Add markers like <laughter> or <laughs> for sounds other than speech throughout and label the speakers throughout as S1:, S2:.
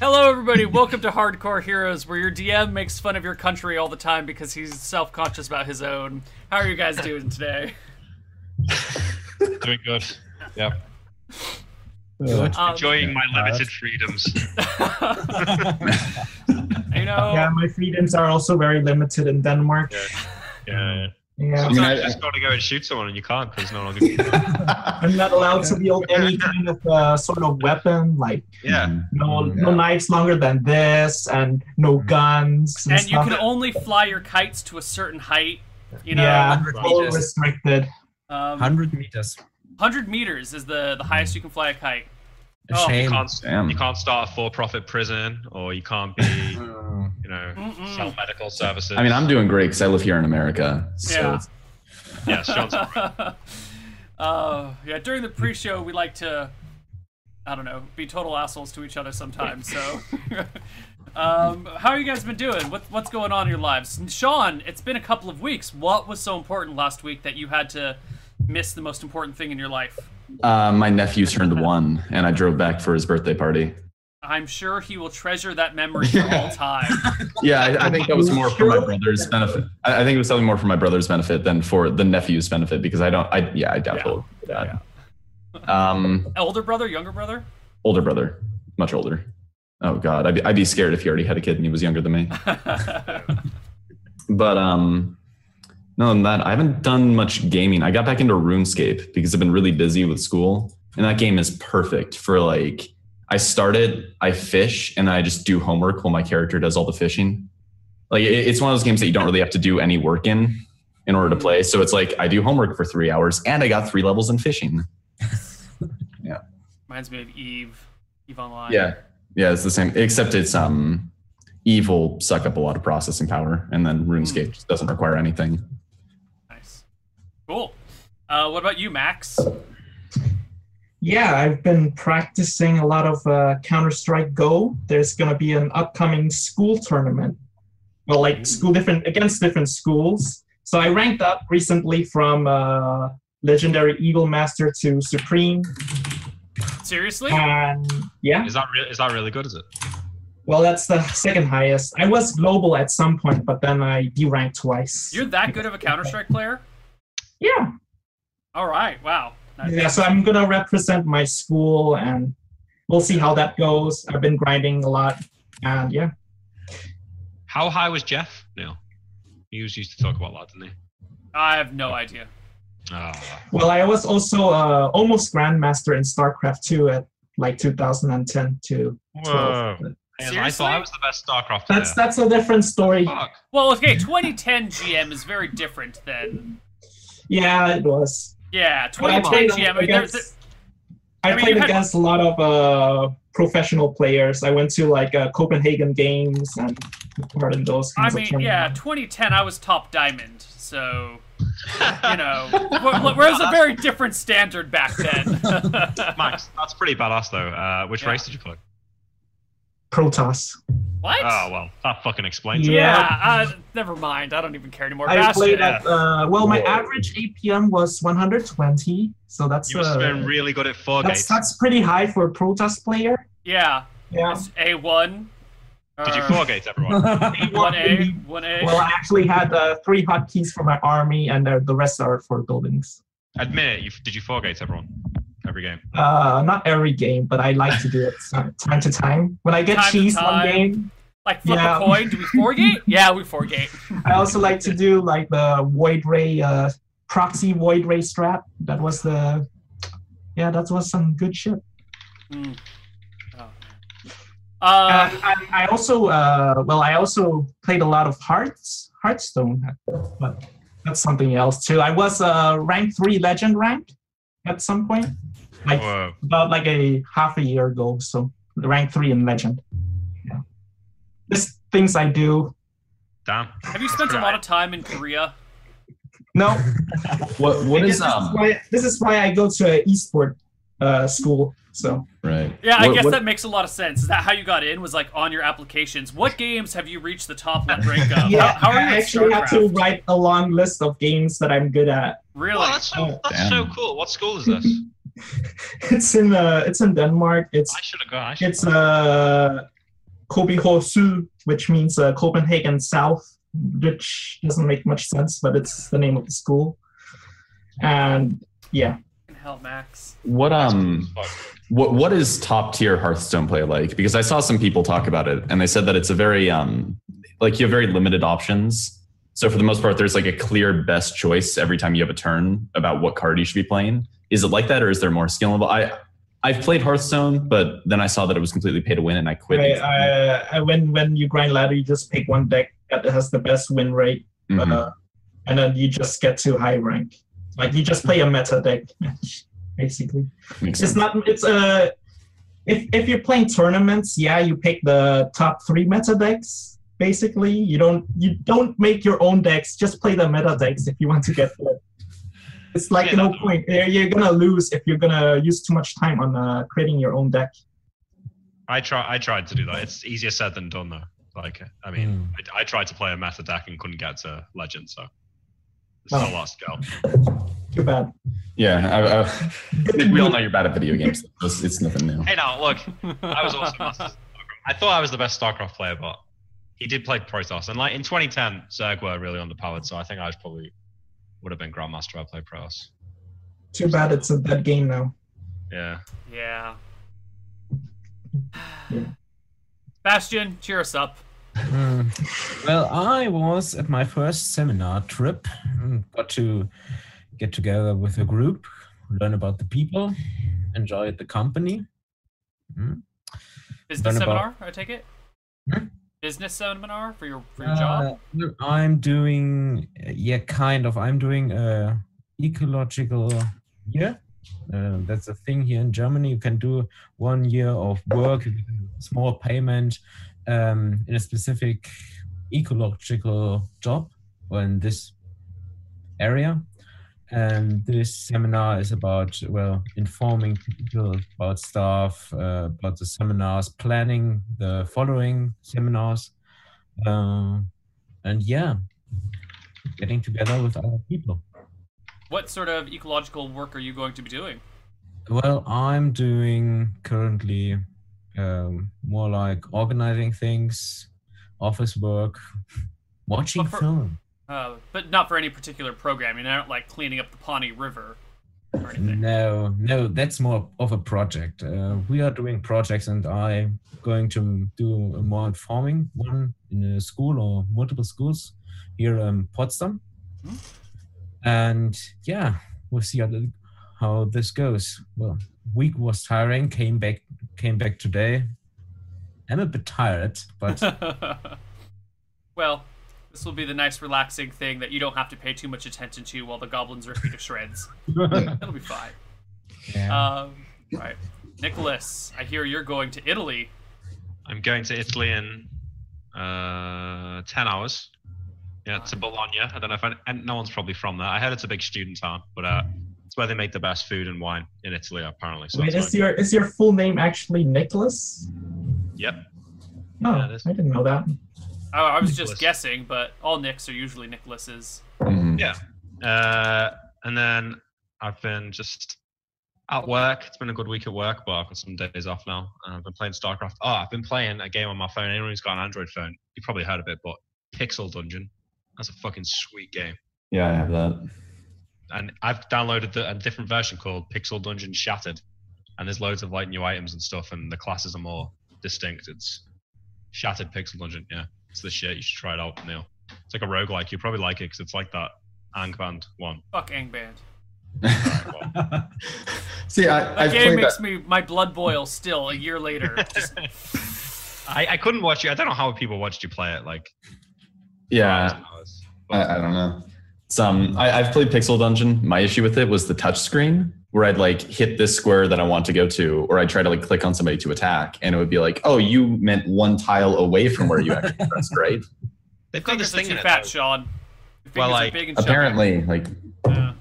S1: Hello, everybody. Welcome to Hardcore Heroes, where your DM makes fun of your country all the time because he's self-conscious about his own. How are you guys doing today?
S2: Doing good. Yeah.
S3: Good.
S1: Um,
S2: Enjoying my
S3: Uh,
S2: limited freedoms.
S1: <laughs> you know,
S3: yeah, my freedoms are also very limited in Denmark.
S2: Yeah. Yeah.
S3: Yeah,
S2: Sometimes
S4: I mean,
S2: you
S4: I-
S2: just gotta go and shoot someone and you can't because no one will give you.
S3: I'm not allowed to wield any kind of uh, sort of weapon, like
S2: Yeah.
S3: no
S4: Mm,
S3: no
S4: yeah.
S3: knives longer than this, and no guns. And,
S1: and you
S3: stuff.
S1: can only fly your kites to a certain height. You know,
S3: yeah,
S5: 100
S3: all
S5: meters.
S3: restricted.
S1: um,
S5: 100 meters.
S1: 100 meters is the, the highest you can fly a kite.
S5: A
S1: Oh,
S2: You
S5: shame.
S2: can't,
S4: Damn.
S2: you can't start a for-profit prison, or you can't be, you know,
S1: Mm-mm.
S2: sell medical services.
S4: Mm. I mean, I'm doing great because I live here in America. So
S1: Yeah.
S4: it's-
S1: <laughs>
S2: Yes, Sean's
S1: Uh, yeah, during the pre-show, we like to, I don't know, be total assholes to each other sometimes. So, <laughs> um, how you guys been doing? What, what's going on in your lives? And Sean, it's been a couple of weeks. What was so important last week that you had to miss the most important thing in your life?
S4: uh, my nephew turned one, and I drove back for his birthday party.
S1: I'm sure he will treasure that memory for all time.
S4: Yeah, I, I think that was more for my brother's benefit. I, I think it was something more for my brother's benefit than for the nephew's benefit because I don't. I yeah, I doubt
S1: Yeah.
S4: he'll do that. Um,
S1: Elder brother, younger brother? <laughs>
S4: older brother, much older. Oh God, I'd be, I'd be scared if he already had a kid and he was younger than me. But um, no, than that, I haven't done much gaming. I got back into RuneScape because I've been really busy with school, and that game is perfect for like. I start it, I fish, and I just do homework while my character does all the fishing. Like it- it's one of those games that you don't really have to do any work in in order to play. So it's like I do homework for three hours, and I got three levels in fishing.
S1: Reminds me of Eve, Eve Online.
S4: Yeah, yeah, it's the same, except it's um, evil suck up a lot of processing power, and then RuneScape just doesn't require anything.
S1: Nice. Cool. Uh, what about you, Max?
S3: Yeah, I've been practicing a lot of uh, Counter Strike Go. There's gonna be an upcoming school tournament. Well, like school different against different schools. So I ranked up recently from uh, legendary Eagle Master to Supreme,
S1: Seriously?
S3: and yeah.
S2: Is that real? Is that really good? Is it?
S3: Well, that's the second highest. I was global at some point, but then I deranked twice.
S1: You're that good of a Counter Strike player?
S3: yeah.
S1: All right. Wow. Nice.
S3: Yeah, so I'm going to represent my school and we'll see how that goes. I've been grinding a lot and yeah.
S2: How high was Jeff? Neil. He was used to talk about that, didn't he?
S1: I have no idea.
S2: Ah.
S3: Well, I was also uh, almost grandmaster in StarCraft 2 at like 2010 to 12. But
S2: Man, I thought I
S1: Seriously?
S2: was the best StarCraft player.
S3: That's that's a different story.
S2: Fuck.
S1: Well, okay, 2010 GM is very different than
S3: Yeah, it was.
S1: yeah,
S3: But I
S1: 2010
S3: played
S1: GM. I mean, there's
S3: against, I
S1: I mean,
S3: played
S1: you had-
S3: against a lot of uh, professional players. I went to like uh, Copenhagen Games and took part in those.
S1: I
S3: Kinds of
S1: mean,
S3: tournaments.
S1: yeah, 2010 I was top diamond,
S2: <laughs>
S1: so you know, where- where's a very different standard back
S2: <laughs>
S1: then.
S2: Max, that's pretty badass though. Uh, which
S1: Yeah.
S2: race did you play?
S3: Protoss.
S1: <laughs> what?
S2: Oh well, that fucking explains it.
S1: yeah, uh, never mind. I don't even care anymore.
S3: I
S1: Bastion.
S3: played at uh, well, my
S4: Whoa.
S3: average APM was 120, so that's
S2: You must have been
S3: uh,
S2: really good at four
S3: that's
S2: gates.
S3: that's pretty high for a Protoss player.
S1: Yeah,
S3: <laughs> Yeah.
S1: it's Uh, A1.
S2: Did you
S1: or
S2: four gates everyone?
S3: <laughs>
S1: A1A, 1A.
S3: Well, I actually had uh, three hotkeys for my army, and uh, the rest are for buildings.
S2: Admit it. You, did you four gates everyone? Every game.
S3: Uh, not every game, but I like to do
S1: <laughs>
S3: it some- time to time. When I get
S1: Time to
S3: cheese
S1: time.
S3: one game,
S1: Like flip
S3: Yeah.
S1: a coin. Do we four
S3: <laughs>
S1: gate? Yeah, we four gate.
S3: I also like to do like the void ray uh, proxy void ray strat. That was the yeah, that was some good shit.
S1: Mm. Oh.
S3: Uh,
S1: Uh,
S3: I, I also uh, well, I also played a lot of Hearts, Hearthstone, but that's something else too. I was uh, rank three legend rank at some point, like
S2: Whoa.
S3: about like a half a year ago. So rank three in legend. Yeah. Just things I do.
S2: Damn.
S1: have you spent a lot of time in Korea? <laughs>
S3: No,
S4: What what
S3: I guess
S4: is
S3: this,
S4: um?
S3: is why, this is why I go to a esport uh, school. So
S4: Right.
S1: Yeah, I
S4: What-
S1: guess
S4: what-
S1: that makes a lot of sense. Is that how you got in? Was like on your applications? What games have you reached the top one rank of?
S3: yeah,
S1: how, how are you
S3: I
S1: at
S3: actually had to
S1: StarCraft?
S3: write a long list of games that I'm good at. <laughs>
S1: Really?
S2: Well, that's so,
S3: Oh,
S2: that's so
S4: damn.
S2: cool. What school is this?
S3: It's in uh, it's in Denmark. It's
S2: I should have gone. I should
S3: It's uh Kobe Hosu, which means uh, Copenhagen South, which doesn't make much sense, but it's the name of the school. And yeah,
S1: Hell, Max.
S4: What um
S2: Fuck.
S4: what what is top tier Hearthstone play like? Because I saw some people talk about it and they said that it's a very um like you have very limited options. So for the most part, there's like a clear best choice every time you have a turn about what card you should be playing. Is it like that or is there more skill level? I I've played Hearthstone, but then I saw that it was completely pay to win and I quit.
S3: I, uh, I, I, when when you grind ladder, you just pick one deck that has the best win rate,
S4: Mhm.
S3: uh, and then you just get to high rank. Like you just play a meta deck, <laughs> basically.
S4: Makes
S3: It's
S4: sense.
S3: not. It's Uh, if if you're playing tournaments, yeah, you pick the top three meta decks. Basically, you don't you don't make your own decks. Just play the meta decks if you want to get there. It's like
S2: Yeah,
S3: no
S2: that-
S3: point. You're you're gonna lose if you're gonna use too much time on uh, creating your own deck.
S2: I try. I tried to do that. It's easier said than done, though. Like, I mean,
S3: Hmm.
S2: I, I tried to play a meta deck and couldn't get to legend, so it's not a lot of skill.
S3: Too bad.
S4: Yeah, I, I, <laughs> we all know you're bad at video games. It's, it's nothing new.
S2: Hey, now look, <laughs> I was also master. at StarCraft. I thought I was the best StarCraft player, but he did play Protoss, and like in 2010, Zerg were really underpowered, so I think I was probably would have been Grandmaster. if I played Protoss.
S3: Too bad it's a dead game now.
S2: Yeah.
S1: Yeah.
S3: Yeah.
S1: Bastion, cheer us up.
S5: Hmm. Well, I was at my first seminar trip. and Got to get together with a group, learn about the people, enjoyed the company.
S1: Business
S5: Learn
S1: seminar,
S5: about-
S1: I take it?
S5: Hmm?
S1: Business seminar for your for your job?
S5: Uh, no, I'm doing, uh, yeah, kind of. I'm doing a ecological year. Uh, that's a thing here in Germany. You can do one year of work, with a small payment um, in a specific ecological job or in this area. And this seminar is about, well, informing people about stuff, uh, about the seminars, planning the following seminars, um, and yeah, getting together with other people.
S1: What sort of ecological work are you going to be doing?
S5: Well, I'm doing currently um, more like organizing things, office work, <laughs> watching
S1: But for-
S5: film.
S1: Uh, but not for any particular program. You're not like cleaning up the Pawnee River or anything.
S5: No, no, that's more of a project. Uh, we are doing projects, and I'm going to do a more informing one in a school or multiple schools here in Potsdam.
S1: Hmm.
S5: And yeah, we'll see how, the, how this goes. Well, week was tiring. Came back, came back today. I'm a bit tired, but
S1: <laughs> well, this will be the nice relaxing thing that you don't have to pay too much attention to while the goblins rip you to shreds. It'll be fine.
S5: yeah.
S1: Um, right. Nicholas, I hear you're going to Italy.
S2: I'm going to Italy in uh, 10 hours. Yeah, to Bologna. I don't know if I, and no one's probably from there. I heard it's a big student town, but uh, it's where they make the best food and wine in Italy, apparently. So
S3: Wait,
S2: that's
S3: is your is your full name actually Nicholas?
S2: fine. Yep.
S3: No,
S2: Yeah, it is.
S3: I didn't know that.
S1: I, I was
S2: Nicholas.
S1: just guessing, but all Nicks are usually Nicholases.
S4: Mhm.
S2: Uh, and then I've been just at work. It's been a good week at work, but I've got some days off now. And I've been playing StarCraft. Oh, I've been playing a game on my phone. Anyone who's got an Android phone, you probably heard of it, but Pixel Dungeon. That's a fucking sweet game.
S4: Yeah, I have that.
S2: and I've downloaded the, a different version called Pixel Dungeon Shattered, and there's loads of like new items and stuff, and the classes are more distinct. It's Shattered Pixel Dungeon, yeah. It's the shit. You should try it out, Neil. It's like a roguelike. You probably like it because it's like that Angband one.
S1: Fuck Angband.
S2: Alright, well,
S4: <laughs> See,
S1: That
S4: I, I've
S1: game
S4: played that.
S1: makes me my blood boil still a year
S2: <laughs>
S1: later.
S3: <laughs>
S1: Just,
S2: I, I couldn't watch you. I don't know how people watched you play it. Like
S4: Yeah,
S2: for hours and hours.
S4: I, I don't know. Some I, I've played Pixel Dungeon. My issue with it was the touch screen where I'd like hit this square that I want to go to, or I'd try to like click on somebody to attack, and it would be like, "Oh, you meant one tile away from where you
S1: <laughs>
S4: actually pressed, right?"
S2: They've got
S1: fingers
S2: this
S1: are
S2: thing in
S1: too
S2: it.
S1: fat,
S2: though.
S1: Sean. Your fingers
S2: Well,
S1: are
S2: like,
S1: big and chubby.
S4: Apparently, like,
S1: Yeah.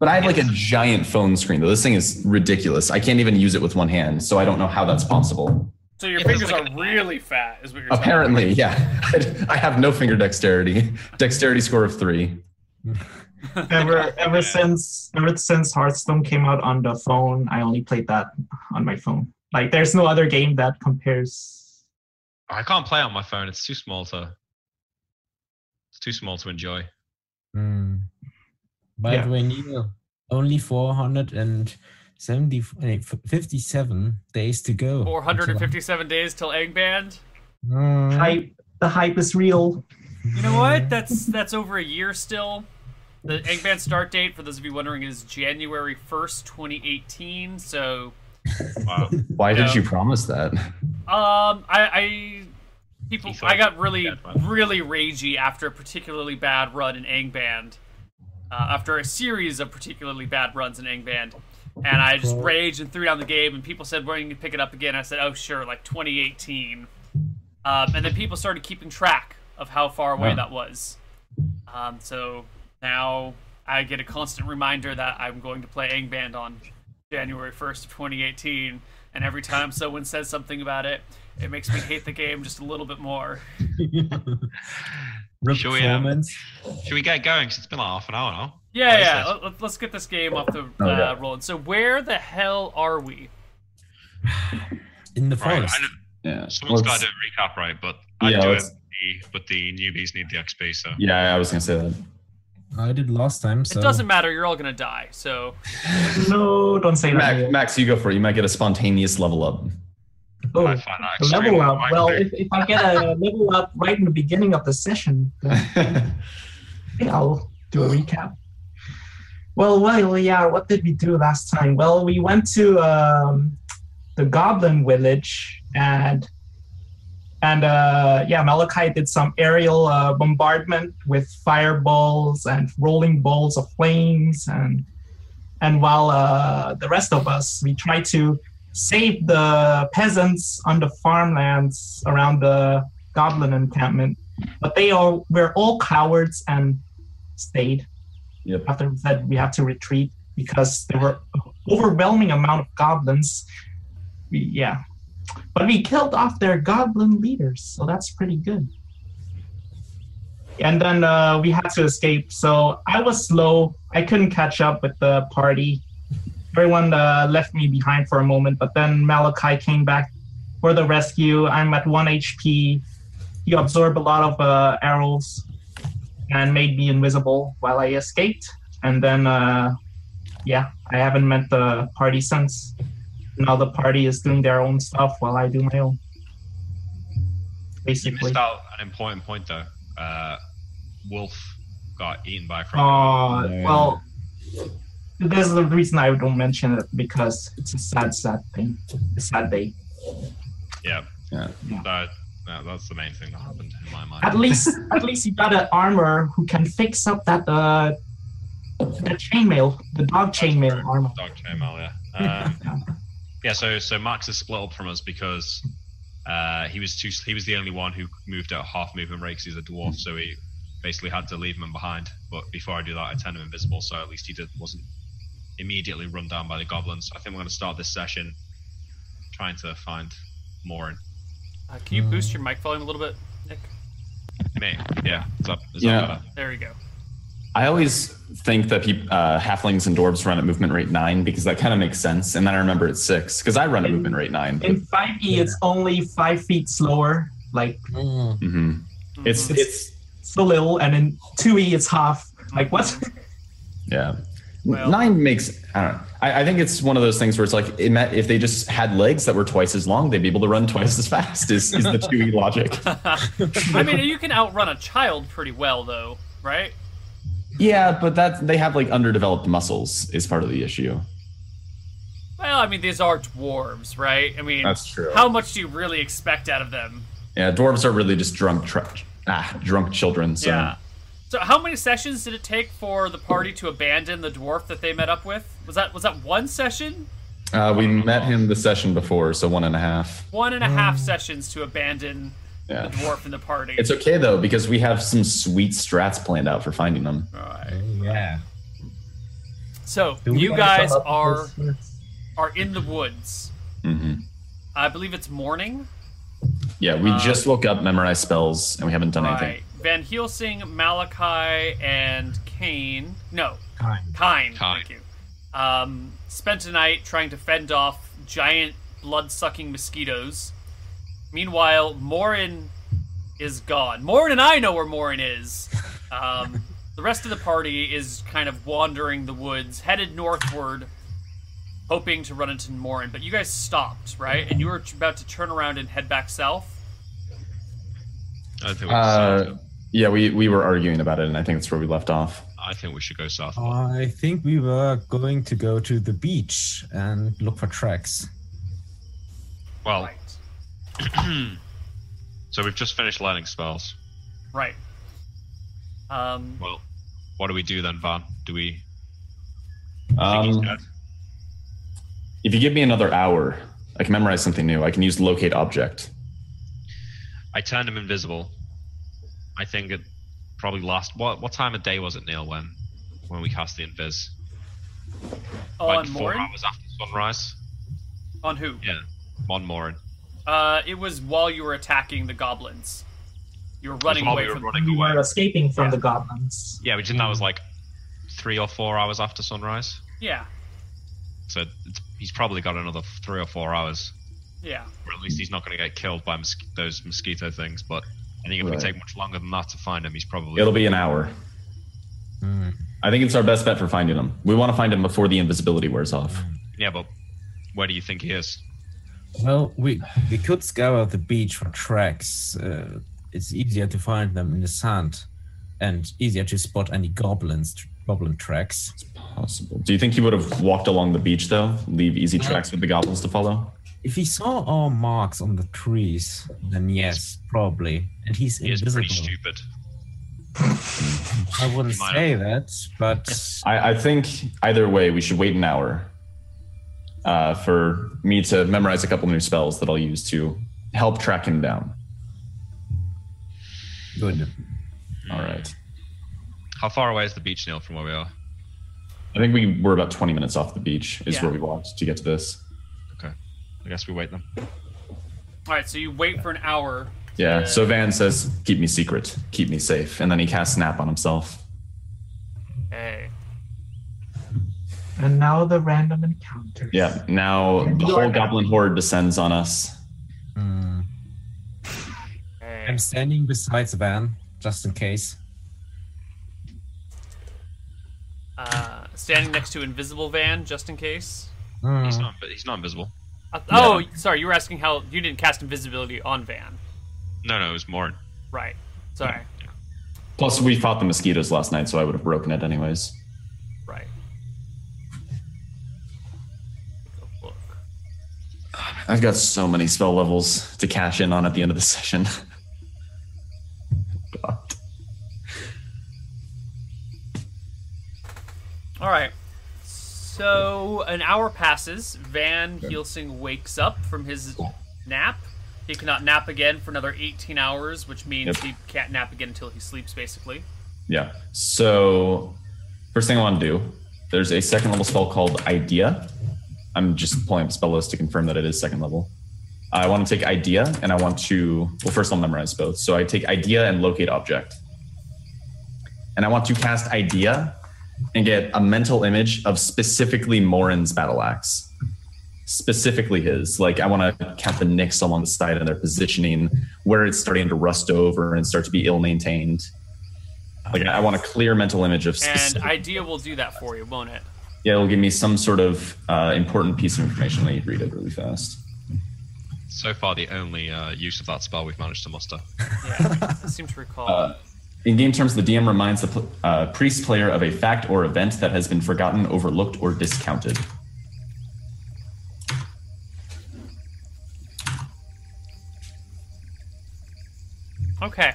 S4: but I had like a giant phone screen though. This thing is ridiculous. I can't even use it with one hand, so I don't know how that's possible.
S1: So your
S2: It feels
S1: fingers
S2: like
S1: are really fat, is what you're
S4: Apparently, yeah, <laughs> I have no finger dexterity. Dexterity score of three.
S1: <laughs>
S3: Ever ever since ever since Hearthstone came out on the phone, I only played that on my phone. Like, there's no other game that compares
S2: I can't play on my phone. It's too small to. It's too small to enjoy.
S5: Mm. By
S3: Yeah.
S5: the way, Neil, only 470, eh, f- 57 days to go.
S1: 457 days till Angband.
S5: Mm.
S3: Hype. The hype is real.
S1: You know what? That's that's over a year still. The Angband start date, for those of you wondering, is January 1st, 2018. So
S2: Wow.
S4: Why
S1: Yeah.
S4: did you promise that?
S1: Um, I, I people,
S2: He thought-
S1: I got really,
S2: Yeah, fine.
S1: really ragey after a particularly bad run in Angband, uh, after a series of particularly bad runs in Angband, and I just raged and threw down the game. And people said, "When are you gonna pick it up again?" I said, "Oh, sure, like 2018." Um, and then people started keeping track of how far away
S4: Yeah.
S1: that was. Um, so now I get a constant reminder that I'm going to play Angband on January 1st of 2018, and every time someone says something about it, it makes me hate the game just a little bit more.
S5: <laughs> Rip
S2: Sure, yeah.
S5: performance.
S2: <laughs> Should we get going? 'Cause it's been like half an hour now.
S1: Yeah,
S2: What is
S1: yeah,
S2: this?
S1: let- let, let's get this game off the uh,
S4: Oh, yeah.
S1: rolling. So, where the hell are we?
S5: In the
S2: Right.
S5: forest.
S2: I know,
S4: Yeah.
S2: someone's got
S4: Let's-
S2: to do a recap, right? But I
S4: Yeah,
S2: do it.
S4: let's-
S2: the- But the newbies need the XP, so
S4: Yeah, I was gonna say that.
S5: I did last time, so
S1: It doesn't matter. You're all gonna die. So,
S3: No, don't say that.
S4: Max, Max, you go for it. You might get a spontaneous level up.
S3: Oh,
S2: I find that
S3: a
S2: extremely
S3: level up.
S2: unlikely.
S3: Well, if, if I get a level up right in the beginning of the session, then Yeah, I'll do a recap. Well, well, yeah. What did we do last time? Well, we went to um, the Goblin Village and and uh, yeah, Malachi did some aerial uh, bombardment with fireballs and rolling balls of flames and and while uh, the rest of us we tried to save the peasants on the farmlands around the goblin encampment but they all were all cowards and stayed.
S4: Yep.
S3: After that, we had to retreat because there were overwhelming amount of goblins. We, yeah, but we killed off their goblin leaders, so that's pretty good. And then uh, we had to escape. So I was slow. I couldn't catch up with the party. Everyone uh, left me behind for a moment, but then Malachi came back for the rescue. I'm at one HP he absorbed a lot of uh, arrows and made me invisible while I escaped. And then, uh, yeah, I haven't met the party since. Now the party is doing their own stuff while I do my own.
S2: you
S3: Basically.
S2: missed out an important point though. Uh, Wolf got eaten by a crocodile.
S3: Oh,
S5: Yeah.
S3: well, there's the reason I don't mention it because it's a sad, sad thing. A sad day. Oh.
S2: yeah.
S4: Yeah.
S2: That, that- that's the main thing that happened in my mind.
S3: At least, at least you got an armor who can fix up that uh, that chainmail, the dog chainmail
S2: true.
S3: armor.
S2: Dark Chainmail, yeah. Um, yeah, so so Max is split up from us because uh, he was too he was the only one who moved at half movement rate 'cause he's a dwarf, so he basically had to leave him behind. But before I do that, I turned him invisible, so at least he did wasn't immediately run down by the goblins. I think we're going to start this session trying to find Morin.
S1: uh, can you boost your mic volume a little bit, Nick?
S2: Me, yeah, is that, is
S4: Yeah.
S2: that better?
S1: There you go.
S4: I always think that peop uh, halflings and dwarves run at movement rate nine because that kind of makes sense. And then I remember it's six because I run at movement rate nine. But,
S3: In 5e, it's only five feet slower, like
S5: Mm.
S4: Mhm. It's
S1: Mhm.
S4: it's
S3: so little, and in 2e, it's half. Like, what?
S4: yeah.
S1: Well-
S4: nine makes I don't know. I, I think it's one of those things where it's like it meant if they just had legs that were twice as long, they'd be able to run <laughs> twice as fast. Is is the two E logic?
S1: Mm-hmm. <laughs> I mean, you can outrun a child pretty well, though, right?
S4: Yeah, but that they have like underdeveloped muscles is part of the issue.
S1: Well, I mean, these are dwarves, right? I mean,
S4: true.
S1: how much do you really expect out of them?
S4: Yeah, dwarves are really just drunk, tr- ah, drunk children. So
S1: Yeah. So how many sessions did it take for the party to abandon the dwarf that they met up with? Was that was that one session?
S4: uh, we met him the session before, so one and a half.
S1: One and a half
S5: Mm.
S1: sessions to abandon the
S4: Yeah.
S1: dwarf in the party.
S4: It's okay though because we have some sweet strats planned out for finding them.
S1: All right.
S5: Yeah.
S1: So
S5: Do we
S1: you
S5: wanna
S1: guys
S5: sum up
S1: are
S5: this?
S1: are in the woods.
S4: hmm
S1: I believe it's morning.
S4: Yeah, we
S1: Uh,
S4: just woke up, memorized spells, and we haven't done
S1: Right.
S4: anything.
S1: Van Helsing, Malachi, and Kane. No,
S5: Kind.
S1: Kine.
S2: Kine.
S1: Thank you. Um, spent a night trying to fend off giant blood-sucking mosquitoes. Meanwhile, Morin is gone. Morin and I know where Morin
S4: <laughs>
S1: is. Um, the rest of the party is kind of wandering the woods, headed northward, hoping to run into Morin. But you guys stopped, right? And you were about to turn around and head back south.
S2: I don't think we
S4: Uh,
S2: decided.
S4: yeah, we, we were arguing about it, and I think that's where we left off.
S2: I think we should go south.
S5: Oh, I think we were going to go to the beach and look for tracks.
S2: well,
S1: Right.
S2: <clears throat> so we've just finished learning spells.
S1: Right. Um,
S2: Well, what do we do then, Van? Do we? I think he's
S4: Um,
S2: dead.
S4: if you give me another hour, I can memorize something new. I can use locate object.
S2: I turned him invisible. I think it probably last. What what time of day was it, Neil? When when we cast the invis?
S1: Oh, on
S2: like four
S1: Morin?
S2: hours after sunrise.
S1: On who?
S2: Yeah, on Morin.
S1: Uh, it was while you were attacking the goblins. You were
S2: That's
S1: running
S2: while
S1: away
S2: we were
S1: from.
S2: running
S3: We
S2: away.
S3: were escaping from
S1: Yeah.
S3: the goblins.
S2: Yeah, which and
S1: Hmm.
S2: that was like three or four hours after sunrise.
S1: Yeah,
S2: So it's, he's probably got another three or four hours.
S1: yeah.
S2: Or at least he's not going to get killed by mos- those mosquito things. But I think if we
S4: Right.
S2: take much longer than that to find him, he's probably.
S4: It'll be an hour.
S5: Hmm.
S4: I think it's our best bet for finding him. We want to find him before the invisibility wears off.
S2: Yeah, but where do you think he is?
S5: Well, we we could scour the beach for tracks. Uh, it's easier to find them in the sand, and easier to spot any goblins goblin tracks.
S4: Possible. Do you think he would have walked along the beach though? Leave easy tracks for the goblins to follow?
S5: If he saw our marks on the trees, then yes, probably. And he's
S2: He is
S5: invisible.
S2: pretty stupid.
S5: I wouldn't
S2: He might
S5: say that, but
S4: I, I think either way, we should wait an hour uh, for me to memorize a couple new spells that I'll use to help track him down.
S5: good.
S4: All right.
S2: How far away is the beach, Neil, from where we are?
S4: I think we were about 20 minutes off the beach, is
S1: Yeah.
S4: where we walked to get to this.
S2: Okay. I guess we wait then.
S1: All right, so you wait for an hour.
S4: Yeah.
S1: Yeah.
S4: So Van says, keep me secret, keep me safe. And then he casts Snap on himself.
S1: Hey.
S3: And now the random encounters.
S4: Yeah. Now the whole goblin horde descends on us.
S5: Hmm. I'm standing beside the van just in case.
S1: Uh, standing next to invisible van, just in case.
S5: Hmm.
S2: He's not. He's not invisible.
S1: Uh, oh, sorry. You were asking how you didn't cast invisibility on van,
S2: No, no, it was Morin.
S1: right? Sorry,
S4: Plus, we fought the mosquitoes last night, so I would have broken it anyways.
S1: right. Take a look.
S4: I've got so many spell levels to cash in on at the end of the <laughs> session. God.
S1: All right. So an hour passes. Van Helsing wakes up from his nap. He cannot nap again for another 18 hours, which means
S4: Yep.
S1: he can't nap again until he sleeps,
S4: <laughs>
S1: basically.
S4: Yeah. So, first thing I want to do, there's a second level spell called Idea. I'm just pulling up spell list to confirm that it is second level. I want to take Idea and I want to, well, first I'll memorize both. So, I take Idea and Locate Object. And I want to cast Idea and get a mental image of specifically Morin's battle axe. Specifically his. Like, I want to count the nicks along the side and their positioning, where it's starting to rust over and start to be ill maintained. Like I want a clear mental image of
S1: And
S4: specific.
S1: idea will do that for you, won't it?
S4: yeah, it'll give me some sort of uh, important piece of information. Let me read it really fast.
S2: So far, the only uh, use of that spell we've managed to muster.
S4: <laughs>
S1: Yeah, I seem to recall.
S4: Uh. In game terms, the DM reminds the pl- uh, priest player of a fact or event that has been forgotten, overlooked, or discounted.
S1: Okay,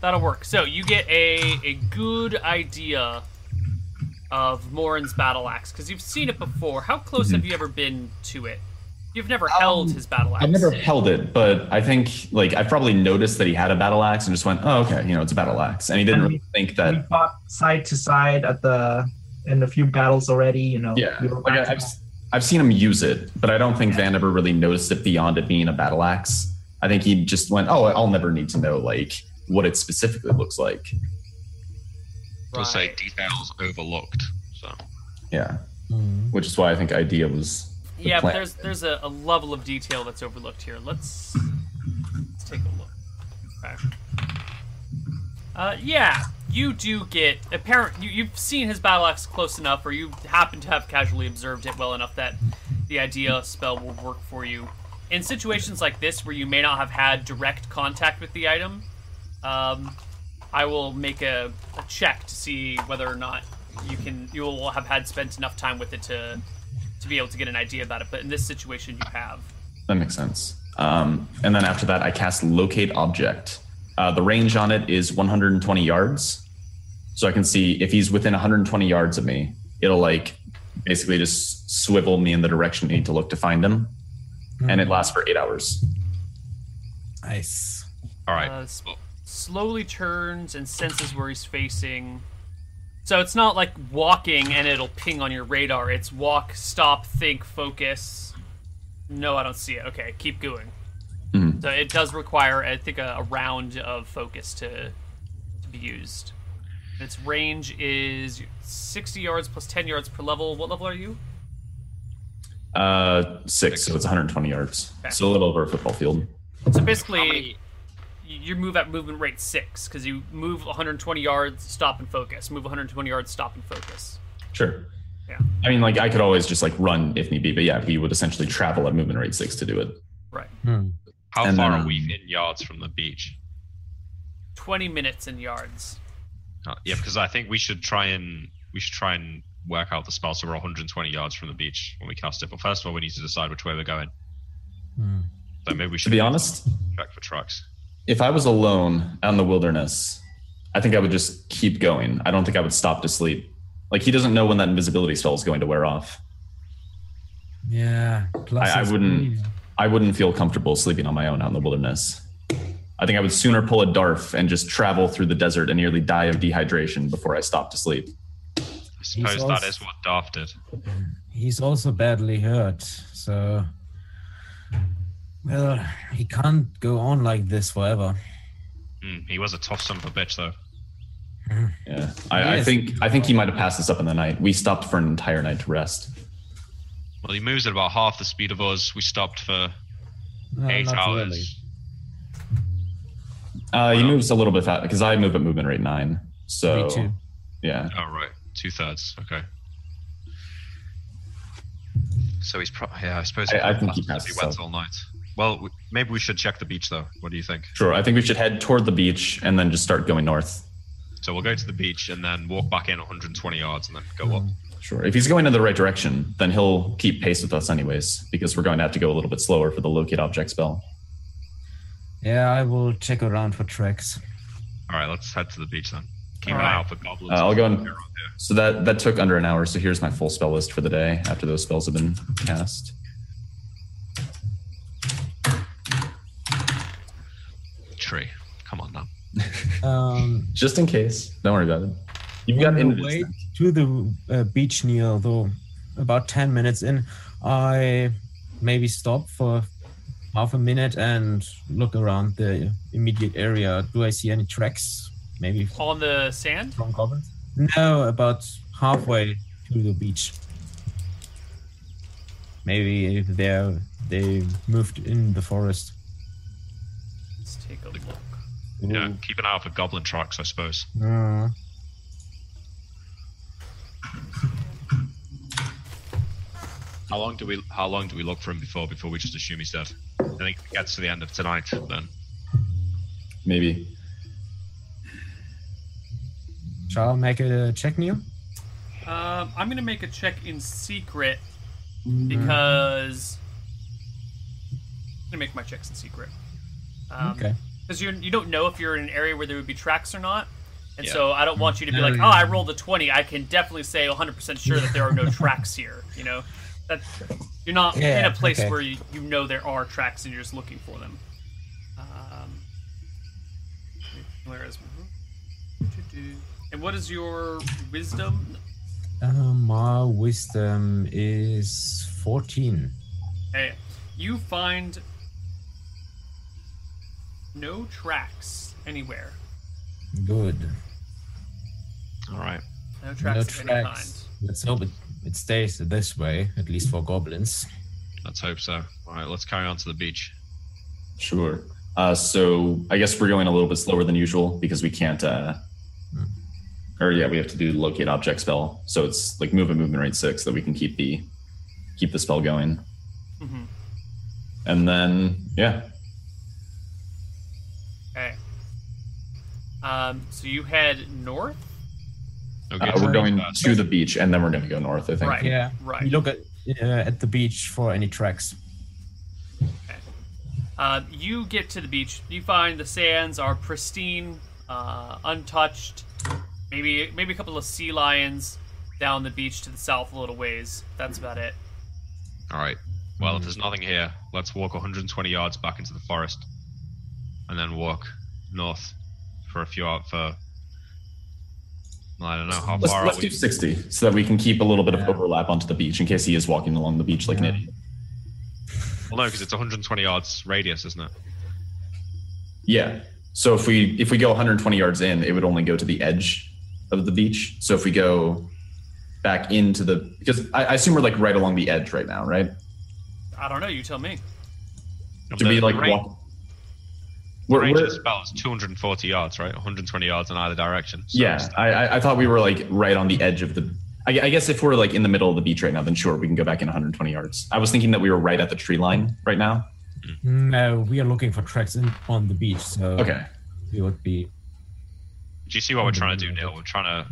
S1: that'll work. So you get a a good idea of Morin's battle axe because you've seen it before. How close
S4: Mm-hmm.
S1: have you ever been to it? You've never held his battle axe.
S4: Um, I've never held it, but I think like I probably noticed that he had a battle axe and just went, "Oh, okay, you know, it's a battle axe," and he didn't really think
S3: We
S4: that.
S3: fought side to side at the in a few battles already. You know.
S4: Yeah,
S3: we were
S4: like I,
S3: back-
S4: I've I've seen him use it, but I don't think Van ever really noticed it beyond it being a battle axe. I think he just went, "Oh, I'll never need to know like what it specifically looks like."
S2: We'll say
S1: Right.
S2: details overlooked. So
S4: Yeah,
S5: Hmm.
S4: which is why I think idea was.
S1: Yeah, but
S4: plan.
S1: there's there's a, a level of detail that's overlooked here. Let's take a look. Okay. Uh, yeah, you do get apparent. You, you've seen his battle axe close enough, or you happen to have casually observed it well enough that the idea spell will work for you. In situations like this, where you may not have had direct contact with the item, um, I will make a, a check to see whether or not you can. You will have had spent enough time with it to to be able to get an idea about it. But in this situation, you have.
S4: That makes sense. Um, and then after that, I cast Locate Object. Uh, the range on it is 120 yards. So I can see if he's within 120 yards of me, it'll like basically just swivel me in the direction I need to look to find him. And it lasts for eight hours.
S5: Nice.
S2: All right.
S1: Uh, s- slowly turns and senses where he's facing. So it's not like walking and it'll ping on your radar. It's walk, stop, think, focus. No, I don't see it. Okay, keep going.
S4: Mhm.
S1: So it does require, I think, a, a round of focus to, to be used. Its range is 60 yards plus 10 yards per level. What level are you?
S4: Uh, six, so it's 120 yards.
S1: Okay.
S4: So a little over a football field.
S1: So basically,
S6: How many?
S1: you move at movement rate six because you move 120 yards, stop and focus. Move 120 yards, stop and focus.
S4: Sure.
S1: Yeah.
S4: I mean, like I could always just like run if need be, but yeah, he would essentially travel at movement rate six to do it.
S1: Right.
S5: Hmm.
S2: How
S4: and
S2: far
S4: then,
S2: are we
S4: um,
S2: in yards from the beach?
S1: 20 minutes in yards.
S2: Uh, yeah, because I think we should try and we should try and work out the spell so we're 120 yards from the beach when we cast it. But first of all, we need to decide which way we're going.
S5: Hmm.
S2: So maybe we
S4: To
S2: should
S4: be honest,
S2: check for trucks.
S4: if I was alone out in the wilderness, I think I would just keep going. I don't think I would stop to sleep. Like he doesn't know when that invisibility spell is going to wear off.
S5: Yeah. Plus
S4: I- I
S5: it's
S4: wouldn't-
S5: green.
S4: I wouldn't feel comfortable sleeping on my own out in the wilderness. I think I would sooner pull a DARF and just travel through the desert and nearly die of dehydration before I stop to sleep.
S2: I suppose that
S5: also-
S2: is what Darth did.
S5: He's also badly hurt, so. Well, he can't go on like this forever.
S2: Mm, he was a tough son of a bitch, though.
S4: Yeah. I, I
S5: Yes.
S4: think I think he might have passed this up in the night. We stopped for an entire night to rest.
S2: Well, he moves at about half the speed of us. We stopped for
S1: Oh,
S5: No,
S2: eight
S5: not
S2: hours.
S5: really.
S4: Uh, he moves a little bit fast because I move at movement rate nine. So
S5: Me too.
S4: yeah.
S2: Oh, right. Two thirds. Okay. So he's pro- yeah. I suppose
S4: I- I think he
S2: passed
S4: passes
S2: went
S4: out.
S2: all night. Well, w- maybe we should check the beach though. What do you think?
S4: Sure. I think we should head toward the beach and then just start going north.
S2: So we'll go to the beach and then walk back in 120 yards and then go
S1: Hmm.
S2: up.
S4: Sure. If he's going in the right direction, then he'll keep pace with us anyways, because we're going to have to go a little bit slower for the locate object spell.
S5: Yeah, I will check around for tracks.
S2: All right, let's head to the beach then. Keep an
S1: All right.
S2: eye out for goblins.
S4: Uh, I'll go and
S2: They're around here.
S4: so that that took under an hour. So here's my full spell list for the day after those spells have been cast.
S2: Tree. Come on now.
S5: Um,
S4: Just in case, don't worry about it. You've got
S5: On the
S4: invis
S5: way
S4: now.
S5: to the uh, beach near though about 10 minutes in i maybe stop for half a minute and look around the immediate area do i see any tracks maybe
S1: On the sand?
S5: from goblins no about halfway to the beach maybe if they're they moved in the forest
S1: Let's take a look. Hmm.
S2: Yeah, keep an eye out for goblin tracks, I suppose.
S5: Uh,
S2: How long do we How long do we look for him before before we just assume he's dead? I think if it gets to the end of tonight, then
S4: Maybe.
S5: shall i make a check neil
S1: Um, I'm gonna make a check in secret because I'm gonna make my checks in secret. Um,
S5: okay
S1: Because you you don't know if you're in an area where there would be tracks or not, and
S2: Yeah.
S1: so I don't want you to be
S5: No,
S1: like,
S5: yeah.
S1: oh, I rolled a 20. I can definitely say 100 percent sure that there are
S5: <laughs>
S1: no tracks here. You know, that you're not in
S5: Yeah,
S1: a place
S5: okay.
S1: where you, you know there are tracks and you're just looking for them. Um, where is hmm, and what is your wisdom?
S5: Uh, my wisdom is 14.
S1: Hey, you find no tracks anywhere.
S5: Good.
S2: all right.
S1: No tracks
S5: no
S1: of any kind.
S5: tracks. Let's hope it, it stays this way, at least for goblins.
S2: Let's hope so. All right, let's carry on to the beach.
S4: Sure. Uh, so I guess we're going a little bit slower than usual because we can't. Uh, or yeah, we have to do the locate object spell. So it's like move and movement rate six that we can keep the keep the spell going.
S1: Mhm.
S4: And then yeah,
S1: Okay. Um, so you head north,
S2: Okay,
S4: uh,
S2: so
S4: we're going
S2: fast.
S4: to the beach and then we're going to go north. I think.
S1: Right.
S5: Yeah.
S1: right?
S5: We look at uh, at the beach for any tracks.
S1: Uh, you get to the beach. You find the sands are pristine, uh, untouched. Maybe maybe a couple of sea lions down the beach to the south a little ways. That's about it.
S2: All right. Well, if there's nothing here, let's walk 120 yards back into the forest, and then walk north for a few hours. For well, I don't know how
S4: Let's,
S2: far.
S4: let's
S2: are
S4: do
S2: we?
S4: 60 so that we can keep a little bit of
S5: Yeah.
S4: overlap onto the beach in case he is walking along the beach like
S5: Yeah.
S4: an idiot.
S2: Well, no, because it's 120 yards radius, isn't it?
S4: Yeah. So if we if we go 120 yards in, it would only go to the edge of the beach. So if we go back into the because I, I assume we're like right along the edge right now, right?
S1: I don't know. You tell me.
S4: To be
S2: The
S4: like
S2: range,
S4: walk. We're,
S2: range of the
S4: we're,
S2: spell is 240 yards, right? 120 yards in either direction. So
S4: yeah,
S2: it's-
S4: I, I- I thought we were like right on the edge of the. I, I guess if we're like in the middle of the beach right now, then sure we can go back in 120 yards. I was thinking that we were right at the tree line right now.
S5: No, we are looking for tracks in, on the beach. So
S4: Okay.
S5: we would be
S2: Do you see what we're trying to do, Neil? We're trying to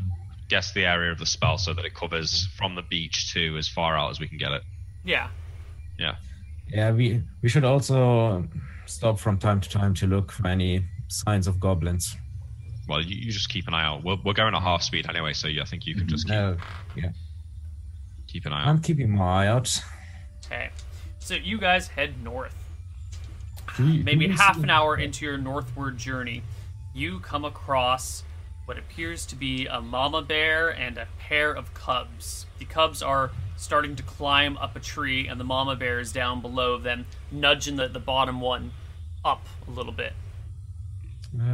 S2: guess the area of the spell so that it covers from the beach to as far out as we can get it.
S1: Yeah.
S5: Yeah, we we should also stop from time to time to look for any signs of goblins.
S2: Well, you, you just keep an eye out. We're, we're going at half speed anyway, so yeah, I think you can just keep,
S5: No,
S4: Mm-hmm.
S2: keep an eye out.
S5: I'm keeping my eye out.
S1: Okay. So you guys head north.
S5: Do you- do
S1: Maybe
S5: you
S1: half
S5: see-
S1: an hour into your northward journey, you come across what appears to be a mama bear and a pair of cubs. The cubs are starting to climb up a tree, and the mama bear is down below them, nudging the, the bottom one up a little bit.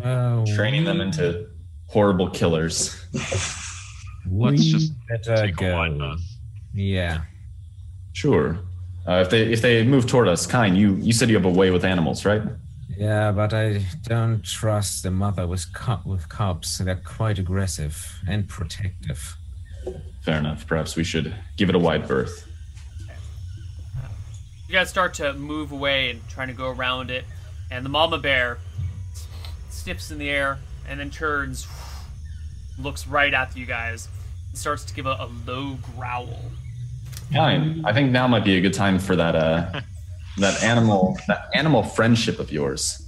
S5: Uh,
S4: Training
S5: we-
S4: them into horrible killers.
S5: we
S2: Let's just
S5: better
S2: Take a wide
S5: go.
S2: berth.
S5: Yeah,
S4: Sure. Uh, if they if they move toward us, Kine, you you said you have a way with animals, right?
S5: yeah, but I don't trust the mother with cu- with cubs. They're quite aggressive and protective.
S4: Fair enough. Perhaps we should give it a wide berth.
S1: You guys start to move away and trying to go around it, and the mama bear sniffs in the air and then turns, looks right at you guys, and starts to give a, a low growl.
S4: Kine, I think now might be a good time for that <laughs> uh that animal that animal friendship of yours.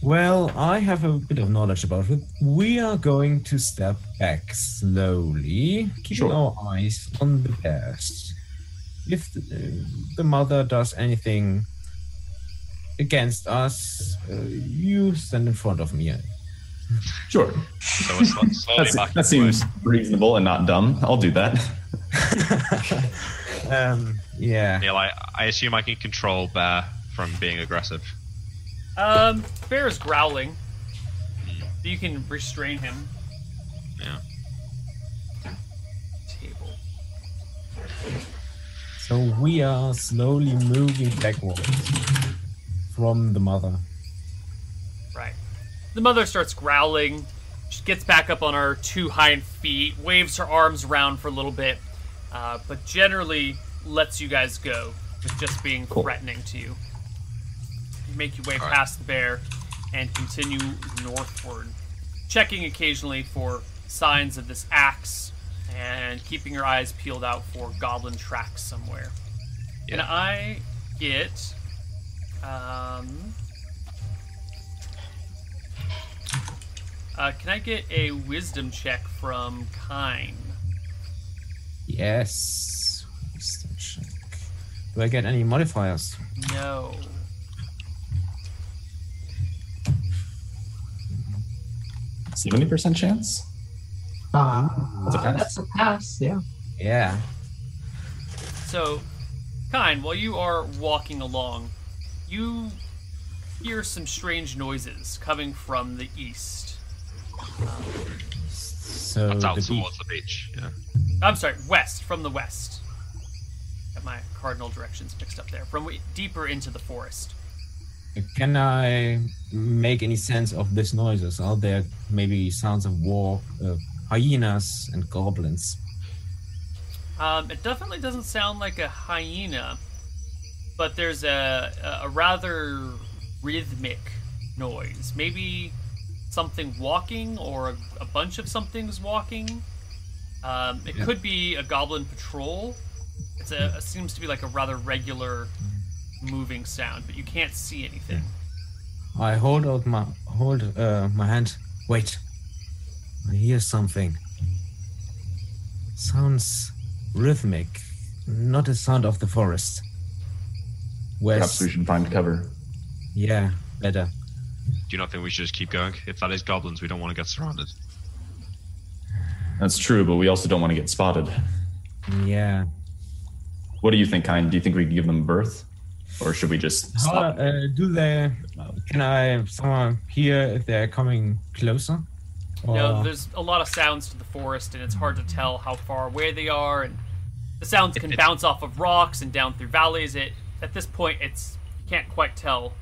S5: Well, I have a bit of knowledge about it. We are going to step back slowly, keeping
S4: Sure.
S5: our eyes on the bears. If the, the mother does anything against us, uh, you stand in front of me. <laughs> Um,
S4: Sure.
S2: so we're sl- slowly
S4: That's,
S2: back.
S4: that seems reasonable and not dumb. I'll do that.
S5: um, yeah.
S2: Neil, I, I assume I can control Bear from being aggressive.
S1: Um, bear is growling. You can restrain him.
S2: Yeah.
S1: Table.
S5: So we are slowly moving backwards from the mother.
S1: Right. The mother starts growling. She gets back up on her two hind feet, waves her arms around for a little bit, uh, but generally lets you guys go with just being
S4: Cool.
S1: threatening to you. You make your way
S2: All right.
S1: past the bear and continue northward, checking occasionally for signs of this axe and keeping your eyes peeled out for goblin tracks somewhere. And
S2: Yeah.
S1: I get. Um, Uh, can I get a wisdom check from Kine?
S5: Yes. Wisdom check. Do I get any modifiers?
S1: No.
S4: <laughs> Seventy percent chance.
S3: Ah,
S4: That's a pass.
S3: that's a pass. Yeah.
S5: Yeah.
S1: So, Kine, while you are walking along, you hear some strange noises coming from the east.
S5: So
S2: That's out
S5: the
S4: Mm-hmm.
S5: beach-
S2: towards the beach. Yeah.
S1: I'm sorry, west, from the west. Got my cardinal directions mixed up there. From w- deeper into the forest.
S5: uh, Can I make any sense of these noises? Are there maybe sounds of war, uh, hyenas, and goblins?
S1: Um, it definitely doesn't sound like a hyena, but there's a, a rather rhythmic noise. Maybe something walking or a, a bunch of something's walking. Um, it could be a goblin patrol. It's a, it seems to be like a rather regular moving sound, but you can't see anything.
S5: I hold out my hold uh, my hand. Wait, I hear something. Sounds rhythmic, not a sound of the forest.
S4: Perhaps
S5: Where's
S4: we should find cover.
S5: yeah better?
S2: Do you not think we should just keep going? If that is goblins, we don't want to get surrounded.
S4: That's true, but we also don't want to get spotted.
S5: Mm, Yeah.
S4: What do you think, Kind? Do you think we can give them birth? Or should we just
S5: How
S4: stop?
S5: uh, do they? Can I somehow hear if they're coming closer? Or,
S1: No, there's a lot of sounds to the forest, and it's hard to tell how far away they are. And the sounds can bounce off of rocks and down through valleys. It at this point, it's you can't quite tell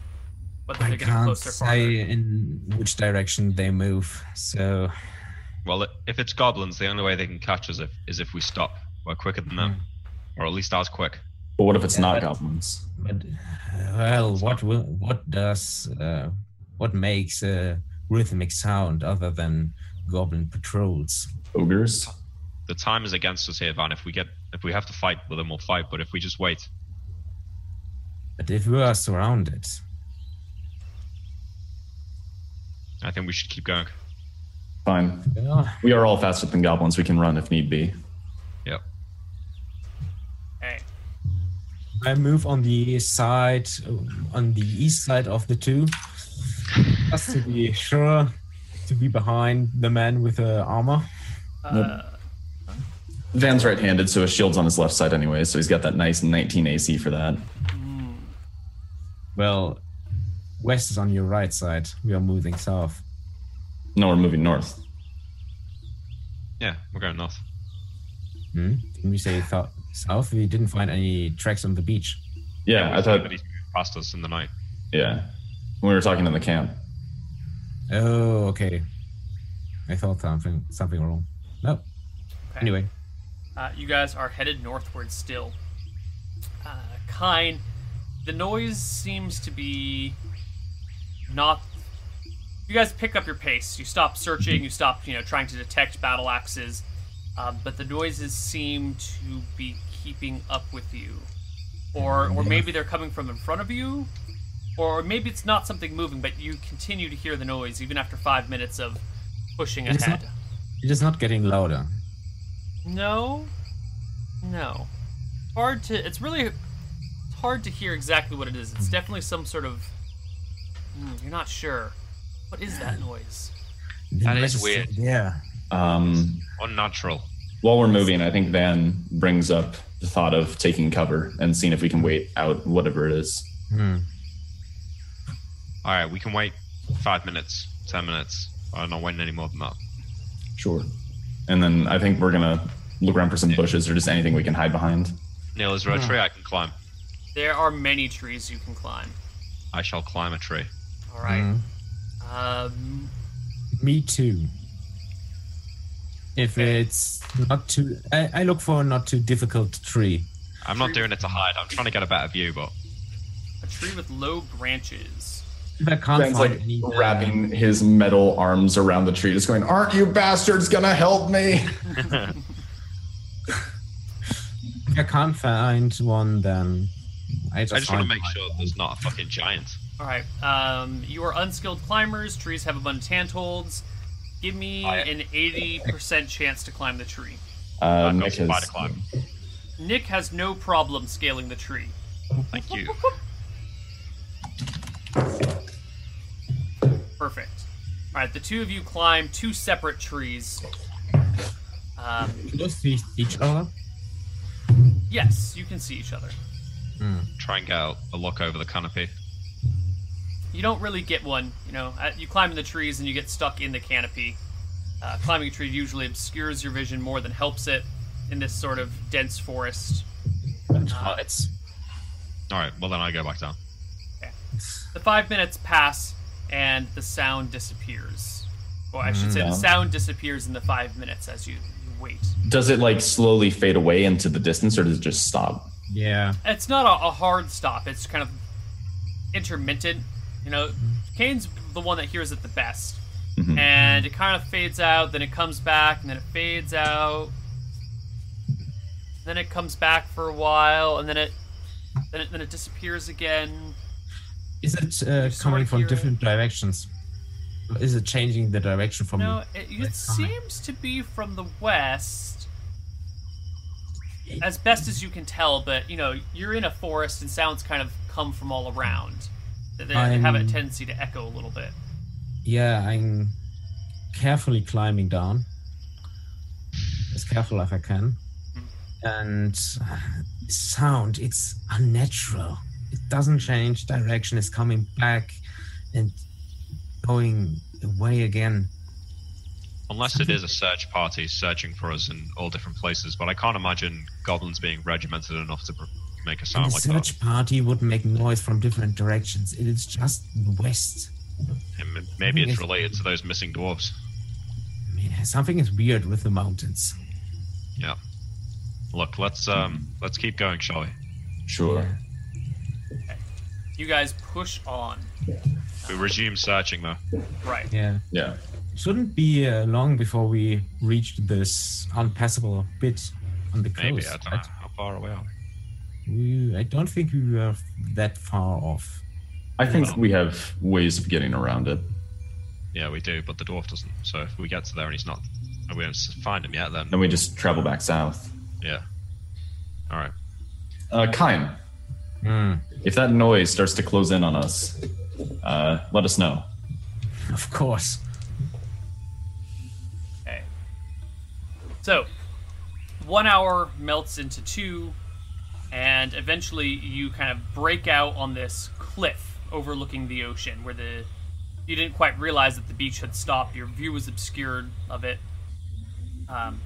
S1: whether
S5: I
S1: they're getting
S5: can't
S1: closer. or farther.
S5: say in which direction they move. So
S2: Well, if it's goblins, the only way they can catch us if, is if we stop. We're quicker than them,
S4: Mm.
S2: or at least ours quick.
S4: But what if it's not
S5: but-
S4: goblins?
S5: But uh, well, what will, what does uh, what makes a rhythmic sound other than goblin patrols?
S4: Ogres?
S2: The time is against us here, Van. If we get, if we have to fight, well, then we'll fight. But if we just wait,
S5: But if we are surrounded,
S2: I think we should keep going.
S4: Fine.
S5: well,
S4: We are all faster than goblins. We can run if need be.
S2: Yeah.
S1: Okay.
S5: I move on the side, on the east side of the two, just to be sure to be behind the man with the armor.
S1: Uh,
S4: Van's right handed, so his shield's on his left side anyway, so he's got that nice 19 AC for that.
S5: Well, west is on your right side. We are moving south.
S4: No, we're moving north.
S2: Yeah, we're going north.
S5: Hmm? Didn't we say thou- south? We didn't find any tracks on the beach.
S4: Yeah, I thought.
S2: Nobody's moved past us in the night.
S4: Yeah. When we were talking in the camp.
S5: Oh, okay. I thought something something wrong. No.
S1: okay.
S5: Anyway,
S1: Uh, you guys are headed northward still. Uh, kind. The noise seems to be not. You guys pick up your pace. You stop searching. You stop, you know, trying to detect battle axes. Um, but the noises seem to be keeping up with you, or or maybe they're coming from in front of you, or maybe it's not something moving, but you continue to hear the noise even after five minutes of pushing
S5: It's not-
S1: ahead.
S5: it is not getting louder.
S1: No. No. Hard to. It's really it's hard to hear exactly what it is. It's definitely some sort of. Mm, you're not sure. What is that noise?
S2: That is weird.
S5: Yeah.
S4: Um,
S2: Unnatural.
S4: while we're moving, I think Van brings up the thought of taking cover and seeing if we can wait out whatever it is.
S5: Hmm.
S2: All right, we can wait five minutes, ten minutes. I'm not waiting any more than that.
S4: Sure. And then I think we're gonna look around for some bushes or just anything we can hide behind.
S2: Neil, is there a
S4: Hmm.
S2: tree I can climb?
S1: There are many trees you can climb.
S2: I shall climb a tree.
S1: All right. Um,
S5: Me too. If
S1: Okay.
S5: it's not too, I, I look for a not too difficult tree.
S2: I'm not doing it to hide. I'm trying to get a better view, but
S1: a tree with low branches.
S5: If I can't
S4: Van's
S5: find
S4: like
S5: any, uh,
S4: wrapping his metal arms around the tree, just going, Aren't you bastards gonna help me?
S5: if I can't find one, then I just,
S2: I just want to
S5: find
S2: make
S5: one.
S2: sure there's not a fucking giant.
S1: All right. Um, you are unskilled climbers. Trees have abundant handholds. Give me
S2: I-
S1: an 80% chance to climb the tree.
S4: Uh,
S2: I've got
S4: Nick
S2: some
S4: has-
S2: spider climb.
S1: Nick has no problem scaling the tree.
S2: Thank you.
S1: Perfect. All right, the two of you climb two separate trees. Um,
S5: Close to each other.
S1: yes, you can see each other.
S2: Try and get a a look over the canopy.
S1: You don't really get one, you know. uh, You climb in the trees and you get stuck in the canopy. Uh, climbing a tree usually obscures your vision more than helps it in this sort of dense forest.
S5: It's
S2: All right, well then I go back down.
S1: The five minutes pass, and the sound disappears. Well, I should say
S4: Yeah.
S1: the sound disappears in the five minutes as you you wait.
S4: Does it like slowly fade away into the distance or does it just stop?
S5: Yeah.
S1: It's not a, a hard stop. It's kind of intermittent. You know, Kane's the one that hears it the best,
S4: Mhm.
S1: and it kind of fades out, then it comes back, and then it fades out, then it comes back for a while, and then it then it, then it disappears again.
S5: Is it uh,
S1: sort
S5: coming
S1: of
S5: from
S1: hear it.
S5: different directions? Is it changing the direction from?
S1: No, it, it
S5: like, from-
S1: seems to be from the west, as best as you can tell. But you know, you're in a forest, and sounds kind of come from all around. They, they have a
S5: I'm-
S1: tendency to echo a little bit.
S5: Yeah, I'm carefully climbing down. As careful as I can. And uh, sound, it's unnatural. It doesn't change direction, it's coming back and going away again.
S2: Unless it is a search party searching for us in all different places, but I can't imagine goblins being regimented enough to pr- make a
S5: And the
S2: sound like
S5: search party would make noise from different directions. It is just west.
S2: that. And m- maybe it's related to those missing dwarves.
S5: I mean, something is weird with the mountains.
S2: Yeah. Look, let's um, let's keep going, shall we?
S4: Sure.
S1: You guys push on,
S2: We resume searching though.
S1: right?
S5: Yeah.
S4: Yeah.
S5: Shouldn't be uh, long before we reach this unpassable bit on the
S2: Maybe
S5: coast.
S2: I don't know.
S5: right?
S2: How far away are we?
S5: We, I don't think we were that far off. <laughs>
S4: I think we have ways of getting around it.
S2: Yeah, we do, but the dwarf doesn't. So if we get to there and he's not, and we don't s- find him yet, then
S4: Then we just travel back south.
S2: yeah. All right.
S4: Uh, Kaim, if that noise starts to close in on us, uh, let us know.
S5: Of course.
S1: Okay. So, one hour melts into two, and eventually you kind of break out on this cliff overlooking the ocean where the. You didn't quite realize that the beach had stopped. Your view was obscured of it. Um,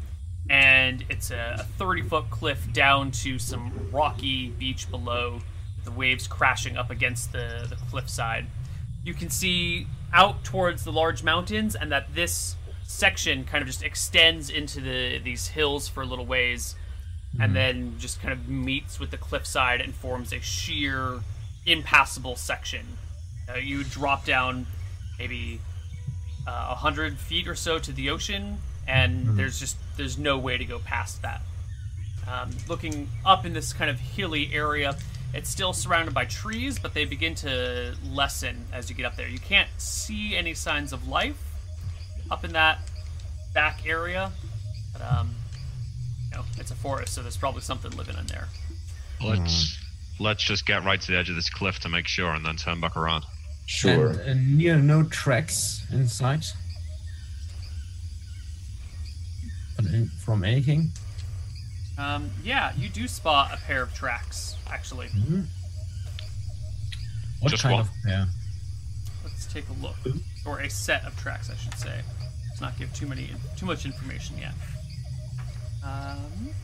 S1: and it's a 30 foot cliff down to some rocky beach below, the waves crashing up against the, the cliffside. You can see out towards the large mountains, and that this section kind of just extends into the these hills for a little ways, and then just kind of meets with the cliffside and forms a sheer, impassable section. Uh, you drop down maybe a hundred feet or so to the ocean, and there's just there's no way to go past that. Um, looking up in this kind of hilly area, it's still surrounded by trees, but they begin to lessen as you get up there. You can't see any signs of life up in that back area, but um, you know, it's a forest, so there's probably something living in there.
S2: Let's let's just get right to the edge of this cliff to make sure, and then turn back around.
S4: Sure.
S5: And, uh, near no tracks in sight. But in- From anything.
S1: Um, yeah, you do spot a pair of tracks, actually.
S5: What
S2: Just
S5: kind
S2: one.
S5: of yeah.
S1: Let's take a look, or a set of tracks, I should say. Let's not give too many too much information yet. Um,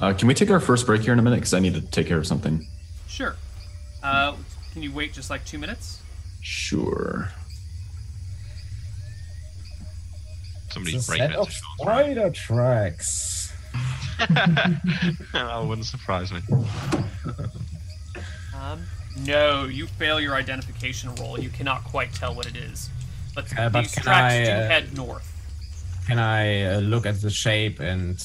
S4: Uh, can we take our first break here in a minute? Because I need to take care of something.
S1: sure. Uh, can you wait just like two minutes?
S4: Sure.
S2: Somebody
S5: It's a
S2: break
S5: set
S2: it.
S5: of spider tracks.
S2: that wouldn't surprise me.
S1: Um, no, you fail your identification roll. You cannot quite tell what it is. But
S5: Uh, but
S1: these
S5: can
S1: tracks
S5: I,
S1: do
S5: uh,
S1: head north.
S5: Can I uh, look at the shape and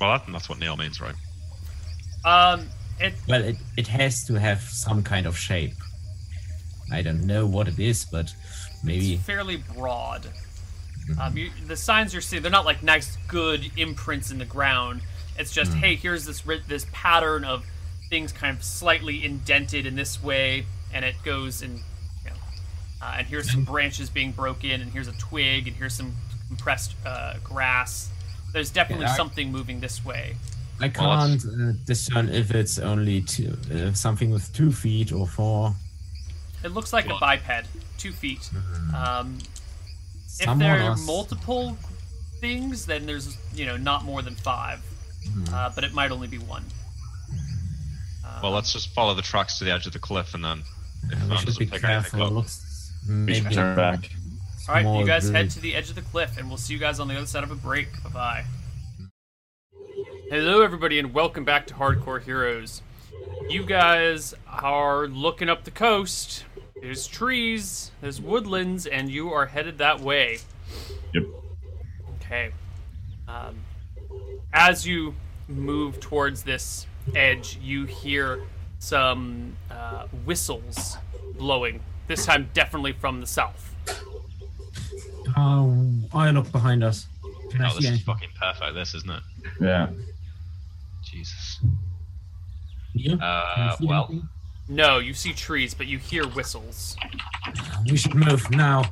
S2: Well, that, that's what Neil means, right?
S1: Um, it
S5: Well, it, it has to have some kind of shape. I don't know what it is, but maybe
S1: It's fairly broad. Um, you, the signs you're seeing, they're not like nice, good imprints in the ground. It's
S5: Hmm.
S1: just, hey, here's this ri- this pattern of things kind of slightly indented in this way, and it goes and you know, uh, and here's
S5: <laughs>
S1: some branches being broken, and here's a twig, and here's some compressed uh, grass. There's definitely
S5: Yeah, I-
S1: something moving this way.
S5: I
S2: Well,
S5: can't
S2: that's-
S5: uh, discern if it's only two, uh, something with two feet or four.
S1: It looks like a
S2: Well-
S1: biped, two feet. Um, if
S5: Someone
S1: there are
S5: else-
S1: multiple things, then there's you know not more than five, uh, but it might only be one.
S2: Well, let's just follow the tracks to the edge of the cliff and then If
S5: we
S2: that
S5: should be
S2: doesn't pick anything
S5: careful.
S2: up,
S5: Looks
S4: We should
S5: maybe
S4: turn back.
S1: All right, you
S5: small
S1: guys head
S5: village.
S1: to the edge of the cliff, and we'll see you guys on the other side of a break. Bye bye. Hello, everybody, and welcome back to Hardcore Heroes. You guys are looking up the coast. There's trees, there's woodlands, and you are headed that way.
S4: Yep.
S1: Okay. Um, as you move towards this edge, you hear some uh, whistles blowing. This time, definitely from the south.
S5: Oh, I look behind us. Can I
S2: Oh,
S5: see
S2: this is
S5: anything?
S2: fucking perfect. This isn't it?
S4: Yeah.
S2: Jesus.
S5: Yeah? Can I
S2: Uh,
S5: see
S2: well,
S5: anything?
S1: No, you see trees, but you hear whistles.
S5: we should move now.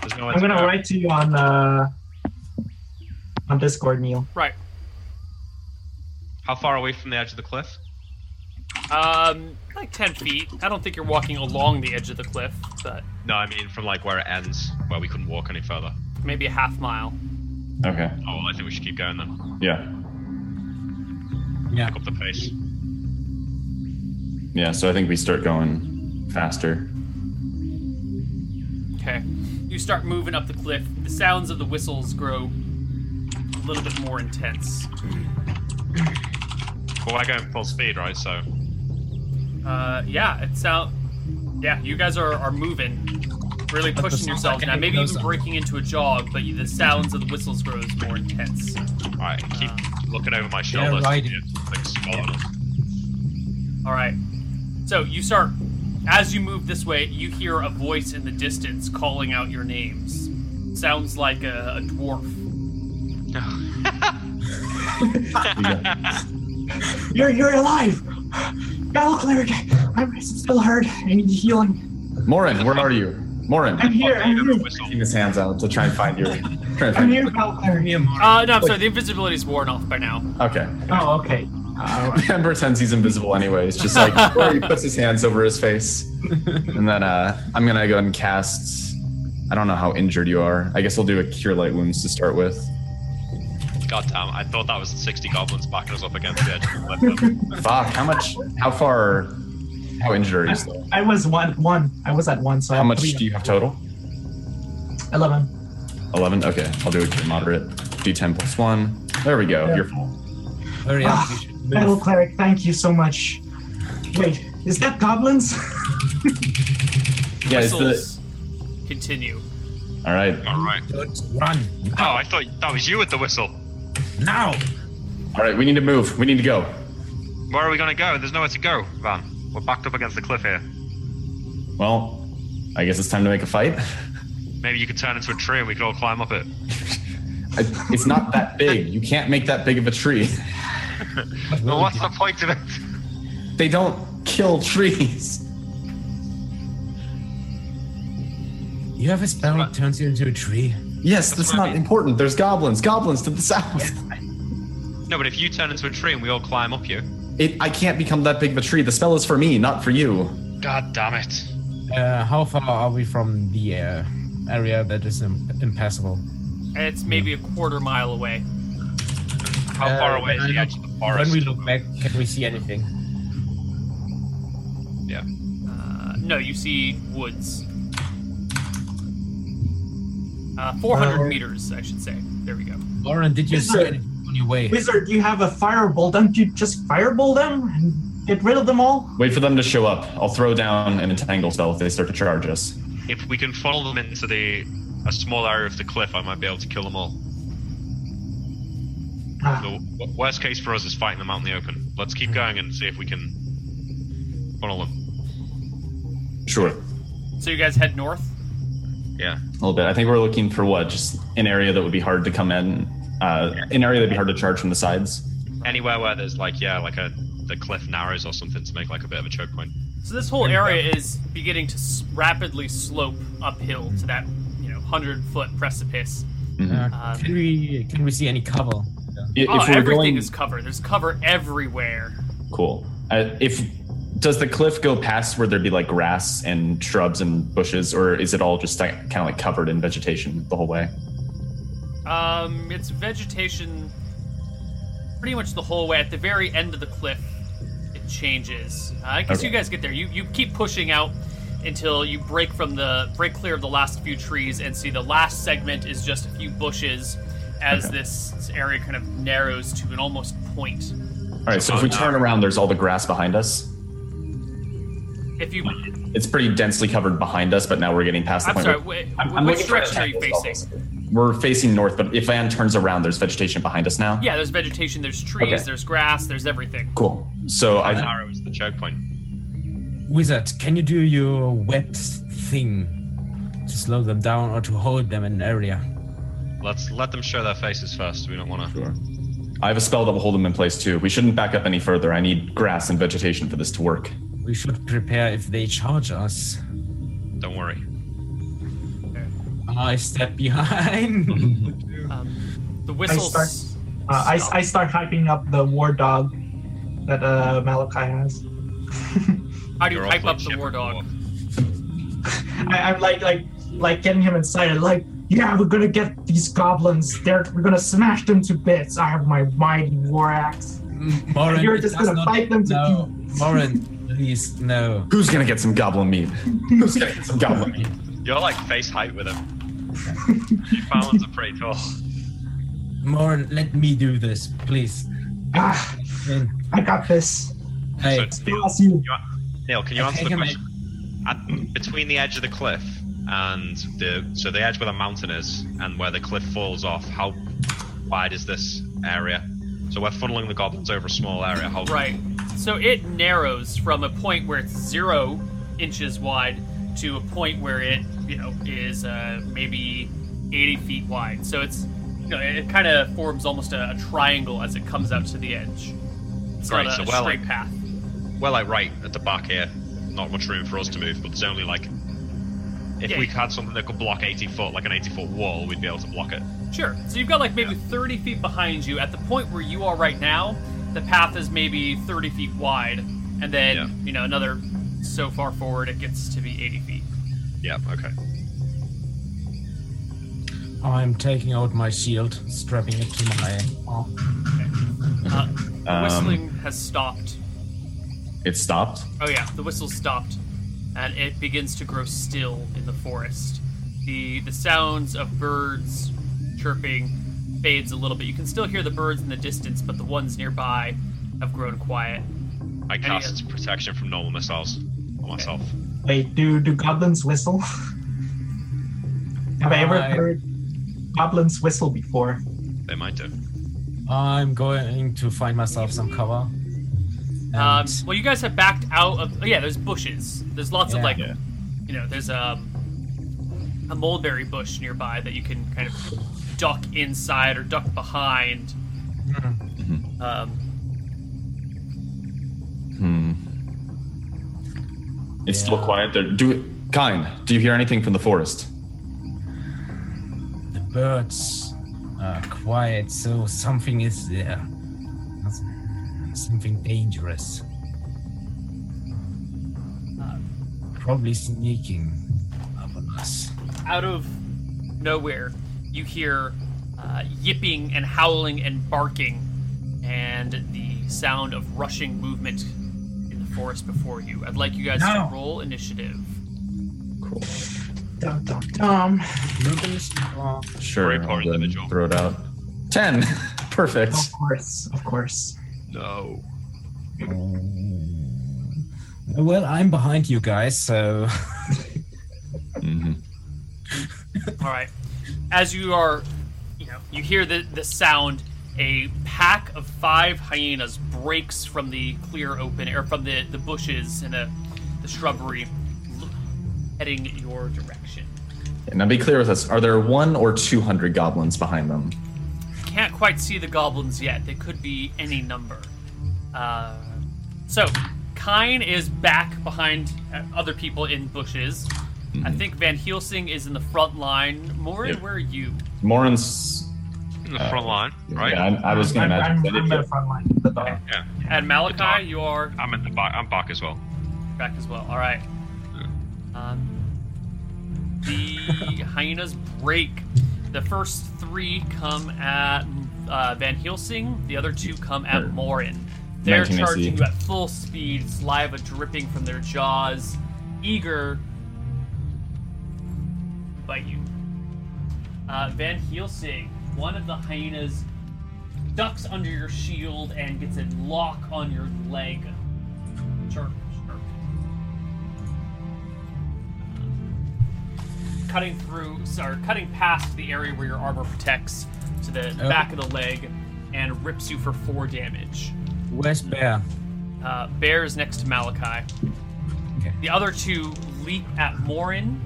S2: there's no.
S3: I'm gonna write to you on uh, on Discord, Neil.
S1: Right.
S2: How far away from the edge of the cliff?
S1: Um, like 10 feet. I don't think you're walking along the edge of the cliff, but
S2: No, I mean from like where it ends, where we couldn't walk any further.
S1: maybe a half mile.
S4: Okay.
S2: Oh, well, I think we should keep going then.
S4: Yeah.
S5: Yeah.
S2: Pick up the pace.
S4: Yeah. So I think we start going faster.
S1: Okay. You start moving up the cliff. The sounds of the whistles grow a little bit more intense.
S2: But we're going full speed, right? So
S1: Uh, yeah, it sound. Yeah, you guys are, are moving, really
S5: But the
S1: pushing
S5: sound
S1: yourselves
S5: like
S1: now.
S5: it
S1: Maybe
S5: goes
S1: even
S5: up.
S1: breaking into a jog, but the sounds of the whistles grows more intense.
S2: All right, keep
S1: Uh,
S2: looking over my shoulder.
S5: right.
S2: Yeah, something's following us.
S1: All right. So you start as you move this way. You hear a voice in the distance calling out your names. Sounds like a, a dwarf.
S3: <laughs> You're you're alive. Battle cleared. I'm still hurt. I need healing.
S4: Morin, where are you? Morin.
S3: I'm here. I'm here.
S4: Putting his hands out to try and find you.
S3: <laughs>
S4: Try and
S3: I'm
S4: find
S3: here, battle cleared.
S1: Uh, no, I'm sorry. The invisibility's worn off by now.
S4: Okay. <laughs>
S3: Oh, okay.
S4: Ben pretends he's invisible anyway. It's just like
S3: <laughs>
S4: or he puts his hands over his face, and then uh, I'm gonna go ahead and cast. I don't know how injured you are. I guess I'll do a cure light wounds to start with.
S2: God damn! I thought that was 60 goblins backing us up against the edge. of the cliff.
S4: Fuck. How much? How far? How injured are you still?
S3: I was one one. I was at one. So I
S4: How
S3: have
S4: much
S3: three.
S4: do you have total?
S3: Eleven.
S4: Eleven. Okay. I'll do a cure moderate. D10 plus one. There we go. You're full.
S5: Hurry up. We
S3: Ah,
S5: should
S3: Battle
S5: move.
S3: cleric, thank you so much. Wait, is that <laughs> goblins?
S4: Yeah. It's the.
S1: Whistles continue.
S4: All right.
S2: All right.
S5: Don't run.
S2: Oh, I thought that was you with the whistle.
S5: Now!
S4: All right. We need to move. We need to go.
S2: Where are we gonna go? There's nowhere to go, Van. We're backed up against the cliff here.
S4: Well, I guess it's time to make a fight.
S2: Maybe you could turn into a tree and we could all climb up it.
S4: I, it's not that big. You can't make that big of a tree. <laughs>
S2: Well, what's the point of it?
S4: They don't kill trees.
S5: You have a spell that turns you into a tree.
S4: Yes, that's,
S2: what I
S4: not
S2: mean.
S4: important. There's goblins. Goblins to the south.
S2: No, but if you turn into a tree and we all climb up you.
S4: It, I can't become that big of a tree. The spell is for me, not for you.
S2: God damn it.
S5: Uh, how far are we from the uh, area that is Im- impassable?
S1: It's maybe a quarter mile away.
S2: How
S5: Uh,
S2: far away is
S5: when
S2: the
S5: I
S2: edge of the
S5: When
S2: forest?
S5: we look back, can we see anything?
S2: Yeah.
S1: Uh, no, you see woods. Uh, 400
S3: Uh,
S1: meters, I should say. There we go.
S5: Lauren, did you
S3: Yes,
S5: see
S3: sir.
S5: anything on your way?
S3: Wizard, you have a fireball. Don't you just fireball them and get rid of them all?
S4: Wait for them to show up. I'll throw down an entangle spell if they start to charge us.
S2: If we can funnel them into the a small area of the cliff, I might be able to kill them all.
S3: Ah,
S2: The w- worst case for us is fighting them out in the open. Let's keep going and see if we can funnel them.
S4: Sure.
S1: So you guys head north.
S2: Yeah.
S4: A little bit. I think we're looking for what? Just an area that would be hard to come in. Uh, an area that'd be hard to charge from the sides.
S2: Anywhere where there's like yeah, like a the cliff narrows or something to make like a bit of a choke point.
S1: So this whole area is beginning to s- rapidly slope uphill to that, you know, 100 foot precipice.
S4: Mhm.
S5: Uh, can we can we see any cover?
S4: I-
S1: Oh,
S4: if we're
S1: everything
S4: going,
S1: is cover. There's cover everywhere.
S4: cool. Uh, if does the cliff go past where there'd be like grass and shrubs and bushes, or is it all just like, kind of like covered in vegetation the whole way?
S1: Um, it's vegetation pretty much the whole way. At the very end of the cliff, it changes. Uh, I guess
S4: Okay.
S1: you guys get there. You you keep pushing out. until you break from the break clear of the last few trees and see the last segment is just a few bushes as
S4: Okay.
S1: this area kind of narrows to an almost point.
S4: All right, so if we turn around, there's all the grass behind us.
S1: If you,
S4: It's pretty densely covered behind us, but now we're getting past the
S1: I'm
S4: point.
S1: sorry,
S4: where-
S1: wh-
S4: I'm-
S1: wh-
S4: I'm
S1: which
S4: looking for
S1: direction are you
S4: examples,
S1: facing?
S4: obviously. We're facing north, but if Van turns around, there's vegetation behind us now.
S1: Yeah, there's vegetation, there's trees,
S4: Okay.
S1: there's grass, there's everything.
S4: Cool. So
S2: An
S4: I
S2: arrow is the choke point.
S5: Wizard, can you do your wet thing to slow them down or to hold them in an area?
S2: Let's let them show their faces first. We don't want to.
S4: Sure. I have a spell that will hold them in place too. We shouldn't back up any further. I need grass and vegetation for this to work.
S5: We should prepare if they charge us.
S2: Don't worry.
S5: I step behind.
S1: Um, the
S3: start-
S1: whistles.
S3: Uh, I, I start hyping up the war dog that uh, Malachi has. <laughs>
S1: How do you
S2: You're
S1: hype
S2: awfully
S1: up the war
S2: chipper,
S1: dog?
S3: I, I'm like like like getting him excited. Like, yeah, we're gonna get these goblins. They're we're gonna smash them to bits. I have my mighty war axe.
S5: Morin,
S3: You're
S5: it
S3: just
S5: does
S3: gonna
S5: not-
S3: fight them to
S5: No, Morin, please, no.
S4: Who's gonna get some goblin meat? Who's gonna get some goblin meat?
S2: You're like face height with him. Your Fallons are pretty tall.
S5: Morin, let me do this, please.
S3: Ah,
S5: And
S3: I got this.
S5: I,
S2: So, Neil,
S3: Boss, you.
S2: you- Neil, can you
S5: I
S2: answer
S5: take
S2: the
S5: him in.
S2: question? At, between the edge of the cliff and the so the edge where the mountain is and where the cliff falls off, how wide is this area? So we're funneling the goblins over a small area. How
S1: Right. So it narrows from a point where it's zero inches wide to a point where it, you know, is uh, maybe 80 feet wide. So it's, you know, it kind of forms almost a, a triangle as it comes out to the edge. It's
S2: Right,
S1: not a,
S2: so
S1: a
S2: well-
S1: straight path.
S2: Well, like right at the back here, not much room for us to move, but there's only like. If
S1: Yeah.
S2: we had something that could block 80 foot, like an 80 foot wall, we'd be able to block it.
S1: Sure. So you've got like maybe 30 feet behind you. At the point where you are right now, the path is maybe 30 feet wide, and then
S2: Yeah.
S1: you know another so far forward it gets to be 80 feet.
S2: Yeah, okay.
S5: I'm taking out my shield, strapping it to my arm.
S1: Uh, the
S4: Um,
S1: whistling has stopped.
S4: It stopped.
S1: Oh yeah, the whistle stopped, and it begins to grow still in the forest. the The sounds of birds chirping fades a little bit. You can still hear the birds in the distance, but the ones nearby have grown quiet.
S2: I cast
S1: Any-
S2: protection from normal missiles on myself.
S3: Wait, do do goblins whistle? Have I ever
S5: I-
S3: heard goblins whistle before?
S2: They might do.
S5: I'm going to find myself some cover. And
S1: Um, well, you guys have backed out of. Oh, yeah, there's bushes. There's lots of
S5: Yeah.
S1: like,
S4: Yeah.
S1: you know, there's um, a mulberry bush nearby that you can kind of duck inside or duck behind.
S5: Mm-hmm.
S1: Um,
S4: Hmm. It's still
S5: Yeah.
S4: quiet there. Do kind. Do you hear anything from the forest?
S5: the birds are quiet, so something is there. That's- Something dangerous. Uh, Probably sneaking up on us.
S1: out of nowhere, you hear uh, yipping and howling and barking, and the sound of rushing movement in the forest before you. I'd like you guys
S3: No.
S1: to roll initiative.
S3: Dum dum dum.
S4: Sure.
S2: Very poor
S4: I'll go ahead and
S2: individual.
S4: Throw it out. Ten. <laughs> Perfect.
S3: Of course, of course.
S2: No.
S5: Well, I'm behind you guys, so <laughs>
S4: Mhm.
S1: All right. As you are, you know, you hear the the sound. A pack of five hyenas breaks from the clear open air, from the the bushes and the the shrubbery, l- heading your direction.
S4: Now be clear with us. Are there one or two hundred goblins behind them?
S1: Can't quite see the goblins yet. They could be any number. Uh, so, Kine is back behind uh, other people in bushes. I think Van Helsing is in the front line. Morin,
S4: Yep.
S1: where are you?
S4: Morin's.
S2: In the
S4: Uh,
S2: front line, right?
S4: Yeah, I, I was gonna
S3: I'm,
S4: imagine.
S3: I'm,
S4: that
S3: I'm
S4: it-
S3: at the front line. The dog.
S2: Yeah.
S1: And
S2: dog.
S1: Malachi, you are
S2: I'm at the back. I'm back as well.
S1: back as well. All right. Um, the hyenas break. The first three come at uh, Van Helsing. The other two come at
S4: Sure.
S1: Morin. They're
S4: 19 AC.
S1: charging you at full speed, saliva dripping from their jaws, eager bite you. Uh, Van Helsing, one of the hyenas, ducks under your shield and gets a lock on your leg. Chirp, chirp. Cutting through, or cutting past the area where your armor protects to the
S5: Oh.
S1: back of the leg and rips you for four damage.
S5: Where's Bear?
S1: Uh, Bear is next to Malachi.
S5: Okay.
S1: The other two leap at Morin.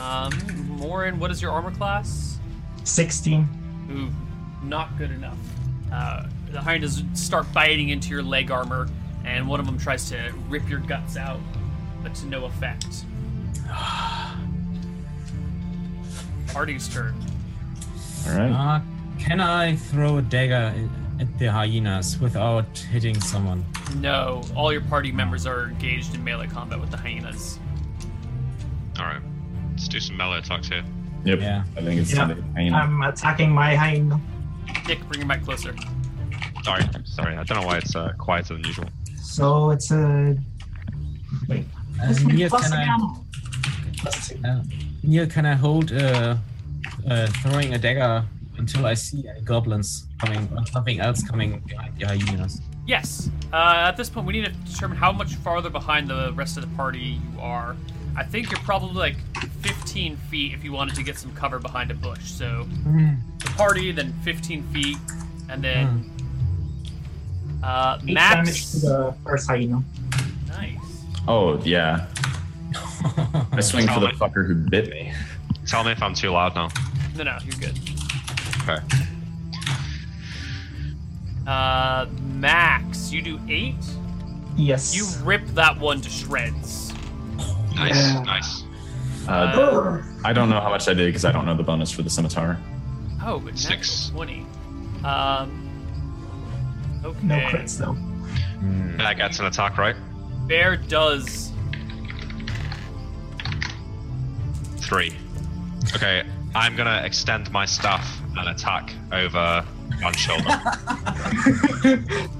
S1: Um, Morin, what is your armor class?
S3: 16.
S1: Ooh, not good enough. Uh, the hyenas start biting into your leg armor, and one of them tries to rip your guts out, but to no effect. <sighs> Artie's turn.
S4: All right.
S5: Uh, can I throw a dagger i- at the hyenas without hitting someone?
S1: No, all your party members are engaged in melee combat with the hyenas.
S2: All right, let's do some melee attacks here.
S4: Yep.
S5: Yeah.
S4: I think it's
S3: Yeah.
S4: something. I mean,
S3: I'm attacking my hyena.
S1: Dick, bring your mic closer.
S2: Sorry, sorry, I don't know why it's uh, quieter than usual.
S3: So it's a. Wait.
S5: Uh, Neil, can I,
S3: Plus two.
S5: uh, Neil, can I hold uh, uh, throwing a dagger until I see any goblins coming or something else coming behind the hyenas?
S1: Yes. Uh, at this point, we need to determine how much farther behind the rest of the party you are. I think you're probably like 15 feet if you wanted to get some cover behind a bush. So
S5: Hmm.
S1: the party, then 15 feet, and then uh,
S3: Hmm. Eight damage to
S1: max.
S3: the first hyena.
S1: Nice.
S4: oh yeah. I swing for the fucker who bit me.
S2: Tell me if I'm too loud now.
S1: No, no, you're good.
S2: Okay.
S1: Uh, max, you do eight.
S3: Yes.
S1: You rip that one to shreds.
S2: Nice,
S3: Yeah.
S2: nice.
S4: Uh,
S3: Brr.
S4: I don't know how much I did because I don't know the bonus for the scimitar.
S1: Oh, but natural
S2: Six.
S1: 20. Um, okay.
S3: No crits though. <laughs>
S2: Hmm. That gets an attack, right?
S1: Bear does
S2: Three. Okay, I'm gonna extend my staff and attack over one
S1: <laughs>
S2: shoulder.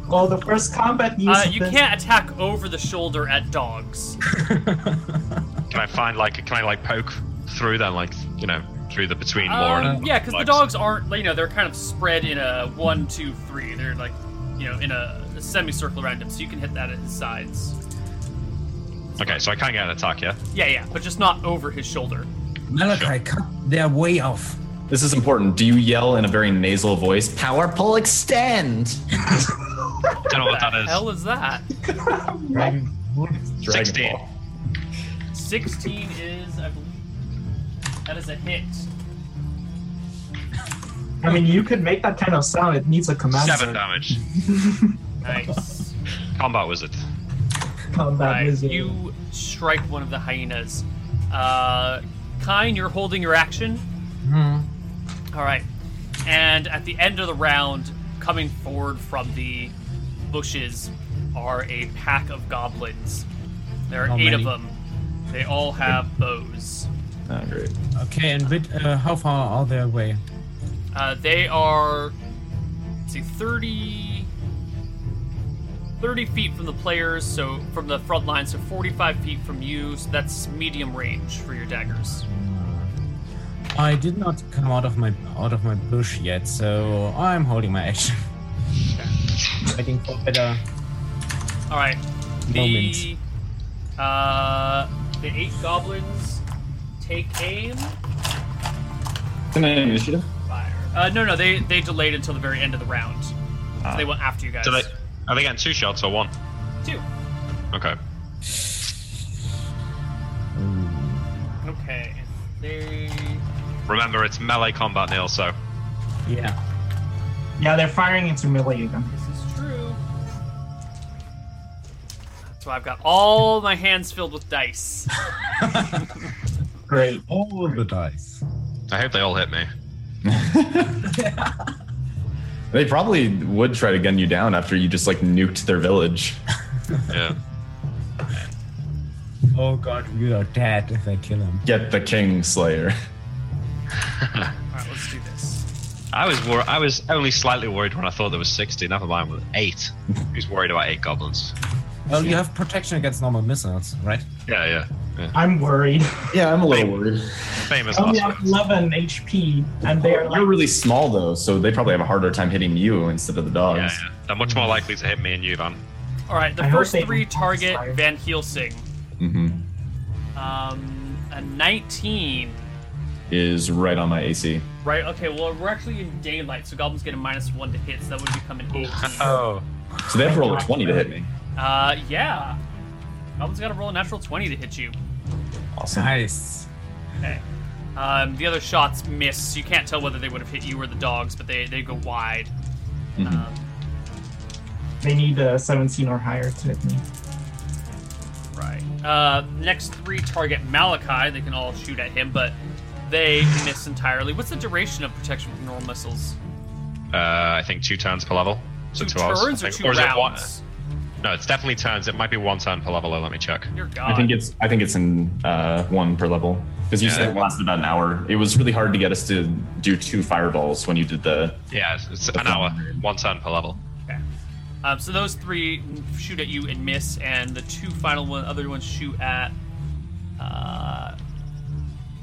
S3: well, the first combat use.
S1: Uh,
S3: of
S1: you
S3: this-
S1: can't attack over the shoulder at dogs.
S2: can I find like, can I like poke through them, like you know, through the between Lauren?
S1: Um,
S2: and
S1: yeah, because the
S2: legs?
S1: dogs aren't, you know, they're kind of spread in a one, two, three. They're like, you know, in a, a semicircle around him, so you can hit that at his sides.
S2: Okay, so I can't get an attack, yeah.
S1: Yeah, yeah, but just not over his shoulder.
S5: <laughs> Malachi, cut their way off.
S4: This is important. Do you yell in a very nasal voice? Power pull extend.
S2: Don't know what
S1: What
S2: Oh, that
S1: the
S2: is.
S1: hell is that?
S5: Dragon wood.
S4: Dragon
S2: 16.
S4: Ball.
S1: 16 is, I believe, that is a hit.
S3: <laughs> I mean, you could make that kind of sound. It needs a command.
S2: Seven
S3: word.
S2: damage.
S1: Nice.
S2: Combat wizard.
S3: Combat
S1: Right,
S3: wizard.
S1: You strike one of the hyenas. Uh, Kine, you're holding your action.
S5: Hmm.
S1: All right. And at the end of the round, coming forward from the bushes are a pack of goblins. There are
S5: How
S1: eight of
S5: many?
S1: them. They all have bows.
S4: Oh, great.
S5: Okay, and with, uh, how far are they away?
S1: Uh, they are, let's see, 30, 30 feet from the players, so from the front line, so 45 feet from you. So that's medium range for your daggers.
S5: I did not come out of my out of my bush yet, so I'm holding my <laughs> action. Waiting for better.
S1: All right. The
S5: Moment.
S1: uh, the eight goblins take aim.
S4: Can I initiative?
S1: Fire. Uh, no, no, they they delayed until the very end of the round. So
S4: Ah.
S1: they went after you guys.
S2: Do they, are they getting two shots or one?
S1: Two.
S2: Okay.
S1: Okay. They.
S2: Remember, it's melee combat, Neil, so.
S5: Yeah.
S3: Yeah, they're firing into melee again.
S1: This is true. So I've got all my hands filled with dice.
S3: Great.
S5: All the dice.
S2: I hope they all hit me.
S4: They probably would try to gun you down after you just like nuked their village.
S1: <laughs>
S2: Yeah.
S5: Oh god, we are dead if I kill him.
S4: Get the King Slayer.
S1: All right, let's do this.
S2: I was wor- I was only slightly worried when I thought there was 60. Never mind with eight. Who's worried about eight goblins?
S5: Well, you have protection against normal missiles, right?
S2: Yeah, yeah.
S3: I'm worried.
S4: <laughs>
S3: <laughs>
S4: Yeah, I'm a little worried.
S2: Famous
S3: I only
S2: last
S3: have
S2: words.
S3: 11 HP, and they are
S4: You're
S3: like,
S4: really small though, so they probably have a harder time hitting you instead of the dogs.
S2: Yeah, yeah. They're much more likely to hit me and you, Van.
S1: All right, the
S3: I hope
S1: first
S3: they
S1: three
S3: don't have
S1: target
S3: fire.
S1: Van Helsing.
S4: hmm
S1: Um, a 19.
S4: Is right on my AC.
S1: Right. Okay. Well, we're actually in daylight, so goblins get a minus one to hit, so that would become an
S2: <laughs>
S1: 18.
S2: Oh.
S4: So they have to roll a 20 to hit me.
S1: Uh, yeah. Goblins got to roll a natural 20 to hit you.
S4: Awesome.
S5: Nice.
S1: Okay. Um, the other shots miss. You can't tell whether they would have hit you or the dogs, but they they go wide.
S4: Mhm.
S1: Um,
S3: they need a 17 or higher to hit me.
S1: Right. Uh, next three target Malachi. They can all shoot at him, but they miss entirely. What's the duration of protection from normal missiles?
S2: Uh, I think two turns per level. So
S1: Two
S2: two, hours.
S1: turns or
S2: I think-
S1: two
S2: is it one?
S1: rounds?
S2: No, it's definitely turns. It might be one turn per level. Though. Let me check.
S1: Dear God.
S4: I think it's I think it's in uh, one per level because you
S2: Yeah.
S4: said it lasted about an hour. It was really hard to get us to do two fireballs when you did the.
S2: Yeah, it's, it's an hour. One turn per level.
S1: Okay. Um, so those three shoot at you and miss, and the two final one other ones shoot at uh,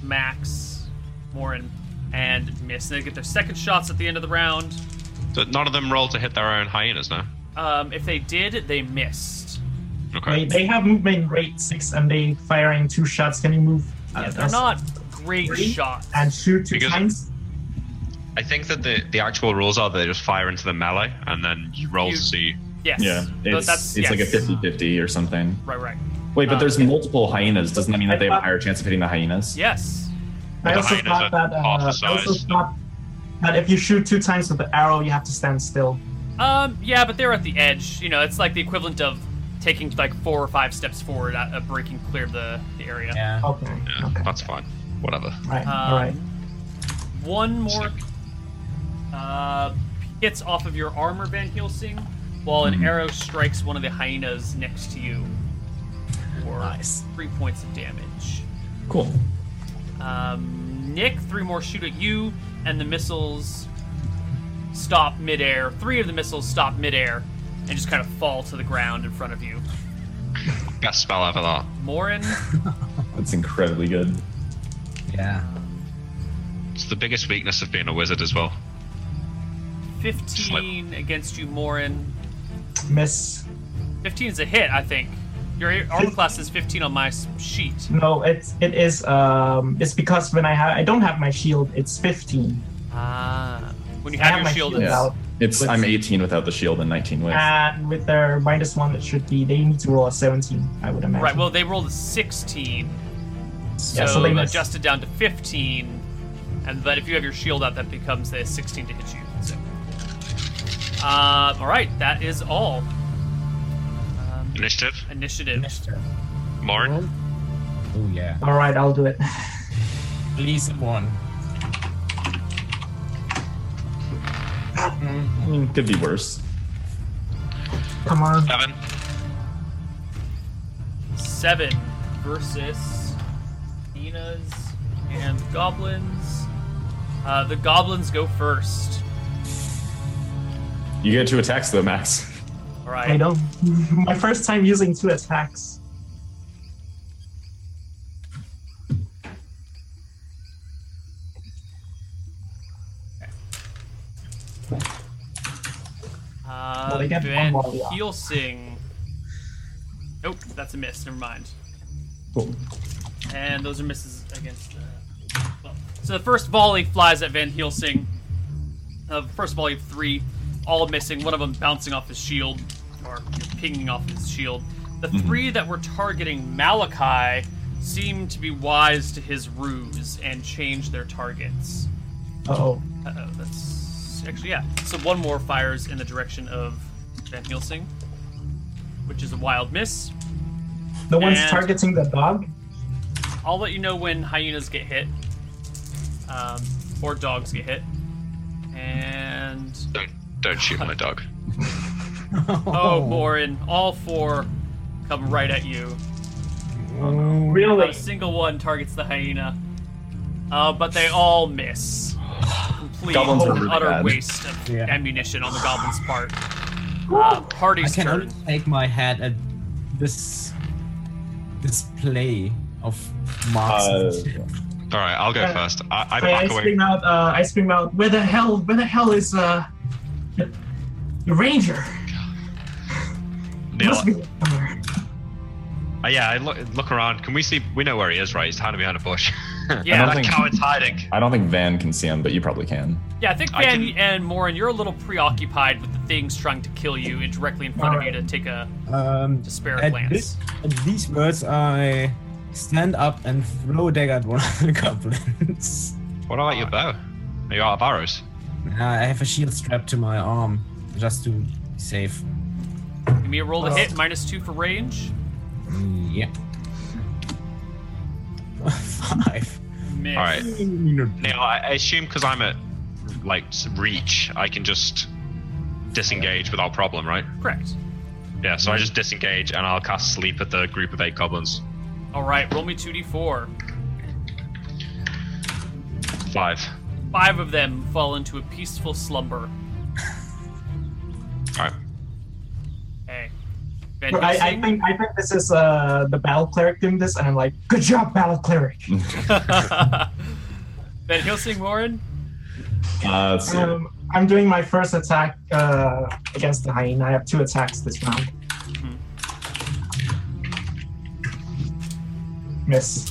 S1: Max, Morin, and miss. And they get their second shots at the end of the round.
S2: So none of them roll to hit their own hyenas now.
S1: Um, if they did, they missed.
S3: They,
S2: Okay.
S3: they have movement rate 6, and they firing two shots. Can you move? uh,
S1: Yeah, they're
S3: us
S1: not great
S3: three
S1: shots.
S3: And shoot two
S2: Because-
S3: times?
S2: I think that the, the actual rules are they just fire into the melee and then you roll
S1: You-
S2: to see.
S1: Yes.
S4: Yeah,
S1: But
S4: it's, it's like a
S1: yes.
S4: 50 50 or something.
S1: Right, right.
S4: Wait, but
S1: Uh,
S4: there's multiple hyenas. Doesn't that mean that
S3: I
S4: they have a
S3: thought-
S4: higher chance of hitting the hyenas?
S1: Yes.
S3: I
S2: the
S3: also
S2: hyenas
S3: thought
S2: are
S3: that. Uh,
S2: half the
S3: I also
S2: size.
S3: thought that if you shoot two times with the arrow, you have to stand still.
S1: Um, yeah, but they're at the edge. You know, it's like the equivalent of taking like four or five steps forward, at, uh, breaking clear of the, the area.
S5: Yeah.
S3: Okay.
S2: Yeah,
S3: Okay.
S2: that's fine. Whatever.
S3: Right.
S1: Um,
S3: all right.
S1: One more
S2: Sick.
S1: uh, hits off of your armor, Van Helsing, while an arrow strikes one of the hyenas next to you for
S3: Nice.
S1: three points of damage.
S4: Cool.
S1: Um, Nick, three more shoot at you, and the missiles stop midair. Three of the missiles stop midair and just kind of fall to the ground in front of you.
S2: Best spell ever that.
S1: Morin,
S4: That's incredibly good.
S5: Yeah.
S2: It's the biggest weakness of being a wizard as well.
S1: 15 against you, Morin.
S3: Miss.
S1: 15 is a hit, I think. Your armor class is 15 on my s- sheet.
S3: No, it's it is. Um, it's because when I have I don't have my shield. It's 15.
S1: Ah. When you
S3: I
S1: have,
S3: have
S1: your
S3: my
S1: shield,
S3: shield
S1: it's-
S3: out.
S4: It's
S3: Let's- Ah.
S4: I'm 18 without the shield and 19 with.
S3: And with their minus one, it should be they need to roll a 17. I would imagine.
S1: Right, well, they rolled a 16, so, uh,
S3: Yeah, so they missed.
S1: adjusted down to 15. And but if you have your shield out, that becomes a 16 to hit you. So. Uh, all right, that is all. Um,
S2: Initiative.
S1: initiative.
S2: Morin.
S5: Oh yeah.
S3: All right, I'll do it. <laughs>
S5: Please one.
S4: I mean, could be worse.
S3: Come on.
S2: Seven.
S1: Seven versus Hyenas and goblins. Uh, the goblins go first.
S4: You get two attacks though, Max.
S1: All right.
S3: I don't. <laughs> my first time using two attacks.
S1: Uh,
S3: Well, they get
S1: Van
S3: one more, yeah.
S1: Helsing. Nope, that's a miss. Never mind.
S4: Cool.
S1: And those are misses against. Uh, well. So the first volley flies at Van Helsing. Uh, first volley of three, all missing. One of them bouncing off his shield or pinging off his shield. The
S3: Mm-hmm.
S1: three that were targeting Malachi seem to be wise to his ruse and change their targets.
S3: Oh,
S1: Uh-oh, Uh, that's actually yeah. So one more fires in the direction of Van Helsing, which is a wild miss.
S3: the one's
S1: And-
S3: targeting the dog.
S1: I'll let you know when hyenas get hit, um, or dogs get hit. And
S2: Don't don't shoot my dog.
S1: oh, Morin, all four come right at you. Not a
S3: Really?
S1: single one targets the hyena, uh, but they all miss. Complete
S4: Goblins are
S1: and
S4: really
S1: utter
S4: bad.
S1: waste of
S5: Yeah.
S1: ammunition on the goblins' part. Uh,
S5: I
S1: party's
S5: can
S1: turn.
S5: only take my head at this display of marks. and
S4: Uh,
S5: shit.
S2: All right, I'll go
S3: Uh,
S2: first. I, I
S3: I, I
S2: back away.
S3: scream out. Uh, I scream out. Where the hell? Where the hell is uh, the, the ranger?
S2: Neil,
S3: Must be somewhere.
S2: uh, yeah, I look, look around. Can we see? We know where he is, right? He's hiding behind a bush. <laughs>
S1: Yeah,
S2: that
S4: I don't think-
S2: coward's hiding.
S4: I don't think Van can see him, but you probably can.
S1: Yeah, I think
S2: I
S1: Van
S2: can-
S1: and Morin, you're a little preoccupied with the things trying to kill you and directly in front of you to take a
S5: Um,
S1: despair
S5: at,
S1: glance.
S5: this, at these words, I stand up and throw a dagger at one of the <laughs> goblins.
S2: What about your bow? Are you out of arrows?
S5: I have a shield strapped to my arm just to be safe.
S1: Give me a roll to hit, minus two for range.
S5: Yeah. Five.
S1: Miss.
S2: All right. Neil, I I assume because I'm at like s- reach, I can just disengage without problem, right?
S1: Correct.
S2: Yeah, so I just disengage and I'll cast sleep at the group of eight goblins.
S1: All right, roll me 2d4.
S2: Five.
S1: Five of them fall into a peaceful slumber.
S2: All right.
S1: Hey. Van, you
S3: I, I
S1: seem-
S3: think I think this is uh, the battle cleric doing this, and I'm like, good job, battle cleric.
S1: <laughs> Van Helsing Warren?
S4: Uh, let's see.
S3: Um, I'm doing my first attack uh, against the hyena. I have two attacks this round. Miss.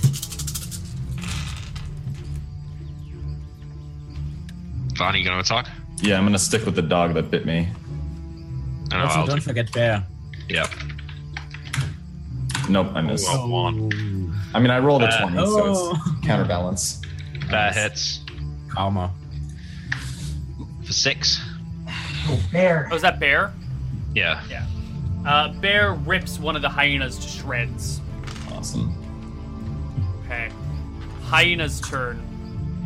S2: Van, you gonna attack?
S4: yeah, I'm gonna stick with the dog that bit
S2: I
S4: me.
S2: don't know
S5: Also,
S2: I'll
S5: don't
S2: do.
S5: forget bear.
S2: Yeah.
S4: Nope, I missed.
S2: Oh, one.
S4: I mean, I rolled a
S2: Uh,
S4: 20, so
S5: Oh.
S4: it's counterbalance.
S2: That hits
S5: Karma.
S2: for six.
S3: Oh, bear.
S1: Oh, is that Bear?
S2: Yeah.
S1: Yeah. Uh, Bear rips one of the hyenas to shreds.
S4: Awesome.
S1: Okay. Hyena's turn.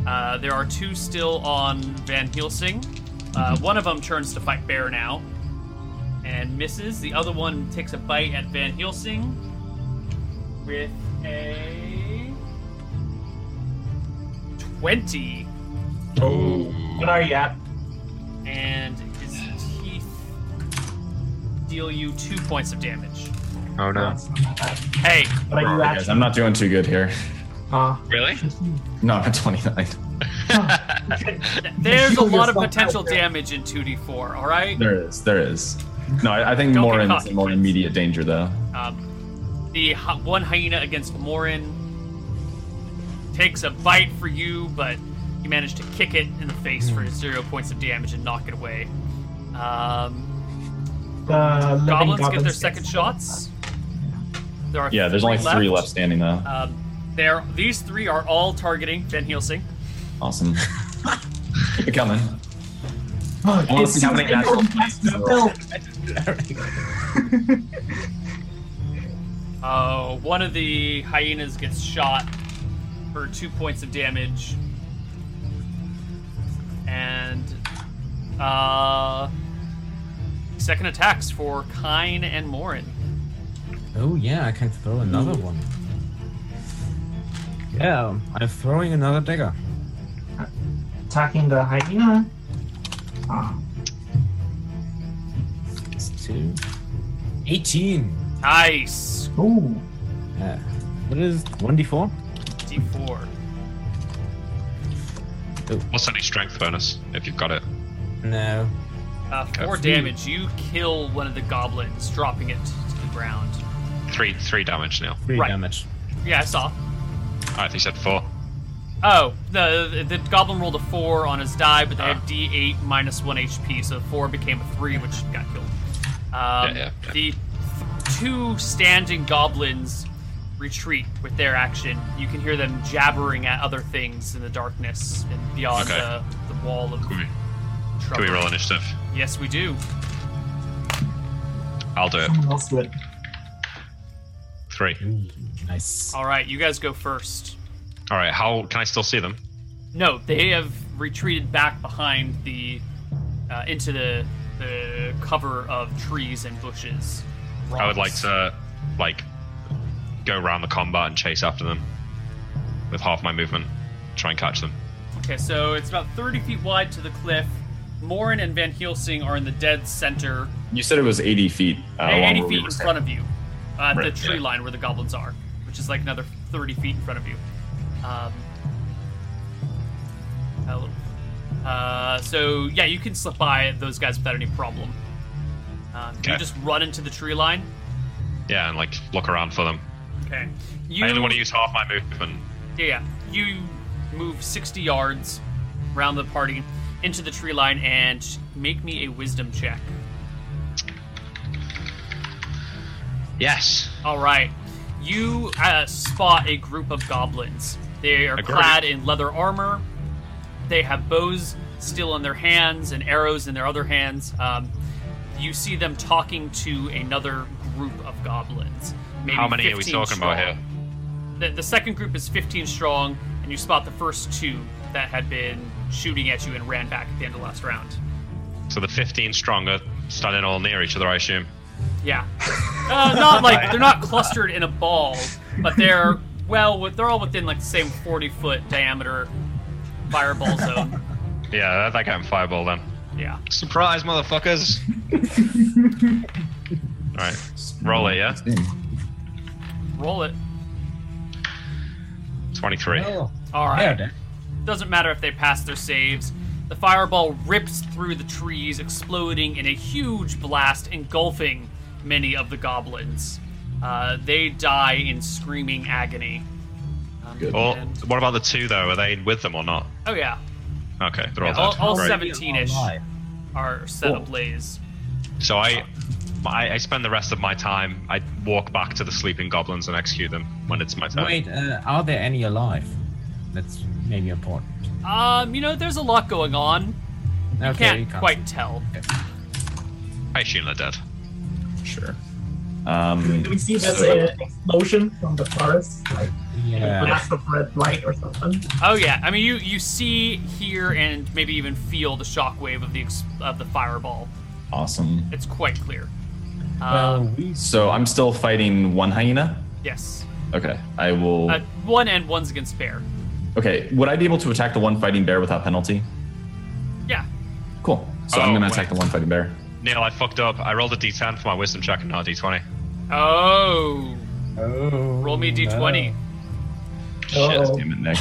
S1: Uh, there are two still on Van Helsing. Uh, one of them turns to fight Bear now and misses. The other one takes a bite at Van Helsing with a 20.
S3: What are you at?
S1: And his teeth deal you two points of damage.
S2: Oh no.
S1: Hey,
S3: What are you
S4: Guys,
S3: at?
S4: I'm not doing too good here. <laughs>
S3: Uh,
S2: <laughs> Really?
S4: No, I'm at 29.
S1: th- there's a
S3: Heal
S1: lot of
S3: yourself
S1: potential
S3: out there.
S1: damage in 2d4, alright?
S4: There is. There is. No, I, I think
S1: Don't get
S4: Morin's
S1: cocky,
S4: in more
S1: kids.
S4: immediate danger, though.
S1: Um, the hy- one hyena against Morin takes a bite for you, but you manage to kick it in the face
S3: Hmm.
S1: for zero points of damage and knock it away. Um,
S3: the living
S1: goblins get their
S3: goblins
S1: second
S3: get-
S1: shots. There are
S4: Yeah, there's only three left standing, though.
S1: Um, there, these three are all targeting Ben Helsing.
S4: Awesome. Keep it coming.
S3: Oh,
S4: wanna
S3: it's
S4: see how many
S3: Superman
S4: natural
S3: going past the bill.
S1: Uh, one of the hyenas gets shot for two points of damage. And uh, second attacks for Kine and Morin.
S5: Oh yeah, I can throw another one. Yeah, I'm throwing another dagger.
S3: Attacking the hyena. Ah,
S5: It's two. 18.
S1: Nice.
S3: ooh.
S5: Yeah. What is 1d4?
S1: D4.
S2: What's any strength bonus if you've got it?
S5: No.
S1: Uh, four
S2: Got three.
S1: damage. You kill one of the goblins, dropping it to the ground.
S2: Three, three damage, Neil.
S5: Three
S1: Right.
S5: damage.
S1: Yeah, I saw.
S2: All right, he said four.
S1: Oh, the, the goblin rolled a four on his die, but they
S2: Ah.
S1: had D8 minus one HP, so four became a three, which got killed. Um,
S2: Yeah, yeah, yeah.
S1: The th- two standing goblins retreat with their action. You can hear them jabbering at other things in the darkness and beyond
S2: Okay.
S1: the, the wall of
S2: Can we, can
S1: trouble.
S2: we roll initiative?
S1: Yes, we do.
S2: I'll do it.
S3: Someone else do it.
S2: Three.
S5: Ooh, nice.
S1: All right, you guys go first.
S2: All right. How can I still see them?
S1: No, they have retreated back behind the uh, into the the cover of trees and bushes.
S2: I would like
S1: Rocks.
S2: to, like, go around the combat and chase after them with half my movement. Try and catch them.
S1: Okay, so it's about 30 feet wide to the cliff. Morin and Van Helsing are in the dead center,
S4: You said it was 80 feet. Uh,
S1: eh,
S4: along
S1: 80
S4: where we
S1: feet
S4: were
S1: in front of you, uh, at the
S2: Oh, Right,
S1: tree
S2: yeah.
S1: line where the goblins are, which is like another 30 feet in front of you. Um, hello. Uh, so yeah, you can slip by those guys without any problem. Um, You
S2: Okay.
S1: just run into the tree line.
S2: Yeah, and like look around for them.
S1: Okay. You
S2: I only want to use half my movement.
S1: Yeah, yeah. You move 60 yards around the party into the tree line and make me a wisdom check.
S2: Yes.
S1: All right. You uh, spot a group of goblins. They are
S2: A group.
S1: clad in leather armor. They have bows still in their hands and arrows in their other hands. Um, you see them talking to another group of goblins. Maybe
S2: How many are we
S1: 15
S2: talking about
S1: strong.
S2: here?
S1: The, the second group is 15 strong, and you spot the first two that had been shooting at you and ran back at the end of last round.
S2: So the 15 strong are standing all near each other, I assume.
S1: Yeah, uh, not like they're not clustered in a ball, but they're well, with, they're all within like the same 40 foot diameter fireball zone.
S2: Yeah, I think I'm fireball then.
S1: Yeah.
S2: Surprise, <laughs> motherfuckers! Alright, roll it, yeah?
S1: Roll it.
S2: 23.
S5: Oh,
S1: All right.
S5: yeah, that-
S1: Doesn't matter if they pass their saves. The fireball rips through the trees, exploding in a huge blast, engulfing many of the goblins. Uh, they die in screaming agony. Um,
S4: Good.
S2: Well,
S1: and-
S2: what about the two though? Are they with them or not?
S1: oh yeah,
S2: Okay, they're all
S1: Yeah, all-
S2: dead.
S1: all
S2: Great.
S1: seven. 17-ish.
S5: Alive.
S1: are set ablaze.
S2: So I, I, I spend the rest of my time. I walk back to the sleeping goblins and execute them when it's my turn.
S5: Wait, uh, are there any alive? That's maybe important.
S1: Um, you know, there's a lot going on.
S5: Okay,
S1: You
S5: you
S1: can't quite tell.
S2: I assume they're dead.
S4: Sure.
S3: Do we
S4: Um,
S3: see that's
S4: So-
S3: an explosion from the forest? Like a
S5: Yeah.
S3: blast of red light or something?
S1: Oh yeah, I mean, you you see, hear, and maybe even feel the shockwave of the ex- of the fireball.
S4: awesome.
S1: It's quite clear. Um,
S5: Well, we
S4: So I'm still fighting one hyena.
S1: yes.
S4: Okay. I will.
S1: Uh, one and one's against bear.
S4: Okay. Would I be able to attack the one fighting bear without penalty?
S1: Yeah.
S4: Cool. So
S2: Oh,
S4: I'm gonna
S2: wait.
S4: attack the one fighting bear.
S2: Neil, I fucked up. I rolled a d10 for my wisdom check and not a d20.
S1: Oh,
S5: Oh,
S1: roll me a d20.
S5: no.
S3: Oh.
S4: Damn it, Nick.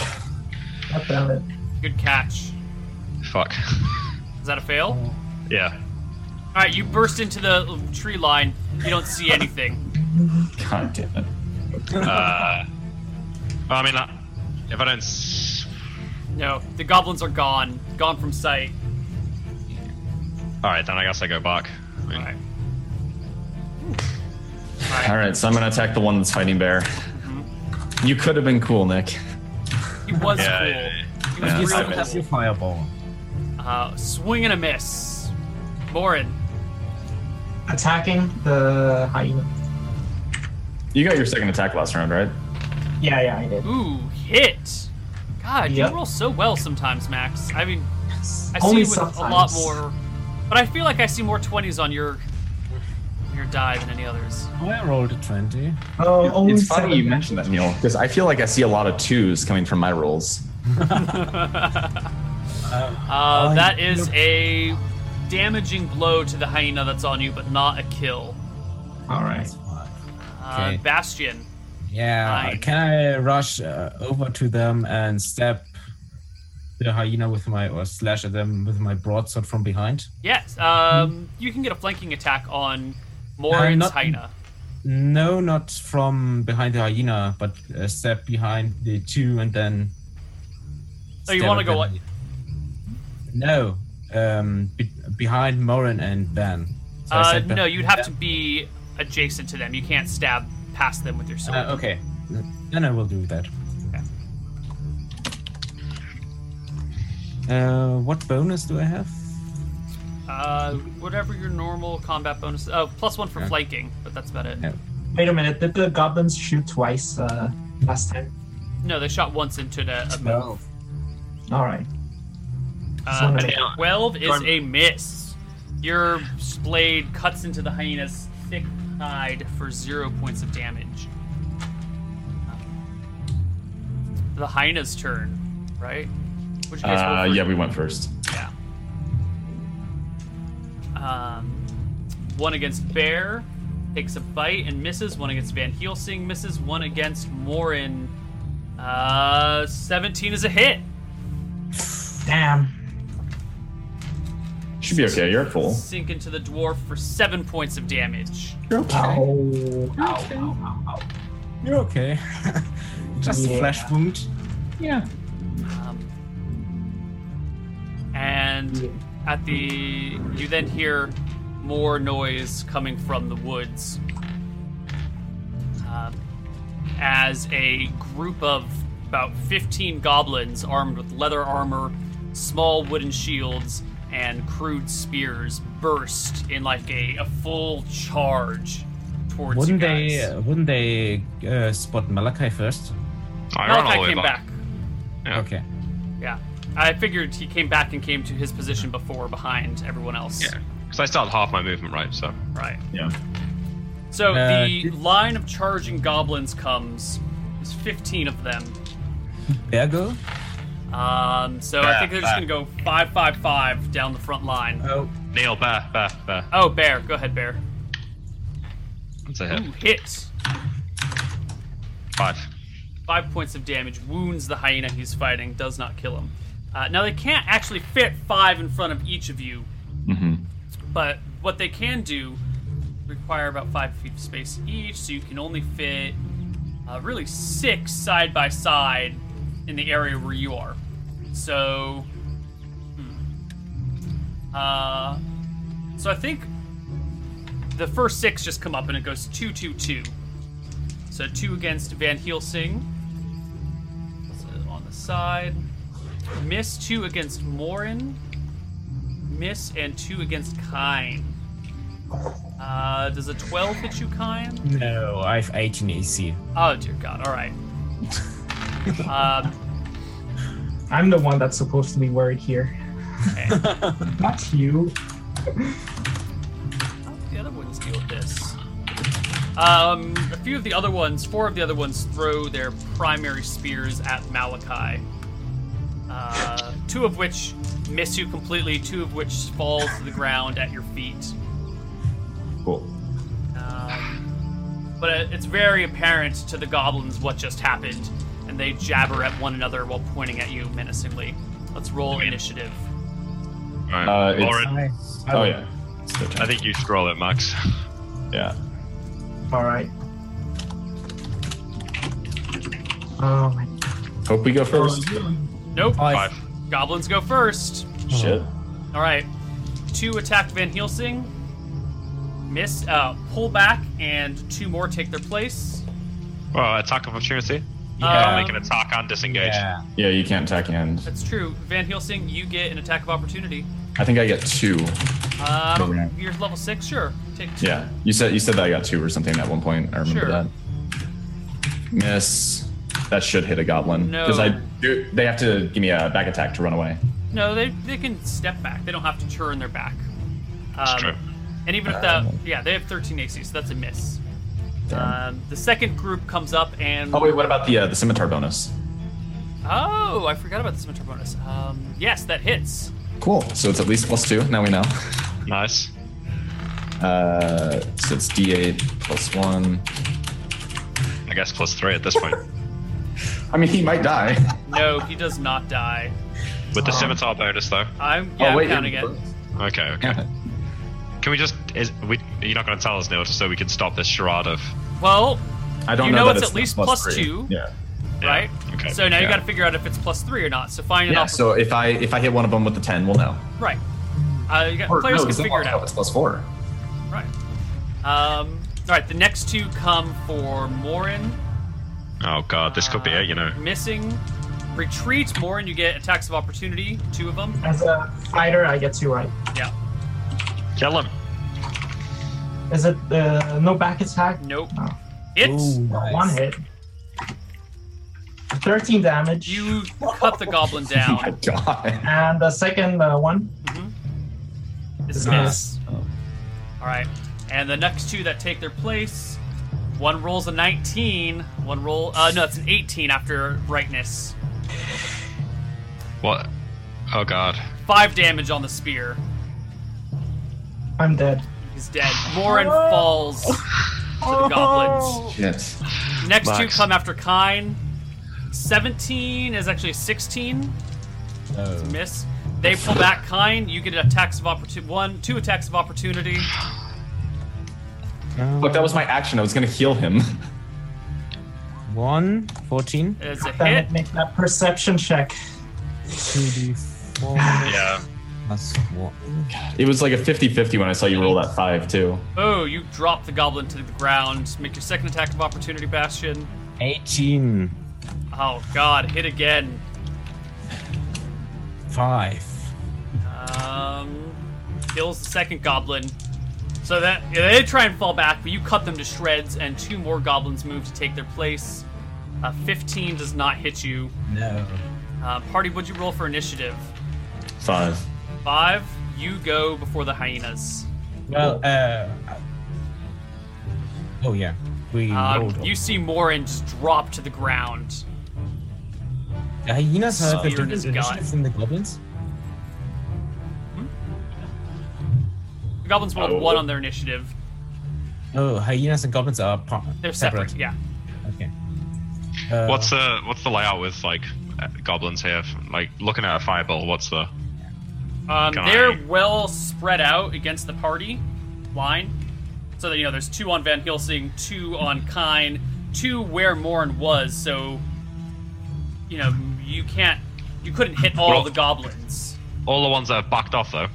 S4: <laughs>
S3: God damn it.
S1: Good catch.
S2: Fuck. <laughs>
S1: Is that a fail?
S2: yeah.
S1: All right, you burst into the tree line. You don't see anything.
S4: God damn it.
S2: Uh, well, I mean, I, if I don't, s-
S1: No, the goblins are gone, gone from sight.
S2: all right, then I guess I go back. I mean,
S1: All right.
S4: All right. So I'm gonna attack the one that's fighting bear. You could have been cool, Nick.
S1: He was
S2: Yeah,
S1: cool.
S2: yeah, yeah.
S1: He
S4: Yeah,
S1: was
S4: I
S1: real
S4: missed.
S5: That's
S1: cool.
S5: your fireball.
S1: Uh, swing and a miss. Morin.
S3: Attacking the hyena.
S4: You got your second attack last round, right?
S3: Yeah, yeah, I did.
S1: Ooh, hit. God,
S3: Yep.
S1: you roll so well sometimes, Max. I mean, I
S3: Only
S1: see you with a
S3: sometimes.
S1: lot more, but I feel like I see more twenties on your your die than any others. <laughs>
S5: Oh, I rolled a 20.
S3: Oh, only
S4: it's funny
S3: seven.
S4: you mentioned that, Neil, because I feel like I see a lot of twos coming from my rolls.
S1: Uh,
S5: I-
S1: that is a damaging blow to the hyena that's on you, but not a kill.
S3: All right.
S1: Uh,
S5: Okay.
S1: Bastion.
S5: Yeah.
S1: Fine.
S5: Can I rush uh, over to them and stab the hyena with my, or slash at them with my broadsword from behind?
S1: Yes. Um, you can get a flanking attack on Morin's
S5: Uh, not-
S1: hyena.
S5: No, not from behind the hyena, but a step behind the two and then.
S1: So you
S5: stab
S1: wanna
S5: at
S1: go
S5: the
S1: what?
S5: hyena. No, um, be- behind Morin and Van. So I
S1: Uh,
S5: said
S1: no,
S5: behind
S1: you'd have
S5: Van.
S1: to be adjacent to them. You can't stab past them with your sword.
S5: Uh, okay, then I will do that. Uh, what bonus do I have?
S1: Uh, whatever your normal combat bonus. Oh, plus one for
S5: Yeah.
S1: flanking, but that's about it.
S5: Yeah.
S3: Wait a minute. Did the goblins shoot twice uh, last time?
S1: No, they shot once into the. uh, a-
S3: All right.
S1: Uh,
S3: Sorry.
S1: a Twelve is
S2: Sorry.
S1: a miss. Your blade cuts into the hyena's thick hide for zero points of damage. The hyena's turn, right? Which
S4: Uh, yeah, we went first.
S1: Yeah. Um, one against bear, Takes a bite and misses. One against Van Helsing misses. One against Morin. Uh, 17 is a hit.
S3: Damn.
S4: Should be okay. You're full.
S1: Sink into the dwarf for seven points of damage.
S4: You're okay.
S3: Ow.
S5: You're okay. <laughs> Just a
S3: Yeah.
S5: flesh wound.
S4: Yeah.
S1: Um, and at the you then hear more noise coming from the woods um, as a group of about 15 goblins armed with leather armor small wooden shields and crude spears burst in like a, a full charge towards
S5: Wouldn't
S1: you guys.
S5: they? uh, Wouldn't they uh, spot Malachi first?
S2: I ran all
S1: Malachi
S2: the way
S1: came
S2: back.
S1: back.
S2: Yeah.
S5: Okay.
S1: Yeah. I figured he came back and came to his position before behind everyone else.
S2: Yeah. Because I started half my movement, right? So
S1: Right.
S4: Yeah.
S1: So
S5: Uh,
S1: the
S5: did-
S1: line of charging goblins comes. There's 15 of them.
S5: Bergo.
S1: Um, so I
S2: Bear,
S1: think they're just going to go five, five, five down the front line.
S5: Oh.
S2: Neil, bear, bear, bear.
S1: Oh, Bear. Go ahead, Bear.
S2: That's a hit.
S1: Ooh, hit.
S2: Five.
S1: Five points of damage. Wounds the hyena he's fighting. Does not kill him. Uh, now, they can't actually fit five in front of each of you,
S4: hmm
S1: but what they can do require about five feet of space each, so you can only fit uh, really six side by side in the area where you are. So, hmm. uh, so I think the first six just come up and it goes two, two, two. So two against Van Helsing so on the side. Miss two against Morin miss and two against Kine. Uh, does a 12 hit you, Kine?
S5: No, I have E, 18 <laughs> AC.
S1: Oh, dear God. All right. Um,
S3: I'm the one that's supposed to be worried here. Not you.
S1: how do the other ones deal with this? Um, a few of the other ones, four of the other ones, throw their primary spears at Malachi. Uh, two of which miss you completely, two of which fall to the ground at your feet.
S4: Cool.
S1: Um, but it- it's very apparent to the goblins what just happened, and they jabber at one another while pointing at you menacingly. Let's roll initiative.
S2: Right.
S4: Uh, it's-
S2: Lauren,
S5: I, I
S4: Oh
S5: will-
S4: yeah. It's their
S2: I
S4: turn.
S2: think you should roll it, Max.
S4: Yeah.
S3: All right. Oh my
S4: Hope we go first.
S1: Nope.
S5: Five.
S2: Five.
S1: Goblins go first.
S4: Shit.
S1: All right. Two attack Van Helsing. Miss. Uh, pull back, and two more take their place.
S2: Well, attack of opportunity.
S1: Yeah.
S2: Make an attack and disengage.
S5: Yeah.
S4: Yeah, you can't attack hand.
S1: That's true. Van Helsing, you get an attack of opportunity.
S4: I think I get two.
S1: Um,
S4: Okay.
S1: You're level six, sure. Take two.
S4: Yeah. You said you said that I got two or something at one point. I remember
S1: Sure.
S4: that. Miss. That should hit a goblin.
S1: No.
S4: Because I do, they have to give me a back attack to run away.
S1: No, they, they can step back. They don't have to turn their back. Um,
S2: true.
S1: And even if that,
S4: Um,
S1: yeah, they have 13 AC, so that's a miss. Um, the second group comes up and
S4: Oh wait, what about the uh, the scimitar bonus?
S1: Oh, I forgot about the scimitar bonus. Um, yes, that hits.
S4: Cool. So it's at least plus two. Now we know.
S2: Nice.
S4: Uh, so it's D8 plus one.
S2: I guess plus three at this point.
S4: I mean, he might die. <laughs>
S1: No, he does not die.
S2: With
S5: Uh-huh.
S2: the scimitar bonus though.
S1: I'm yeah,
S4: oh wait,
S1: I'm counting it.
S4: you're-
S2: Okay,
S4: <laughs>
S2: okay.
S4: Yeah.
S2: Can we just? Is we? You're not going to tell us, Neil, just so we can stop this charade of.
S1: Well,
S4: I don't
S1: You know
S4: know. that
S1: it's at
S4: not
S1: least plus
S4: three.
S1: two.
S4: Yeah.
S2: Yeah,
S1: right.
S2: Okay.
S1: So now you
S4: yeah.
S1: got to figure out if it's plus three or not. So find it
S4: Yeah.
S1: off.
S4: So if I if I hit one of them with the ten, we'll know.
S1: right. Uh, you got,
S4: Or,
S1: players
S4: no,
S1: can
S4: 'cause then
S1: figure it
S4: we'll know
S1: out.
S4: It's
S1: <laughs>
S4: plus four. Oh
S1: Right. Um, all right. The next two come for Morin.
S2: Oh god, this could be
S1: Uh,
S2: it. You know.
S1: Missing. Retreat, Morin. You get attacks of opportunity. Two of them.
S3: As a fighter, I get two right.
S1: Yeah.
S2: Kill him.
S3: Is it uh, no back attack?
S1: Nope.
S3: Oh.
S1: It's
S5: Ooh,
S3: Well, One
S5: nice.
S3: hit. 13 damage.
S1: you cut the goblin
S4: Oh my
S1: down.
S4: god.
S3: And the second uh, one.
S1: Mm-hmm. It's a
S3: Yeah.
S1: miss. All right, and the next two that take their place, one rolls a 19. One roll. Uh, no, it's an 18 after brightness.
S2: What? Oh god.
S1: Five damage on the spear.
S3: I'm dead.
S1: He's He's dead. Morin falls to the goblins.
S4: <laughs> Shit.
S1: Next two
S6: Max.
S1: come after Kine. 17 is actually 16.
S5: No.
S1: Miss. They pull back Kine. You get attacks of opportunity. One, two attacks of opportunity.
S4: Look,
S5: Uh,
S4: that was my action. I was gonna heal him. <laughs>
S5: One,
S1: <sighs>
S5: 14,
S1: It's a
S3: Damn
S1: hit.
S3: it, make that perception check.
S5: 2d4
S2: Yeah.
S5: plus one.
S4: It was like a 50-50 when I saw you roll that five too.
S1: Oh, you drop the goblin to the ground. Make your second attack of opportunity, Bastion.
S5: 18,
S1: Oh god, hit again.
S5: 5.
S1: Um, kills the second goblin. So that yeah, they try and fall back, but you cut them to shreds, and two more goblins move to take their place. Uh, 15 does not hit you.
S5: No.
S1: Uh, party, would you roll for initiative?
S4: Five.
S1: Five. You go before the hyenas.
S5: Well, uh. Oh, yeah. We
S1: Um,
S5: rolled.
S1: you see Morin just drop to the ground.
S5: The hyenas have a
S1: Spear in
S5: different
S1: his gut.
S5: initiative than the goblins?
S1: The goblins rolled
S4: Oh.
S1: one on their initiative.
S5: Oh, hyenas and goblins are part.
S1: They're separate. Yeah.
S5: Okay. Uh,
S2: What's the what's the layout with like uh, goblins here? From, like looking at a fireball, what's the
S1: Um,
S2: Can
S1: they're
S2: I-
S1: well spread out against the party line. So that you know, there's two on Van Helsing, two on Kine, two where Morin was. So you know, you can't, you couldn't hit all
S2: Well-
S1: the goblins.
S2: all the ones that have backed off though?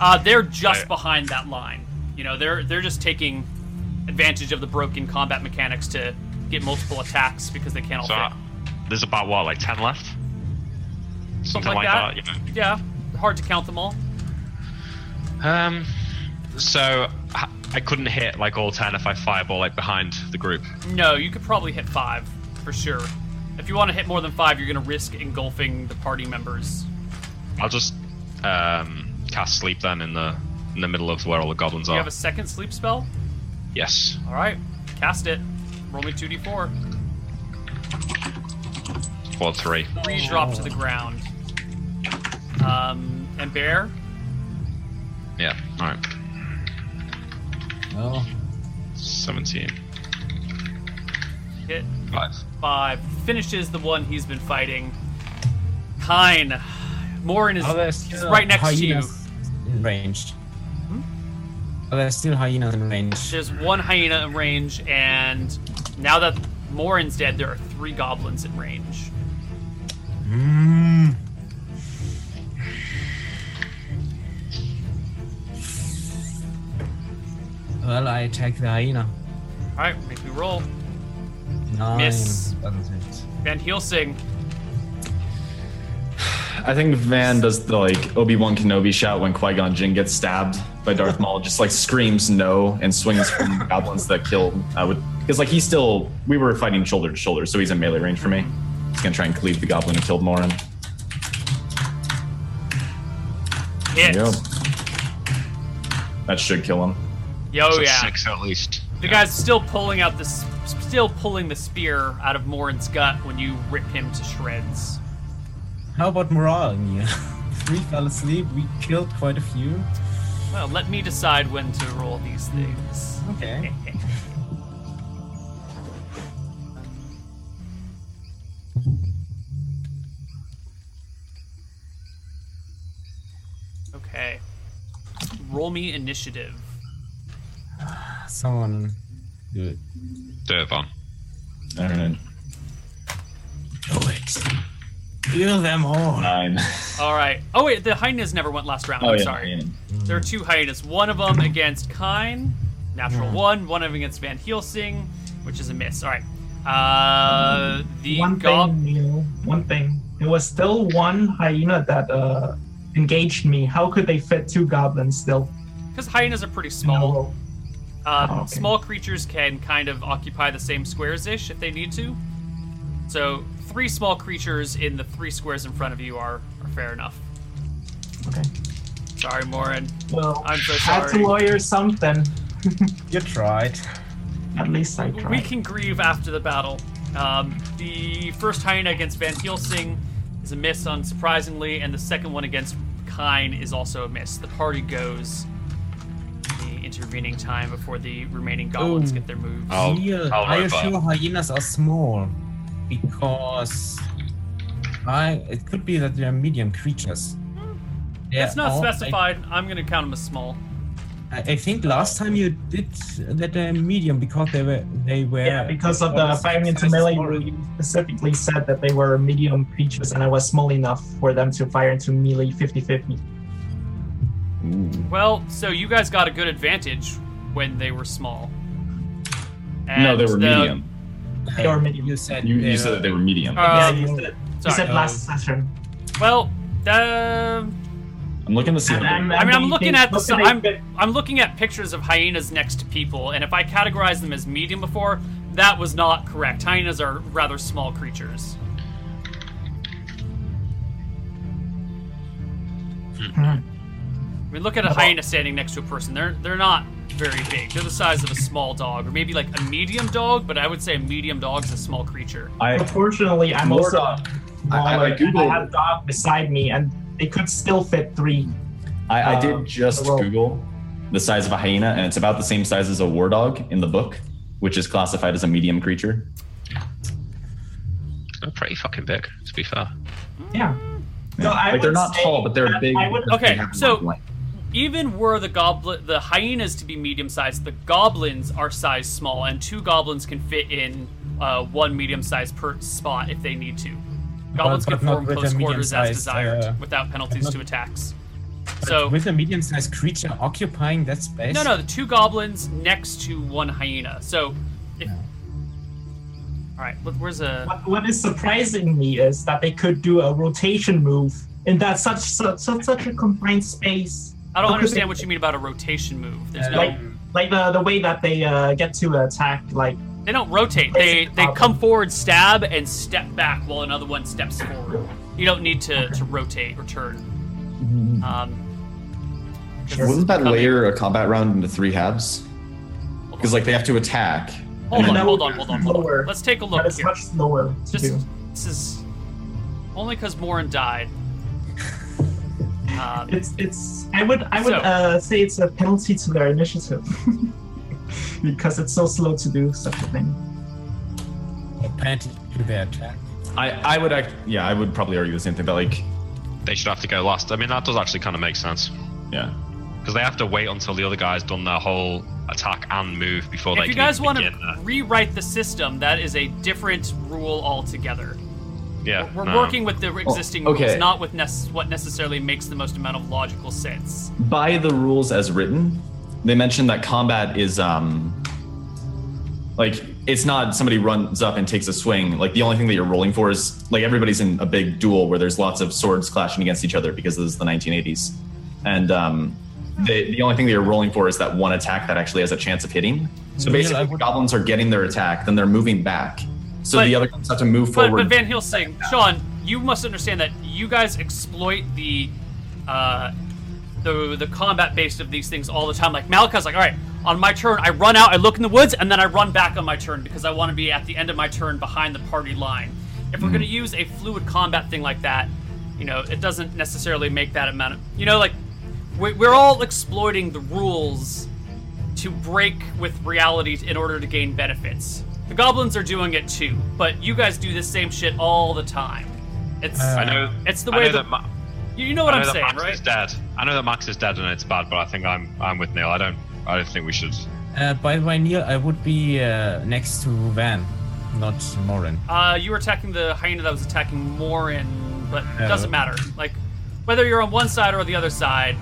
S1: Uh, they're just
S2: Right.
S1: behind that line. You know, they're they're just taking advantage of the broken combat mechanics to get multiple attacks because they can't all
S2: So
S1: fit.
S2: uh, there's about what like ten left, something,
S1: like
S2: like,
S1: that.
S2: that. you know?
S1: Yeah, hard to count them all.
S2: Um, so I I couldn't hit like all ten if I fireball like behind the group.
S1: No, you could probably hit five for sure. If you want to hit more than five, you're going to risk engulfing the party members.
S2: I'll just um, cast sleep then in the in the middle of where all the goblins
S1: You
S2: are.
S1: have a second sleep spell?
S2: Yes.
S1: All right, cast it. Roll me 2d4.
S2: Or three.
S1: Three drop to the ground. Um, and bear,
S2: Yeah. All right.
S5: Oh,
S2: Seventeen.
S1: hit
S2: Five.
S1: five. Finishes the one he's been fighting. Kine. Morin is
S5: Are there
S1: is
S5: still
S1: right next to you. Hmm?
S5: hyenas In range. Are there still hyenas in range?
S1: There's one hyena in range, and now that Morin's dead, there are three goblins in range.
S5: Mm. Well, I attack the hyena.
S1: All right, make me roll.
S5: Nine.
S1: Miss.
S5: Doesn't hit.
S1: Van Helsing.
S4: I think Van does the like Obi Wan Kenobi shout when Qui Gon Jinn gets stabbed
S1: <laughs>
S4: by Darth Maul, just like screams no and swings from the goblins that killed. I would because like he's still we were fighting shoulder to shoulder, so he's in melee range for me. He's gonna try and cleave the goblin who killed Morin.
S1: Hit.
S4: There you go. That should kill him.
S1: Yo,
S2: So
S1: Oh, yeah.
S2: Six at least.
S1: The guy's still pulling out this, still pulling the spear out of Morin's gut when you rip him to shreds.
S5: How about morale, Nia? <laughs> Three fell asleep. We killed quite a few.
S1: Well, let me decide when to roll these things.
S5: Okay.
S1: Okay. Roll me initiative.
S5: Someone do it.
S2: Dirt bomb.
S4: All right,
S5: Do it. Kill them
S3: <laughs>
S5: all.
S4: nine.
S1: All right. Oh wait, the hyenas never went last round.
S4: Oh
S1: I'm
S4: yeah,
S1: sorry.
S4: nine.
S1: There are two hyenas. One of them against Kine, natural one. One of them against Van Helsing, which is a miss. All right. Uh, the
S3: one
S1: gob-
S3: thing, Neil. One thing. There was still one hyena that uh, engaged me. How could they fit two goblins still?
S1: because hyenas are pretty
S3: in a
S1: small.
S3: row?
S1: Uh,
S3: Oh, okay.
S1: Small creatures can kind of occupy the same squares ish if they need to. So three small creatures in the three squares in front of you are, are fair enough.
S3: Okay.
S1: Sorry, Morin.
S3: Well,
S1: I'm so
S3: had to
S1: sorry.
S3: lawyer something.
S5: You tried.
S3: At least I tried.
S1: We can grieve after the battle. Um, the first hyena against Van Helsing is a miss, unsurprisingly, and the second one against Kine is also a miss. The party goes the intervening time before the remaining goblins
S5: Oh.
S1: get their moves.
S2: Oh. I'll-
S5: Here,
S2: I'll
S5: I
S2: write by.
S5: assure hyenas are small because I. It could be that they are medium creatures. They're
S1: It's not
S5: all- I-
S1: specified. I'm gonna count them as small.
S5: I, I think last time you did that they're medium because they were they were.
S3: Yeah, because of the five minutes melee rule, you specifically said that they were medium creatures and I was small enough for them to fire into melee 50 50.
S4: Ooh.
S1: Well, so you guys got a good advantage when they were small. uh,
S4: No, they were
S1: the-
S4: medium.
S3: They were medium.
S5: You said
S4: You,
S5: they
S4: you said that they were medium.
S1: Uh,
S3: yeah,
S1: Um,
S3: you said, you
S1: Sorry. Oh.
S3: said last session.
S1: Well, um,
S4: I'm looking to see.
S3: And
S4: how big-
S1: I mean, I'm looking <laughs> at the
S3: look
S1: si-
S3: these
S1: I'm,
S3: bit-
S1: I'm looking at pictures of hyenas next to people, and if I categorized them as medium before, that was not correct. Hyenas are rather small creatures. Hmm. I mean, look at a hyena standing next to a person. They're they're not very big. They're the size of a small dog, or maybe like a medium dog. But I would say a medium dog's a small creature.
S4: I,
S3: Proportionally, I'm
S4: Lord,
S3: also
S4: I- I- I
S3: smaller. and I
S4: googled-
S3: have dog beside me, and they could still fit three.
S4: I, I
S3: Um,
S4: did just
S3: well-
S4: Google the size of a hyena, and it's about the same size as a war dog in the book, which is classified as a medium creature.
S2: They're pretty fucking big, to be fair.
S3: Yeah. So I
S4: like they're
S3: would
S4: not
S3: say
S4: tall, but they're
S3: that
S4: big.
S3: I would,
S4: because they
S1: Hmm. Okay,
S4: have
S1: so-
S4: long legs.
S1: Even were the goblin the hyenas to be medium sized, the goblins are size small, and two goblins can fit in uh, one medium sized per spot if they need to. Goblins
S5: But-
S1: can
S5: but not
S1: form
S5: with a
S1: close quarters as
S5: medium-sized,
S1: desired
S5: uh,
S1: without penalties
S5: not-
S1: to attacks.
S5: But
S1: So
S5: with a medium-sized creature occupying that space.
S1: no, no, the two goblins next to one hyena. So, if, all right, look, where's a
S3: what, what is surprising me is that they could do a rotation move in that such such such, such a confined space.
S1: I don't
S3: Look at
S1: understand
S3: the-
S1: what you mean about a rotation move. There's
S5: Uh,
S1: no
S3: Like like the the way that they uh, get to attack, like
S1: They don't rotate. They they come forward, stab, and step back while another one steps forward. You don't need to, to rotate or turn. Um, 'cause this is
S4: Wouldn't that
S1: becoming-
S4: layer a combat round into three halves? Because like they have to attack. and
S3: Oh,
S1: Hold on,
S4: then-
S1: hold on, hold on, hold on.
S3: Lower.
S1: Let's take a
S3: that
S1: look
S3: is
S1: here.
S3: much slower to
S1: Just
S3: do.
S1: this is only because Morin died. Um,
S3: It's it's I would I would
S1: So-
S3: uh, say it's a penalty to their initiative <laughs> because it's so slow to do such a thing.
S5: Apparently to their attack.
S4: I, I would act. Yeah, I would probably argue the same thing. But like,
S2: They should have to go last. I mean, that does actually kind of make sense.
S4: yeah,
S2: Because they have to wait until the other guy's done their whole attack and move before they
S1: if you
S2: can
S1: guys
S2: even
S1: want
S2: begin
S1: to
S2: their-
S1: rewrite the system, that is a different rule altogether.
S2: Yeah.
S1: We're
S2: no.
S1: working with the existing rules,
S4: okay.
S1: not with nece- what necessarily makes the most amount of logical sense.
S4: by the rules as written, they mentioned that combat is um, like it's not somebody runs up and takes a swing. Like the only thing that you're rolling for is like everybody's in a big duel where there's lots of swords clashing against each other because this is the 1980s, and um, they, the only thing that you're rolling for is that one attack that actually has a chance of hitting. So
S5: Neil, I
S4: basically,
S5: would-
S4: goblins are getting their attack, then they're moving back. So
S1: But-
S4: the other ones have to move
S1: But, but
S4: forward.
S1: Van Helsing, Sean, you must understand that you guys exploit the uh, the the combat based of these things all the time. Like Malika's like, all right, on my turn, I run out, I look in the woods, and then I run back on my turn because I want to be at the end of my turn behind the party line. If we're going to use a fluid combat thing like that, you know, it doesn't necessarily make that amount of you know like we- we're all exploiting the rules to break with reality in order to gain benefits. The goblins are doing it too, but you guys do this same shit all the time. It's
S5: Uh,
S2: I know.
S1: it's the
S2: I
S1: way
S2: know
S1: the-
S2: that, Ma-
S1: you you know what
S2: I
S1: I'm
S2: know that
S1: saying,
S2: Max
S1: right?
S2: is dead. I know that Max is dead and it's bad, but I think I'm I'm with Neil. I don't I don't think we should.
S5: Uh, by the way, Neil, I would be uh, next to Van, not Morin.
S1: Uh, you were attacking the hyena that was attacking Morin, but it
S5: Yeah.
S1: doesn't matter. Like whether you're on one side or the other side,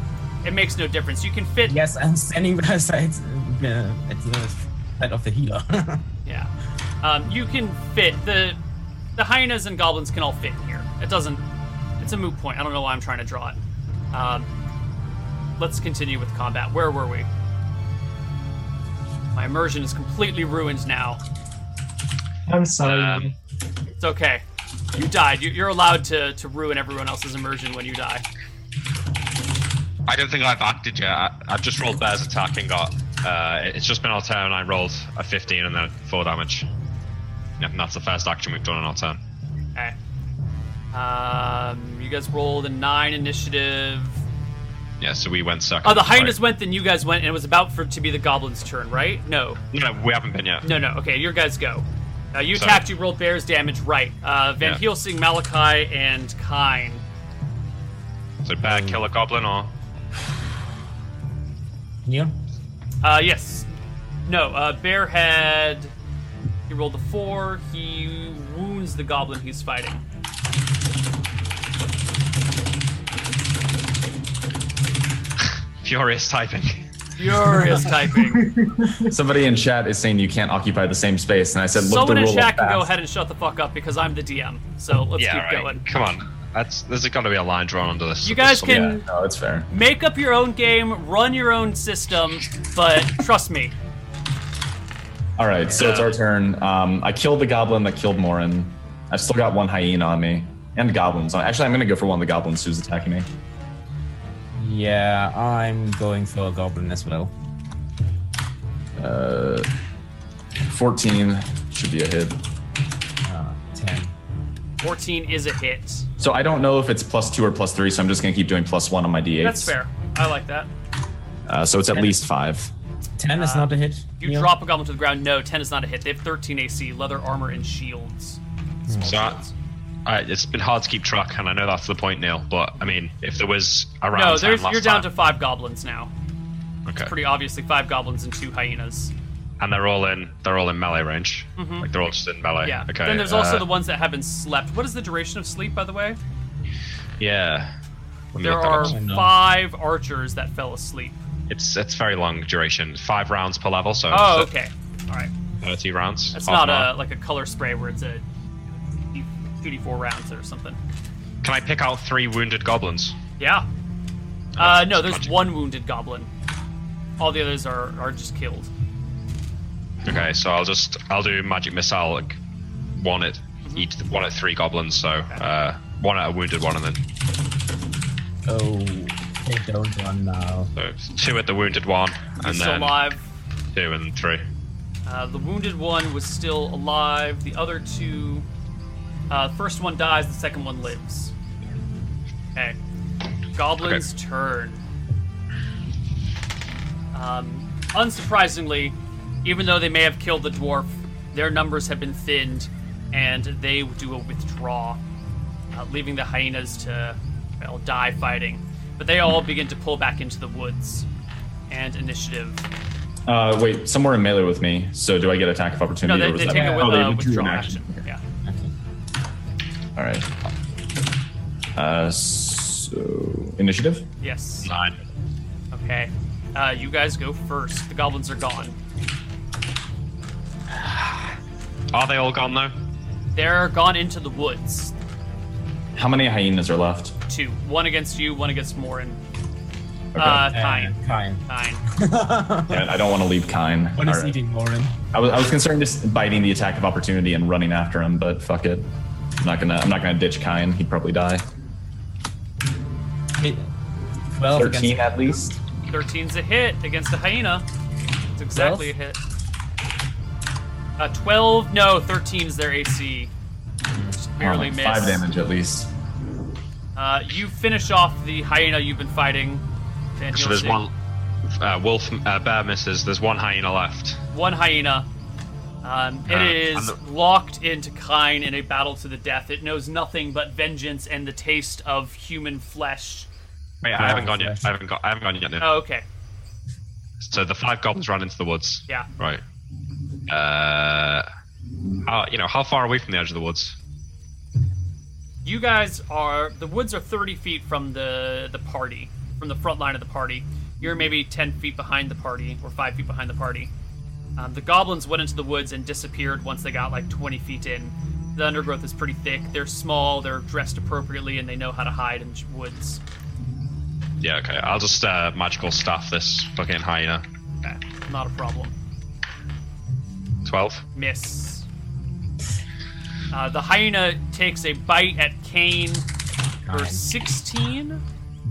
S1: it makes no difference. You can fit.
S5: <laughs> Yes, I'm standing by the side, uh, at the side of the healer. <laughs>
S1: Yeah. Um, you can fit the the hyenas and goblins can all fit here. It doesn't. It's a moot point. I don't know why I'm trying to draw it. Um, let's continue with combat. Where were we? My immersion is completely ruined now.
S3: I'm sorry.
S2: Um,
S1: It's okay. You died. You, you're allowed to, to ruin everyone else's immersion when you die.
S2: I don't think I've acted yet. I, I've just rolled Bear's attack and got. Uh, it's just been our turn. I rolled a 15 and then four damage. Yeah, and that's the first action we've done on our turn.
S1: Okay. Um, you guys rolled a nine initiative.
S2: Yeah, so we went second.
S1: Oh, the hyenas
S2: Right.
S1: went, then you guys went, and it was about for to be the goblins' turn, right? No,
S2: No, we haven't been yet.
S1: no, no. Okay, your guys go. Now you
S2: So-
S1: attacked. You rolled bears damage, right? Uh, Van
S2: Yeah.
S1: Helsing, Malachi, and Kine.
S2: So bear, kill a goblin, or
S5: Yeah.
S1: Uh, yes. No, uh, Bear had. He rolled a four. He wounds the goblin he's fighting.
S2: furious typing. <laughs>
S4: <laughs>
S1: Furious typing.
S4: Somebody in chat is saying you can't occupy the same space, and I said, look
S1: Someone
S4: the
S1: in
S4: rule
S1: chat can
S4: up
S1: go
S4: fast.
S1: ahead and shut the fuck up because I'm the DM. So let's
S2: yeah,
S1: keep
S2: right.
S1: going.
S2: Come on. That's there's got to be a line drawn under this.
S1: You guys
S2: There's
S1: can
S4: Yeah, no, it's fair.
S1: make up your own game, run your own system, but trust me,
S4: All right, so it's our turn. Um, I killed the goblin that killed Morin. I've still got one hyena on me and goblins. on- Actually, I'm going to go for one of the goblins who's attacking me.
S5: Yeah, I'm going for a goblin as well.
S4: Uh, 14 should be a hit.
S5: Uh, 10.
S1: 14 is a hit.
S4: So I don't know if it's plus two or plus three, so I'm just going to keep doing plus one on my d8s.
S1: That's fair. I like that.
S4: Uh, so it's at least five.
S5: 10 is
S1: Uh,
S5: not a hit.
S1: You
S5: Neil?
S1: drop a goblin to the ground. No, 10 is not a hit. They have 13 AC, leather armor, and shields.
S2: So I- I- it's been hard to keep track, and I know that's the point, Neil. But I mean, if there was around,
S1: No, there's,
S2: last
S1: you're down to
S2: time,
S1: five goblins now.
S2: okay.
S1: Pretty obviously, five goblins and two hyenas.
S2: and they're all in they're all in melee range. Like they're all just in melee.
S1: Mm-hmm. Yeah.
S2: Okay.
S1: Then there's also
S2: uh,
S1: the ones that have been slept. What is the duration of sleep, by the way?
S2: Yeah. Let me
S1: There
S2: look that
S1: are
S2: up.
S5: up.
S1: five archers that fell asleep.
S2: It's it's very long duration, five rounds per level, so
S1: Oh,
S2: it's
S1: okay. All right.
S2: thirty rounds.
S1: That's
S2: half
S1: not
S2: an
S1: a
S2: hour.
S1: like a color spray where it's a 2d4 rounds or something.
S2: Can I pick out three wounded goblins?
S1: Yeah. Uh, no,
S2: it's
S1: there's
S2: magic.
S1: one wounded goblin. All the others are, are just killed.
S2: Okay, so I'll just I'll do magic missile like one at
S1: Mm-hmm.
S2: each one at three goblins, so uh one at a wounded one and then
S5: Oh, they don't run now.
S2: so two at the wounded one and
S1: He's still
S2: then
S1: alive.
S2: two and then three.
S1: Uh, the wounded one was still alive. The other two, uh, the first one dies. The second one lives. Okay, Goblin's turn. Um, unsurprisingly, even though they may have killed the dwarf, their numbers have been thinned, and they do a withdraw, uh, leaving the hyenas to well, die fighting. But they all begin to pull back into the woods, and initiative.
S4: Uh, wait, somewhere in melee with me. So do I get attack of
S1: No,
S4: opportunity?
S1: they,
S4: or was
S1: they
S4: that-
S1: take it with
S4: Oh, they
S1: uh,
S4: withdrew
S1: withdraw
S4: an
S1: action. Yeah.
S5: Okay.
S4: All right. Uh, so initiative.
S1: Yes.
S2: Nine.
S1: Okay. Uh, you guys go first. The goblins are gone.
S2: Are they all gone though?
S1: They're gone into the woods.
S4: How many hyenas are left?
S1: Two. One against you, one against Morin.
S4: Okay.
S1: Uh,
S5: Uh,
S1: Kine.
S5: Kine.
S1: Kine.
S4: <laughs> Yeah,
S5: <laughs>
S4: I don't want to leave Kine.
S5: What is
S4: All right.
S5: eating Morin?
S4: I was, I was concerned just biting the attack of opportunity and running after him, but fuck it. I'm not gonna. I'm not gonna ditch Kine. He'd probably die.
S5: It, 12 against-
S4: Thirteen at least.
S1: 13's a hit against the hyena. It's exactly a hit. Uh, 12, no, 13 is their AC. Just
S4: Oh,
S1: barely
S4: like
S1: missed.
S4: Five damage at least. <laughs>
S1: Uh, you finish off the hyena you've been fighting. Van
S2: So there's
S1: Helsing.
S2: one uh, wolf uh, bear misses, there's one hyena left.
S1: one hyena. Um, it
S2: Uh,
S1: is
S2: I'm
S1: locked into Kine in a battle to the death. It knows nothing but vengeance and the taste of human flesh.
S2: Wait, I haven't gone yet. I haven't got I haven't gone yet no.
S1: Oh, okay.
S2: So the five goblins ran into the woods.
S1: Yeah.
S2: Right. Uh, how, you know, how far away from the edge of the woods?
S1: You guys are the woods are 30 feet from the the party, from the front line of the party. You're maybe 10 feet behind the party or 5 feet behind the party. Um, the goblins went into the woods and disappeared once they got like 20 feet in. The undergrowth is pretty thick. They're small, they're dressed appropriately, and they know how to hide in woods.
S2: Yeah, okay. I'll just uh, magical staff this fucking hyena.
S1: Okay. Not a problem.
S2: 12.
S1: miss. Uh, the hyena takes a bite at Kane for
S5: Kine.
S1: 16.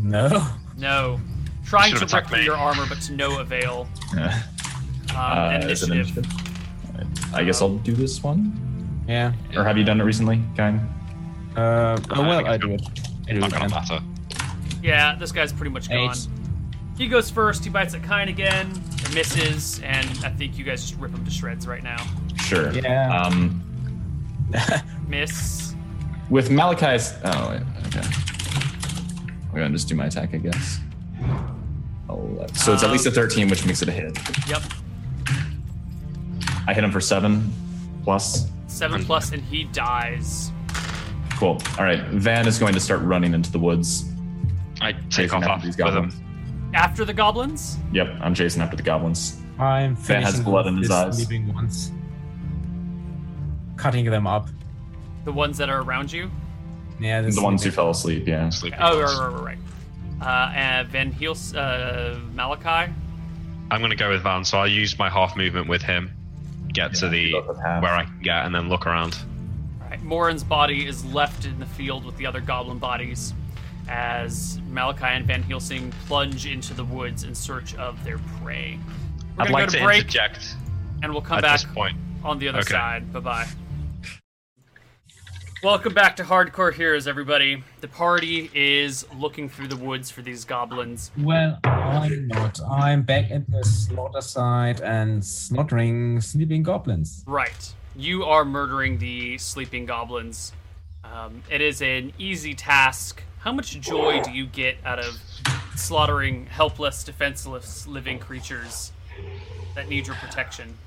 S5: No.
S1: No, trying to
S2: Should've
S1: rip
S2: attacked
S1: through
S2: me.
S1: your armor, but to no avail.
S4: Yeah.
S1: Um,
S4: Uh,
S1: and
S4: is it
S1: initiative.
S4: Alright. I guess I'll do this one.
S5: Yeah.
S4: Or have you done it recently, Kine?
S5: Uh, oh,
S2: I
S5: well,
S2: think
S5: I
S2: it's
S5: do it. I do
S2: Not
S5: it.
S2: gonna
S5: man.
S2: matter.
S1: Yeah, this guy's pretty much gone.
S5: Eight.
S1: He goes first. He bites at Kine again, and misses, and I think you guys just rip him to shreds right now.
S4: Sure.
S5: Yeah.
S4: Um,
S1: Miss.
S4: with Malachi's. Oh, wait, okay. I'm going to just do my attack, I guess. 11. So it's at
S1: Um,
S4: least a 13, which makes it a hit.
S1: Yep.
S4: I hit him for seven plus.
S1: Seven plus, and he dies.
S4: Cool. All right. Van is going to start running into the woods.
S2: I take
S4: chasing
S2: off
S4: after
S2: after
S4: these
S2: with
S4: goblins.
S2: him.
S1: After the goblins,
S4: Yep. I'm chasing after the goblins.
S5: <laughs> I'm
S4: Fan has
S5: finishing
S4: blood in
S5: off
S4: his
S5: these
S4: eyes.
S5: Sleeping ones. Cutting them up.
S1: the ones that are around you.
S5: Yeah,
S4: The ones who fell asleep. Yeah.
S2: Sleepy
S1: Oh,
S2: goblins.
S1: right, right, right. right. Uh, and Van heals uh, Malachi.
S2: I'm gonna go with Van, so I'll use my half movement with him, get to the
S4: both have half.
S2: where I can get, and then look around.
S1: Right. Morin's body is left in the field with the other goblin bodies as Malachi and Van Helsing plunge into the woods in search of their prey. We're
S2: I'd
S1: gonna
S2: like
S1: go
S2: to
S1: to break
S2: interject
S1: and we'll come
S2: at
S1: back
S2: this point.
S1: on the other
S2: Okay.
S1: side. Bye bye. Welcome back to Hardcore Heroes, everybody. The party is looking through the woods for these goblins.
S5: Well, I'm not. I'm back at the slaughter site and slaughtering sleeping goblins.
S1: Right. You are murdering the sleeping goblins. Um, it is an easy task. How much joy do you get out of slaughtering helpless, defenseless living creatures that need your protection?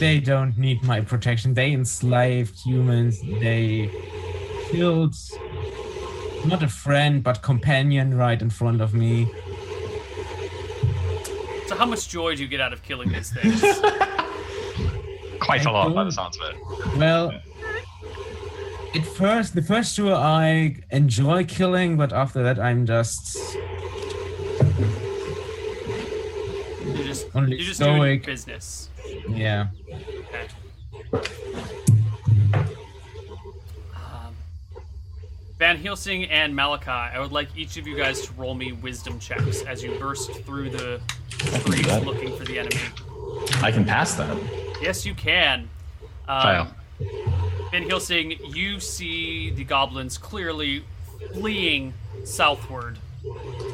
S5: They don't need my protection. They enslaved humans. They killed not a friend but companion right in front of me.
S1: So, how much joy do you get out of killing these
S5: <laughs>
S1: things?
S2: Quite a lot by
S5: you.
S2: the sounds of it.
S5: Well, at first, the first two I enjoy killing, but after that, I'm just
S1: You're just,
S5: Only
S1: you're just doing
S5: stoic.
S1: business.
S5: yeah.
S1: Okay. Um, Van Helsing and Malachi, I would like each of you guys to roll me wisdom checks as you burst through the streets
S4: that.
S1: looking for the enemy.
S4: I can pass that.
S1: Yes, you can. Um,
S2: Fail.
S1: Van Helsing, you see the goblins clearly fleeing southward.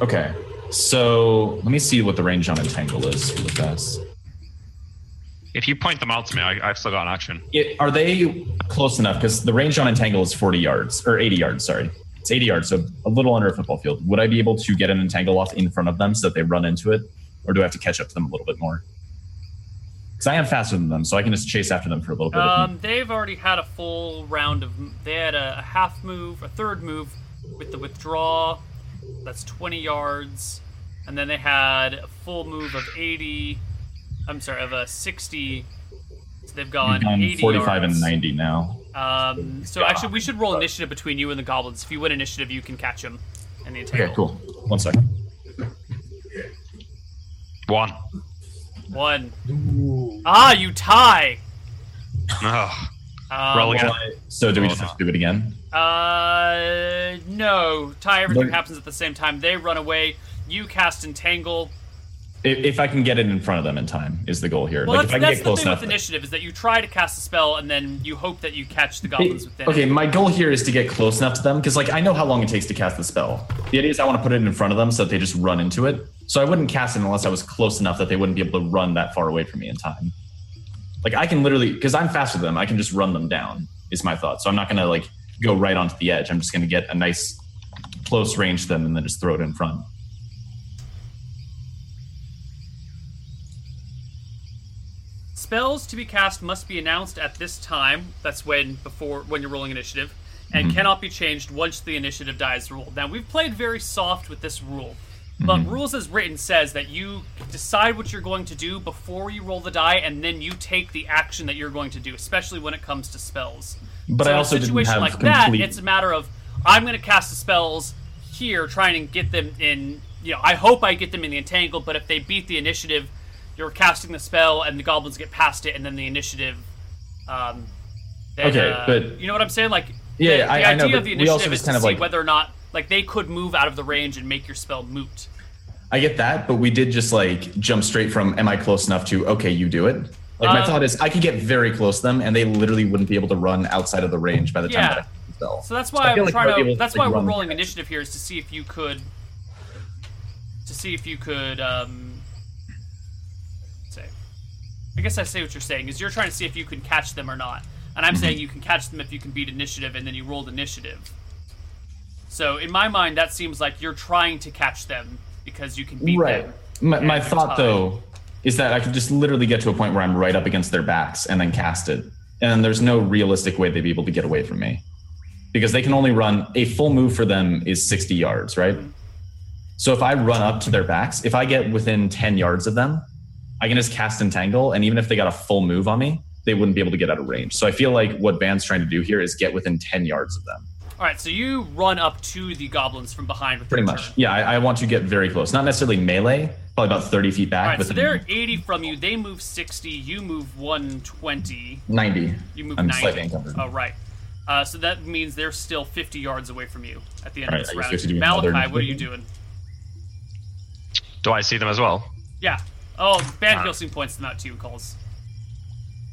S4: Okay. So let me see what the range on Entangle is for the best.
S2: If you point them out to me, I, I've still got an action.
S4: It, are they close enough? Because the range on Entangle is 40 yards, or 80 yards, sorry. It's 80 yards, so a little under a football field. Would I be able to get an Entangle off in front of them so that they run into it? Or do I have to catch up to them a little bit more? Because I am faster than them, so I can just chase after them for a little bit.
S1: Um, they've already had a full round of. They had a, a half move, a third move with the withdraw. That's 20 yards. And then they had a full move of 80. I'm sorry, of a 60. So they've
S4: We've
S1: gone,
S4: gone
S1: 80
S4: 45
S1: yards.
S4: and 90 now.
S1: Um, so actually, we should roll initiative between you and the goblins. If you win initiative, you can catch them. And the entangle.
S4: Okay, cool. One second.
S2: One.
S1: One. Ah, you tie.
S2: Oh,
S4: Uh,
S1: Um,
S2: roll again.
S4: So do we
S2: Hold
S4: just have
S2: on.
S4: to do it again?
S1: Uh, no. Tie everything
S4: But-
S1: happens at the same time. They run away. You cast entangle.
S4: If, if I can get it in front of them in time is the goal here.
S1: Well,
S4: like
S1: that's,
S4: if I can
S1: that's
S4: get
S1: the
S4: close
S1: thing
S4: enough.
S1: with initiative is that you try to cast a spell and then you hope that you catch the goblins within.
S4: okay,
S1: it.
S4: my goal here is to get close enough to them because, like, I know how long it takes to cast the spell. The idea is I want to put it in front of them so that they just run into it. So I wouldn't cast it unless I was close enough that they wouldn't be able to run that far away from me in time. Like I can literally, because I'm faster than them, I can just run them down. Is my thought. So I'm not gonna like go right onto the edge. I'm just gonna get a nice close range to them and then just throw it in front.
S1: Spells to be cast must be announced at this time. That's when before when you're rolling initiative, and
S4: Mm-hmm.
S1: cannot be changed once the initiative die is rolled. Now we've played very soft with this rule, but
S4: Mm-hmm.
S1: rules as written says that you decide what you're going to do before you roll the die, and then you take the action that you're going to do, especially when it comes to spells.
S4: But
S1: So
S4: I also
S1: in a
S4: didn't
S1: situation
S4: have
S1: like
S4: complete.
S1: that, it's a matter of I'm going to cast the spells here, trying to get them in. You know, I hope I get them in the entangle, but if they beat the initiative, you're casting the spell, and the goblins get past it, and then the initiative. Um, then,
S4: Okay,
S1: uh,
S4: but-
S1: you know what I'm saying? Like,
S4: Yeah,
S1: the,
S4: yeah,
S1: the
S4: I- I
S1: idea
S4: know, but
S1: of the
S4: we also
S1: initiative
S4: just
S1: is
S4: kind
S1: to
S4: of,
S1: see
S4: like-
S1: whether or not like they could move out of the range and make your spell moot.
S4: I get that, but we did just like jump straight from am I close enough to okay, you do it. Like my
S1: Um,
S4: thought is I could get very close to them and they literally wouldn't be able to run outside of the range by the time
S1: Yeah.
S4: that I hit the spell.
S1: So that's
S4: I
S1: why
S4: feel
S1: I'm
S4: like
S1: trying
S4: we'll be
S1: to.
S4: able to,
S1: that's
S4: like,
S1: why we're
S4: run
S1: rolling
S4: back.
S1: initiative here is to see if you could see if you could um, say. I guess I see what you're saying is you're trying to see if you can catch them or not, and
S4: Mm-hmm.
S1: I'm saying you can catch them if you can beat initiative, and then you rolled initiative. So in my mind, that seems like you're trying to catch them because you can beat
S4: Right.
S1: them.
S4: My, my
S1: and
S4: thought
S1: tied.
S4: though is that I could just literally get to a point where I'm right up against their backs and then cast it. And there's no realistic way they'd be able to get away from me. Because they can only run a full move for them is 60 yards, right? So if I run up to their backs, if I get within 10 yards of them, I can just cast entangle and even if they got a full move on me, they wouldn't be able to get out of range. So I feel like what Van's trying to do here is get within 10 yards of them.
S1: All right, so you run up to the goblins from behind with
S4: Pretty
S1: your
S4: much.
S1: turn.
S4: Yeah, I, I want to get very close. Not necessarily melee, probably about 30 feet
S1: All
S4: back,
S1: right,
S4: but
S1: so they're 80 from you. They move 60. You move 120.
S4: 90.
S1: You move
S4: I'm
S1: 90.
S4: slightly encumbered.
S1: Oh, right. Uh, so that means they're still 50 yards away from you at the end
S4: All
S1: of
S4: right,
S1: this
S4: I guess we
S1: round.
S4: have to do another
S1: Malachi, what are you
S4: initiative.
S1: doing?
S2: Do I see them as well?
S1: Yeah. Oh, ban
S2: Alright.
S1: piercing points them out to you, Coles.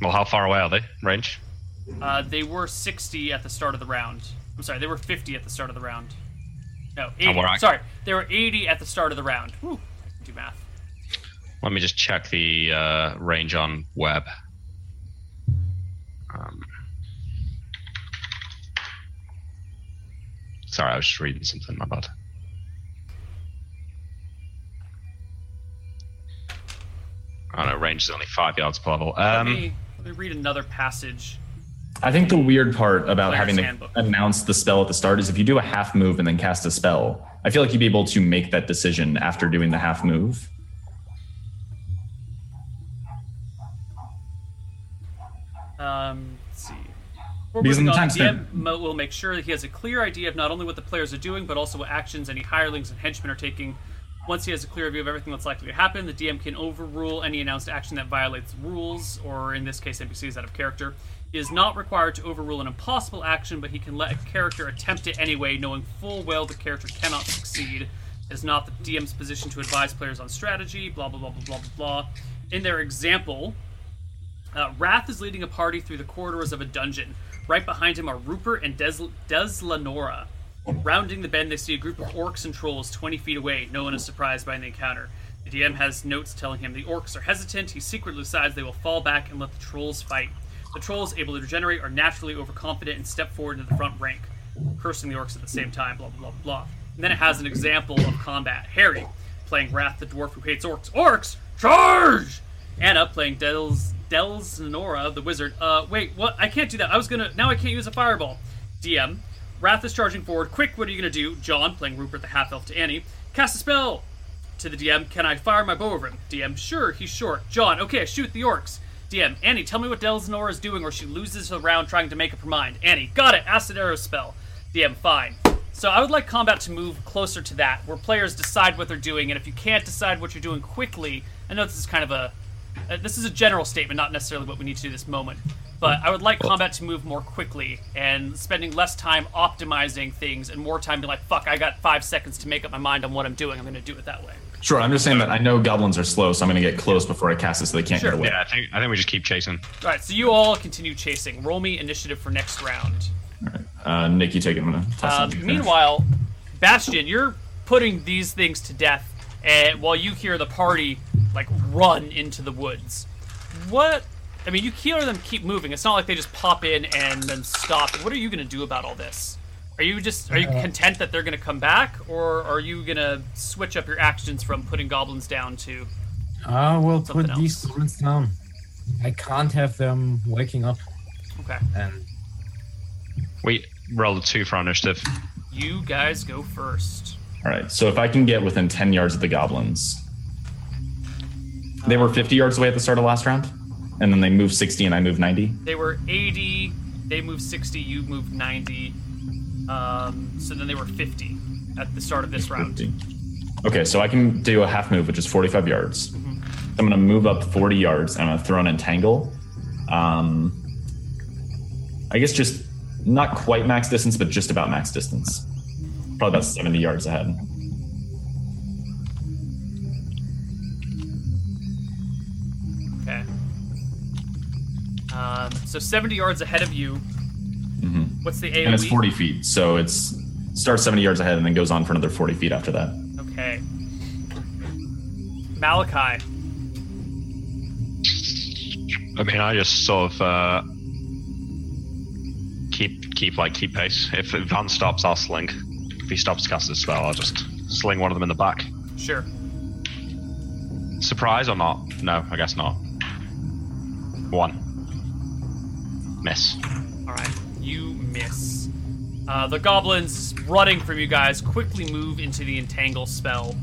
S2: Well, how far away are they? Range?
S1: Uh, they were 60 at the start of the round. I'm sorry, they were 50 at the start of the round. No, 80.
S2: we're act-
S1: Sorry, they were 80 at the start of the round. Whew, I can do math.
S2: Let me just check the uh, range on web. Um, sorry, I was just reading something. My bad. I don't know. Oh, Range is only five yards per level.
S1: Let,
S2: Um,
S1: me, let me read another passage.
S4: I think the weird part about
S1: Player's
S4: having to
S1: handbook.
S4: announce the spell at the start is if you do a half move and then cast a spell, I feel like you'd be able to make that decision after doing the half move.
S1: Um, let's see. Before
S4: Because
S1: moving
S4: in the
S1: on,
S4: time
S1: the
S4: spent-
S1: DM mo- will make sure that he has a clear idea of not only what the players are doing, but also what actions any hirelings and henchmen are taking. Once he has a clear view of everything that's likely to happen, the DM can overrule any announced action that violates rules, or in this case, NPCs out of character. He is not required to overrule an impossible action, but he can let a character attempt it anyway, knowing full well the character cannot succeed. It is not the DM's position to advise players on strategy, blah, blah, blah, blah, blah, blah, blah. In their example, uh, Wrath is leading a party through the corridors of a dungeon. Right behind him are Rupert and Des- Deslanora. Rounding the bend, they see a group of orcs and trolls 20 feet away. No one is surprised by the encounter. The DM has notes telling him the orcs are hesitant. He secretly decides they will fall back and let the trolls fight. The trolls, able to regenerate, are naturally overconfident and step forward into the front rank, cursing the orcs at the same time, blah, blah, blah, blah. And then it has an example of combat. Harry, playing Wrath the Dwarf who hates orcs. Orcs, charge! Anna playing Dels Dels Nora the wizard. Uh, wait, what? I can't do that. I was gonna. Now I can't use a fireball. DM, Wrath is charging forward. Quick, what are you gonna do? John playing Rupert the half elf to Annie. Cast a spell. To the DM, can I fire my bow over him? DM, sure, he's short. John, okay, shoot the orcs. DM, Annie, tell me what Dels Nora is doing, or she loses the round trying to make up her mind. Annie, got it. Acid arrow spell. DM, fine. So I would like combat to move closer to that, where players decide what they're doing, and if you can't decide what you're doing quickly, I know this is kind of a uh, this is a general statement, not necessarily what we need to do this moment. But I would like combat to move more quickly and spending less time optimizing things and more time being like, fuck, I got five seconds to make up my mind on what I'm doing. I'm going to do it that way.
S4: Sure, I'm just saying that I know goblins are slow, so I'm going to get close before I cast it so they can't
S1: Sure.
S4: get away.
S2: yeah, I think I think we just keep chasing.
S1: All right, so you all continue chasing. Roll me initiative for next round.
S4: Uh, Nick, you take it. I'm going to toss
S1: Um,
S4: it to you.
S1: meanwhile, Bastion, you're putting these things to death, and while you hear the party like run into the woods. What? I mean, you hear them keep moving. It's not like they just pop in and then stop. What are you gonna do about all this? Are you just are you content that they're gonna come back, or are you gonna switch up your actions from putting goblins down to?
S5: I will put
S1: Something
S5: these thorns down. I can't have them waking up.
S1: Okay,
S5: And
S2: We roll a two for our initiative.
S1: you guys go first.
S4: All right, so if I can get within 10 yards of the goblins, they were 50 yards away at the start of last round, and then they moved 60 and I moved 90.
S1: They were 80. They moved 60. You moved 90. Um, so then they were 50 at the start of this round.
S4: 50. Okay, so I can do a half move, which is 45 yards.
S1: Mm-hmm.
S4: I'm going to move up 40 yards and I'm going to throw an entangle. Um, I guess just not quite max distance, but just about max distance. Probably about 70 yards ahead.
S1: Okay. Um, so 70 yards ahead of you. What's the E? AOE?
S4: Mm-hmm. And it's 40 feet, so it's starts 70 yards ahead and then goes on for another 40 feet after that.
S1: Okay. Malachi.
S2: I mean, I just sort of uh, keep keep like keep pace. If Van stops, I'll sling. If he stops casting a spell, I'll just sling one of them in the back.
S1: Sure.
S2: Surprise or not? No, I guess not. One. Miss.
S1: All right, you miss. Uh, the goblins running from you guys quickly move into the entangle spell,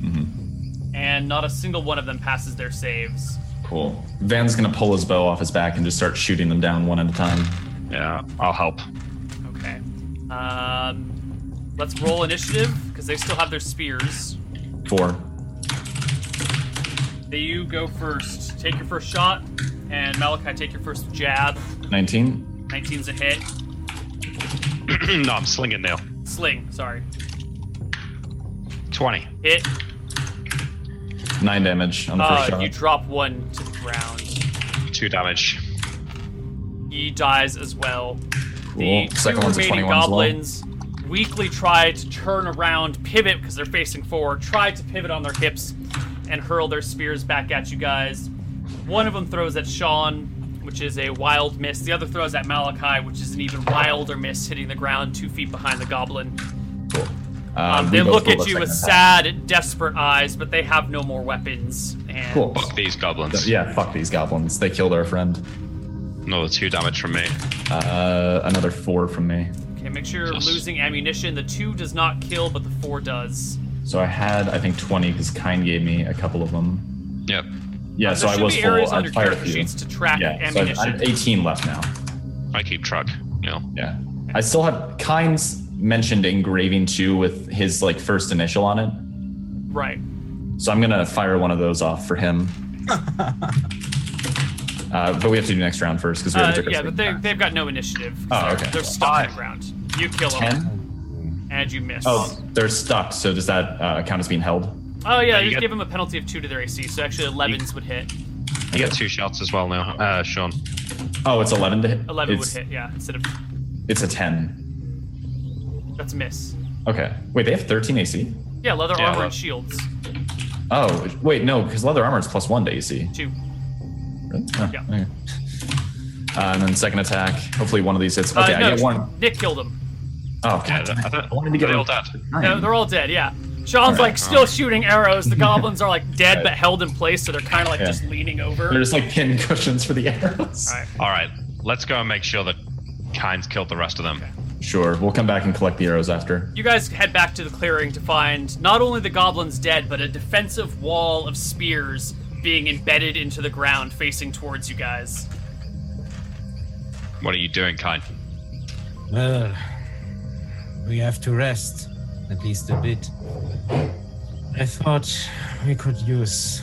S4: Mm-hmm.
S1: and not a single one of them passes their saves.
S4: Cool. Van's gonna pull his bow off his back and just start shooting them down one at a time.
S2: Yeah, I'll help. <clears throat>
S1: Okay. Um, let's roll initiative because they still have their spears.
S4: Four.
S1: They, you go first. Take your first shot, and Malachi take your first jab.
S4: 19.
S1: 19's a hit.
S2: no, I'm slinging now.
S1: Sling, sorry.
S2: Twenty.
S1: Hit.
S4: Nine damage on the first
S1: Uh,
S4: shot.
S1: you drop one to the ground.
S2: Two damage.
S1: he dies as well. The
S4: Cool. Second
S1: two
S4: one's a
S1: remaining
S4: 21 as well.
S1: goblins weakly try to turn around, pivot because they're facing forward, try to pivot on their hips, and hurl their spears back at you guys. One of them throws at Sean, which is a wild miss. The other throws at Malachi, which is an even wilder miss, hitting the ground two feet behind the goblin.
S4: Uh,
S1: Um,
S4: we
S1: they
S4: both
S1: look
S4: rolled
S1: at
S4: a
S1: you with
S4: second attack.
S1: sad, desperate eyes, but they have no more weapons. And
S4: Cool.
S2: Fuck these goblins.
S4: Yeah, fuck these goblins. They killed our friend.
S2: Another two damage from me.
S4: Uh, another four from me.
S1: Okay, make sure you're
S2: Yes.
S1: losing ammunition. The two does not kill, but the four does.
S4: So I had, I think, 20 because Kine gave me a couple of them.
S2: Yep.
S4: Yeah, so
S1: there
S4: I
S1: should
S4: was
S1: be
S4: full.
S1: areas on
S4: I
S1: your
S4: fired a
S1: character
S4: few.
S1: sheets to track
S4: yeah, so I-
S1: ammunition.
S4: I have 18 left now.
S2: I keep track. Yeah.
S4: Yeah. I still have Kine's mentioned engraving two with his like first initial on it.
S1: right.
S4: So I'm gonna fire one of those off
S1: <laughs>
S4: for him. uh, but we have to do next round first because we
S1: Uh,
S4: already took our
S1: yeah, but they,
S4: swing.
S1: they've got no initiative.
S4: Oh,
S1: They're-
S4: okay.
S1: They're stuck on the ground. You kill them,
S4: ten.
S1: and you miss.
S4: Oh, they're stuck. So does that uh, count as being held?
S1: Oh, yeah,
S2: you
S1: you
S2: get-
S1: give them a penalty of 2 to their AC, so actually 11s would hit.
S2: You get two shots as well now, uh, Sean.
S4: Oh, it's 11 to hit.
S1: 11
S4: it's,
S1: would hit, yeah, instead of...
S4: It's a 10.
S1: That's a miss.
S4: Okay. Wait, they have 13 AC.
S1: Yeah, leather
S2: Yeah,
S1: armor
S2: well-
S1: and shields.
S4: Oh, wait, no, because leather armor is plus one to AC.
S1: 2.
S4: Really? Oh,
S1: Yeah.
S4: okay. Uh, and then second attack. Hopefully one of these hits. Okay,
S1: uh, no,
S4: I get one.
S1: Nick killed them.
S4: Oh,
S2: Yeah,
S4: God.
S2: I, I, I
S4: wanted to get
S2: they're all
S4: a-
S2: dead.
S1: No, they're all dead, yeah. Sean's, like, still shooting arrows. The
S4: <laughs>
S1: goblins are, like, dead but held in place, so they're kind of, like,
S4: Yeah.
S1: just leaning over.
S4: They're just like pin <laughs> cushions for the arrows.
S1: All right.
S2: All right, let's go and make sure that Kynes killed the rest of them.
S4: Sure, we'll come back and collect the arrows after.
S1: You guys head back to the clearing to find not only the goblins dead, but a defensive wall of spears being embedded into the ground facing towards you guys.
S2: What are you doing, Kine?
S5: Well, we have to rest, at least a bit. I thought we could use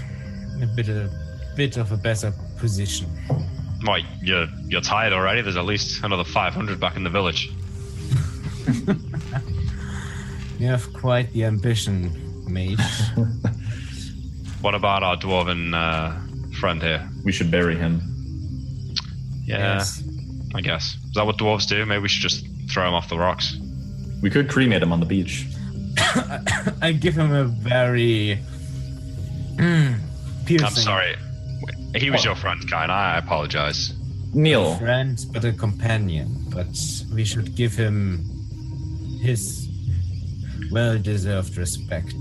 S5: a bit of, bit of a better position.
S2: Why, you're, you're tired already? There's at least another 500 back in the village.
S5: You have quite the ambition, mate.
S2: What about our dwarven uh, friend here?
S4: We should bury him.
S2: <laughs> Yeah, I guess. Is that what dwarves do? Maybe we should just throw him off the rocks.
S4: We could cremate him on the beach.
S5: I give him a very mm, piercing
S2: I'm sorry. He was your friend, Kine. I apologize.
S4: Neil,
S5: friend, but a companion. But we should give him his well-deserved respect.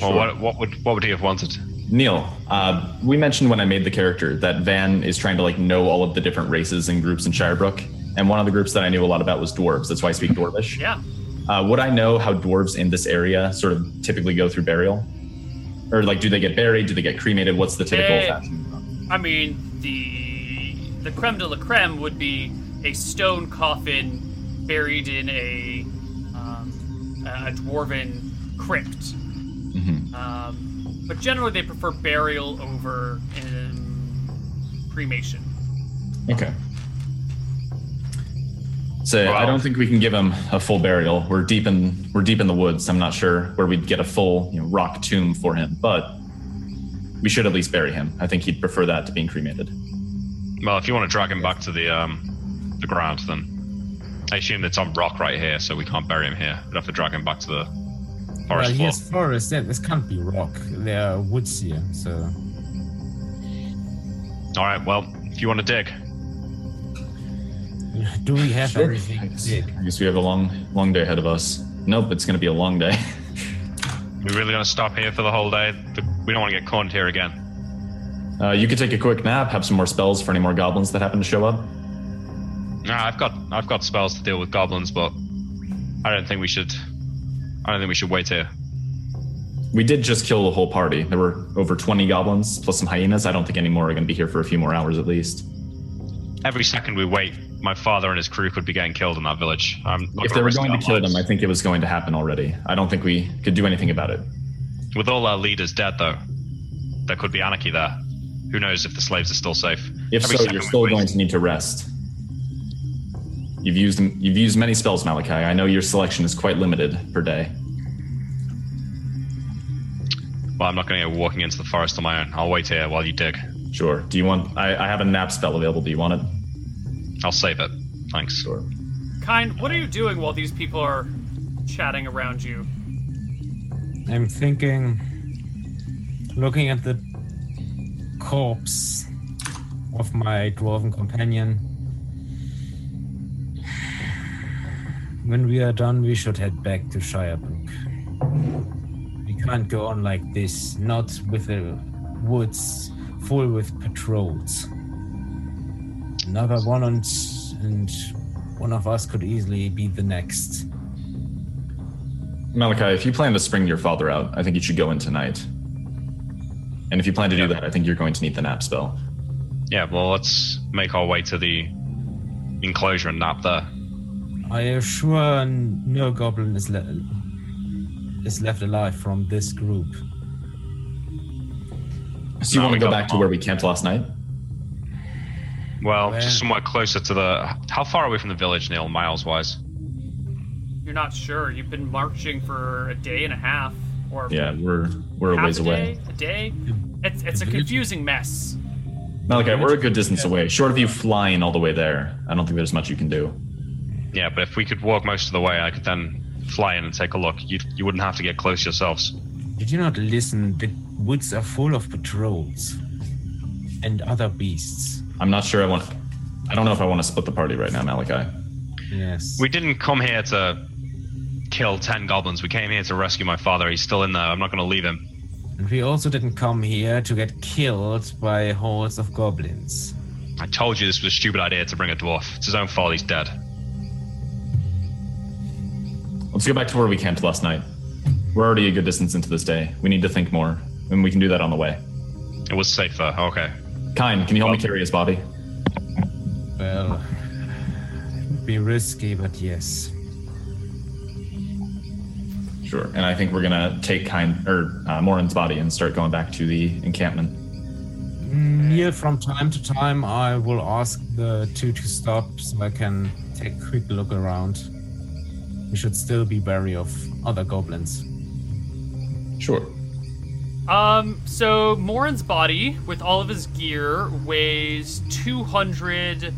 S2: Well, what, what would what would he have wanted?
S4: Neil, uh, we mentioned when I made the character that Van is trying to like know all of the different races and groups in Shirebrook, and one of the groups that I knew a lot about was dwarves. That's why I speak dwarvish.
S1: Yeah.
S4: Uh, would I know how dwarves in this area sort of typically go through burial, or like do they get buried? Do they get cremated? What's the typical
S1: They-
S4: fashion?
S1: I mean, the the creme de la creme would be a stone coffin buried in a um, a dwarven crypt.
S4: Mhm.
S1: Um, but generally, they prefer burial over um, cremation.
S4: Okay. So I
S2: Wow.
S4: don't think we can give him a full burial. We're deep in we're deep in the woods. I'm not sure where we'd get a full you know, rock tomb for him, but we should at least bury him. I think he'd prefer that to being cremated.
S2: Well, if you want to drag him back to the um, the ground, then I assume it's on rock right here, so we can't bury him here. We'd have to drag him back to the Forest
S5: well,
S2: floor.
S5: yes, forest. That this can't be rock. There are woods here, so <laughs>
S2: All right. Well, if you want to dig,
S5: do we have
S4: Sure.
S5: everything?
S4: I guess,
S5: Dick?
S4: I guess we have a long, long day ahead of us. Nope, it's going to be a long day. <laughs>
S2: we're really gonna stop here for the whole day. We don't want to get cornered here again.
S4: Uh, you could take a quick nap, have some more spells for any more goblins that happen to show up.
S2: Nah, I've got I've got spells to deal with goblins, but I don't think we should. I don't think we should wait here.
S4: We did just kill the whole party. There were over 20 goblins plus some hyenas. I don't think any more are going to be here for a few more hours at least.
S2: Every second we wait, my father and his crew could be getting killed in that village. I'm not gonna
S4: if they were
S2: risk
S4: going
S2: our
S4: to kill
S2: lives.
S4: them, I think it was going to happen already. I don't think we could do anything about it.
S2: With all our leaders dead, though, there could be anarchy there. Who knows if the slaves are still safe?
S4: If
S2: Every
S4: so,
S2: second
S4: you're
S2: we
S4: still
S2: waste-
S4: going to need to rest. You've used you've used many spells, Malachi. I know your selection is quite limited per day.
S2: Well, I'm not going to go walking into the forest on my own. I'll wait here while you dig.
S4: Sure. Do you want? I, I have a nap spell available. Do you want it?
S2: I'll save it. Thanks.
S4: Sure.
S1: Kind, what are you doing while these people are chatting around you?
S5: I'm thinking, looking at the corpse of my dwarven companion. When we are done, we should head back to Shirebrook. We can't go on like this, not with the woods full with patrols. Another one, and, and one of us could easily be the next.
S4: Malachi, if you plan to spring your father out, I think you should go in tonight. And if you plan to do
S2: Yeah.
S4: that, I think you're going to need the nap spell.
S2: Yeah, well, let's make our way to the enclosure and nap there.
S5: I assure n- no goblin is, le- is left alive from this group.
S4: So you
S2: No,
S4: want
S2: we
S4: to
S2: got
S4: go back
S2: them
S4: to
S2: all.
S4: where we camped last night?
S2: Well,
S5: Where?
S2: just somewhere closer to the. How far away from the village, Neil, miles wise?
S1: You're not sure. You've been marching for a day and a half, or
S4: Yeah, we're we're a
S1: half
S4: ways
S1: a
S4: away.
S1: day, a day. It's it's a
S5: Village-
S1: confusing mess.
S4: Malachi, we're a good distance away. Short of you flying all the way there, I don't think there's much you can do.
S2: Yeah, but if we could walk most of the way, I could then fly in and take a look. You, you wouldn't have to get close yourselves.
S5: Did you not listen? The woods are full of patrols and other beasts.
S4: I'm not sure I want. I don't know if I want to split the party right now, Malachi.
S5: Yes.
S2: We didn't come here to kill 10 goblins. We came here to rescue my father. He's still in there. I'm not going to leave him.
S5: and we also didn't come here to get killed by hordes of goblins.
S2: I told you this was a stupid idea to bring a dwarf. It's his own fault. He's dead.
S4: Let's go back to where we camped last night. We're already a good distance into this day. We need to think more, and we can do that on the way.
S2: It was safer. Okay.
S4: Kine, can you help me carry his body?
S5: Well, it would be risky, but yes.
S4: Sure. And I think we're gonna take Kine or uh, Morin's body and start going back to the encampment.
S5: Here, from time to time, I will ask the two to stop so I can take a quick look around. We should still be wary of other goblins.
S4: Sure.
S1: Um, so Morin's body, with all of his gear, weighs two hundred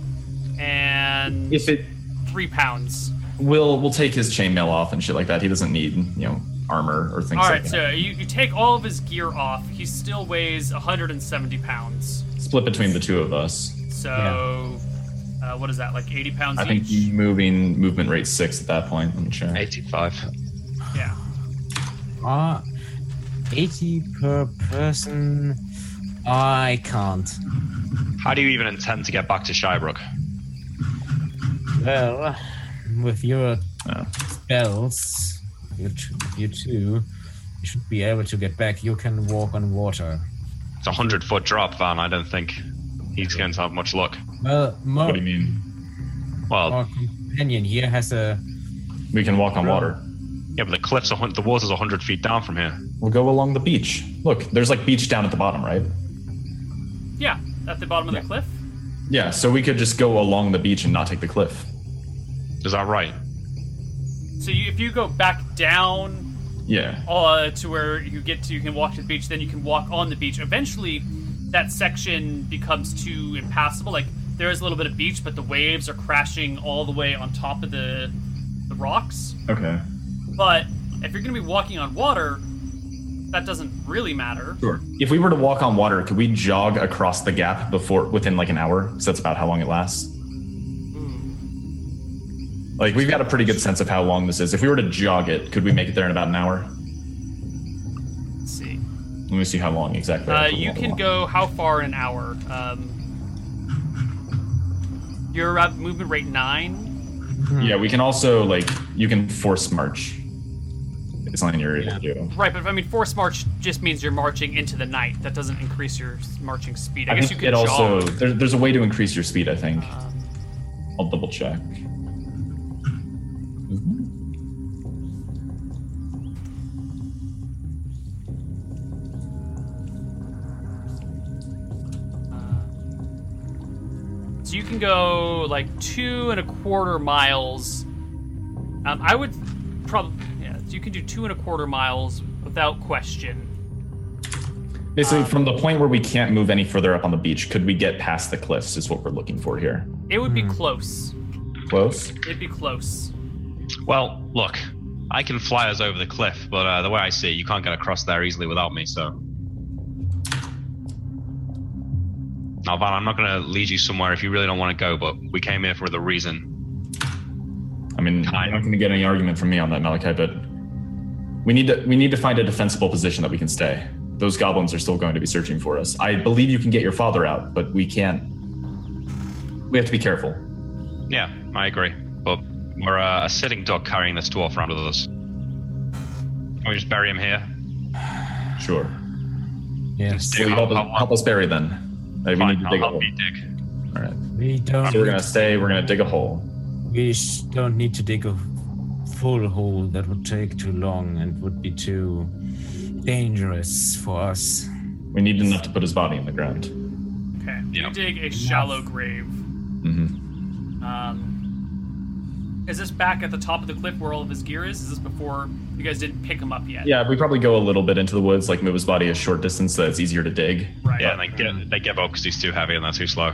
S1: and
S4: If it
S1: three pounds.
S4: will, we'll take his chainmail off and shit like that. He doesn't need you know armor or things
S1: All
S4: like
S1: right,
S4: that.
S1: so you, you take all of his gear off. He still weighs 170 pounds.
S4: Split between the two of us.
S1: So, uh, what is that? Like 80 pounds
S4: I
S1: each?
S4: think moving movement rate six at that point. I'm sure.
S2: 85.
S1: Yeah.
S5: Ah, 80 per person. I can't.
S2: How do you even intend to get back to Shybrook?
S5: Well, with your
S4: Yeah.
S5: spells, you, t- you two, you should be able to get back. You can walk on water.
S2: It's a 100 foot drop, Van. I don't think he's going to have much luck.
S5: Well,
S4: What
S5: Mo,
S4: do you mean?
S2: Well,
S5: our companion here has a.
S4: We can walk on
S5: Bro.
S4: water.
S2: yeah, but the cliffs, are, hun- the water's 100 feet down from here.
S4: We'll go along the beach. Look, there's like beach down at the bottom, right?
S1: Yeah, at the bottom of the cliff.
S4: Yeah. So we could just go along the beach and not take the cliff.
S2: Is that right?
S1: So, you, if you go back down
S4: Yeah.
S1: uh, to where you get to, you can walk to the beach, then you can walk on the beach. Eventually, that section becomes too impassable. Like, there is a little bit of beach, but the waves are crashing all the way on top of the, the rocks.
S4: Okay.
S1: But If you're going to be walking on water, that doesn't really matter.
S4: Sure. If we were to walk on water, could we jog across the gap before within like an hour? Because that's about how long it lasts. Like we've got a pretty good sense of how long this is. If we were to jog it, could we make it there in about an hour?
S1: Let's see.
S4: Let me see how long exactly. I
S1: Uh,
S4: have to
S1: you
S4: walk
S1: can
S4: along.
S1: go how far in an hour? Um, you're at movement rate nine.
S4: Yeah, we can also like you can force march. It's something you're able to do.
S1: Right, but I mean, force march just means you're marching into the night. That doesn't increase your s- marching speed. I,
S4: I
S1: guess you
S4: think
S1: could
S4: it
S1: jog.
S4: also there, there's a way to increase your speed. I think
S1: um,
S4: I'll double check.
S1: uh, So you can go like two and a quarter miles. Um, I would probably yeah. So you can do two and a quarter miles without question.
S4: Basically, from the point where we can't move any further up on the beach, could we get past the cliffs? Is what we're looking for here.
S1: It would be
S4: Hmm.
S1: close.
S4: Close.
S1: It'd be close.
S2: Well, look, I can fly us over the cliff, but uh, the way I see it, you can't get across there easily without me. So, now, Van, I'm not going to lead you somewhere if you really don't want to go. But we came here for the reason.
S4: I mean, you're not going to get any argument from me on that, Malachi. But we need to we need to find a defensible position that we can stay. Those goblins are still going to be searching for us. I believe you can get your father out, but we can't. We have to be careful.
S2: Yeah, I agree. But we're uh, a sitting duck carrying this dwarf around with us. Can we just bury him here?
S4: Sure.
S5: Yes.
S4: So you help, us, help us bury then. Like, we
S2: Fine,
S4: need to
S2: I'll
S4: dig a
S2: help
S4: hole.
S2: you dig.
S4: All right.
S5: We don't.
S4: So we're gonna stay. We're gonna dig a hole.
S5: We sh- don't need to dig a full hole. That would take too long and would be too dangerous for us.
S4: We need enough to put his body in the ground.
S1: Okay.
S2: Yeah.
S1: You dig a shallow grave.
S4: hmm
S1: Um, is this back at the top of the cliff where all of his gear is? Is this before you guys didn't pick him up yet?
S4: Yeah, we probably go a little bit into the woods, like move his body a short distance so that it's easier to dig.
S1: Right.
S2: Yeah, and they, get, they give up because he's too heavy and they're too slow.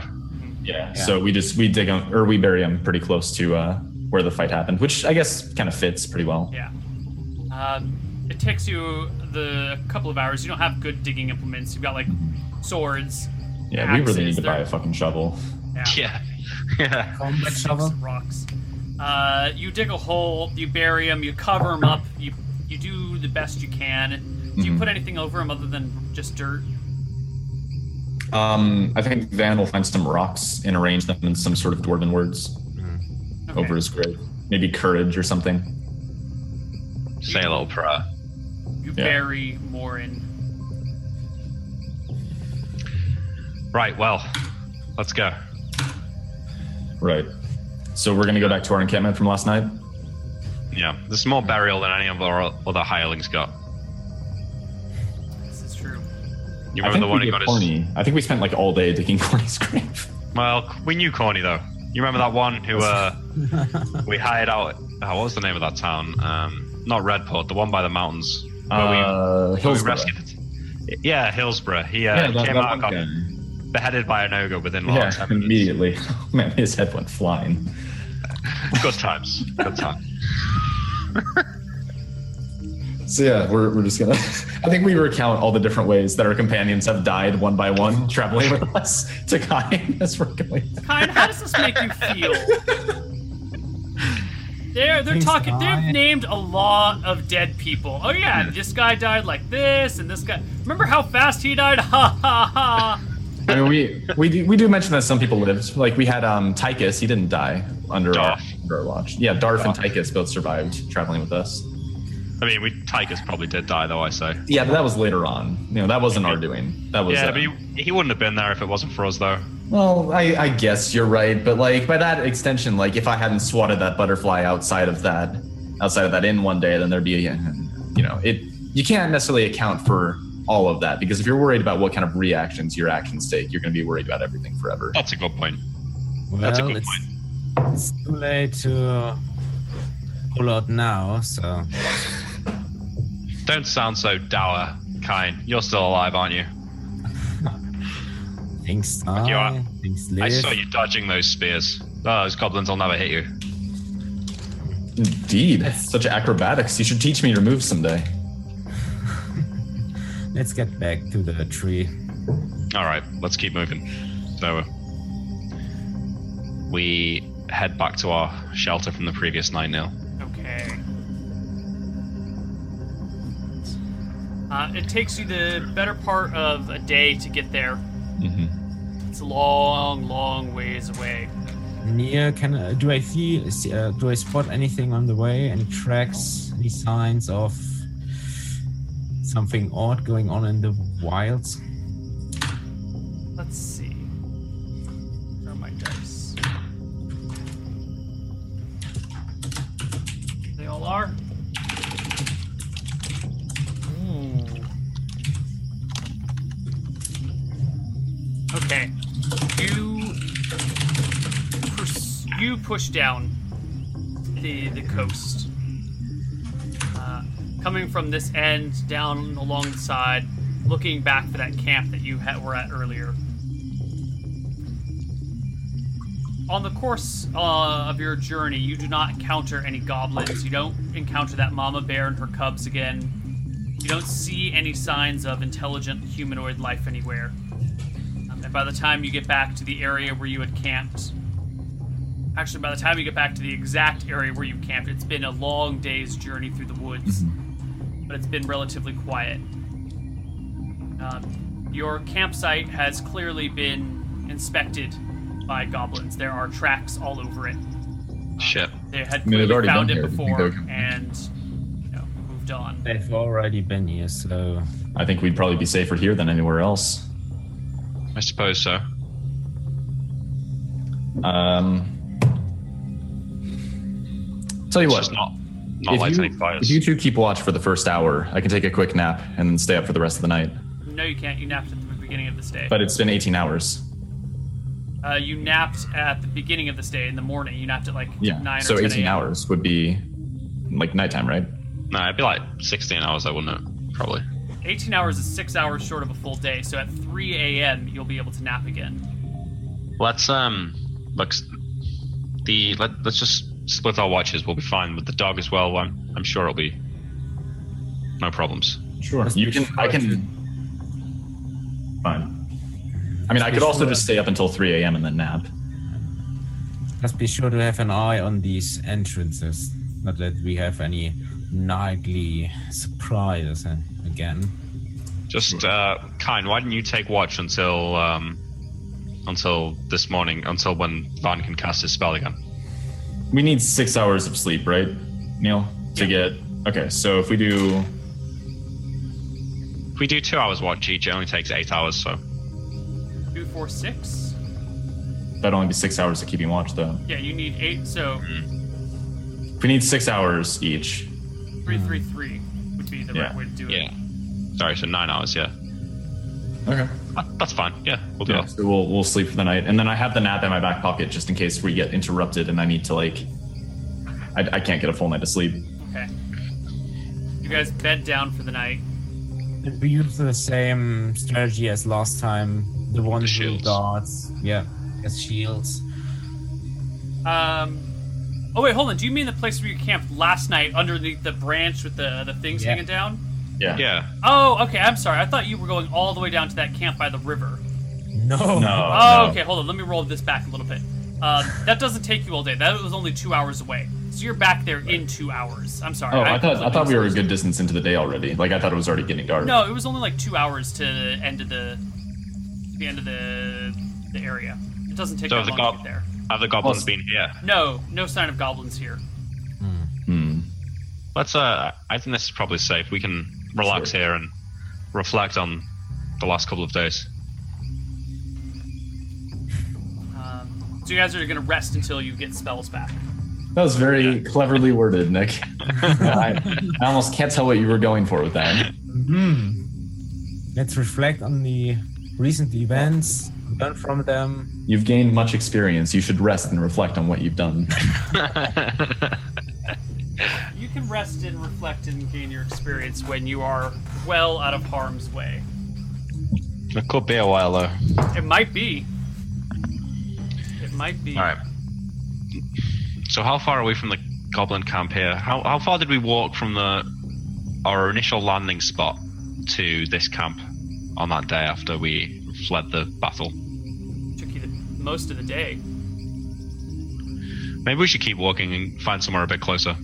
S4: Yeah. So we just we dig him or we bury him pretty close to uh, where the fight happened, which I guess kind of fits pretty well.
S1: Yeah. Um, it takes you the couple of hours. You don't have good digging implements. You've got like swords.
S4: Yeah, we really need
S1: axes,
S4: to buy
S1: they're-
S4: a fucking shovel.
S1: Yeah.
S2: <laughs> Yeah. yeah.
S5: Combat
S1: Let's dig
S5: shovel.
S1: some rocks. Uh, you dig a hole, you bury him, you cover him up, you you do the best you can. Do you
S4: Mhm.
S1: put anything over him other than just dirt?
S4: Um, I think Van will find some rocks and arrange them in some sort of dwarven words
S1: Okay.
S4: over his grave. Maybe courage or something.
S2: Say a little prayer.
S1: You
S4: yeah.
S1: bury Morin.
S2: Right, well, let's go.
S4: Right. So we're gonna go back to our encampment from last night.
S2: Yeah, this is more burial than any of our other hirelings got.
S1: This is true.
S2: You
S4: I
S2: remember
S4: think
S2: the one
S4: we
S2: who
S4: did
S2: got his.
S4: Corny. I think we spent like all day digging <laughs> Corny's grave.
S2: Well, we knew Corny though. You remember that one who
S4: <laughs>
S2: uh, we hired out? Oh, what was the name of that town? Um, not Redport, the one by the mountains. Where
S4: Uh,
S2: we, where we
S4: Hillsborough.
S2: rescued it. Yeah, Hillsborough. He uh,
S4: Yeah, that-
S2: came
S4: that
S2: out and
S4: one
S2: got
S4: guy.
S2: beheaded by an ogre within like
S4: Yeah,
S2: 10 minutes.
S4: immediately. <laughs> Oh, Man, his head went flying.
S2: Good times. Good times.
S4: So yeah, we're, we're just gonna. <laughs> I think we recount all the different ways that our companions have died one by <laughs> one, traveling with us <laughs> to Kai as we're going.
S1: Kind, how does this make you feel? They're they're
S5: Things
S1: talking.
S5: die.
S1: They've named a lot of dead people. Oh yeah, this guy died like this, and this guy. Remember how fast he died? <laughs> Ha ha ha.
S4: I mean, we we do, we do mention that some people lived. Like we had um Tychus, he didn't die under our,
S2: Darf.
S4: under our watch. Yeah, Darf and Tychus both survived traveling with us.
S2: I mean, we Tigers probably did die though. I say.
S4: Yeah, but that was later on. You know, that wasn't our doing. That was
S2: Yeah,
S4: uh,
S2: but he, he wouldn't have been there if it wasn't for us though.
S4: Well, I, I guess you're right, but like by that extension, like if I hadn't swatted that butterfly outside of that, outside of that inn one day, then there'd be, a, you know, it. You can't necessarily account for all of that because if you're worried about what kind of reactions your actions take, you're going to be worried about everything forever.
S2: That's a good point.
S5: Well,
S2: That's a good
S5: it's, it's too late to uh, pull out now, so
S2: Don't sound so dour, Kine. You're still alive, aren't you?
S5: things die,
S2: you are-
S5: things
S2: I
S5: live.
S2: saw you dodging those spears. Oh, those goblins will never hit you.
S4: Indeed, such acrobatics. You should teach me your moves someday.
S5: Let's get back to the tree.
S2: All right, let's keep moving. So uh, we head back to our shelter from the previous night, Neil.
S1: Okay. Uh, it takes you the better part of a day to get there.
S4: hmm
S1: It's a long, long ways away.
S5: Near, can uh, do I see? see, Uh, do I spot anything on the way? Any tracks? Any signs of something odd going on in the wilds?
S1: Let's see. Where are my dice? They all are. Ooh. Okay. You pers- you push down the the coast. Uh, coming from this end down along the side, looking back for that camp that you had, were at earlier. on the course uh, of your journey, you do not encounter any goblins. You don't encounter that mama bear and her cubs again. You don't see any signs of intelligent humanoid life anywhere. Um, and by the time you get back to the area where you had camped, actually, by the time you get back to the exact area where you camped, it's been a long day's journey through the woods, but it's been relatively quiet. Um, your campsite has clearly been inspected by goblins. There are tracks all over it. Um,
S2: Shit.
S1: They had
S4: I mean, they'd
S1: clearly
S4: already
S1: found
S4: been
S1: it
S4: here. They
S1: before
S4: go-
S1: and you know, moved on.
S5: They've already been here, so
S4: I think we'd probably be safer here than anywhere else.
S2: I suppose so.
S4: Um, tell you
S2: It's
S4: what,
S2: just not not
S4: if,
S2: lighting
S4: you,
S2: any fires.
S4: if you two keep watch for the first hour, I can take a quick nap and then stay up for the rest of the night.
S1: No, you can't. You napped at the beginning of this day.
S4: But it's been 18 hours.
S1: uh, you napped at the beginning of this day in the morning. You napped at like
S4: Yeah.
S1: nine
S4: so
S1: or ten
S4: 18
S1: a.m.
S4: hours would be like nighttime, right?
S2: No, it'd be like 16 hours, though, wouldn't it? Probably.
S1: Eighteen hours is six hours short of a full day. So at three a.m. you'll be able to nap again.
S2: Let's um, look. s- The let let's just split our watches. We'll be fine with the dog as well. I'm I'm sure it'll be no problems.
S4: Sure. You can. I can. Fine. I mean, I could also just stay up until 3 a.m. and then nap.
S5: Just be sure to have an eye on these entrances. Not that we have any nightly surprises eh, again.
S2: Just uh, kind. Why didn't you take watch until um, until this morning? Until when Van can cast his spell again?
S4: We need six hours of sleep, right, Neil? To get. Okay, so if we do.
S2: If we do two hours watch each, it only takes eight hours. So
S1: Two, four, six.
S4: That'd only be six hours of keeping watch, though.
S1: Yeah, you need eight. So
S4: If we need six hours each,
S1: three, three, three would be the right
S4: Yeah.
S1: way to do it.
S2: yeah. Sorry, so nine hours. Yeah,
S4: Okay.
S2: Uh, that's fine. Yeah, we'll do
S4: Yeah.
S2: that.
S4: So we'll we'll sleep for the night, and then I have the nap in my back pocket just in case we get interrupted and I need to like. I, I can't get a full night of sleep.
S1: Okay. You guys bed down for the night.
S5: Did we use the same strategy as last time? The one
S2: The
S5: with
S2: shields.
S5: darts. Yeah, as shields.
S1: Um. Oh wait, hold on. Do you mean the place where you camped last night underneath the branch with the the things
S5: Yeah.
S1: hanging down?
S4: Yeah.
S2: Yeah,
S1: Oh, okay. I'm sorry. I thought you were going all the way down to that camp by the river.
S5: No.
S4: No.
S1: Oh,
S4: no.
S1: okay. Hold on. Let me roll this back a little bit. Uh, that doesn't take you all day. That was only two hours away. So you're back there in two hours. I'm sorry.
S4: Oh, I thought I
S1: completely
S4: thought we were a
S1: misunderstood.
S4: good distance into the day already. Like I thought it was already getting dark.
S1: No, it was only like two hours to the end of the the end of the the area. It doesn't take
S2: So
S1: that
S2: the
S1: long
S2: gob-
S1: to get there.
S2: have the goblins
S4: Well,
S2: been here?
S1: No, no sign of goblins here.
S4: Hmm.
S2: Let's. Uh, I think this is probably safe. We can relax
S4: Sure.
S2: here and reflect on the last couple of days.
S1: Um, so you guys are gonna rest until you get spells back.
S4: That was very cleverly worded, <laughs> Nick. I, I almost can't tell what you were going for with that.
S5: Hmm. <laughs> Let's reflect on the recent events, learn from them.
S4: You've gained much experience. You should rest and reflect on what you've done.
S1: You can rest and reflect and gain your experience when you are well out of harm's way.
S2: It could be a while though.
S1: It might be. It might be.
S2: All right. So how far away from the goblin camp here. How how far did we walk from the our initial landing spot to this camp on that day after we fled the battle?
S1: Took you the most of the day.
S2: Maybe we should keep walking and find somewhere a bit closer.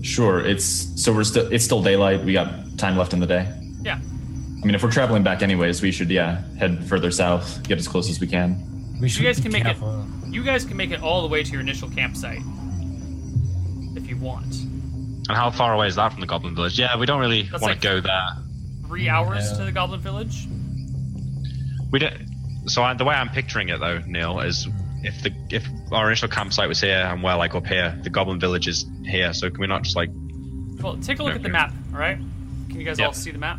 S4: Sure. It's so we're still it's still daylight. We got time left in the day.
S1: Yeah.
S4: I mean, if we're traveling back anyways, we should yeah head further south, get as close as we can.
S5: We should
S1: guys
S5: be
S1: can make it-
S5: careful.
S1: You guys can make it all the way to your initial campsite if you want.
S2: And how far away is that from the goblin village? Yeah, we don't really
S1: That's
S2: want
S1: like-
S2: to go there.
S1: Three hours
S5: Yeah.
S1: to the Goblin Village.
S2: We don't. So I, the way I'm picturing it, though, Neil, is if the if our initial campsite was here and we're like up here, the goblin village is here. So can we not just like?
S1: Well, take a look at the map. All right. Can you guys
S2: Yeah.
S1: all see the map?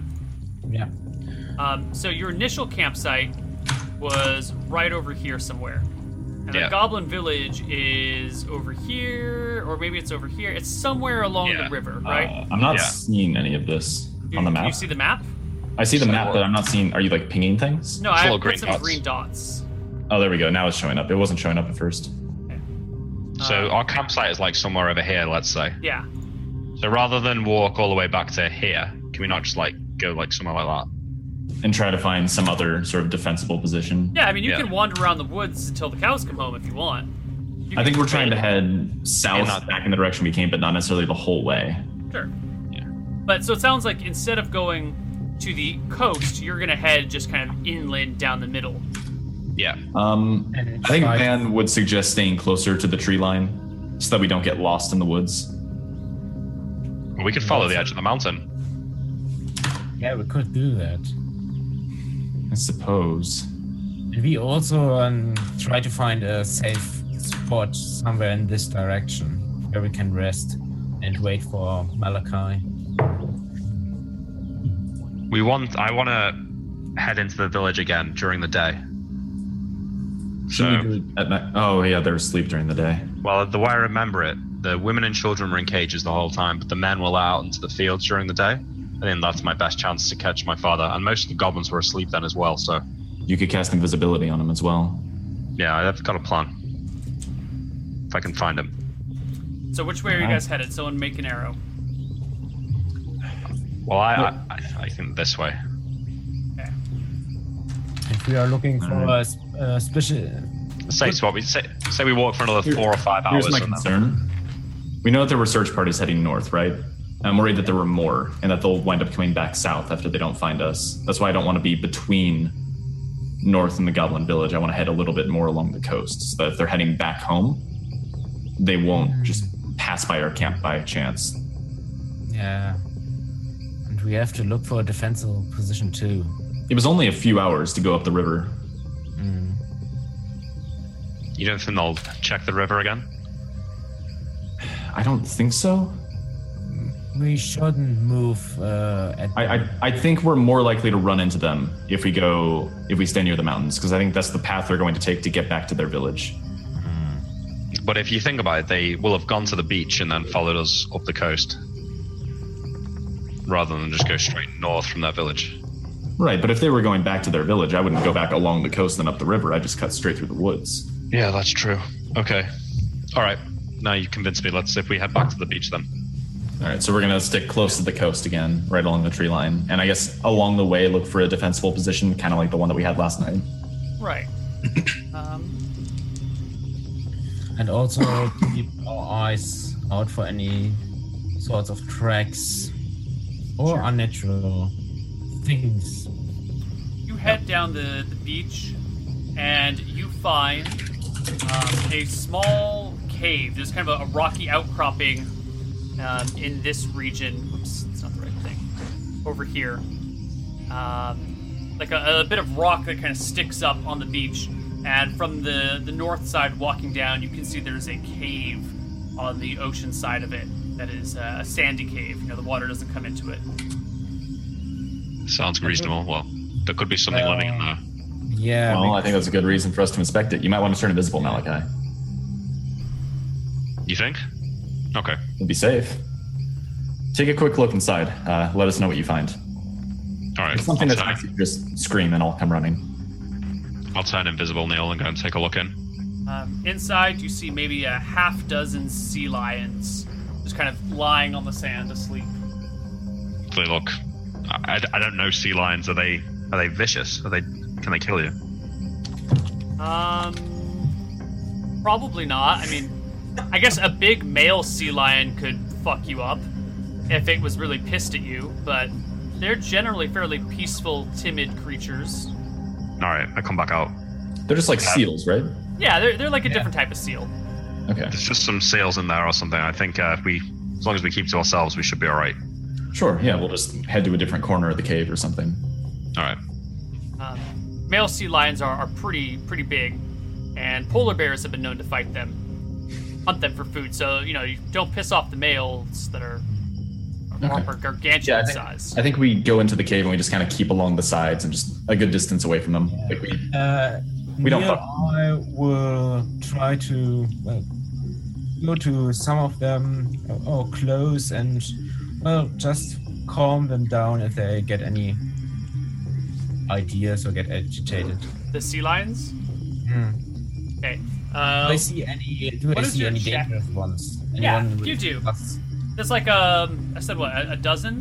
S5: Yeah.
S1: Um, so your initial campsite was right over here somewhere, and the
S2: Yeah.
S1: Goblin Village is over here, or maybe it's over here. It's somewhere along
S2: Yeah.
S1: the river, right?
S2: Uh,
S4: I'm not
S2: Yeah.
S4: seeing any of this
S1: you,
S4: on the
S1: do
S4: map.
S1: You see the map?
S4: I see the
S2: So-
S4: map, but I'm not seeing. Are you like pinging things?
S1: No,
S2: It's
S1: I
S2: little
S1: put
S2: green
S1: some
S2: dots.
S1: green dots.
S4: Oh, there we go. Now it's showing up. It wasn't showing up at first.
S2: So
S1: Uh,
S2: our campsite is like somewhere over here, let's say.
S1: Yeah.
S2: So rather than walk all the way back to here, can we not just like go like somewhere like that?
S4: And try to find some other sort of defensible position.
S1: Yeah, I mean, you
S2: Yeah.
S1: can wander around the woods until the cows come home if you want. You
S4: I
S1: can
S4: think we're trying to
S1: trade-
S4: head south,
S2: And not-
S4: back in the direction we came, but not necessarily the whole way.
S1: Sure.
S2: Yeah.
S1: But so it sounds like instead of going to the coast, you're going to head just kind of inland down the middle.
S2: Yeah.
S4: Um,
S5: And it's
S4: I think
S5: like-
S4: Van would suggest staying closer to the tree line so that we don't get lost in the woods.
S2: Well, we could follow the edge of the mountain.
S5: Yeah, we could do that.
S4: I suppose.
S5: And we also um, try to find a safe spot somewhere in this direction where we can rest and wait for Malachi.
S2: We want. I want to head into the village again during the day.
S4: Shouldn't we do it at night? Oh, yeah, they were asleep during the day.
S2: Well, the way I remember it, the women and children were in cages the whole time, but the men were let out into the fields during the day. I think that's my best chance to catch my father. And most of the goblins were asleep then as well. So
S4: You could cast invisibility on them as well.
S2: yeah, I've got a plan. If I can find him.
S1: So which way are you guys headed? Someone make an arrow.
S2: Well, I I, I, I think this way.
S1: Okay.
S5: If we are looking for a, s- a special.
S2: Say so what we say. Say we walk for another four or five hours.
S4: Here's my
S2: and then-
S4: concern. We know that there were search parties heading north, right? I'm worried that there were more and that they'll wind up coming back south after they don't find us. That's why I don't want to be between north and the Goblin Village. I want to head a little bit more along the coast so that if they're heading back home, they won't just pass by our camp by chance.
S5: Yeah. And we have to look for a defensible position too.
S4: It was only a few hours to go up the river.
S5: Mm.
S2: You don't think they'll check the river again?
S4: I don't think so.
S5: We shouldn't move uh, at
S4: I, I, I think we're more likely to run into them if we go if we stay near the mountains because I think that's the path they're going to take to get back to their village.
S2: But if you think about it, they will have gone to the beach and then followed us up the coast, rather than just go straight north from their village.
S4: Right, but if they were going back to their village, I wouldn't go back along the coast and up the river. I just cut straight through the woods.
S2: Yeah, that's true. Okay. All right. Now you convinced me. Let's if we head back to the beach then.
S4: All right, so we're gonna stick close to the coast again, right along the tree line, and I guess along the way look for a defensible position, kind of like the one that we had last night.
S1: Right. Um,
S5: and also keep our eyes out for any sorts of tracks or unnatural things.
S1: you head down the, the beach and you find um, a small cave. There's kind of a, a rocky outcropping um, in this region. Oops, it's not the right thing. Over here. Um, like a, a bit of rock that kind of sticks up on the beach. And from the, the north side, walking down, you can see there's a cave on the ocean side of it that is uh, a sandy cave. You know, the water doesn't come into it.
S2: Sounds reasonable. Well, there could be something living in
S4: Uh,
S2: there.
S5: Yeah,
S4: Well, I think that's a good reason for us to inspect it. You might want to turn invisible, Malachi.
S2: You think? Okay.
S4: It'd be safe. Take a quick look inside. Uh, let us know what you find.
S2: All right.
S4: It's something
S2: I'll
S4: that's
S2: turn,
S4: actually just scream and I'll come running.
S2: I'll turn invisible, Neil, and go and take a look in.
S1: Uh, Um, inside, you see maybe a half dozen sea lions just kind of lying on the sand asleep.
S2: They look. I, I- I don't know sea lions. Are they are they vicious? Are they can they kill you?
S1: Um, probably not. I mean, I guess a big male sea lion could fuck you up if it was really pissed at you, but they're generally fairly peaceful, timid creatures.
S2: All right, I come back out.
S4: They're just like seals, right?
S1: Yeah, they're, they're like a
S5: Yeah.
S1: different type of seal.
S4: Okay.
S2: There's just some seals in there or something. I think uh, if we, as long as we keep to ourselves, we should be all right.
S4: Sure. Yeah, we'll just head to a different corner of the cave or something.
S2: All right.
S1: Um, male sea lions are, are pretty pretty big, and polar bears have been known to fight them, hunt them for food. So you know you don't piss off the males that are, are
S4: Okay.
S1: proper gargantuan
S4: Yeah, I think-
S1: size.
S4: I think we go into the cave and we just kind of keep along the sides and just a good distance away from them. Like we,
S5: Uh,
S4: We don't
S5: Neil,
S4: fuck.
S5: I will try to well, go to some of them or- or close and well just calm them down if they get any ideas or get agitated.
S1: The sea lions.
S5: Hmm.
S1: Okay.
S5: Do
S1: Uh,
S5: I see any? Do
S1: What
S5: I
S1: is
S5: see
S1: your
S5: any
S1: check?
S5: dangerous ones?
S1: Yeah,
S5: Anyone with
S1: you do.
S5: plus-
S1: there's like um, I said what a, a dozen,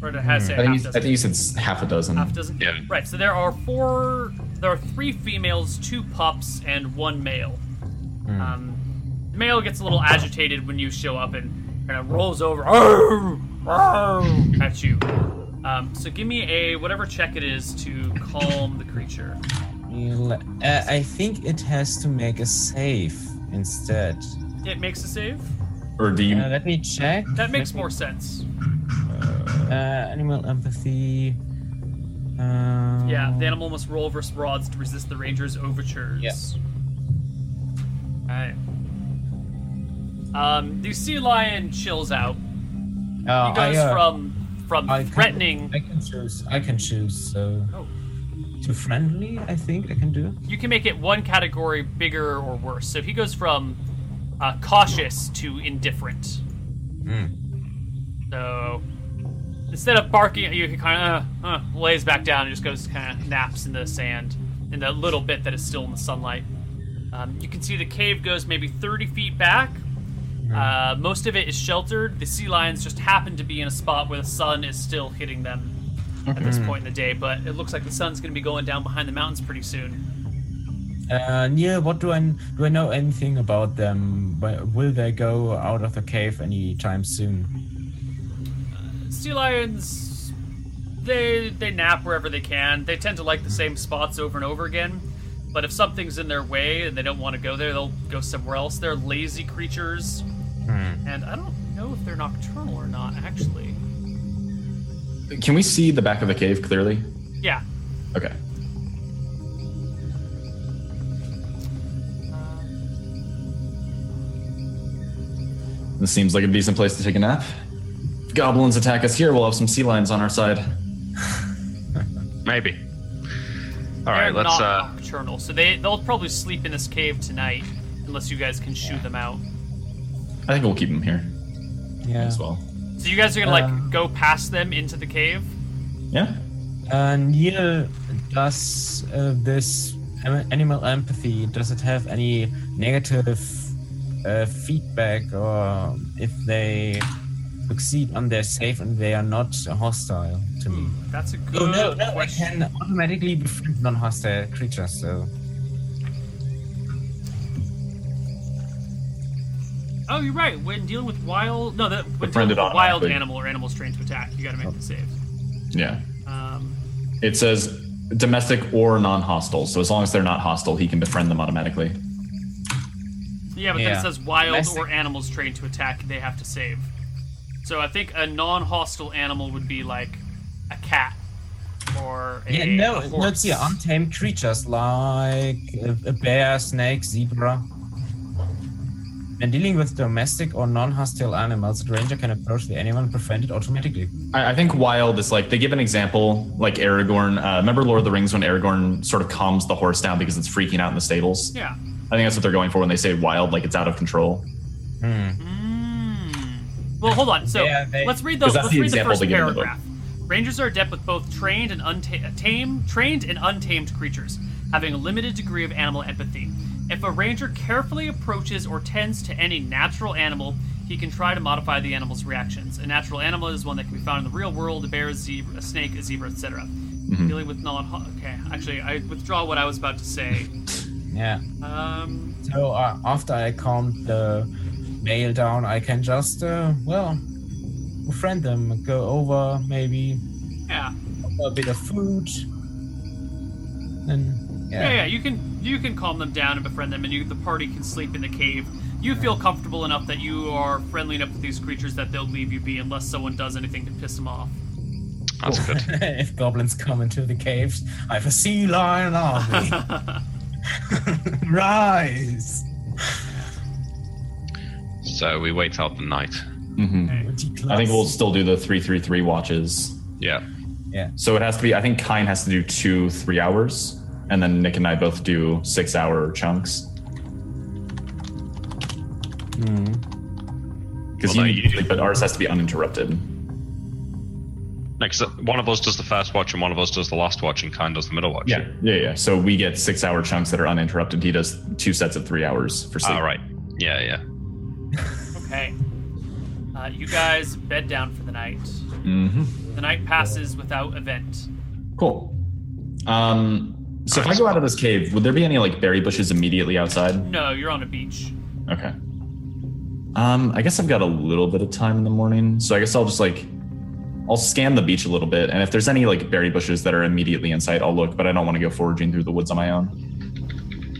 S1: or it has
S4: Hmm. I
S1: say
S4: think,
S1: half
S4: you- I
S1: dozen.
S4: think you said s- half a dozen.
S1: half dozen.
S2: Yeah.
S1: Right. So there are four. There are three females, two pups, and one male.
S5: Hmm.
S1: Um, the male gets a little agitated when you show up and kind of rolls over "Arr! Arr!" at you. Um, so give me a whatever check it is to calm the creature.
S5: Neil, Uh, I think it has to make a save instead.
S1: It makes a save.
S4: Or do you?
S5: Uh, let me check.
S1: That makes more sense.
S5: Uh, animal empathy. Um,
S1: Yeah, the animal must roll versus rods to resist the ranger's overtures. Alright. Um, the sea lion chills out.
S5: Uh,
S1: He goes
S5: I, uh,
S1: from from
S5: I can-
S1: threatening
S5: I can choose. I can choose. So
S1: Oh.
S5: to friendly, I think I can do.
S1: you can make it one category bigger or worse. So he goes from uh, cautious to indifferent. So instead of barking at you, he kind of uh, uh, lays back down and just goes kind of naps in the sand, in the little bit that is still in the sunlight. Um, you can see the cave goes maybe 30 feet back. Uh, most of it is sheltered. The sea lions just happen to be in a spot where the sun is still hitting them at this point in the day, but it looks like the sun's going to be going down behind the mountains pretty soon.
S5: Uh, Neil, what do I do? I know anything about them? Wh- Will they go out of the cave anytime soon?
S1: sea lions they they nap wherever they can they tend to like the same spots over and over again but if something's in their way and they don't want to go there they'll go somewhere else they're lazy creatures
S2: Hmm.
S1: and i don't know if they're nocturnal or not actually
S4: Can we see the back of the cave clearly?
S1: yeah
S4: Okay. This seems like a decent place to take a nap. If goblins attack us here, we'll have some sea lions on our side.
S2: Maybe. All
S1: they're
S2: right. Let's.
S1: not
S2: Uh,
S1: nocturnal so they they'll probably sleep in this cave tonight unless you guys can shoot them out
S4: I think we'll keep them here
S5: Yeah.
S4: as well.
S1: so you guys are gonna
S5: Um,
S1: like go past them into the cave
S4: Yeah.
S5: Uh, Neil, does uh, this am- animal empathy does it have any negative uh, feedback, or if they succeed on their safe and they are not hostile to me?
S1: Hmm, that's a good
S5: Oh no, no, I
S1: question
S5: can automatically befriend non-hostile creatures. So
S1: Oh, you're right. When dealing with wild, no, that when dealing
S4: Befriended
S1: with a wild
S4: automatically.
S1: animal or animals trained to attack, you got to make the save.
S4: Yeah.
S1: Um,
S4: It says domestic or non hostile. So as long as they're not hostile, he can befriend them automatically.
S1: yeah, but then it
S5: Yeah.
S1: says wild
S5: Domestic-
S1: or animals trained to attack, they have to save. So I think a non-hostile animal would be like a cat or a
S5: yeah, no,
S1: a
S5: no, it's
S1: horse.
S5: yeah, untamed creatures like a, a bear, snake, zebra. When dealing with domestic or non-hostile animals, the ranger can approach the animal and befriend it automatically.
S4: I, I think wild is like they give an example like Aragorn. Uh, remember Lord of the Rings when Aragorn sort of calms the horse down because it's freaking out in the stables.
S1: yeah.
S4: I think that's what they're going for when they say wild, like it's out of control.
S1: Mm. Well, hold on. So
S5: Yeah, they-
S1: let's read the
S4: 'Cause that's
S1: let's
S4: the
S1: read the
S4: example
S1: first
S4: they give in the book.
S1: paragraph. Rangers are adept with both trained and untamed, trained and untamed creatures, having a limited degree of animal empathy. If a ranger carefully approaches or tends to any natural animal, he can try to modify the animal's reactions. A natural animal is one that can be found in the real world: a bear, a, zebra, a snake, a zebra, etc.
S4: Mm-hmm.
S1: Dealing with non. Okay, actually, I withdraw what I was about to say.
S5: Yeah.
S1: Um,
S5: So uh, after I calm the male down, I can just, uh, well, befriend them, go over, maybe
S1: yeah.
S5: a bit of food. And
S1: yeah,
S5: yeah.
S1: yeah. You can you can calm them down and befriend them, and you the party can sleep in the cave. You feel comfortable enough that you are friendly enough with these creatures that they'll leave you be unless someone does anything to piss them off.
S2: That's good.
S5: <laughs> if goblins come into the caves, I have a sea lion army. Rise!
S2: So we wait till the night.
S4: hmm I think we'll still do the three three three watches.
S2: Yeah.
S4: So it has to be. I think Kine has to do two three hours, and then Nick and I both do six hour chunks. Because
S2: Although
S4: you need
S2: you-
S4: to sleep, but ours has to be uninterrupted.
S2: Next, one of us does the first watch and one of us does the last watch, and Kine does the middle watch.
S4: Yeah, yeah, yeah. So we get six hour chunks that are uninterrupted. He does two sets of three hours for sleep.
S2: All Ah, right. Yeah, yeah.
S1: Okay. Uh, you guys bed down for the night.
S4: Mm-hmm.
S1: The night passes without event.
S4: Cool. Um, so if I go out of this cave, would there be any like berry bushes immediately outside?
S1: No, you're on a beach.
S4: Okay. Um, I guess I've got a little bit of time in the morning, so I guess I'll just like I'll scan the beach a little bit, and if there's any like berry bushes that are immediately in sight, I'll look. But I don't want to go foraging through the woods on my own.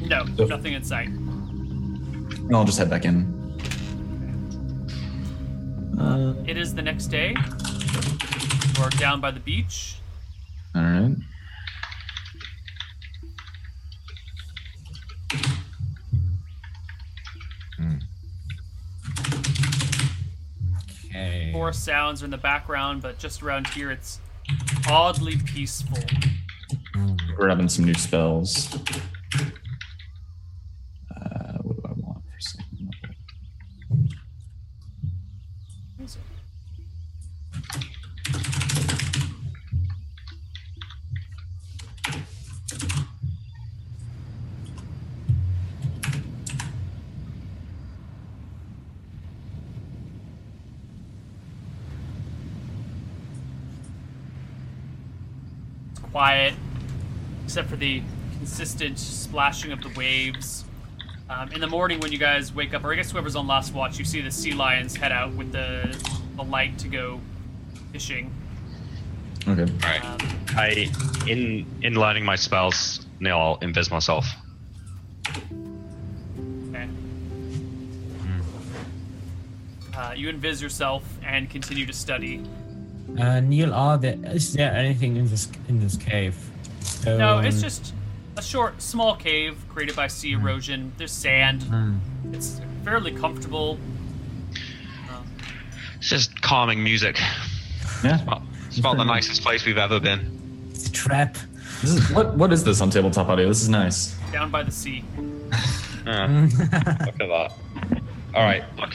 S1: No,
S4: So-
S1: nothing in sight.
S4: And I'll just head back in. Uh,
S1: It is the next day. You are down by the beach.
S4: all right.
S5: Okay.
S1: Forest sounds are in the background, but just around here it's oddly peaceful.
S4: grabbing some new spells. Uh, what do I want for second level?
S1: It's quiet, except for the consistent splashing of the waves. Um, in the morning, when you guys wake up, or I guess whoever's on last watch, you see the sea lions head out with the, the light to go fishing.
S4: Okay.
S2: All right.
S1: Um,
S2: I in in learning my spells, Neil, I'll invis myself.
S1: okay.
S5: Hmm.
S1: Uh, you invis yourself and continue to study.
S5: Uh, Neil, are there is there anything in this in this cave?
S1: No, it's
S5: Um,
S1: just a short, small cave created by sea erosion. There's sand.
S5: hmm.
S1: It's fairly comfortable. Um,
S2: It's just calming music.
S4: Yeah.
S2: Well, it's about
S4: <laughs>
S2: the nicest place we've ever been.
S5: It's a trap.
S4: This is, what what is this on tabletop audio? This is nice.
S1: down by the sea.
S2: Yeah, look at that. All right, look.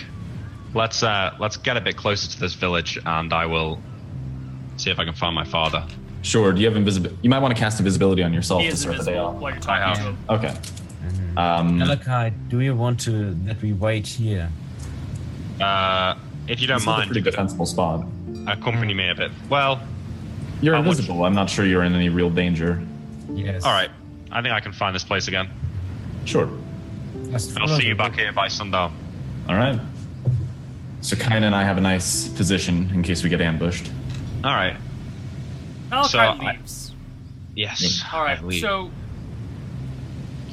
S2: Let's uh let's get a bit closer to this village, and I will see if I can find my father.
S4: Sure. Do you have invisibility? You might want to cast invisibility on yourself
S1: He
S4: to
S1: is
S4: start the day
S1: invisible
S4: off.
S1: while you're
S2: I
S1: talking to
S2: have.
S1: him.
S4: Okay. Um,
S5: Malachi, do you want to that we wait here?
S2: Uh, if you don't
S4: this is a
S2: mind,
S4: pretty defensible spot.
S2: accompany me a bit. Well,
S4: You're
S2: How much-
S4: invisible. I'm not sure you're in any real danger.
S5: Yes.
S2: all right. I think I can find this place again.
S4: Sure.
S5: Just
S2: I'll
S5: follow
S2: see you
S5: the-
S2: back here by sundown.
S4: All right. So Kine and I have a nice position in case we get ambushed.
S2: All right. So,
S1: Malachi
S2: I-
S1: leaves.
S2: Yes.
S1: All right,
S2: I leave.
S1: so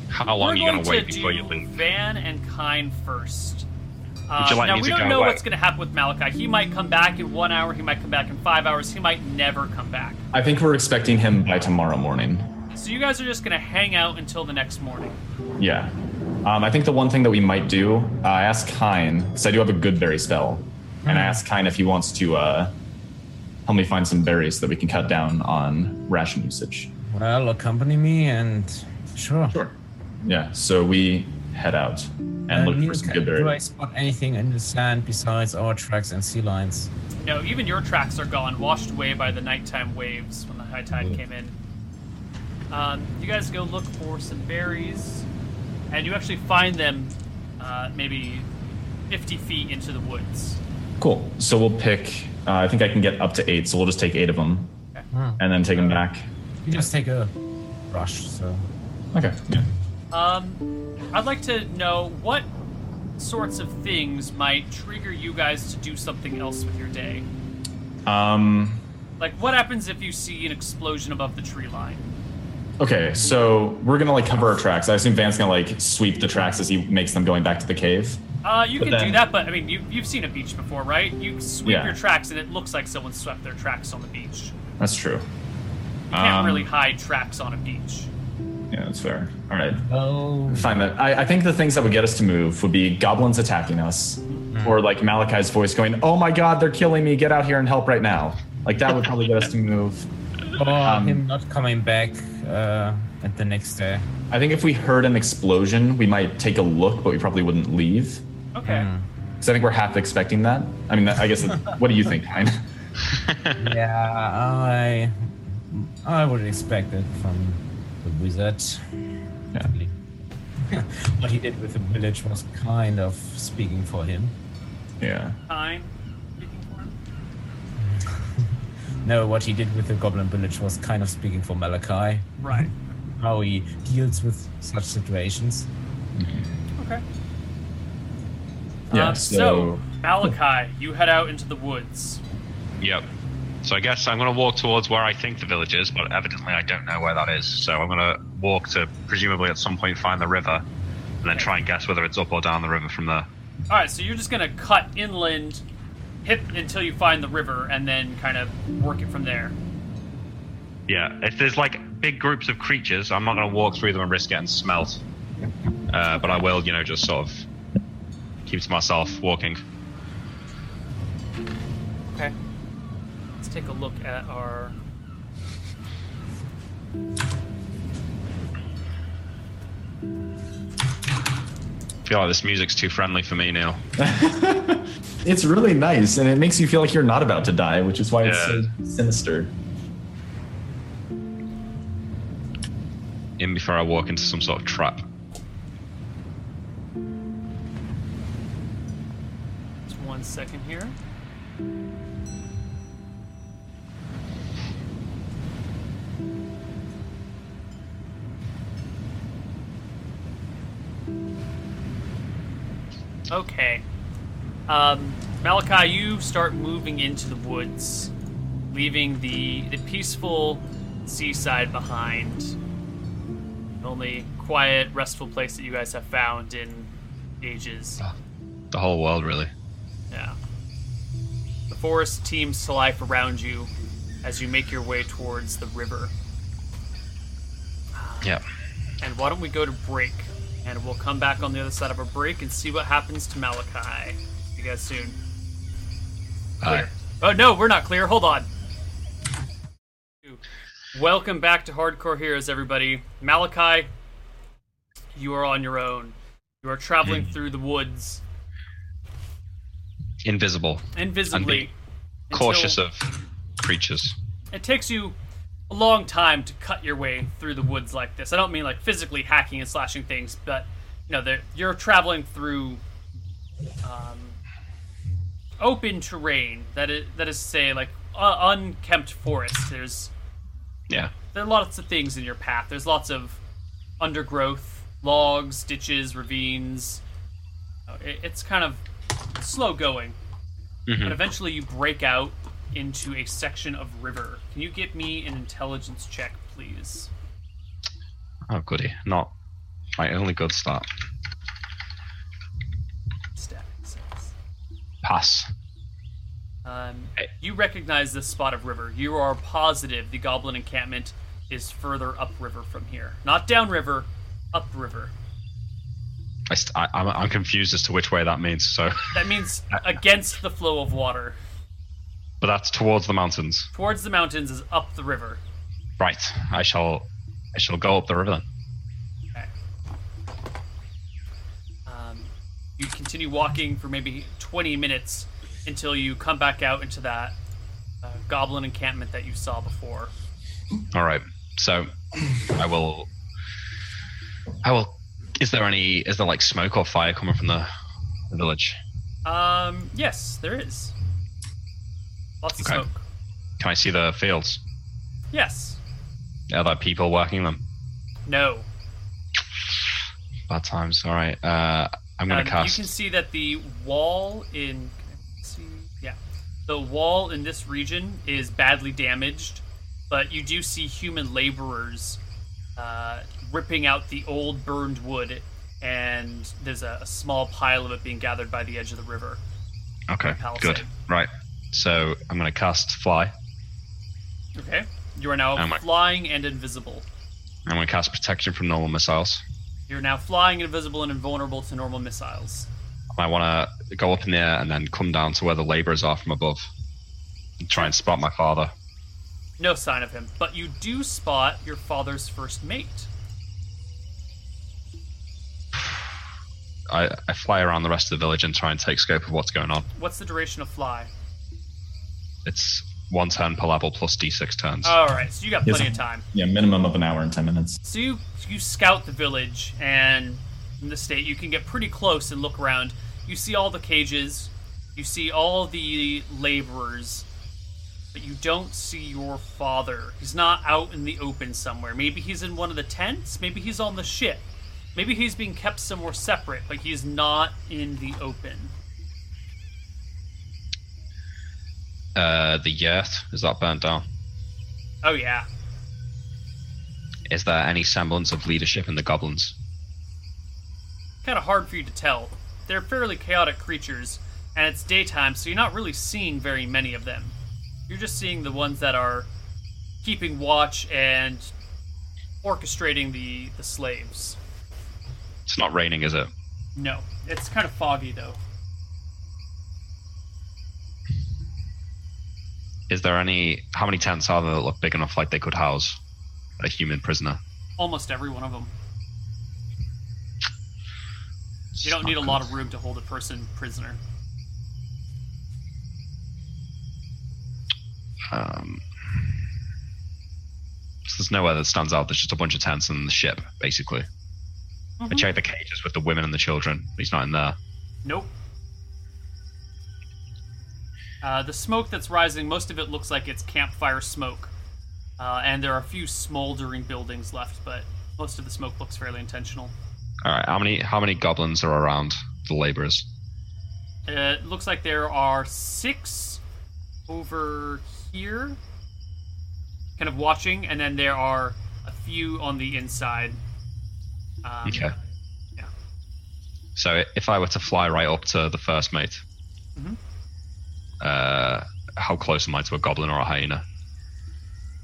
S2: how long
S1: we're
S2: are you
S1: going
S2: gonna
S1: to
S2: wait
S1: do
S2: before you leave?
S1: Van and Kine first. Uh,
S2: Would you like
S1: now
S2: me
S1: we
S2: to
S1: don't
S2: go
S1: know
S2: away?
S1: what's going to happen with Malachi. He might come back in one hour. He might come back in five hours. He might never come back.
S4: I think we're expecting him by tomorrow morning.
S1: So you guys are just going to hang out until the next morning.
S4: Yeah. Um, I think the one thing that we might do, uh, I asked Kine, because I do have a good berry spell, and I asked Kine if he wants to uh, help me find some berries that we can cut down on ration usage.
S5: Well, accompany me and sure.
S4: Sure. Yeah, so we head out and
S5: Uh,
S4: look
S5: Neil,
S4: for some
S5: can-
S4: good
S5: do I
S4: berries.
S5: spot anything in the sand besides our tracks and sea lions?
S1: No, even your tracks are gone, washed away by the nighttime waves when the high tide came in. Um, you guys go look for some berries. and you actually find them uh, maybe 50 feet into the woods.
S4: Cool. So we'll pick. Uh, I think I can get up to eight, so we'll just take eight of them and then take them back.
S5: You just take a rush, so
S4: Okay.
S1: Um, I'd like to know what sorts of things might trigger you guys to do something else with your day.
S4: Um,
S1: Like, what happens if you see an explosion above the tree line?
S4: okay. So we're gonna like cover our tracks. I assume Van's gonna like sweep the tracks as he makes them going back to the cave.
S1: Uh, you
S4: But
S1: can do
S4: then-
S1: that, but I mean, you, you've seen a beach before, right? You sweep
S4: Yeah.
S1: your tracks, and it looks like someone swept their tracks on the beach.
S4: That's true.
S1: You can't
S4: Um,
S1: really hide tracks on a beach.
S4: Yeah, that's fair. All right.
S5: well,
S4: Fine. That I, I think the things that would get us to move would be goblins attacking us, or like Malachi's voice going, "Oh my God, they're killing me! Get out here and help right now!" Like that would probably get us to move.
S5: or
S4: um,
S5: him not coming back uh, at the next day.
S4: I think if we heard an explosion, we might take a look, but we probably wouldn't leave
S1: Okay.
S4: because I think we're half expecting that. I
S1: <laughs>
S4: mean, I guess. what do you think, Hein?
S5: Yeah, I I would expect it from the wizard.
S4: Yeah.
S5: <laughs> what he did with the village was kind of speaking for him.
S4: Yeah.
S1: Time. Speaking for him.
S5: No, what he did with the goblin village was kind of speaking for Malachi.
S1: Right.
S5: How he deals with such situations.
S1: Okay.
S4: Yeah.
S1: Um, so, Malachi, you head out into the woods.
S2: Yep. So I guess I'm going to walk towards where I think the village is, but evidently I don't know where that is. So I'm going to walk to presumably at some point find the river, and then try and guess whether it's up or down the river from there.
S1: All right, so you're just gonna cut inland, hit until you find the river, and then kind of work it from there.
S2: Yeah. If there's like big groups of creatures, I'm not going to walk through them and risk getting smelt. Uh, but I will, you know, just sort of keep to myself walking.
S1: Okay. Let's take a look at our.
S2: I feel like this music's too friendly for me now.
S4: it's really nice, and it makes you feel like you're not about to die, which is why
S2: Yeah.
S4: it's so sinister.
S2: In before I walk into some sort of trap.
S1: Just one second here. Okay. Um, Malachi, you start moving into the woods, leaving the, the peaceful seaside behind. The only quiet, restful place that you guys have found in ages.
S2: The whole world, really.
S1: Yeah. The forest teems to life around you as you make your way towards the river.
S2: Yeah.
S1: And why don't we go to break? And we'll come back on the other side of a break and see what happens to Malachi. See you guys soon.
S2: Aye.
S1: Oh no, we're not clear. Hold on. Welcome back to Hardcore Heroes, everybody. Malachi, you are on your own. You are
S2: Hmm.
S1: traveling through the woods
S2: Invisible.
S1: invisibly.
S2: Cautious
S1: until-
S2: of creatures.
S1: it takes you a long time to cut your way through the woods like this. I don't mean like physically hacking and slashing things, but you know, they're- you're traveling through um, open terrain. That is, that is to say, like uh, unkempt forest. There's
S2: Yeah.
S1: there are lots of things in your path. There's lots of undergrowth, logs, ditches, ravines. Uh, it- It's kind of slow going, but eventually you break out into a section of river. Can you get me an intelligence check, please?
S2: Oh, goody. Not my only good start.
S1: Stat says.
S2: Pass.
S1: Um, you recognize this spot of river. You are positive the goblin encampment is further upriver from here, not downriver, upriver.
S2: I st- I, I'm, I'm confused as to which way that means, so. <laughs>
S1: That means against the flow of water.
S2: But that's towards the mountains.
S1: towards the mountains is up the river.
S2: Right. I shall I shall go up the river then.
S1: Okay. Um, you continue walking for maybe 20 minutes until you come back out into that uh, goblin encampment that you saw before.
S2: All right. So I will I will Is there any? Is there like smoke or fire coming from the, the village?
S1: Um, yes, there is. Lots of
S2: Okay.
S1: smoke.
S2: Can I see the fields?
S1: Yes.
S2: Are there people working them?
S1: No.
S2: Bad times. All right. Uh, I'm gonna
S1: Um,
S2: cast.
S1: You can see that the wall in can I see? yeah, the wall in this region is badly damaged, but you do see human laborers uh, ripping out the old burned wood, and there's a, a small pile of it being gathered by the edge of the river.
S2: Okay.
S1: Palisade.
S2: Good. Right. So I'm gonna cast fly.
S1: Okay, you are now
S2: Oh my-
S1: flying and invisible.
S2: I'm gonna cast protection from normal missiles.
S1: You're now flying, invisible, and invulnerable to normal missiles.
S2: I want to go up in the air and then come down to where the laborers are from above and try and spot my father.
S1: No sign of him, but you do spot your father's first mate.
S2: I, I fly around the rest of the village and try and take scope of what's going on.
S1: What's the duration of fly?
S2: It's one turn per level plus d6 turns.
S1: All right, so you got
S4: Yes.
S1: plenty of time.
S4: Yeah, minimum of an hour and 10 minutes.
S1: So you you scout the village and in the state you can get pretty close and look around. You see all the cages, you see all the laborers, but you don't see your father. He's not out in the open somewhere. Maybe he's in one of the tents, maybe he's on the ship. Maybe he's being kept somewhere separate, but he's not in the open.
S2: Uh, the yurt, is that burnt down?
S1: Oh yeah.
S2: Is there any semblance of leadership in the goblins?
S1: kind of hard for you to tell. They're fairly chaotic creatures, and it's daytime, so you're not really seeing very many of them. You're just seeing the ones that are keeping watch and orchestrating the, the slaves.
S2: It's not raining, is it?
S1: No, it's kind of foggy though.
S2: Is there any. How many tents are there that look big enough like they could house a human prisoner?
S1: Almost every one of them.
S2: It's
S1: You don't
S2: not
S1: need a
S2: good.
S1: lot of room to hold a person prisoner.
S2: Um, so there's nowhere that stands out. There's just a bunch of tents and the ship, basically. I
S1: Mhm.
S2: checked the cages with the women and the children. He's not in there.
S1: Nope. Uh, the smoke that's rising, most of it looks like it's campfire smoke. Uh, and there are a few smoldering buildings left, but most of the smoke looks fairly intentional.
S2: All right. How many? How many goblins are around the laborers?
S1: Uh, It looks like there are six over here, kind of watching, and then there are a few on the inside. Um,
S2: Okay.
S1: yeah.
S2: So i- if I were to fly right up to the first mate,
S1: Mhm.
S2: uh, how close am I to a goblin or a hyena?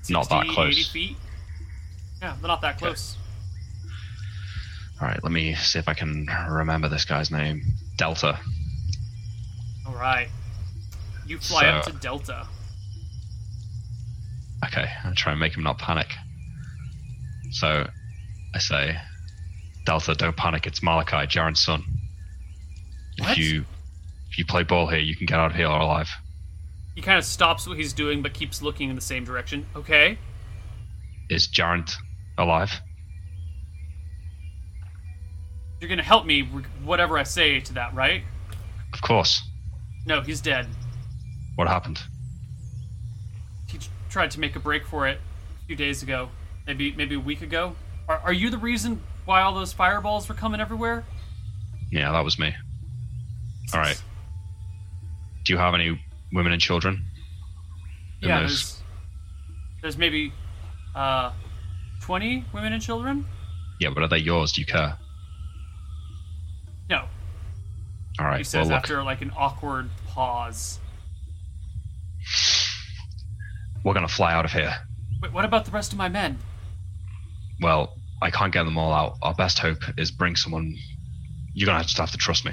S2: Not that
S1: 60,
S2: close.
S1: 80 feet. Yeah, they're not that close.
S2: All right. Let me see if I can remember this guy's name. Delta.
S1: All right. You fly up
S2: So-
S1: to Delta.
S2: Okay, I'll try and make him not panic. So I say, Delta, don't panic. It's Malachi, Jaren's son.
S1: What?
S2: If you if you play ball here, you can get out of here alive.
S1: He kind of stops what he's doing but keeps looking in the same direction. Okay.
S2: Is Jaren alive?
S1: You're going to help me, with whatever I say to that, right?
S2: Of course.
S1: No, he's dead.
S2: What happened?
S1: He t- tried to make a break for it a few days ago. Maybe maybe a week ago. Are, are you the reason why all those fireballs were coming everywhere?
S2: Yeah, that was me. All right. Do you have any women and children? in
S1: Yeah,
S2: this?
S1: there's, there's maybe uh, 20 women and children?
S2: Yeah, but are they yours? Do you care?
S1: No,
S2: All
S1: he
S2: right. Well,
S1: says
S2: look.
S1: after like an awkward pause.
S2: We're gonna fly out of here.
S1: Wait, what about the rest of my men?
S2: Well, I can't get them all out. Our best hope is bring someone. You're gonna just have to trust me.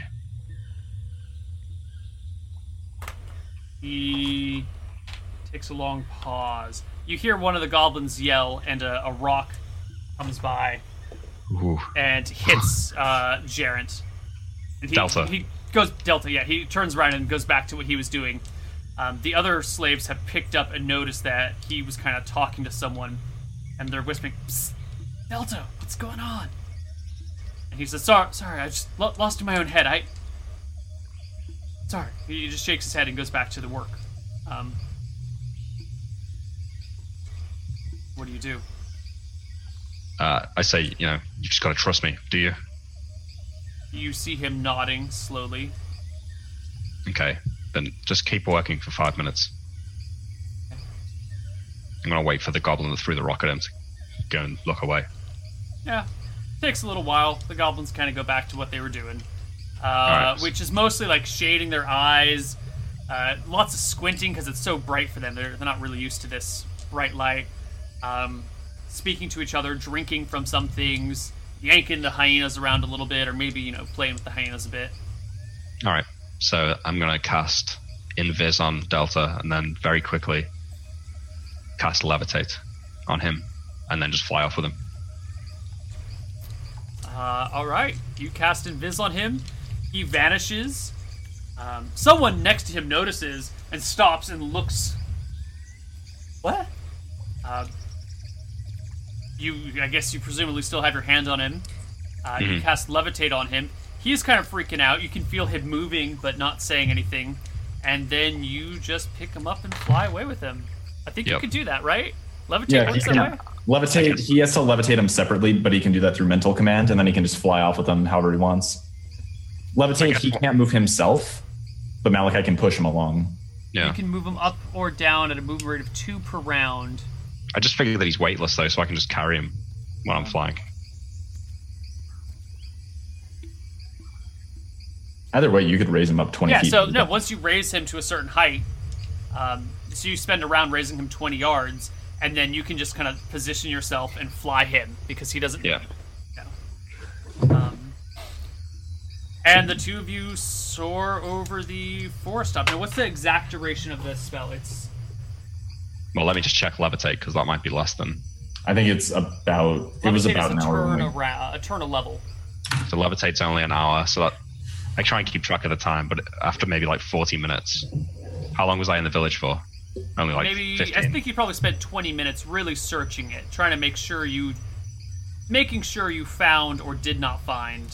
S1: He takes a long pause. You hear one of the goblins yell, and a, a rock comes by
S2: Ooh.
S1: and hits uh, Jarrett. And he,
S2: Delta.
S1: He goes Delta. Yeah, he turns around and goes back to what he was doing. Um, the other slaves have picked up and noticed that he was kind of talking to someone, and they're whispering, Psst, "Delta, what's going on?" And he says, "Sorry, sorry, I just lo- lost in my own head. I, sorry." He just shakes his head and goes back to the work. Um, what do you do?
S2: Uh, I say, you know, you just gotta trust me, do you?
S1: You see him nodding slowly.
S2: Okay, then just keep working for five minutes. I'm gonna wait for the goblin that threw the rock at him to go and look away.
S1: Yeah, takes a little while. The goblins kind of go back to what they were doing, uh,
S2: right.
S1: which is mostly like shading their eyes, uh, lots of squinting because it's so bright for them. They're, they're not really used to this bright light. Um, speaking to each other, drinking from some things, yanking the hyenas around a little bit, or maybe you know playing with the hyenas a bit.
S2: All right, so I'm gonna cast Invis on Delta, and then very quickly cast Levitate on him, and then just fly off with him.
S1: Uh, all right, you cast invis on him. He vanishes. Um, someone next to him notices and stops and looks. What? Uh, you, I guess you presumably still have your hand on him. Uh, You
S2: Mhm.
S1: cast levitate on him. He's kind of freaking out. You can feel him moving but not saying anything. And then you just pick him up and fly away with him. I think you
S2: Yep.
S1: can do that, right? Levitate
S4: Yeah,
S1: works that
S4: he can-
S1: way.
S4: Levitate. He has to levitate him separately, but he can do that through mental command, and then he can just fly off with them however he wants. Levitate. He can't move himself, but Malachi can push him along.
S2: Yeah,
S1: You can move him up or down at a movement rate of two per round.
S2: I just figured that he's weightless though, so I can just carry him when I'm flying.
S4: Either way, you could raise him up twenty
S1: Yeah,
S4: feet.
S1: so no, once you raise him to a certain height, um, so you spend a round raising him 20 yards, and then you can just kind of position yourself and fly him because he doesn't.
S2: Yeah.
S1: no. Um, and the two of you soar over the forest top. Now, what's the exact duration of this spell? It's
S2: Well, let me just check Levitate because that might be less than.
S4: I think it's about. It was
S1: levitate
S4: about
S1: is
S4: an
S1: a
S4: hour.
S1: turn
S4: when we-
S1: around, a turn a level.
S2: So Levitate's only an hour, so that I try and keep track of the time. But after maybe like 40 minutes, how long was I in the village for? Only like
S1: Maybe
S2: 15.
S1: I think you probably spent 20 minutes really searching it, trying to make sure you, making sure you found or did not find.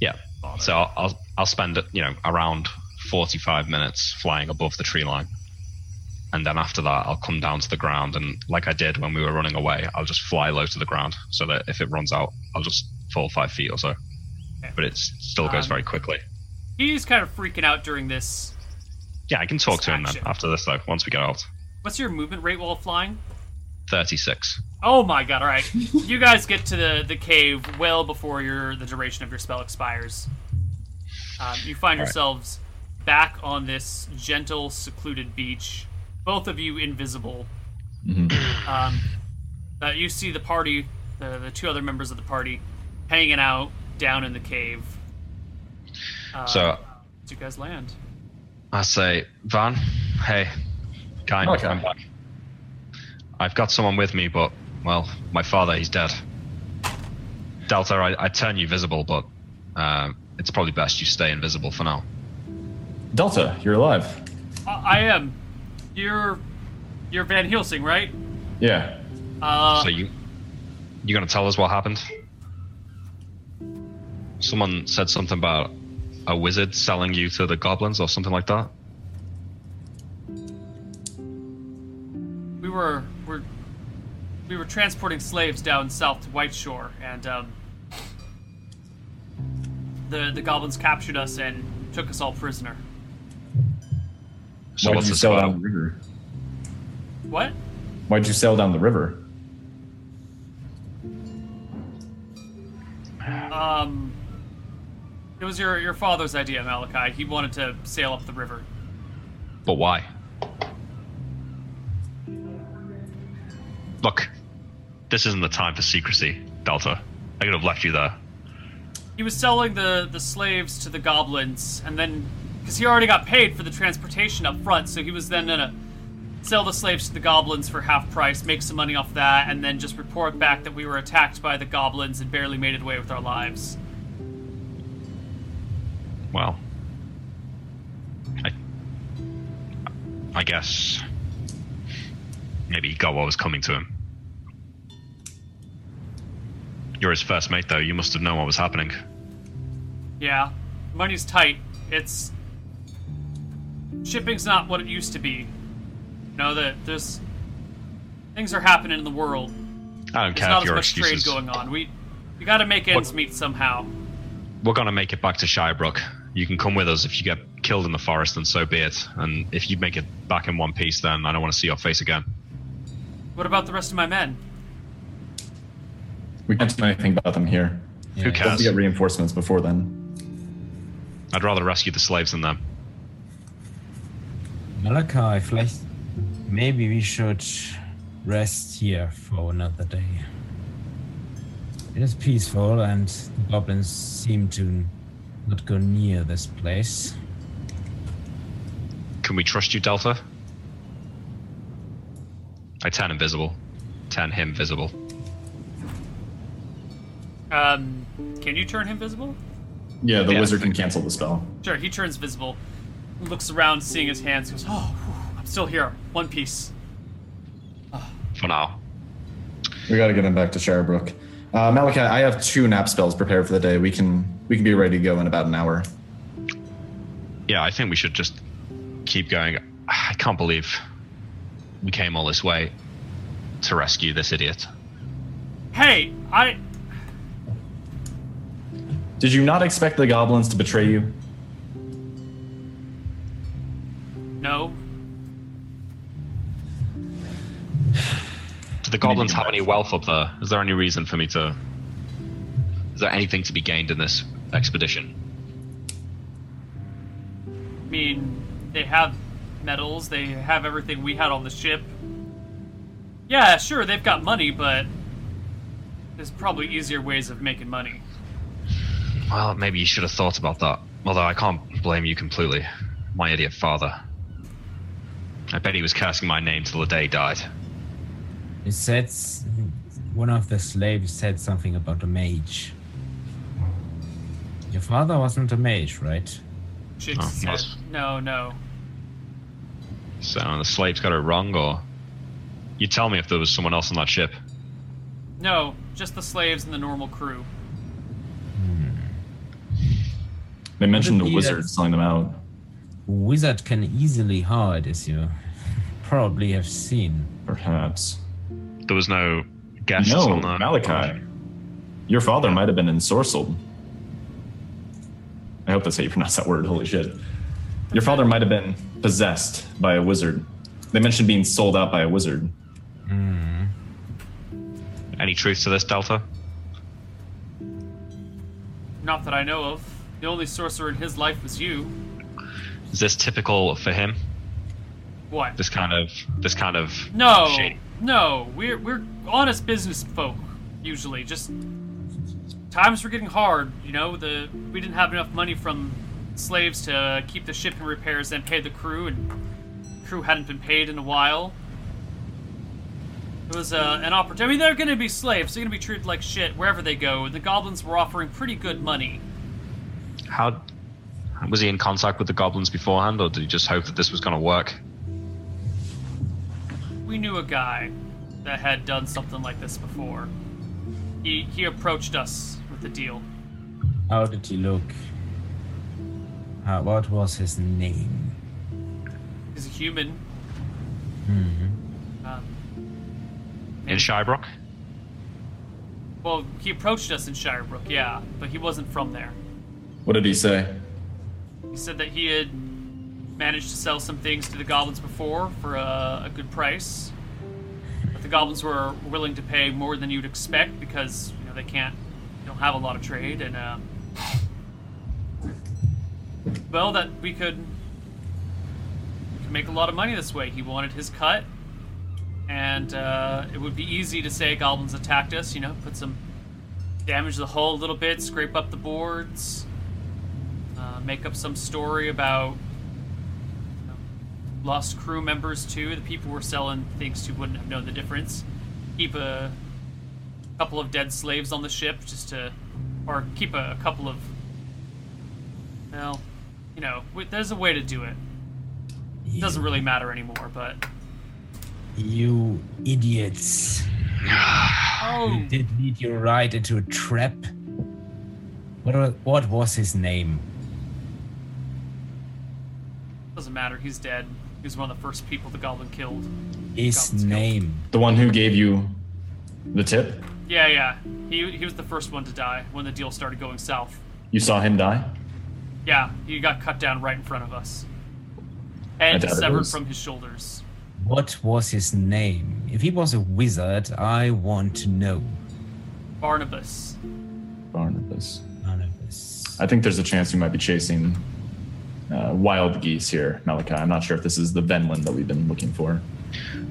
S2: Yeah.
S1: Bother.
S2: So I'll, I'll I'll spend you know around 45 minutes flying above the tree line, and then after that I'll come down to the ground and like I did when we were running away, I'll just fly low to the ground so that if it runs out, I'll just fall five feet or so. But it still goes
S1: Um,
S2: very quickly.
S1: He's kind of freaking out during this.
S2: Yeah, I can talk to him then
S1: action.
S2: after this though. Once we get out,
S1: What's your movement rate while flying?
S2: 36.
S1: Oh my god! All
S2: <laughs>
S1: right, you guys get to the the cave well before your the duration of your spell expires. Um, you find
S2: All right.
S1: yourselves back on this gentle, secluded beach. Both of you invisible.
S4: Mhm.
S2: Mm-hmm.
S1: Um, uh, you see the party, the, the two other members of the party, hanging out down in the cave. Uh,
S2: So
S1: as you guys land.
S2: I say, Van, hey, kind
S4: Okay.
S2: I'm back. I've got someone with me, but, well, my father, he's dead. Delta, I, I turn you visible, but uh, it's probably best you stay invisible for now.
S4: Delta, you're alive.
S1: I, I am. You're you're Van Helsing, right?
S4: Yeah.
S1: Uh,
S2: so you, you gonna tell us what happened? Someone said something about a wizard selling you to the goblins or something like that.
S1: we were we're we were transporting slaves down south to White Shore, and um, the the goblins captured us and took us all prisoner.
S2: So
S4: Why'd
S2: what's
S4: you
S2: this
S4: sail
S2: about?
S4: down the river?
S1: What?
S4: Why'd you sail down the river?
S1: Um, it was your your father's idea, Malachi. He wanted to sail up the river.
S2: But why? Look, this isn't the time for secrecy, Delta. I could have left you there.
S1: He was selling the the slaves to the goblins, and then because he already got paid for the transportation up front, so he was then gonna sell the slaves to the goblins for half price, make some money off that, and then just report back that we were attacked by the goblins and barely made it away with our lives.
S2: Well, I, I guess maybe he got what was coming to him. You're his first mate, though. You must have known what was happening.
S1: Yeah, money's tight. It's shipping's not what it used to be. You know that there's things are happening in the world.
S2: I
S1: There's
S2: don't care
S1: not
S2: if
S1: as
S2: your
S1: much
S2: excuses.
S1: trade going on. We we got to make ends
S2: What-
S1: meet somehow.
S2: We're gonna make it back to Shirebrook. You can come with us if you get killed in the forest, then so be it. And if you make it back in one piece, then I don't want to see your face again.
S1: What about the rest of my men?
S4: We can't do anything about them here.
S2: Who
S5: Yeah.
S4: Let's
S2: cares?
S4: get reinforcements before then.
S2: I'd rather rescue the slaves than them.
S5: Malachi, vielleicht, maybe we should rest here for another day. It is peaceful, and the goblins seem to not go near this place.
S2: Can we trust you, Delta? I turn invisible. Turn him visible.
S1: Um, can you turn him visible?
S4: Yeah, the
S2: Yeah.
S4: wizard can cancel the spell.
S1: Sure, he turns visible, looks around, seeing his hands, goes, "Oh, whew, I'm still here, one piece."
S2: For now.
S4: We got to get him back to Sherbrooke. Uh, Malachi, I have two nap spells prepared for the day. We can we can be ready to go in about an hour.
S2: Yeah, I think we should just keep going. I can't believe we came all this way to rescue this idiot.
S1: Hey, I
S4: Did you not expect the goblins to betray you?
S1: no,
S2: Do the goblins have any wealth up there? Is there any reason for me to? Is there anything to be gained in this expedition?
S1: I mean they have metals, they have everything we had on the ship. Yeah, sure, they've got money, but there's probably easier ways of making money.
S2: Well, maybe you should have thought about that. Although I can't blame you completely. My idiot father. I bet he was cursing my name till the day he died.
S5: It said s- one of the slaves said something about a mage. Your father wasn't a mage, right?
S1: Shakes
S2: Oh,
S1: his head.
S2: nice.
S1: No, no.
S2: So the slaves got it wrong, or you tell me if there was someone else on that ship.
S1: No, just the slaves and the normal crew.
S4: They mentioned the
S5: Yeah.
S4: wizard selling them out.
S5: Wizard can easily hide, as you <laughs> probably have seen.
S4: Perhaps.
S2: There was no guests
S4: no,
S2: on that.
S4: Malachi. Your father might have been ensorcelled. I hope that's how you pronounce that word. Holy shit. Your father might have been possessed by a wizard. They mentioned being sold out by a wizard.
S2: Any truth to this, Delta?
S1: Not that I know of. The only sorcerer in his life was you.
S2: Is this typical for him?
S1: What?
S2: This kind of, this kind of.
S1: No,
S2: Shady.
S1: no. We're we're honest business folk usually. Just times were getting hard. You know, the we didn't have enough money from slaves to keep the ship in repairs and pay the crew, and crew hadn't been paid in a while. It was uh, an opportunity. I mean, they're going to be slaves. They're going to be treated like shit wherever they go. The goblins were offering pretty good money.
S2: How was he in contact with the goblins beforehand, or did he just hope that this was going to work?
S1: We knew a guy that had done something like this before. He he approached us with the deal.
S5: How did he look? How, what was his name?
S1: He's a human. Um,
S2: In Shybrook?
S1: well, he approached us in Shirebrook, yeah, but he wasn't from there.
S4: What did he say?
S1: He said that he had managed to sell some things to the goblins before for a, a good price, but the goblins were willing to pay more than you'd expect because you know they can't, they don't have a lot of trade, and uh, well, that we could, we could make a lot of money this way. He wanted his cut, and uh, it would be easy to say goblins attacked us. You know, put some damage to the hull a little bit, scrape up the boards uh, make up some story about you know, lost crew members too. The people we're selling things to wouldn't have known the difference. Keep a couple of dead slaves on the ship just to, or keep a, a couple of. Well, you know, w- there's a way to do it. It doesn't really matter anymore, but
S5: You idiots.
S1: Oh,
S5: You did lead you right into a trap. What, wa- what was his name?
S1: doesn't matter. He's dead. He was one of the first people the goblin killed.
S5: His
S1: Goblin Scout.
S5: name.
S4: The one who gave you the tip?
S1: Yeah, yeah. He he was the first one to die when the deal started going south.
S4: You saw him die?
S1: Yeah, he got cut down right in front of us, and
S4: doubt it
S1: severed
S4: was.
S1: from his shoulders.
S5: What was his name? If he was a wizard, I want to know.
S1: Barnabas.
S4: Barnabas.
S5: None of this.
S4: I think there's a chance we might be chasing uh, wild geese here, Malachi. I'm not sure if this is the Venland that we've been looking for.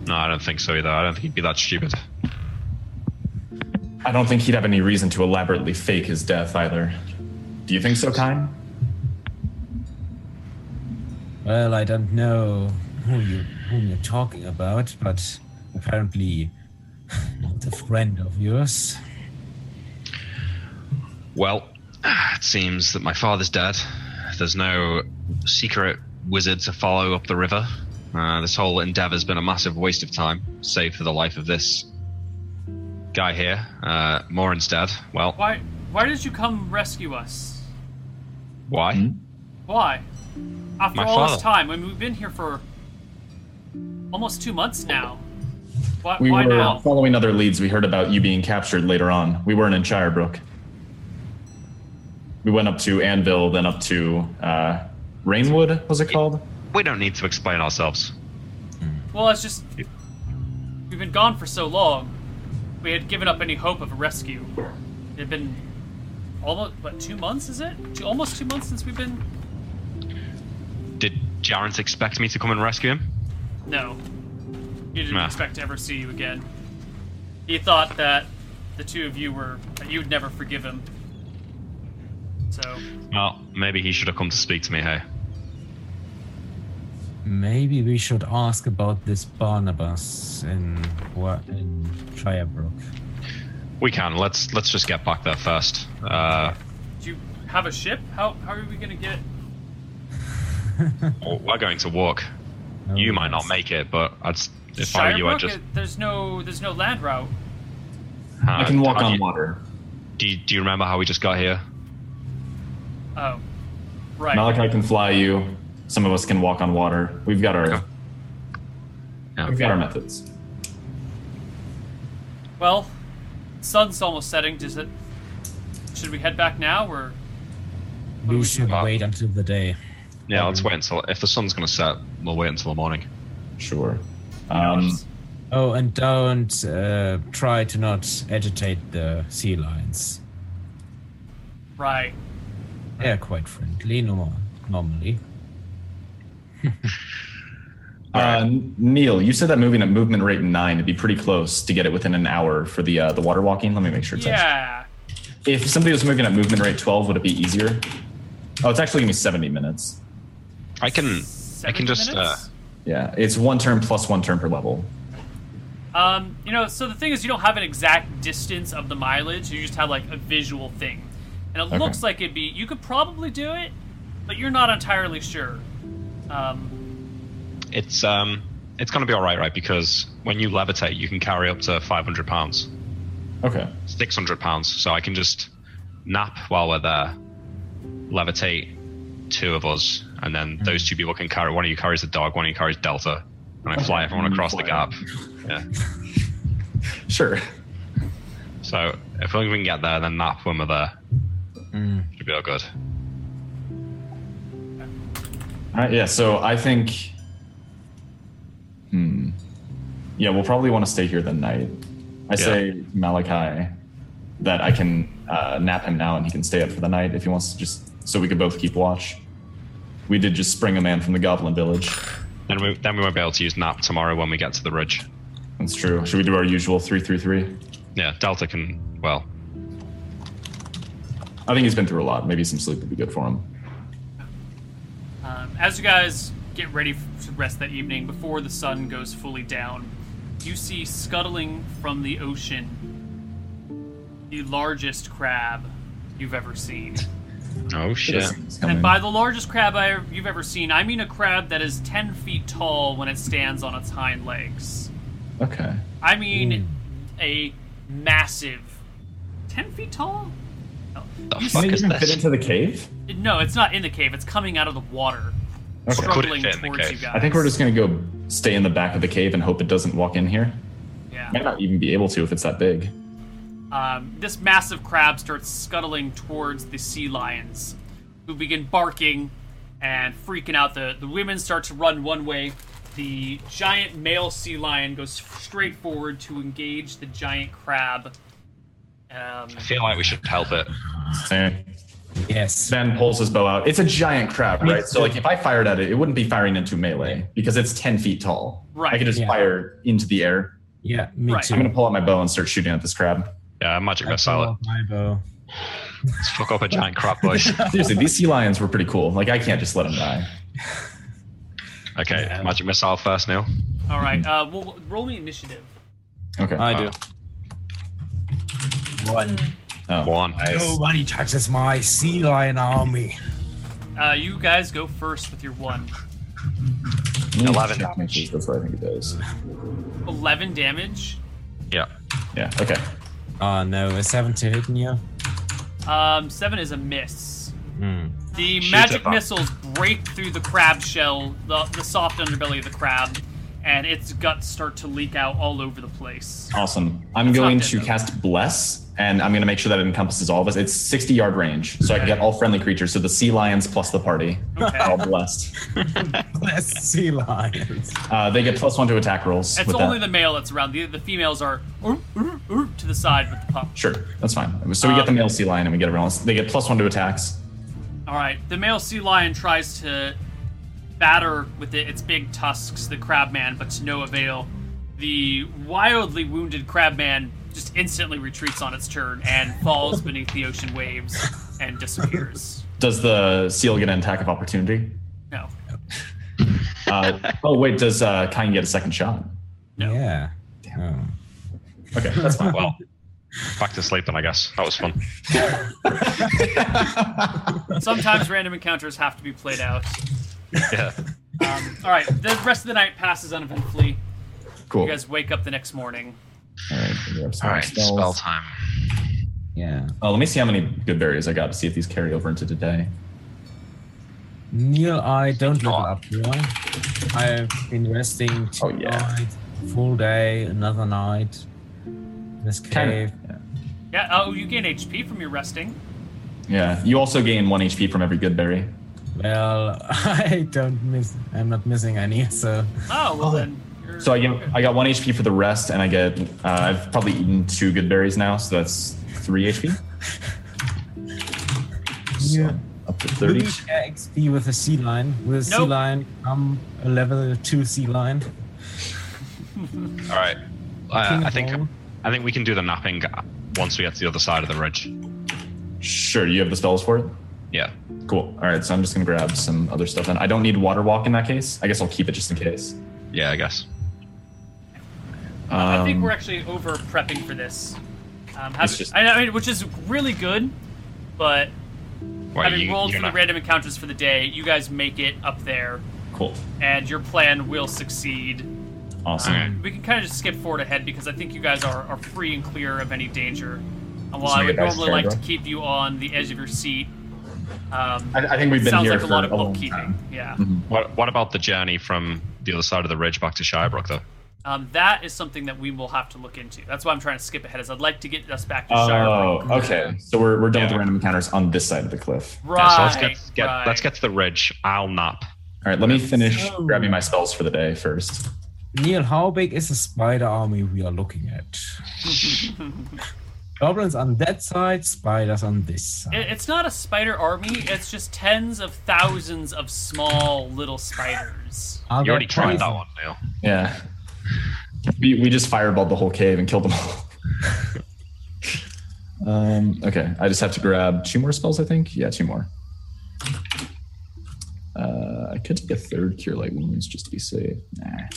S2: No, I don't think so either. I don't think he'd be that stupid.
S4: I don't think he'd have any reason to elaborately fake his death either. Do you think so, Kine?
S5: Well, I don't know who you whom you're talking about, but apparently <laughs> not a friend of yours.
S2: Well, it seems that my father's dead. There's no secret wizard to follow up the river. Uh, this whole endeavor's been a massive waste of time, save for the life of this guy here. Uh, Morin's dead. Well,
S1: Why why did you come rescue us?
S2: why?
S4: Hmm?
S1: Why? After
S2: My
S1: all this
S2: father.
S1: time, I mean, we've been here for almost two months now. Why,
S4: We
S1: why
S4: were uh,
S1: now?
S4: following other leads we heard about you being captured later on. We weren't in Shirebrook. We went up to Anvil, then up to uh, Rainwood, was it called?
S2: We don't need to explain ourselves.
S1: Well, it's just we've been gone for so long. We had given up any hope of a rescue. It had been almost what two months? Is it? Two, almost two months since we've been.
S2: Did Jarrett expect me to come and rescue him?
S1: No, he didn't
S2: Nah.
S1: expect to ever see you again. He thought that the two of you were that you'd never forgive him. So
S2: Well, maybe he should have come to speak to me, hey?
S5: Maybe we should ask about this Barnabas in what in Shirebrook. <laughs>
S2: We can. Let's let's just get back there first. Uh,
S1: Do you have a ship? How, how are we gonna get?
S2: we're going to walk. You might not make it, but I'd, s- if I were you,
S1: Shirebrook?
S2: I'd
S1: Uh,
S2: just.
S1: There's no there's no land route.
S2: Uh,
S4: I can walk
S2: how do
S4: on
S2: you-
S4: water.
S2: Do you, do you remember how we just got here?
S1: Oh, right.
S4: Malachi can fly you. Some of us can walk on water. We've got our
S2: Okay. Yeah.
S4: we've got our methods.
S1: Well, sun's almost setting. Does it? Should we head back now or? what do
S5: We
S1: do?
S5: should
S2: Uh,
S5: wait until the day.
S2: Yeah, let's wait until if the sun's gonna set, we'll wait until the morning.
S4: Sure. Um,
S5: Oh, and don't uh, try to not agitate the sea lions.
S1: Right.
S5: They are quite friendly, normal, normally.
S4: uh, Neil, you said that moving at movement rate nine, it'd be pretty close to get it within an hour for the uh, the water walking. Let me make sure it's actually-
S1: Yeah.
S4: If somebody was moving at movement rate twelve, would it be easier? Oh, it's actually gonna be seventy minutes.
S2: I can I
S1: Seventy
S2: can just uh,
S1: minutes?
S4: Yeah, it's one turn plus one turn per level.
S1: Um, you know, so the thing is, you don't have an exact distance of the mileage. You just have like a visual thing, and it
S4: Okay.
S1: looks like it'd be. You could probably do it, but you're not entirely sure. Um,
S2: it's um it's gonna be all right, right? Because when you levitate, you can carry up to 500 pounds,
S4: Okay.
S2: 600 pounds. So I can just nap while we're there, levitate two of us, and then
S4: Hmm.
S2: those two people can carry. One of you carries the dog, one of you carries Delta, and I fly everyone across the gap. Yeah.
S4: Sure.
S2: So if we can get there, then nap when we're there.
S4: Hmm.
S5: Mm.
S2: Should be all good.
S4: All right, yeah, so I think. Hmm. Yeah, we'll probably want to stay here the night. I say to Malachi that I can uh, nap him now and he can stay up for the night if he wants to just so we could both keep watch. We did just spring a man from the Goblin Village.
S2: Then we then we won't be able to use nap tomorrow when we get to the ridge.
S4: That's true. Should we do our usual 3 3 3?
S2: Yeah, Delta can. Well,
S4: I think he's been through a lot. Maybe some sleep would be good for him.
S1: Um, as you guys get ready f- to rest that evening, before the sun goes fully down, you see scuttling from the ocean the largest crab you've ever seen.
S2: oh shit!
S4: He's coming.
S1: And by the largest crab I, you've ever seen, I mean a crab that is 10 feet tall when it stands on its hind legs.
S4: Okay.
S1: I mean,
S4: Hmm.
S1: a massive, ten feet tall.
S6: The
S1: You
S6: fuck
S4: Can it
S6: is
S4: even fit
S6: this?
S4: into the cave?
S1: No, it's not in the cave. It's coming out of the water,
S4: Okay.
S1: struggling
S2: Could it fit in the
S1: towards you
S2: cave?
S1: guys.
S4: I think we're just gonna go stay in the back of the cave and hope it doesn't walk in here.
S1: Yeah.
S4: Might not even be able to if it's that big.
S1: Um, this massive crab starts scuttling towards the sea lions, who begin barking and freaking out. The, the women start to run one way. The giant male sea lion goes straight forward to engage the giant crab. Um,
S2: I feel like we should help it.
S4: Same.
S5: Yes.
S4: Sven pulls his bow out. It's a giant crab, right? So like if I fired at it, it wouldn't be firing into melee because it's ten feet tall.
S1: Right.
S4: I could just
S5: Yeah.
S4: fire into the air.
S5: Yeah, me
S1: Right.
S5: too.
S4: I'm gonna pull out my bow and start shooting at this crab.
S2: Yeah, magic
S5: I
S2: missile.
S5: pull
S2: it.
S5: out my bow.
S2: Let's fuck up a giant crap,
S4: <laughs>
S2: boys.
S4: Seriously, these sea lions were pretty cool. Like I can't just let them die.
S2: Okay,
S5: Yeah.
S2: magic missile first, Neil.
S1: all right, uh, well, roll me initiative.
S4: Okay.
S6: I do.
S5: One.
S4: Oh.
S2: One.
S4: Nice.
S5: Nobody touches my sea lion army.
S1: Uh, you guys go first with your one.
S2: 11
S4: Check my shoes, That's what I think it does.
S1: 11 damage.
S2: Yeah.
S4: Yeah. Okay.
S5: Oh no, a seven to hit you.
S1: Um, seven is a miss.
S5: Hmm.
S2: <laughs>
S1: The
S2: Shoot
S1: magic
S2: it, Bob.
S1: missiles break through the crab shell, the, the soft underbelly of the crab, and its guts start to leak out all over the place.
S4: Awesome. I'm
S1: It's not
S4: going
S1: dead,
S4: to
S1: though.
S4: cast Bless, and I'm going to make sure that it encompasses all of us. It's 60 yard range, so I can
S1: Okay.
S4: get all friendly creatures. So the sea lions plus the party are all
S1: Okay.
S4: blessed.
S5: Bless sea lions.
S4: Uh, they get plus one to attack rolls.
S1: it's
S4: with
S1: only
S4: that.
S1: the male that's around. The, the females are "Oop, oop, oop," to the side with the pup.
S4: Sure, that's fine. So we get the
S1: Um,
S4: male sea lion and we get everyone else. They get plus one to attacks.
S1: All right. The male sea lion tries to batter with it, its big tusks the crabman, but to no avail. The wildly wounded crabman just instantly retreats on its turn and falls beneath the ocean waves and disappears.
S4: Does the seal get an attack of opportunity?
S1: No. <laughs>
S4: Uh, oh, wait, does uh, Kine get a second shot?
S1: No.
S5: Yeah. Oh.
S4: Okay,
S1: <laughs>
S4: that's
S2: <laughs>
S4: fine.
S2: Well, back to sleep then, I guess. That was fun.
S1: Sometimes random encounters have to be played out.
S2: Yeah.
S1: Um, all right. The rest of the night passes uneventfully.
S4: cool.
S1: You guys wake up the next morning.
S4: all right, we have some
S2: All right,
S4: spells.
S2: spell time.
S5: Yeah.
S4: Uh, let me see how many good berries I got to see if these carry over into today.
S5: Neil, I don't level up here. I've been resting
S4: Oh, yeah.
S5: tonight, full day, another night. This cave.
S4: Kinda- yeah.
S1: Yeah. Oh, you gain HP from your resting.
S4: Yeah, you also gain one HP from every good berry.
S5: Well, <laughs> I don't miss. I'm not missing any. So
S1: Oh, well then. You're,
S4: So I get, I got one HP for the rest, and I get uh, I've probably eaten two good berries now, so that's three HP. So,
S5: Yeah.
S4: up to
S5: we
S4: thirty.
S5: need uh, XP with a sea lion. With a sea
S1: Nope.
S5: lion, I'm a level two sea lion.
S2: All right. Uh,
S5: King
S2: I
S5: of
S2: think
S5: all.
S2: I think we can do the napping once we get to the other side of the ridge.
S4: Sure, you have the spells for it.
S2: Yeah.
S4: Cool. All right, so I'm just gonna grab some other stuff. Then I don't need water walk in that case. I guess I'll keep it just in case.
S2: Yeah, I guess.
S1: I think
S4: Um,
S1: we're actually over prepping for this. Um, having,
S4: It's just-
S1: I I mean, which is really good, but
S2: Wait,
S1: having rolled
S2: you're
S1: for the
S2: not-
S1: random encounters for the day, you guys make it up there,
S4: cool.
S1: and your plan will succeed.
S4: Awesome.
S2: Okay.
S1: We can kind of just skip forward ahead because I think you guys are, are free and clear of any danger. And while
S4: Just
S1: I
S4: make
S1: would
S4: a nice
S1: normally like to
S4: character.
S1: keep you on the edge of your seat, um,
S4: I, I think we've been
S1: sounds
S4: here
S1: like a
S4: for
S1: lot of
S4: long
S1: bookkeeping.
S4: time. Mm-hmm.
S1: Yeah,
S2: What, what about the journey from the other side of the ridge back to Shirebrook, though?
S1: um, that is something that we will have to look into. That's why I'm trying to skip ahead. Is I'd like to get us back to Shirebrook.
S4: Oh, okay. So we're, we're done with
S2: Yeah.
S4: the random encounters on this side of the cliff.
S1: Right.
S2: yeah, so let's get, get
S1: right.
S2: let's get to the ridge. I'll nap.
S4: All right, let me finish
S5: So-
S4: grabbing my spells for the day first.
S5: Neil, how big is the spider army we are looking at? Goblins on that side, spiders on this side.
S1: It- It's not a spider army. It's just tens of thousands of small little spiders.
S5: Are
S2: You already
S5: there
S2: tried that
S5: poison?
S2: one, Neil.
S4: Yeah. We, we just fireballed the whole cave and killed them all. <laughs> um, okay, I just have to grab two more spells, I think. Yeah, two more. Uh, I could take a third cure light wounds just to be safe. Nah.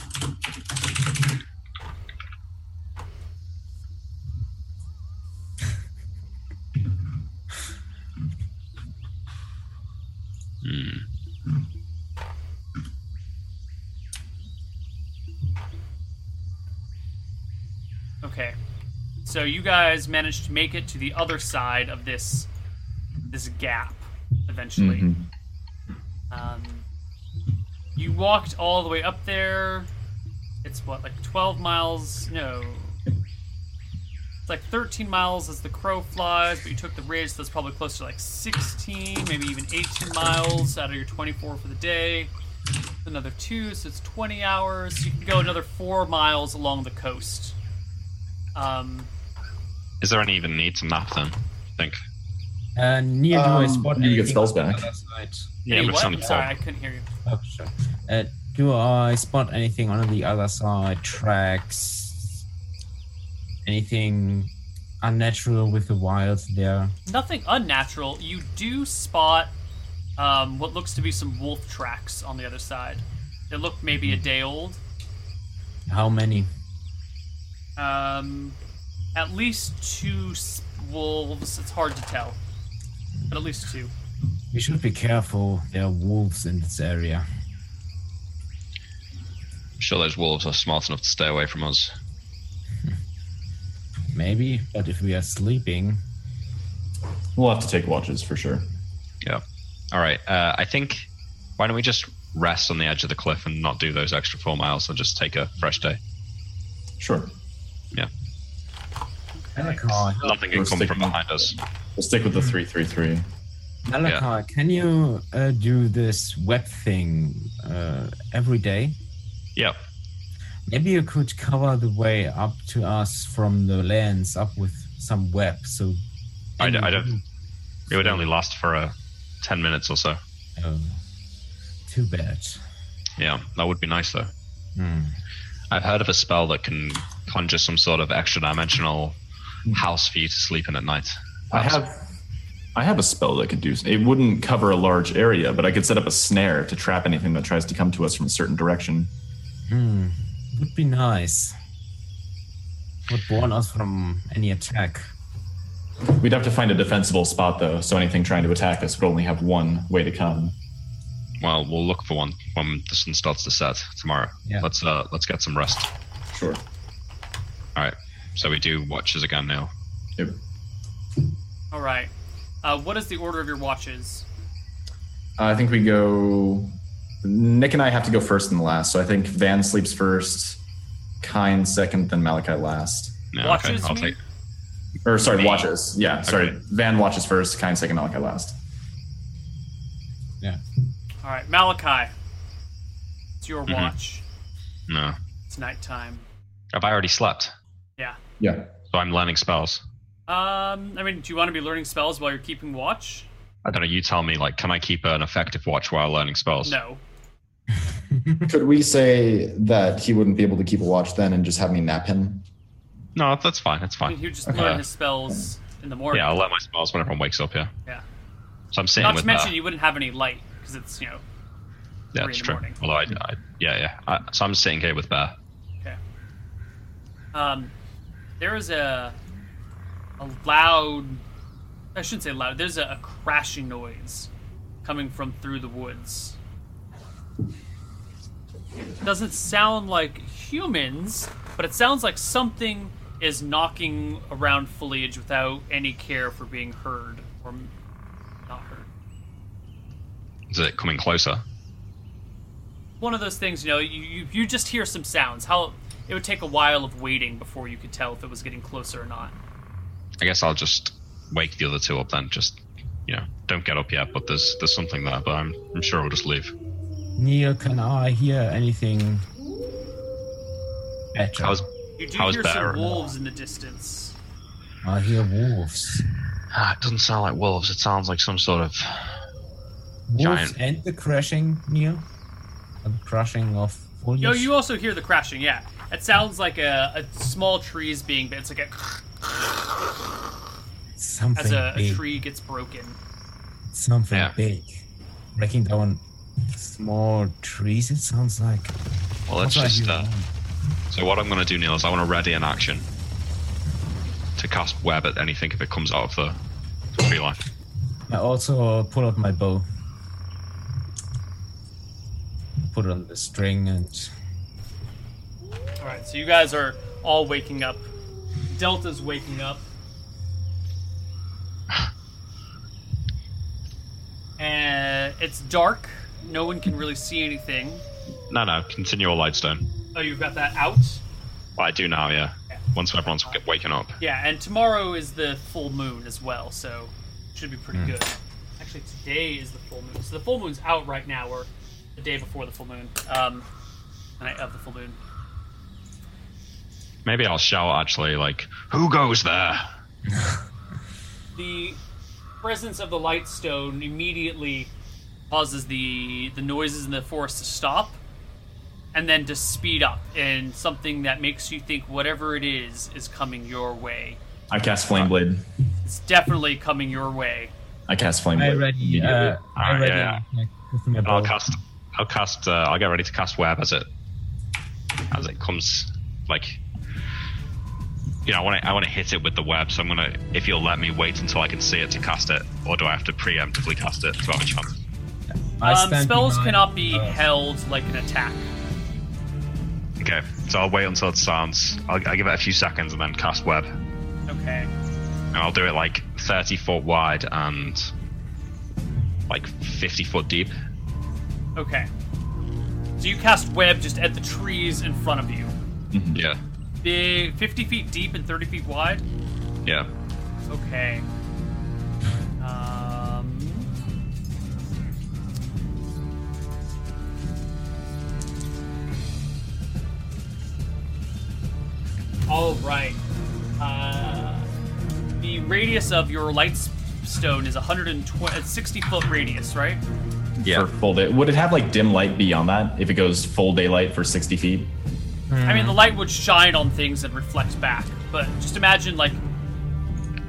S1: Okay. So you guys managed to make it to the other side of this this gap eventually.
S4: Mhm.
S1: Um, you walked all the way up there. It's what, like 12 miles? No. It's like 13 miles as the crow flies, but you took the ridge, so that's probably close to like 16, maybe even 18 miles out of your 24 for the day. Another two, so it's 20 hours. You can go another four miles along the coast. Um,
S2: Is there any even need to map them? I think.
S5: Uh, Neil, do I
S4: Um,
S5: spot
S4: you get
S5: anything
S4: spells
S5: on the
S4: back.
S5: other side?
S2: Yeah,
S1: hey,
S2: but it's
S1: what?
S2: on the
S1: I'm sorry,
S2: pole.
S1: I couldn't hear you.
S5: Oh, sure. Uh, do I spot anything on the other side? Tracks? Anything unnatural with the wilds there?
S1: nothing unnatural. You do spot um, what looks to be some wolf tracks on the other side. They look maybe a day old.
S5: How many?
S1: Um, at least two s- wolves. It's hard to tell, but at least two.
S5: We should be careful. There are wolves in this area.
S2: I'm sure those wolves are smart enough to stay away from us.
S5: Maybe, but if we are sleeping,
S4: We'll have to take watches for sure.
S2: Yeah. All right. Uh, I think why don't we just rest on the edge of the cliff and not do those extra four miles and just take a fresh day.
S4: Sure.
S5: Malakar,
S2: Nothing can
S4: We'll
S2: come
S4: stick
S2: from
S4: with-
S2: behind us.
S4: We'll stick with the three three three.
S5: Malakar, can you uh, do this web thing uh, every day?
S2: Yeah.
S5: Maybe you could cover the way up to us from the lands up with some web. So
S2: I d- I don't- It would only last for uh, ten minutes or so.
S5: Oh, too bad.
S2: Yeah, that would be nice though.
S5: Hmm.
S2: I've heard of a spell that can conjure some sort of extra dimensional
S5: Hmm.
S2: house for you to sleep in at night.
S4: I
S2: Perhaps.
S4: have I have a spell that could do it wouldn't cover a large area, but I could set up a snare to trap anything that tries to come to us from a certain direction.
S5: Hmm. Would be nice. Would warn us from any attack.
S4: We'd have to find a defensible spot though, so anything trying to attack us would only have one way to come.
S2: Well, we'll look for one when the sun starts to set tomorrow.
S5: Yeah.
S2: Let's uh, let's get some rest.
S4: Sure.
S2: All right. So we do watches again now.
S4: Yep.
S1: All right. Uh, what is the order of your watches?
S4: I think we go. Nick and I have to go first and last, so I think Van sleeps first, Kine second, then Malachi last.
S2: Yeah,
S1: watches?
S2: okay. I'll
S1: you
S2: take.
S1: mean?
S4: Or sorry,
S2: Me.
S4: watches. Yeah, sorry.
S2: Okay.
S4: Van watches first, Kine second, Malachi last.
S1: All right, Malachi. It's your
S2: Mhm.
S1: watch.
S2: No.
S1: It's nighttime.
S2: Have I already slept?
S4: Yeah.
S2: So I'm learning spells.
S1: Um, I mean, do you want to be learning spells while you're keeping watch?
S2: I don't know. You tell me. Like, can I keep an effective watch while learning spells?
S1: No.
S4: Could we say that he wouldn't be able to keep a watch then and just have me nap him?
S2: No, that's fine. That's
S1: I mean,
S2: fine.
S1: he would just
S4: Okay.
S1: learn his spells in the morning.
S2: Uh-huh. Yeah, I'll learn my spells when everyone wakes up. Yeah.
S1: Yeah.
S2: So I'm sitting
S1: Not
S2: with uh,
S1: to mention,
S2: her.
S1: you wouldn't have any light because it's you know.
S2: Yeah,
S1: three
S2: that's
S1: in the
S2: true.
S1: morning.
S2: Although I, I yeah, yeah. I, so I'm sitting here with Bear.
S1: Um, there is a a loud. I shouldn't say loud. There's a, a crashing noise coming from through the woods. Doesn't sound like humans, but it sounds like something is knocking around foliage without any care for being heard or m- not heard.
S2: Is it coming closer?
S1: one of those things, you know, you, you, you just hear some sounds. How it would take a while of waiting before you could tell if it was getting closer or not.
S2: I guess I'll just wake the other two up then. Just you know, don't get up yet. But there's there's something there. But I'm I'm sure we'll just leave.
S5: Neil, can I hear anything better?
S2: I was
S1: You do
S2: How's
S1: hear
S2: better?
S1: some wolves in the distance.
S5: I hear wolves.
S2: Ah, it doesn't sound like wolves. It sounds like some sort of.
S5: Wolves
S2: Giant.
S5: and the crashing, Neil? And the crushing of foliage?
S1: No, you also hear the crashing. Yeah, it sounds like a, a small trees being, but it's like a
S5: something
S1: as a, a
S5: big.
S1: tree gets broken.
S5: Something
S2: Yeah.
S5: big. Breaking down small trees, it sounds like.
S2: Well, let's
S5: What do I
S2: just.
S5: hear?
S2: Uh, so what I'm going to do, Neil, is I want to ready an action to cast web at anything if it comes out of the the tree line.
S5: I also pull out my bow. Put it on the string and
S1: All right, so you guys are all waking up Delta's waking up. And it's dark. No one can really see anything.
S2: No, no, continue your lightstone.
S1: Oh, you've got that out?
S2: Well, I do now, yeah. Once everyone's g- waking up.
S1: Yeah, and tomorrow is the full moon as well, so should be pretty good. Actually, today is the full moon. So the full moon's out right now, or the day before the full moon. Um, the night of the full moon.
S2: Maybe I'll shout actually, like, who goes there?
S1: the presence of the light stone immediately causes the the noises in the forest to stop and then to speed up in something that makes you think whatever it is is coming your way
S4: I cast flame blade.
S1: it's definitely coming your way
S4: I cast flame
S5: I
S4: blade.
S5: already. Uh,
S4: immediately.
S5: I
S2: Alright,
S5: already.
S2: Ah, yeah,
S5: like, give me a
S2: And I'll
S5: bow.
S2: cast, I'll cast, uh, I'll get ready to cast web as it, as it comes, like, you know, I want to, I want to hit it with the web. So I'm gonna, if you'll let me, wait until I can see it to cast it, or do I have to preemptively cast it to have a chance?
S5: I
S1: um,
S5: stand
S1: spells
S5: behind,
S1: cannot be
S5: uh,
S1: held like an attack
S2: Okay, so I'll wait until it sounds. I'll, I'll give it a few seconds and then cast web, and
S1: okay
S2: I'll do it like 30 foot wide and like 50 foot deep.
S1: okay so you cast web just at the trees in front of you
S2: Yeah,
S1: the 50 feet deep and 30 feet wide
S2: yeah.
S1: Okay. Um. All right. Uh, the radius of your light s- stone is 120, it's 60 foot radius, right?
S4: For full day. Would it have like dim light beyond that if it goes full daylight for 60 feet?
S1: I mean, the light would shine on things and reflect back, but just imagine like,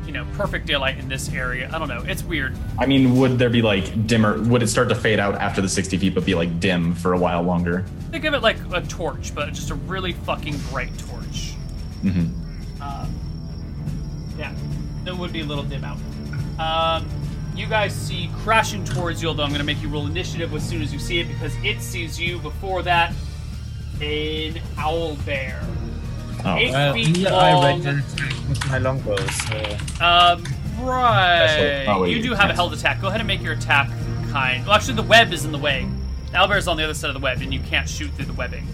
S1: you know, perfect daylight in this area. I don't know. It's weird.
S4: I mean, would there be like dimmer? Would it start to fade out after the 60 feet, but be like dim for a while longer?
S1: Think of it like a torch, but just a really fucking bright torch.
S4: Mm-hmm.
S1: Um, yeah, that would be a little dim out. Um, you guys see crashing towards you, although I'm going to make you roll initiative as soon as you see it because it sees you before that an owl bear.
S4: Oh,
S5: Well,
S1: Eight feet
S5: here I
S1: long.
S5: read an attack with my longbow, so
S1: Um, right.
S4: That's what- oh, wait,
S1: you do have a
S4: yes.
S1: held attack. Go ahead and make your attack kind. Well, actually, the web is in the way. The owl bear's on the other side of the web, and you can't shoot through the webbing.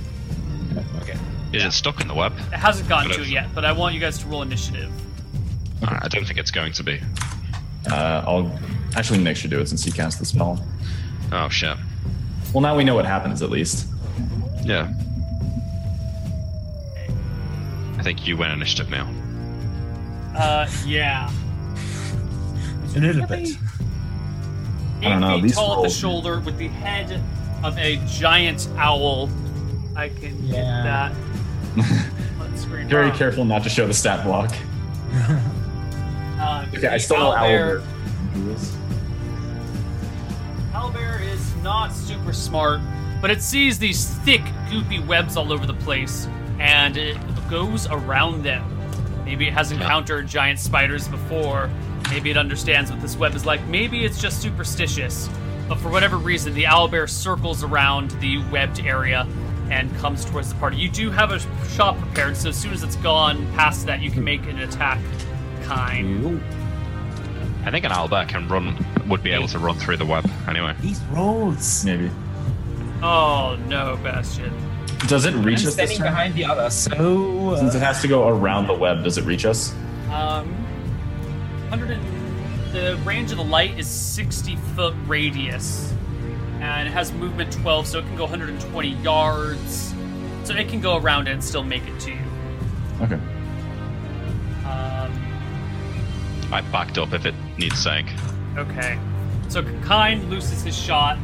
S5: okay.
S2: Is it stuck in the web?
S1: It hasn't gotten
S2: Got
S1: to
S2: it.
S1: it yet, but I want you guys to roll initiative.
S2: Alright, I don't think it's going to be.
S4: uh, I'll actually Nick should do it since he cast the spell.
S2: Oh shit.
S4: Well, now we know what happens at least.
S2: Yeah. I think you win initiative now.
S1: Uh, yeah.
S5: A little bit.
S1: Eight
S4: I don't know,
S1: feet
S4: these
S1: tall at the
S4: rolls-
S1: shoulder with the head of a giant owl. I can
S5: Yeah.
S1: get
S4: <laughs>
S1: that on screen.
S4: Very
S1: Ah,
S4: careful not to show the stat block.
S1: Uh,
S4: Okay, I
S1: the
S4: still know
S1: owlbear-
S4: Owlbear.
S1: Owlbear is not super smart, but it sees these thick, goopy webs all over the place, and it goes around them. Maybe it has encountered giant spiders before. Maybe it understands what this web is like. Maybe it's just superstitious. But for whatever reason, the owlbear circles around the webbed area and comes towards the party. You do have a shot prepared, so as soon as it's gone past that, you can make an attack kind.
S2: I think an owlbear can run, would be able to run through the web anyway.
S5: These rolls.
S4: Maybe.
S1: Oh no, Bastion.
S4: Does it
S5: I'm
S4: reach us this
S5: standing
S4: time?
S5: behind the other, so
S4: Since
S5: uh,
S4: it has to go around the web, does it reach us?
S1: Um, 100 and, the range of the light is 60 foot radius, and it has movement 12, so it can go 120 yards. So it can go around it and still make it to you.
S4: Okay.
S1: Um,
S2: I backed up if it needs saying.
S1: okay. So Kine loses his shot.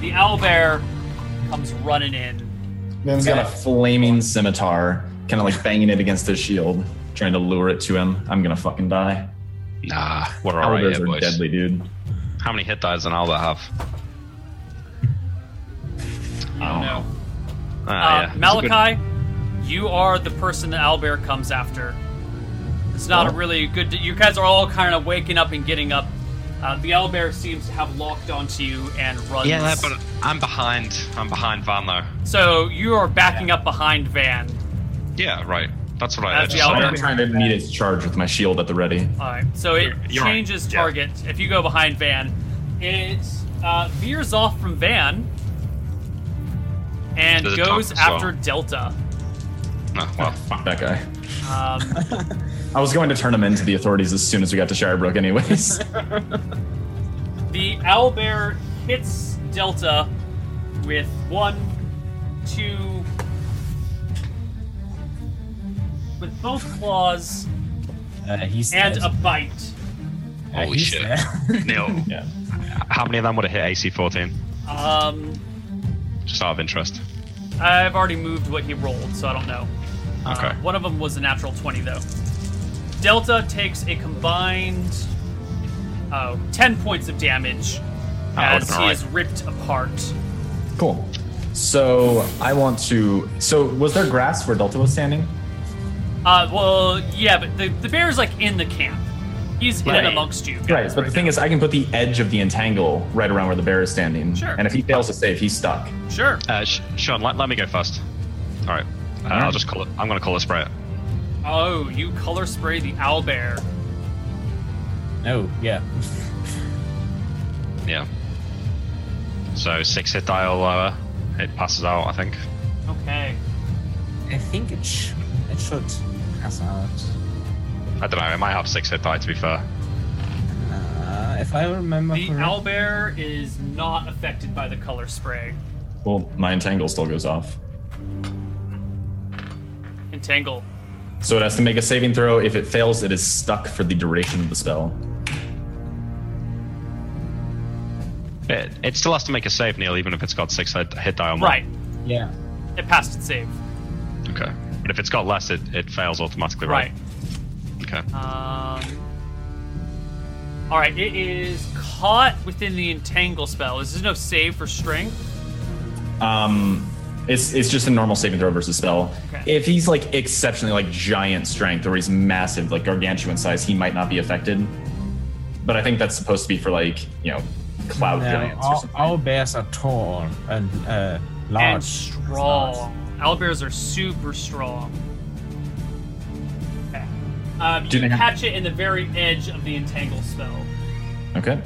S1: The owlbear comes running in.
S4: Man's got a flaming scimitar, kind of like banging it against his shield, trying to lure it to him. I'm gonna fucking die.
S2: Nah, we're alright
S4: Owlbears
S2: here,
S4: are
S2: boys.
S4: deadly, dude.
S2: How many hit dies an owlbear have?
S1: Oh no.
S2: Ah,
S1: Uh,
S2: yeah.
S1: Malachi, you are the person that Albert comes after. It's not a really good. You guys are all kind of waking up and getting up. Uh, the Albert seems to have locked onto you and runs.
S2: Yeah, but I'm behind. I'm behind Van though.
S1: so you are backing up behind Van.
S2: Yeah, right. That's what I
S1: That's
S2: heard.
S1: the
S2: Just
S1: outlet.
S4: I'm
S2: like-
S4: not trying to meet its charge with my shield at the ready.
S1: All right. So it
S2: You're- you're right.
S1: changes
S2: Yeah.
S1: target. If you go behind Van, it uh, veers off from Van and
S2: Does it
S1: goes
S2: talk as well?
S1: after Delta.
S2: No, well,
S4: Fuck that guy.
S1: Um,
S4: I was going to turn him into the authorities as soon as we got to Shirebrook, anyways.
S1: The owlbear hits Delta with one, two, with both claws
S5: Uh, he's
S1: and
S5: dead.
S1: a bite.
S5: Uh,
S2: Holy
S5: he's
S2: shit. <laughs>
S5: dead.
S2: Neil,
S4: yeah.
S2: how many of them would have hit AC 14?
S1: Um,
S2: Just out of interest.
S1: I've already moved what he rolled, so I don't know. Uh,
S2: Okay.
S1: one of them was a natural 20, though. Delta takes a combined oh, 10 points of damage as
S2: Ah, would've
S1: he
S2: been
S1: is
S2: alright.
S1: ripped apart.
S4: Cool. So I want to. So was there grass where Delta was standing?
S1: Uh, well, yeah, but the, the bear's like in the camp. He's
S4: Right.
S1: in amongst you.
S4: Right.
S1: guys
S4: But the thing is, I can put the edge of the entangle right around where the bear is standing.
S1: Sure.
S4: And if he fails to save, he's stuck.
S1: now. Sure.
S2: Uh, Sh- Sean, let, let me go first. All right. Uh, I'll just call it. I'm going to call it spray. it.
S1: Oh, you color spray the owlbear.
S5: no, yeah.
S2: Yeah. So six hit dial lower. It passes out, I think.
S1: Okay.
S5: I think it, sh- it should pass out.
S2: I don't know. It might have six hit die, to be fair.
S5: Uh, if I remember
S1: The
S5: correctly-
S1: owlbear is not affected by the color spray.
S4: Well, my entangle still goes off.
S1: Entangle.
S4: So it has to make a saving throw. If it fails, it is stuck for the duration of the spell.
S2: It, it still has to make a save, Neil, even if it's got six hit, hit die or more.
S1: Right.
S5: yeah.
S1: It passed its save.
S2: Okay. But if it's got less, it, it fails automatically,
S1: Right.
S2: right? Okay.
S1: Um. All right. It is caught within the entangle spell. Is there no save for strength?
S4: Um, it's it's just a normal saving throw versus spell.
S1: Okay.
S4: If he's like exceptionally like giant strength or he's massive like gargantuan size, he might not be affected. But I think that's supposed to be for like you know cloud
S5: No,
S4: giants or
S5: all,
S4: something.
S5: all bears are tall and uh, large.
S1: And strong. Owlbears are super strong. Okay. Um,
S4: Do
S1: you
S4: they have-
S1: catch it in the very edge of the entangle spell.
S4: Okay.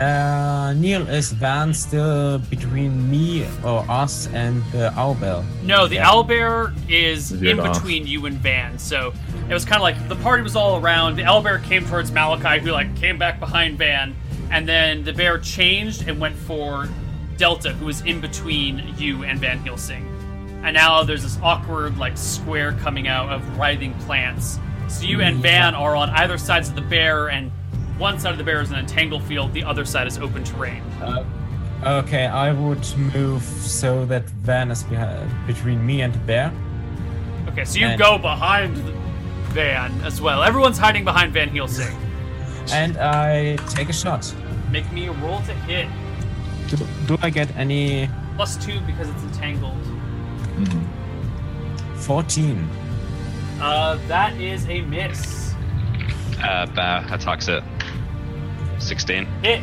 S5: Uh, Neil, is Van still between me or us and uh, the owlbell?
S1: No, the
S5: Yeah.
S1: owlbear is
S4: Veered
S1: in
S4: off.
S1: between you and Van, so it was kind of like the party was all around. The owlbear came towards Malachi, who like came back behind Van, and then the bear changed and went for Delta, who was in between you and Van Helsing. And now there's this awkward like square coming out of writhing plants. So you and Van are on either sides of the bear, and one side of the bear is an entangled field, the other side is open terrain.
S5: Uh, okay, I would move so that Van is behind, between me and the bear.
S1: Okay, so you
S5: And-
S1: go behind Van as well. Everyone's hiding behind Van Helsing.
S5: And I take a shot.
S1: Make me a roll to hit.
S5: Do, do I get any
S1: Plus two because it's entangled.
S5: 14?
S1: Uh, that is a miss.
S2: Uh, bear attacks it. 16.
S1: Hit.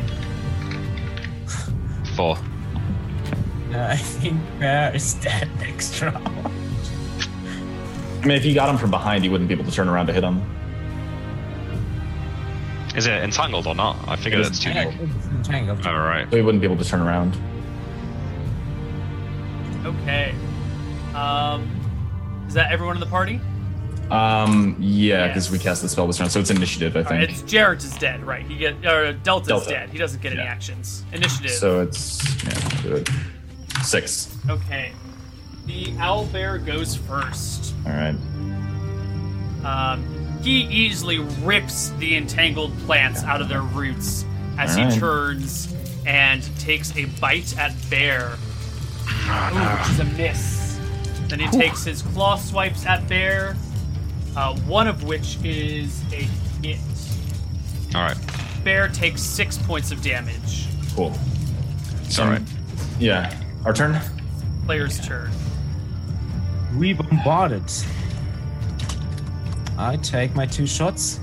S2: 4.
S5: Uh, <laughs> I think bear is dead <laughs> next round.
S4: I mean, if you got him from behind, you wouldn't be able to turn around to hit him.
S2: Is it entangled or not? I figured
S4: It is
S2: it's too big.
S4: entangled.
S5: It's entangled.
S2: All Oh, right.
S4: So he wouldn't be able to turn around.
S1: Okay. Um, is that everyone in the party?
S4: Um, yeah, because
S1: Yes.
S4: we cast the spell this round, so it's initiative, I
S1: All right,
S4: think.
S1: it's Jared's is dead, right? He get or Delta's
S4: Delta.
S1: dead. He doesn't get any
S4: Yeah.
S1: actions. Initiative.
S4: so it's yeah, do it. Six.
S1: Okay. The owl bear goes first.
S4: All right.
S1: Um, he easily rips the entangled plants out of their roots as he
S4: Alright.
S1: turns and takes a bite at Bear. Ooh, which is a miss. Then he takes his claw swipes at Bear, uh, one of which is a hit.
S2: All right.
S1: Bear takes six points of damage.
S4: Cool. Um,
S2: It's all right.
S4: Yeah. Our turn.
S1: Player's turn.
S5: We bombarded. I take my two shots.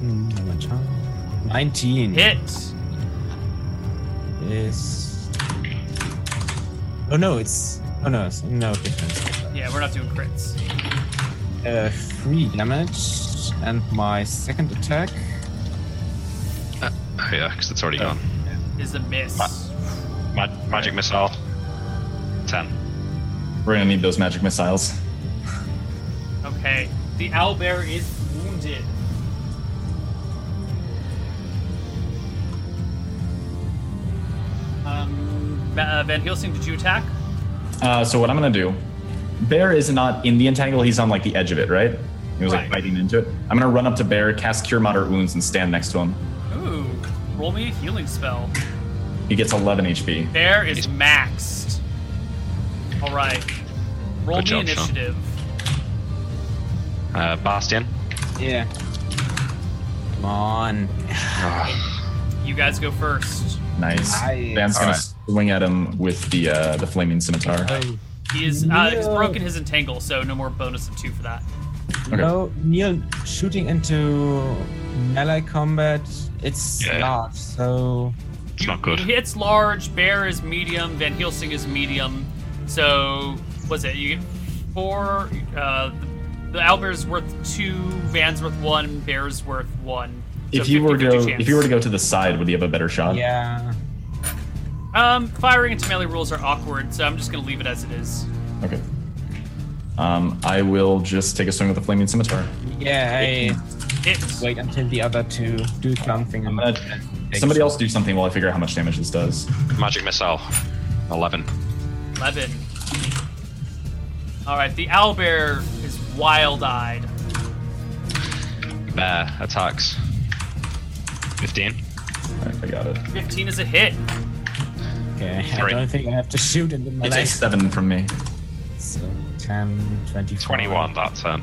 S5: Hmm, how much, huh? 19
S1: Hit.
S5: is. Oh no, it's. Oh no, it's no difference.
S1: Yeah, Yeah, we're not doing crits.
S5: Uh, three damage, and my second attack.
S2: Oh, yeah, because it's already gone.
S1: Is a miss.
S2: Mag- magic missile. Ten.
S4: We're gonna need those magic missiles.
S1: Okay. The owlbear is wounded. Um, Ma- uh, Van Helsing, did you attack?
S4: Uh, so what I'm gonna do? Bear is not in the entangle. He's on like the edge of it, right? He was like
S1: Right.
S4: biting into it. I'm gonna run up to Bear, cast Cure Moderate Wounds, and stand next to him.
S1: Ooh. Roll me a healing spell.
S4: He gets 11 HP.
S1: There is maxed. All right. Roll
S2: Good
S1: me
S2: job, Sean.
S1: initiative.
S2: Uh, Bastion.
S5: Yeah. Come on.
S2: Ah,
S1: You guys go first.
S4: Nice.
S5: Nice.
S4: Van's gonna
S2: Alright.
S4: swing at him with the uh, the flaming scimitar.
S5: Oh,
S1: He is uh, he's
S5: No.
S1: broken his entangle, so no more bonus of two for that.
S4: Okay.
S5: No, Neil shooting into melee combat. It's
S2: Yeah.
S5: large, so
S2: It's not good.
S1: It's large. Bear is medium. Van Helsing is medium. So what's it? You get four. Uh, the owlbear's worth two. Van's worth one. Bear's worth one. So
S4: if you were to
S1: 50-50
S4: go,
S1: chance.
S4: if you were to go to the side, would he have a better shot?
S5: yeah.
S1: um, firing into melee rules are awkward, so I'm just gonna leave it as it is.
S4: Okay. Um, I will just take a swing with the flaming scimitar.
S5: Yeah, I
S1: It's
S5: wait until the other two do something.
S4: I'm gonna- somebody else do something while I figure out how much damage this does.
S2: Magic missile. Eleven.
S1: eleven. All right, the owlbear is wild-eyed.
S2: Bear attacks. Fifteen.
S4: All right, I got it.
S1: Fifteen is a hit.
S5: Okay, I
S2: Sorry.
S5: don't think I have to shoot in the
S4: It
S5: melee.
S4: takes seven from me.
S5: So 10, 20,
S2: Twenty-one. um, That turn.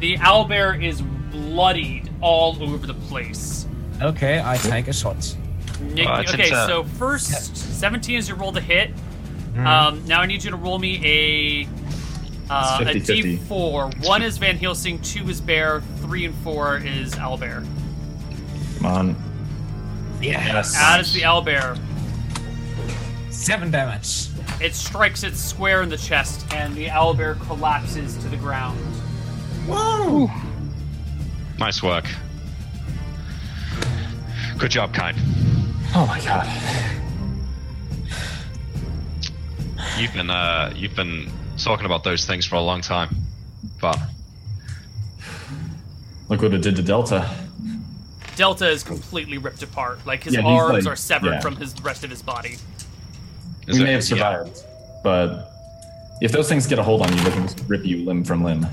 S1: The owlbear is bloodied all over the place.
S5: Okay, I take a shot.
S1: Nick,
S2: Uh, it's-
S1: okay,
S2: it's a-
S1: so first 17 is your roll to hit.
S4: Hmm.
S5: Hmm,
S1: Um, now I need you to roll me a uh, a
S4: 50-50.
S1: d4. One is Van Helsing, two is Bear, three and four is Owlbear.
S4: Come on.
S5: Yeah,
S4: Yes.
S1: That is the Owlbear.
S5: seven damage.
S1: It strikes it square in the chest, and the Owlbear collapses to the ground.
S5: Whoa!
S2: Nice work. Good job, Kine.
S4: Oh my god.
S2: You've been uh, you've been talking about those things for a long time, but
S4: Look what it did to Delta.
S1: Delta is completely ripped apart. Like his
S4: Yeah, he's
S1: arms
S4: like-
S1: are severed
S4: yeah.
S1: from his the rest of his body.
S2: is
S4: we
S2: it-
S4: may have
S2: yeah.
S4: survived, but if those things get a hold on you, they can just rip you limb from limb.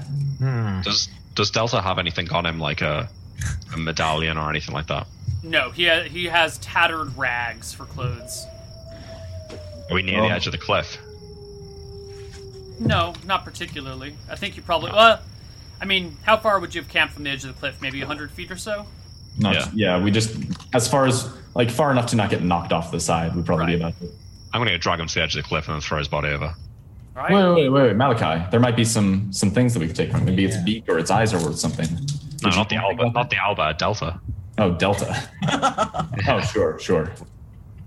S2: Does Does Delta have anything on him like a, a medallion or anything like that?
S1: No, he ha- he has tattered rags for clothes.
S2: Are we near
S4: Oh.
S2: the edge of the cliff?
S1: No, not particularly. I think you probably. Well, I mean, how far would you have camped from the edge of the cliff? Maybe 100 feet or so?
S4: Not,
S2: Yeah.
S4: yeah. we just as far as like far enough to not get knocked off the side would probably be
S1: Right.
S4: about it.
S2: I'm gonna go drag him to the edge of the cliff and then throw his body over.
S1: Right?
S4: Wait, wait, wait, wait, wait, Malachi. There might be some some things that we could take from. it. Maybe its
S5: Yeah.
S4: beak or its eyes are worth something.
S2: No,
S4: Did you
S2: not the
S4: think
S2: Alba,
S4: about
S2: not the Alba, Delta.
S4: that?
S2: <laughs>
S4: Oh, Delta. oh, sure, sure.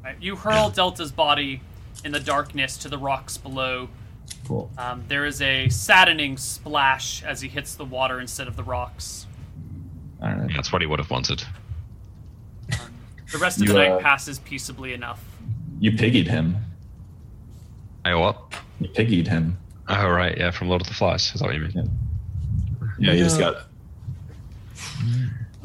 S1: Right. You hurl Delta's body in the darkness to the rocks below.
S4: Cool.
S1: Um, there is a saddening splash as he hits the water instead of the rocks.
S4: All right.
S2: That's what he would have wanted.
S1: Um, The rest of the
S4: You, uh,
S1: night passes peaceably enough.
S4: You piggied him.
S2: Hey, what?
S4: You piggied him.
S2: Oh right, yeah, from Lord of the Flies. Is that what you mean?
S4: Yeah. Yeah, you just
S5: Yeah.
S4: got.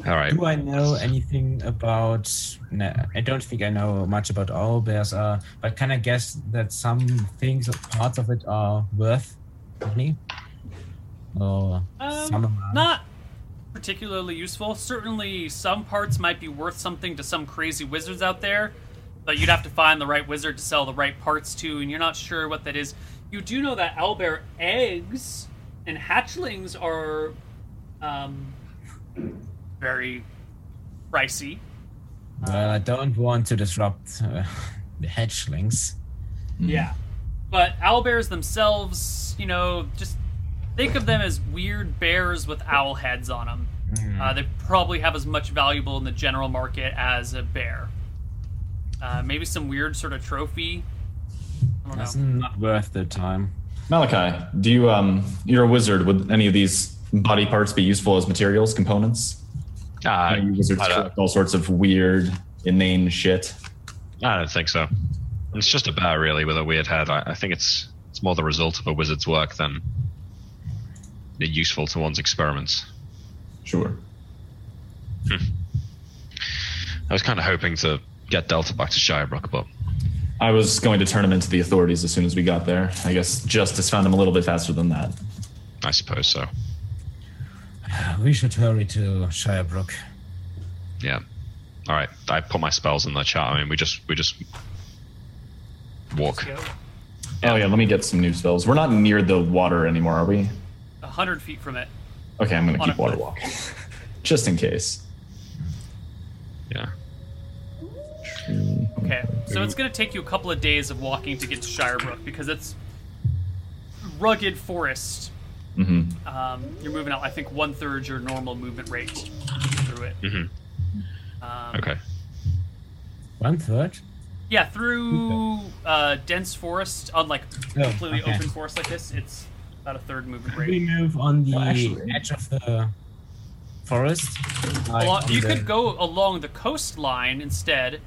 S2: All right.
S5: Do I know anything about? Nah, I don't think I know much about all bears. Uh, but can I guess that some things, parts of it, are worth money? Or some
S1: Um,
S5: amount?
S1: not particularly useful. Certainly, some parts might be worth something to some crazy wizards out there, but you'd have to find the right wizard to sell the right parts to, and you're not sure what that is. You do know that owlbear eggs and hatchlings are um, very pricey.
S5: Well, I don't want to disrupt uh, <laughs> the hatchlings.
S1: Yeah. But owlbears themselves, you know, just think of them as weird bears with owl heads on them. Uh, they probably have as much valuable in the general market as a bear. Uh, maybe some weird sort of trophy. I don't
S5: That's
S1: know.
S5: not worth the time.
S4: Malachi, do you um you're a wizard. Would any of these body parts be useful as materials, components?
S2: Ah,
S4: I know you wizards
S2: I don't-
S4: collect all sorts of weird, inane shit.
S2: I don't think so. It's just a bear, really, with a weird head. I, I think it's it's more the result of a wizard's work than the useful to one's experiments.
S4: Sure.
S2: I was kind of hoping to get Delta back to Shirebrook, but
S4: I was going to turn him into the authorities as soon as we got there. I guess justice found him a little bit faster than that.
S2: I suppose so.
S5: We should hurry to Shirebrook.
S2: Yeah. All right. I put my spells in the chat. I mean, we just we just walk.
S1: Let's go.
S4: Oh yeah, let me get some new spells. We're not near the water anymore, are we?
S1: A hundred feet from it.
S4: Okay, I'm gonna
S1: On
S4: keep
S1: a-
S4: water walk. Just in case.
S2: Yeah.
S1: Okay, so it's gonna take you a couple of days of walking to get to Shirebrook because it's rugged forest.
S4: hmm
S1: Um, you're moving out, I think, one third your normal movement rate through it.
S2: Mhm.
S1: Um,
S2: Okay.
S5: One third?
S1: Yeah, through uh, dense forest, on like
S5: Oh,
S1: completely
S5: okay.
S1: open forest like this, it's about a third movement
S5: Could we
S1: rate.
S5: move on the
S4: Well, actually-
S5: edge of the forest? Like
S1: Well,
S5: on
S1: you
S5: the-
S1: could go along the coastline instead.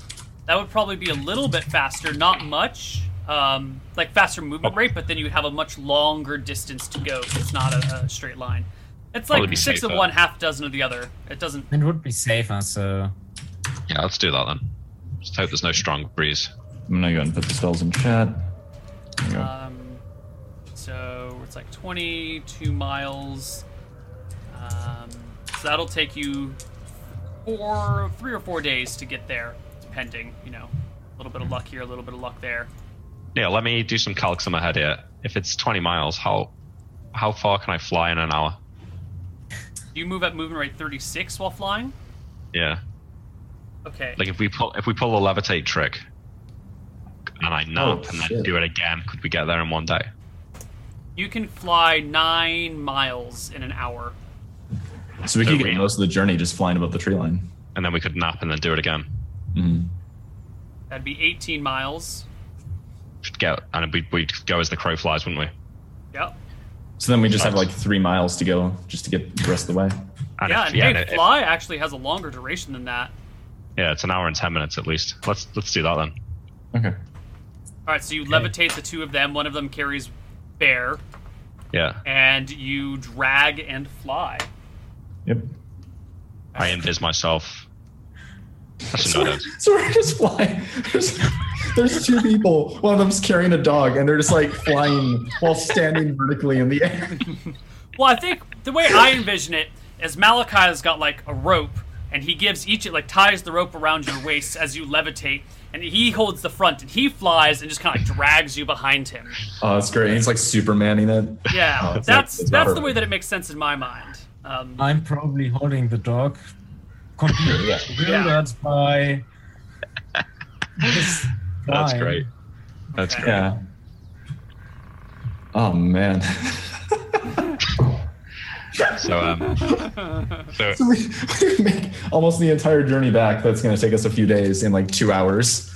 S1: That would probably be a little bit faster, not much, um, like faster movement rate, but then you have a much longer distance to go. It's not a, a straight line. It's
S2: Probably
S1: like
S2: be
S1: six of
S2: safer.
S1: one, half dozen of the other. It doesn't.
S5: It would be safer, so
S2: Yeah. Let's do that then. Just hope there's no strong breeze.
S4: I'm gonna go ahead and put the spells in chat. There you go.
S1: Um, so it's like 22 miles. Um, so that'll take you four, three or four days to get there, depending. You know, a little bit of luck here, a little bit of luck there.
S2: Yeah. Let me do some calcs in my head here. If it's 20 miles, how how far can I fly in an hour?
S1: You move at movement rate 36 while flying.
S2: Yeah.
S1: Okay.
S2: Like if we pull if we pull the levitate trick, and I nap
S4: Oh,
S2: and then
S4: shit.
S2: do it again, could we get there in one day?
S1: you can fly nine miles in an hour.
S4: So we
S2: So
S4: could get
S2: we-
S4: most of the journey just flying above the tree line.
S2: And then we could nap and then do it again.
S4: hmm
S1: That'd be 18 miles.
S2: Should get and we'd, we'd go as the crow flies, wouldn't we?
S1: Yep.
S4: So then we just have
S2: Nice.
S4: like three miles to go just to get the rest of the way.
S2: And
S1: yeah,
S2: if-
S1: and
S2: yeah,
S1: hey,
S2: and if-
S1: fly actually has a longer duration than that.
S2: yeah, it's an hour and ten minutes at least. Let's let's do that then.
S4: Okay.
S1: All right, so you levitate the two of them. One of them carries bear,
S2: Yeah,
S1: and you drag and fly.
S4: Yep.
S2: I invis myself. That's
S4: So,
S2: another.
S4: <laughs> so we're just flying. There's, there's two people. One of them's carrying a dog, and they're just like flying while standing vertically in the air.
S1: Well, I think the way I envision it is Malachi's got like a rope, and he gives each like ties the rope around your waist as you levitate, and he holds the front, and he flies and just kind of drags you behind him.
S4: Oh, that's great. He's like Supermaning it.
S1: Yeah,
S4: Oh, it's not-
S1: that's
S4: it's not
S1: that's the
S4: perfect.
S1: way that it makes sense in my mind. Um,
S5: I'm probably holding the dog completely
S4: Yeah.
S5: bewildered by
S4: <laughs>
S5: this
S2: That's
S5: time.
S2: great. That's
S1: Okay.
S2: great.
S4: Yeah. Oh man. <laughs>
S2: So um,
S4: <laughs>
S2: so
S4: So we, we make almost the entire journey back. That's going to take us a few days in like two hours.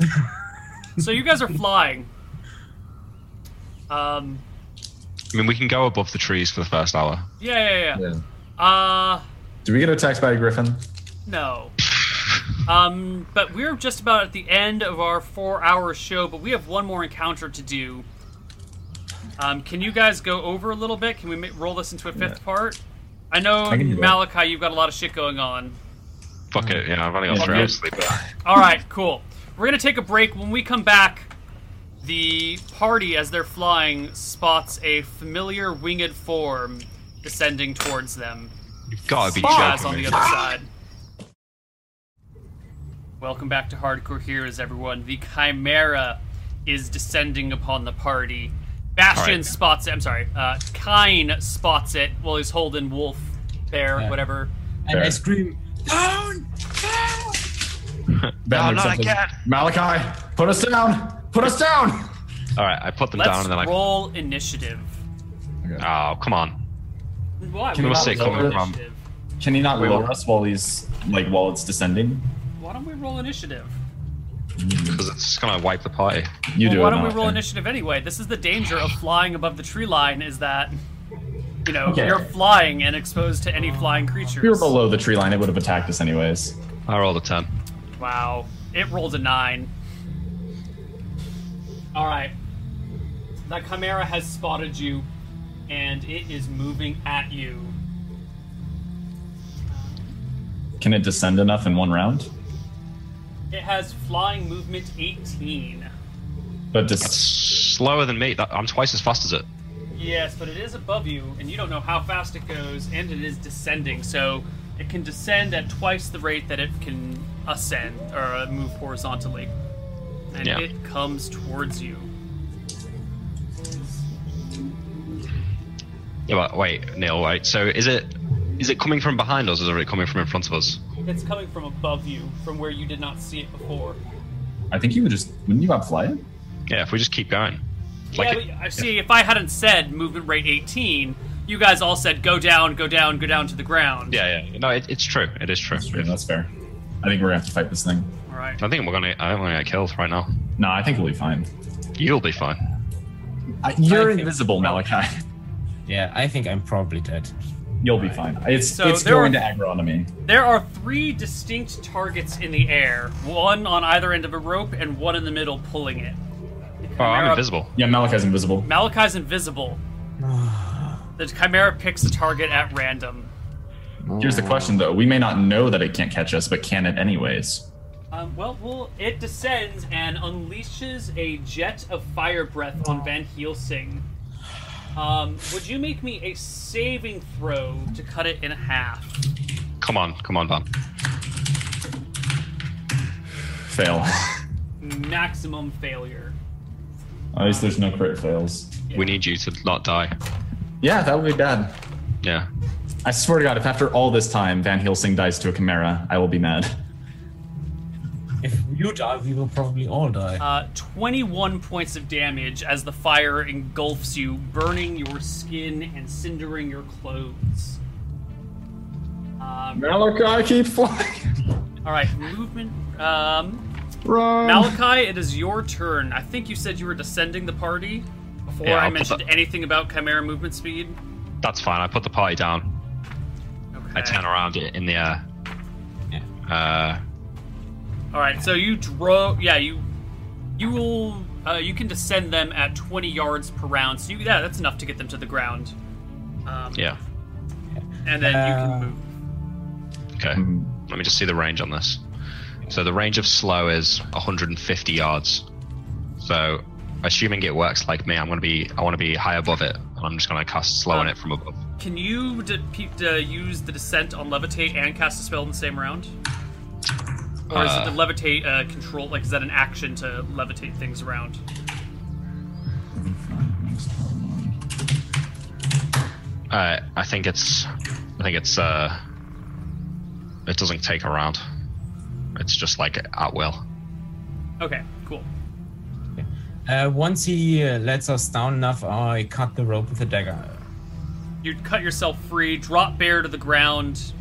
S1: so you guys are flying. Um,
S2: I mean, we can go above the trees for the first hour.
S1: yeah, yeah, yeah. Uh,
S4: Do we get attacked by a griffin?
S1: No. Um, but we're just about at the end of our four-hour show, but we have one more encounter to do. Um, can you guys go over a little bit? Can we ma- roll this into a fifth part? I know
S4: I can do that.
S1: Malachi, you've got a lot of shit going on.
S2: Fuck it. Yeah, I've only got
S4: Yeah.
S2: three hours sleep.
S1: All
S4: <laughs>
S1: right, cool. We're gonna take a break. When we come back, the party, as they're flying, spots a familiar winged form descending towards them.
S2: You've got to be
S1: Chaz
S2: joking
S1: on the
S2: me.
S1: other side. Welcome back to Hardcore Heroes, everyone. The Chimera is descending upon the party. Bastion
S2: Alright.
S1: spots it. I'm sorry. Uh, Kine spots it. Well, he's holding Wolf, Bear,
S5: Yeah.
S1: whatever.
S5: And I
S4: Fair.
S5: scream, Down! Down!
S4: Ben,
S2: No, not
S4: something.
S2: again.
S4: Malachi, put us down! Put us down!
S2: All right, I put them
S1: Let's
S2: down and then I.
S1: roll initiative.
S2: Oh come on.
S1: Why?
S4: Can
S1: we
S4: we
S1: not
S4: say
S1: roll
S4: coming
S2: from-
S1: initiative?
S4: Can he not
S2: Wait,
S4: lower
S2: what?
S4: us while he's like while it's descending?
S1: Why don't we roll initiative?
S2: because it's gonna wipe the party.
S4: You
S1: well,
S4: do
S1: why
S4: it.
S1: don't we
S4: not
S1: roll
S4: him.
S1: initiative anyway? This is the danger of flying above the tree line is that you know,
S4: Okay.
S1: you're flying and exposed to any flying creatures.
S4: If we were below the tree line, it would have attacked us anyways.
S2: I rolled a ten.
S1: Wow. It rolled a nine. Alright. That chimera has spotted you and it is moving at you.
S4: Can it descend enough in one round?
S1: It has flying movement 18.
S4: But
S2: That's
S4: dis-
S2: slower than me. That, I'm twice as fast as it.
S1: Yes, but it is above you, and you don't know how fast it goes, and it is descending, so it can descend at twice the rate that it can ascend or uh, move horizontally. And
S2: Yeah.
S1: it comes towards you.
S2: Yeah, but wait, Neil, wait. So is it is it coming from behind us, or is it coming from in front of us?
S1: It's coming from above you, from where you did not see it before.
S4: I think you would just wouldn't you outfly it?
S2: Yeah, if we just keep going. Like it-
S1: yeah, but, I see, if I hadn't said movement rate 18, you guys all said go down, go down, go down to the ground.
S2: yeah, yeah. No, it, it's true. It is true.
S4: Yeah, that's fair. I think we're gonna have to fight this thing.
S1: All right.
S2: I think we're gonna. I think we're gonna get killed right now.
S4: No, I think we'll be fine.
S2: You'll be fine.
S4: I, you're
S5: I think-
S4: invisible, Malachi. <laughs>
S5: Yeah, I think I'm probably dead.
S4: You'll be fine. It's
S1: So
S4: it's
S1: there
S4: going
S1: are-
S4: to aggro on me.
S1: There are three distinct targets in the air one on either end of a rope, and one in the middle pulling it.
S2: Oh, I'm
S1: Chimera-
S2: invisible.
S4: Yeah, Malachi's invisible.
S1: Malachi's invisible. the Chimera picks a target at random.
S4: Here's the question though: we may not know that it can't catch us, but can it anyways?
S1: Um, well, well, it descends and unleashes a jet of fire breath on Van Helsing. Um, would you make me a saving throw to cut it in half?
S2: Come on, come on, Van.
S4: Fail. <laughs>
S1: Maximum failure.
S4: At least there's no crit fails.
S2: We need you to not die.
S4: Yeah, that would be bad.
S2: Yeah.
S4: I swear to God, if after all this time Van Helsing dies to a chimera, I will be mad.
S5: If you die, we will probably all die.
S1: Uh, 21 points of damage as the fire engulfs you, burning your skin and cindering your clothes. Um,
S4: Malachi, keep flying.
S1: all right, movement. Um,
S4: Run.
S1: Malachi, it is your turn. I think you said you were descending the party before
S2: Yeah,
S1: I
S2: I'll put
S1: mentioned
S2: that-
S1: anything about Chimera movement speed.
S2: That's fine. I put the party down.
S1: Okay.
S2: I turn around i- in the air. Uh,
S1: All right, so you drove. Yeah, you you will. Uh, you can descend them at 20 yards per round. So you, yeah, that's enough to get them to the ground. Um,
S2: yeah.
S1: And then you
S5: Uh,
S1: can move.
S2: Okay.
S4: Mm,
S2: Let me just see the range on this. So the range of slow is 150 yards. So, assuming it works like me, I'm gonna be. I want to be high above it, and I'm just gonna cast slow on it from above.
S1: Can you de- pe- de- use the descent on levitate and cast a spell in the same round? Or is
S2: Uh,
S1: it the levitate uh, control? Like, is that an action to levitate things around?
S2: Uh, I think it's. I think it's. Uh, it doesn't take a round. It's just like at will.
S1: Okay, cool.
S5: Uh, once he uh, lets us down enough, I cut the rope with a dagger.
S1: You cut yourself free, drop bear to the ground.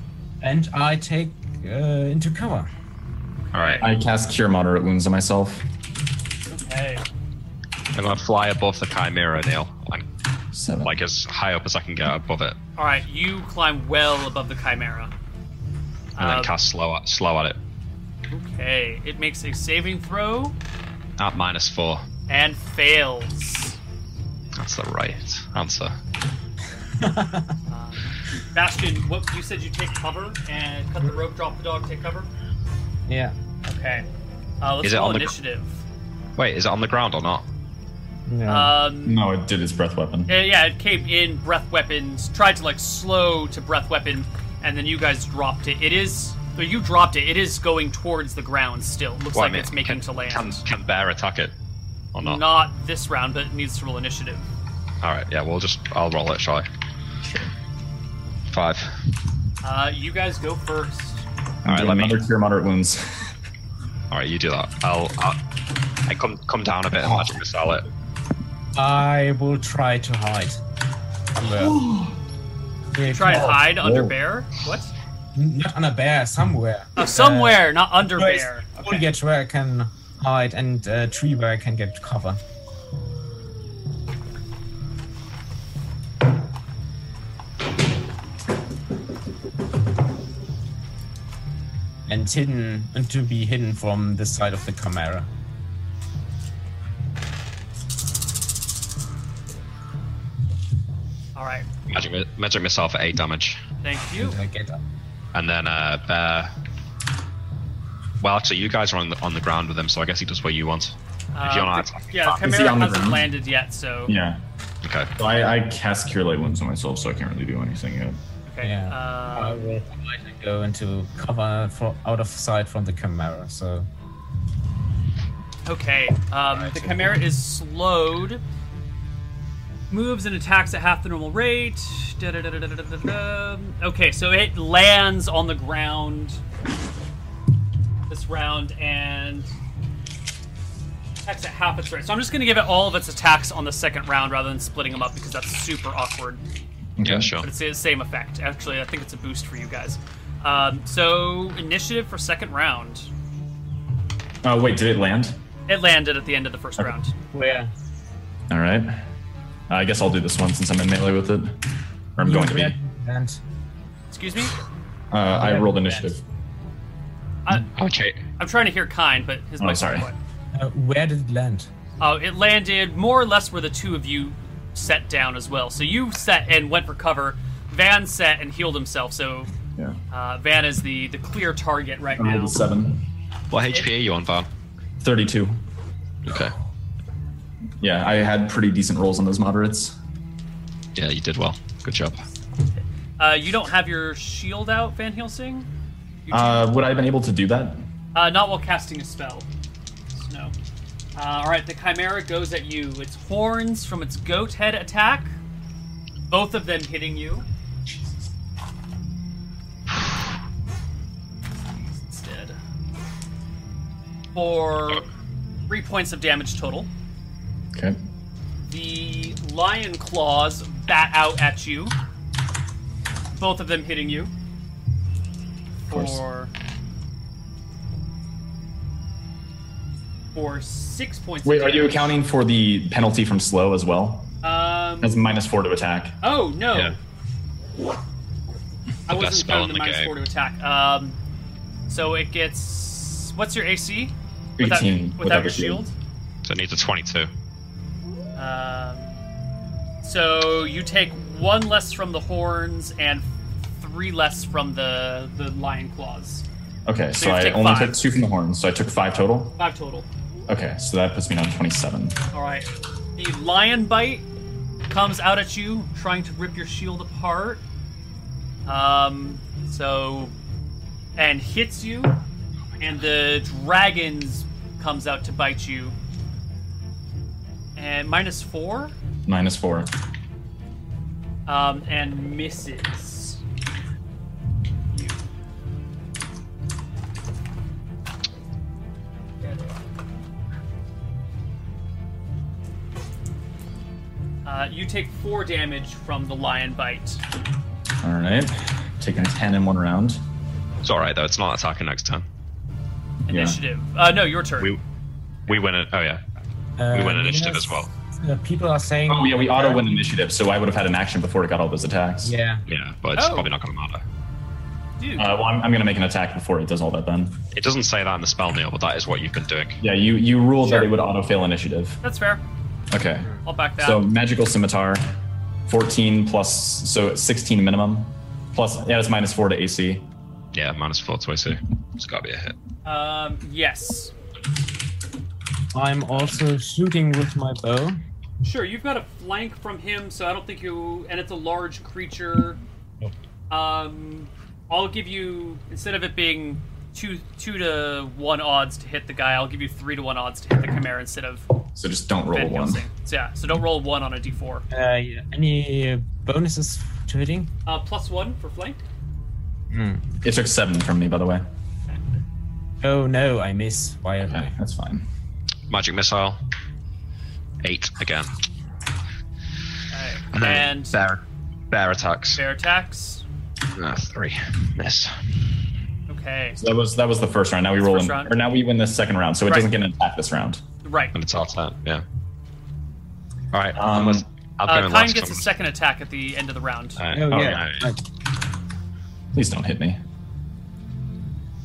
S5: And I take uh, into cover. <laughs>
S2: All right.
S4: I cast Cure Moderate Wounds on myself.
S1: Okay.
S2: I'm gonna fly above the chimera, Neil. Like,
S4: Seven.
S2: like as high up as I can get above it,
S1: All right, you climb well above the chimera.
S2: and
S1: Uh,
S2: then cast slow at, slow at it
S1: Okay, it makes a saving throw
S2: at minus four.
S1: and fails.
S2: That's the right answer.
S1: Um, Bastion, what you said you take cover and cut the rope, drop the dog, take cover.
S5: Yeah.
S1: Okay. Uh, let's
S2: Is it
S1: roll
S2: on the-
S1: initiative.
S2: Wait, is it on the ground or not?
S5: No.
S1: Um,
S4: No, it did its breath weapon.
S1: uh, yeah, it came in breath weapons, tried to like slow to breath weapon, and then you guys dropped it. It is, or you dropped it. It is going towards the ground still. Looks
S2: Well, I
S1: like
S2: mean,
S1: it's making
S2: can,
S1: to land.
S2: Can, can bear attack it or not?
S1: not. this round, but it needs to roll initiative.
S2: All right. Yeah, we'll just. I'll roll it. Shall I? Five.
S1: Uh, you guys go first.
S2: All right. Let me.
S4: Another Cure Moderate Wounds. <laughs>
S2: All right. You do that. I'll. I'll I come come down a bit and magic missile it.
S5: I will try to hide. Somewhere. Yeah,
S1: Try and
S5: come on.
S1: hide under
S4: whoa.
S1: bear. What?
S5: Not on a bear, somewhere.
S7: Uh,
S5: Uh,
S1: Oh, somewhere, not under
S5: Place
S1: bear.
S5: Foliage where I can hide and a tree where I can get cover. And hidden and to be hidden from the side of the camera.
S1: All right.
S2: Magic, mi- magic missile for eight damage,
S1: Thank you.
S5: I get up.
S2: and then uh, bear. Well, actually, you guys are on the on the ground with him, so I guess he does what you want. If you're
S1: Uh,
S2: not,
S1: yeah,
S7: Is he
S1: Chimera
S7: on the
S1: hasn't
S7: ground?
S1: landed yet, so
S4: Yeah.
S2: okay.
S4: So I, I cast Cure Light Wounds on myself, so I can't really do anything yet.
S1: okay.
S5: Yeah. I
S1: Uh,
S5: will go into cover for, out of sight from the camera. So
S1: okay. Um, the Chimera is slowed. Moves and attacks at half the normal rate. Da, da, da, da, da, da, da, da. Okay, so it lands on the ground this round and attacks at half its rate. So I'm just going to give it all of its attacks on the second round rather than splitting them up because that's super awkward.
S2: Yeah, sure.
S1: but it's the same effect. Actually, I think it's a boost for you guys. Um, so initiative for second round.
S4: Oh, wait, did it land?
S1: It landed at the end of the first round.
S5: where
S4: All right. Uh, I guess I'll do this one since I'm in melee with it. Or I'm going to be. Uh,
S5: And
S1: Excuse me.
S4: I rolled initiative.
S1: I,
S2: Okay.
S1: I'm trying to hear kind, but his
S4: Oh,
S1: mic's
S4: sorry.
S1: not quiet.
S5: uh, where did it land?
S1: Oh, it landed more or less where the two of you set down as well. So you set and went for cover. Van set and healed himself. So
S4: Yeah.
S1: uh, Van is the the clear target right
S4: I rolled
S1: now.
S4: a seven.
S2: What HP are you on, Van?
S4: 32.
S2: Okay.
S4: Yeah, I had pretty decent rolls on those moderates.
S2: Yeah, you did well. Good job.
S1: Uh, you don't have your shield out, Van Helsing.
S4: Uh, would I have been able to do that?
S1: Uh, not while casting a spell. So, No. Uh, all right, the chimera goes at you. Its horns from its goat head attack, both of them hitting you. Instead, for three points of damage total.
S4: Okay.
S1: The lion claws bat out at you, both of them hitting you.
S4: course.
S1: For for six points. of
S4: Wait, are you
S1: damage.
S4: accounting for the penalty from slow as well?
S1: Um.
S4: That's minus four to attack.
S1: Oh no.
S2: Yeah.
S1: I
S2: The best
S1: wasn't
S2: spell
S1: counting the
S2: in the
S1: minus
S2: game.
S1: four to attack. Um. So it gets. What's your AC? Without,
S4: 18
S1: without,
S4: without
S1: your
S4: the
S1: shield.
S4: shield.
S2: So it needs a 22.
S1: Um, so you take one less from the horns and three less from the the lion claws.
S4: Okay,
S1: So
S4: so,
S1: you
S4: I
S1: take
S4: only
S1: five.
S4: took two from the horns, so I took five total.
S1: Five total.
S4: Okay, so that puts me down to 27.
S1: All right. The lion bite comes out at you, trying to rip your shield apart. Um, so, and hits you, and the dragons comes out to bite you. And minus four,
S4: Minus four.
S1: um, and misses. You. Uh, you take four damage from the lion bite.
S4: All right. Taking 10 in one round.
S2: It's all right though. It's not attacking next turn.
S4: Yeah.
S1: Initiative. Uh, no, your turn.
S2: We we win it. Oh yeah.
S5: Uh,
S2: win initiative as well.
S5: Uh, people are saying.
S4: Oh, yeah, we auto win initiative, so I would have had an action before it got all those attacks.
S5: Yeah.
S2: Yeah, but it's
S1: Oh.
S2: probably not going to matter.
S1: Dude,
S4: Uh, well, I'm, I'm going to make an attack before it does all that then.
S2: It doesn't say that in the spell, Neil, but that is what you've been doing.
S4: Yeah, you, you ruled
S1: Sure.
S4: that it would auto fail initiative.
S1: that's fair.
S4: Okay.
S1: I'll back that.
S4: So magical scimitar, 14 plus, so 16 minimum. Plus, yeah, it's minus four to AC.
S2: Yeah, minus four to AC. It's got to be a hit.
S1: um, yes.
S5: I'm also shooting with my bow.
S1: Sure, you've got a flank from him, so I don't think you. And it's a large creature. Um, I'll give you instead of it being two two to one odds to hit the guy, I'll give you three to one odds to hit the chimera instead of
S4: So just don't roll a
S1: Van
S4: one.
S1: Helsing. So, yeah, so don't roll one on a d4.
S5: Uh, yeah, any bonuses to hitting?
S1: Uh, plus one for flank.
S4: It took seven from me, by the way.
S5: Oh no, I miss. Why? am
S4: Okay,
S5: I?
S4: that's fine.
S2: Magic missile. Eight again.
S1: Alright.
S2: And, then
S1: And
S2: bear, bear attacks.
S1: bear attacks.
S2: Uh, three. Miss.
S1: Okay.
S6: So that was that was the first round. Now we roll
S1: First
S6: in,
S1: round.
S6: or now we win the second round, so it
S1: Right.
S6: doesn't get an attack this round.
S1: Right.
S2: And it's our turn, yeah. All right.
S6: Um,
S2: unless- I'll go
S1: Uh,
S2: in
S1: Kine
S2: last
S1: gets a
S2: time.
S1: second attack at the end of the round.
S2: All right.
S5: Oh,
S2: all
S5: yeah.
S2: right.
S5: Right.
S6: Please don't hit me.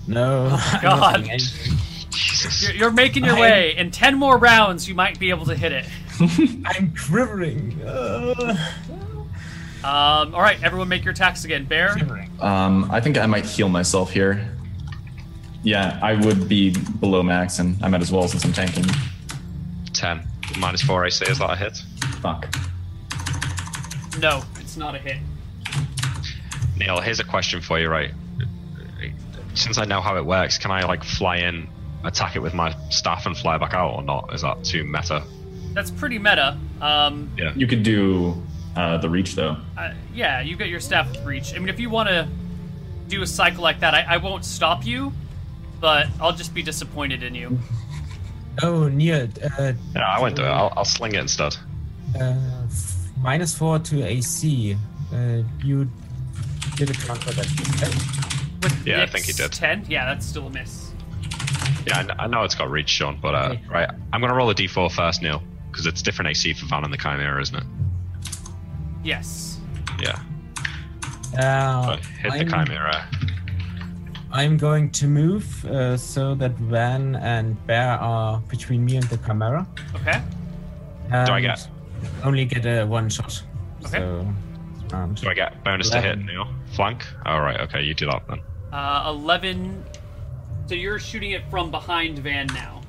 S5: No.
S4: <laughs>
S5: I'm not
S1: God.
S5: doing anything.
S2: Jesus.
S1: You're, you're making your
S5: I-
S1: way. In ten more rounds, you might be able to hit it.
S5: I'm quivering. Uh,
S1: Um, all right, everyone, make your attacks again. Bear,
S6: Um, I think I might heal myself here. Yeah, I would be below max, and I might as well since I'm tanking.
S2: 10. Minus 4 AC, is that a hit?
S6: Fuck.
S1: no, it's not a hit.
S2: Neil, here's a question for you, right? Since I know how it works, can I, like, fly in, attack it with my staff, and fly back out, or not? Is that too meta?
S1: That's pretty meta. Um,
S2: Yeah.
S6: You could do uh, the reach though.
S1: uh, yeah, you get your staff reach. I mean, if you want to do a cycle like that, I, I won't stop you, but I'll just be disappointed in
S2: <laughs>
S1: you.
S5: oh, near. Uh,
S2: Yeah, I won't do it. I'll, I'll sling it instead.
S5: uh, f- minus four to AC. Uh, you did a counter that.
S1: With
S2: Yeah, I
S1: Nick's
S2: think he did.
S1: Ten, yeah, that's still a miss.
S2: Yeah, I kn- I know it's got reach, Sean, but, uh,
S5: Okay.
S2: right. I'm going to roll a d4 first, Neil, because it's different AC for Van and the Chimera, isn't it?
S1: Yes.
S2: Yeah.
S5: Uh,
S2: But hit
S5: I'm,
S2: the Chimera.
S5: I'm going to move uh, so that Van and Bear are between me and the camera.
S1: Okay.
S5: And
S2: Do I get-
S5: Only get a one shot.
S1: Okay.
S5: So, um,
S2: Do I get bonus to hit,
S5: Eleven.
S2: Neil? Flank? All right, okay, you do that then.
S1: Uh, Eleven. So you're shooting it from behind Van now,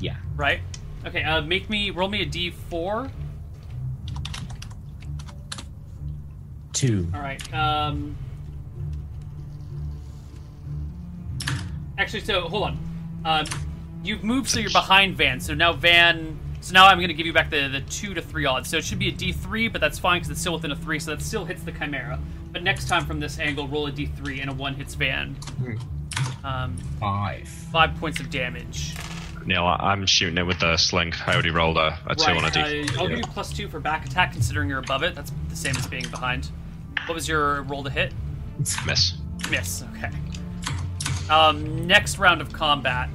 S5: yeah.
S1: right? Okay. Uh, make me roll me a D4.
S5: Two.
S1: All right. Um. Actually, so hold on. Um, you've moved, so you're behind Van. So now Van. So now I'm going to give you back the the two to three odds. So it should be a D3, but that's fine because it's still within a three, so that still hits the Chimera. But next time from this angle, roll a D3 and a one hits Van. Um,
S5: Five.
S1: five points of damage.
S2: Neil, I- I'm shooting it with the sling. I already rolled a, a 2 on a
S1: Right.
S2: d4.
S1: Uh, I'll give you plus two for back attack, considering you're above it. That's the same as being behind. What was your roll to hit?
S2: Miss.
S1: Miss. Okay. Um, next round of combat.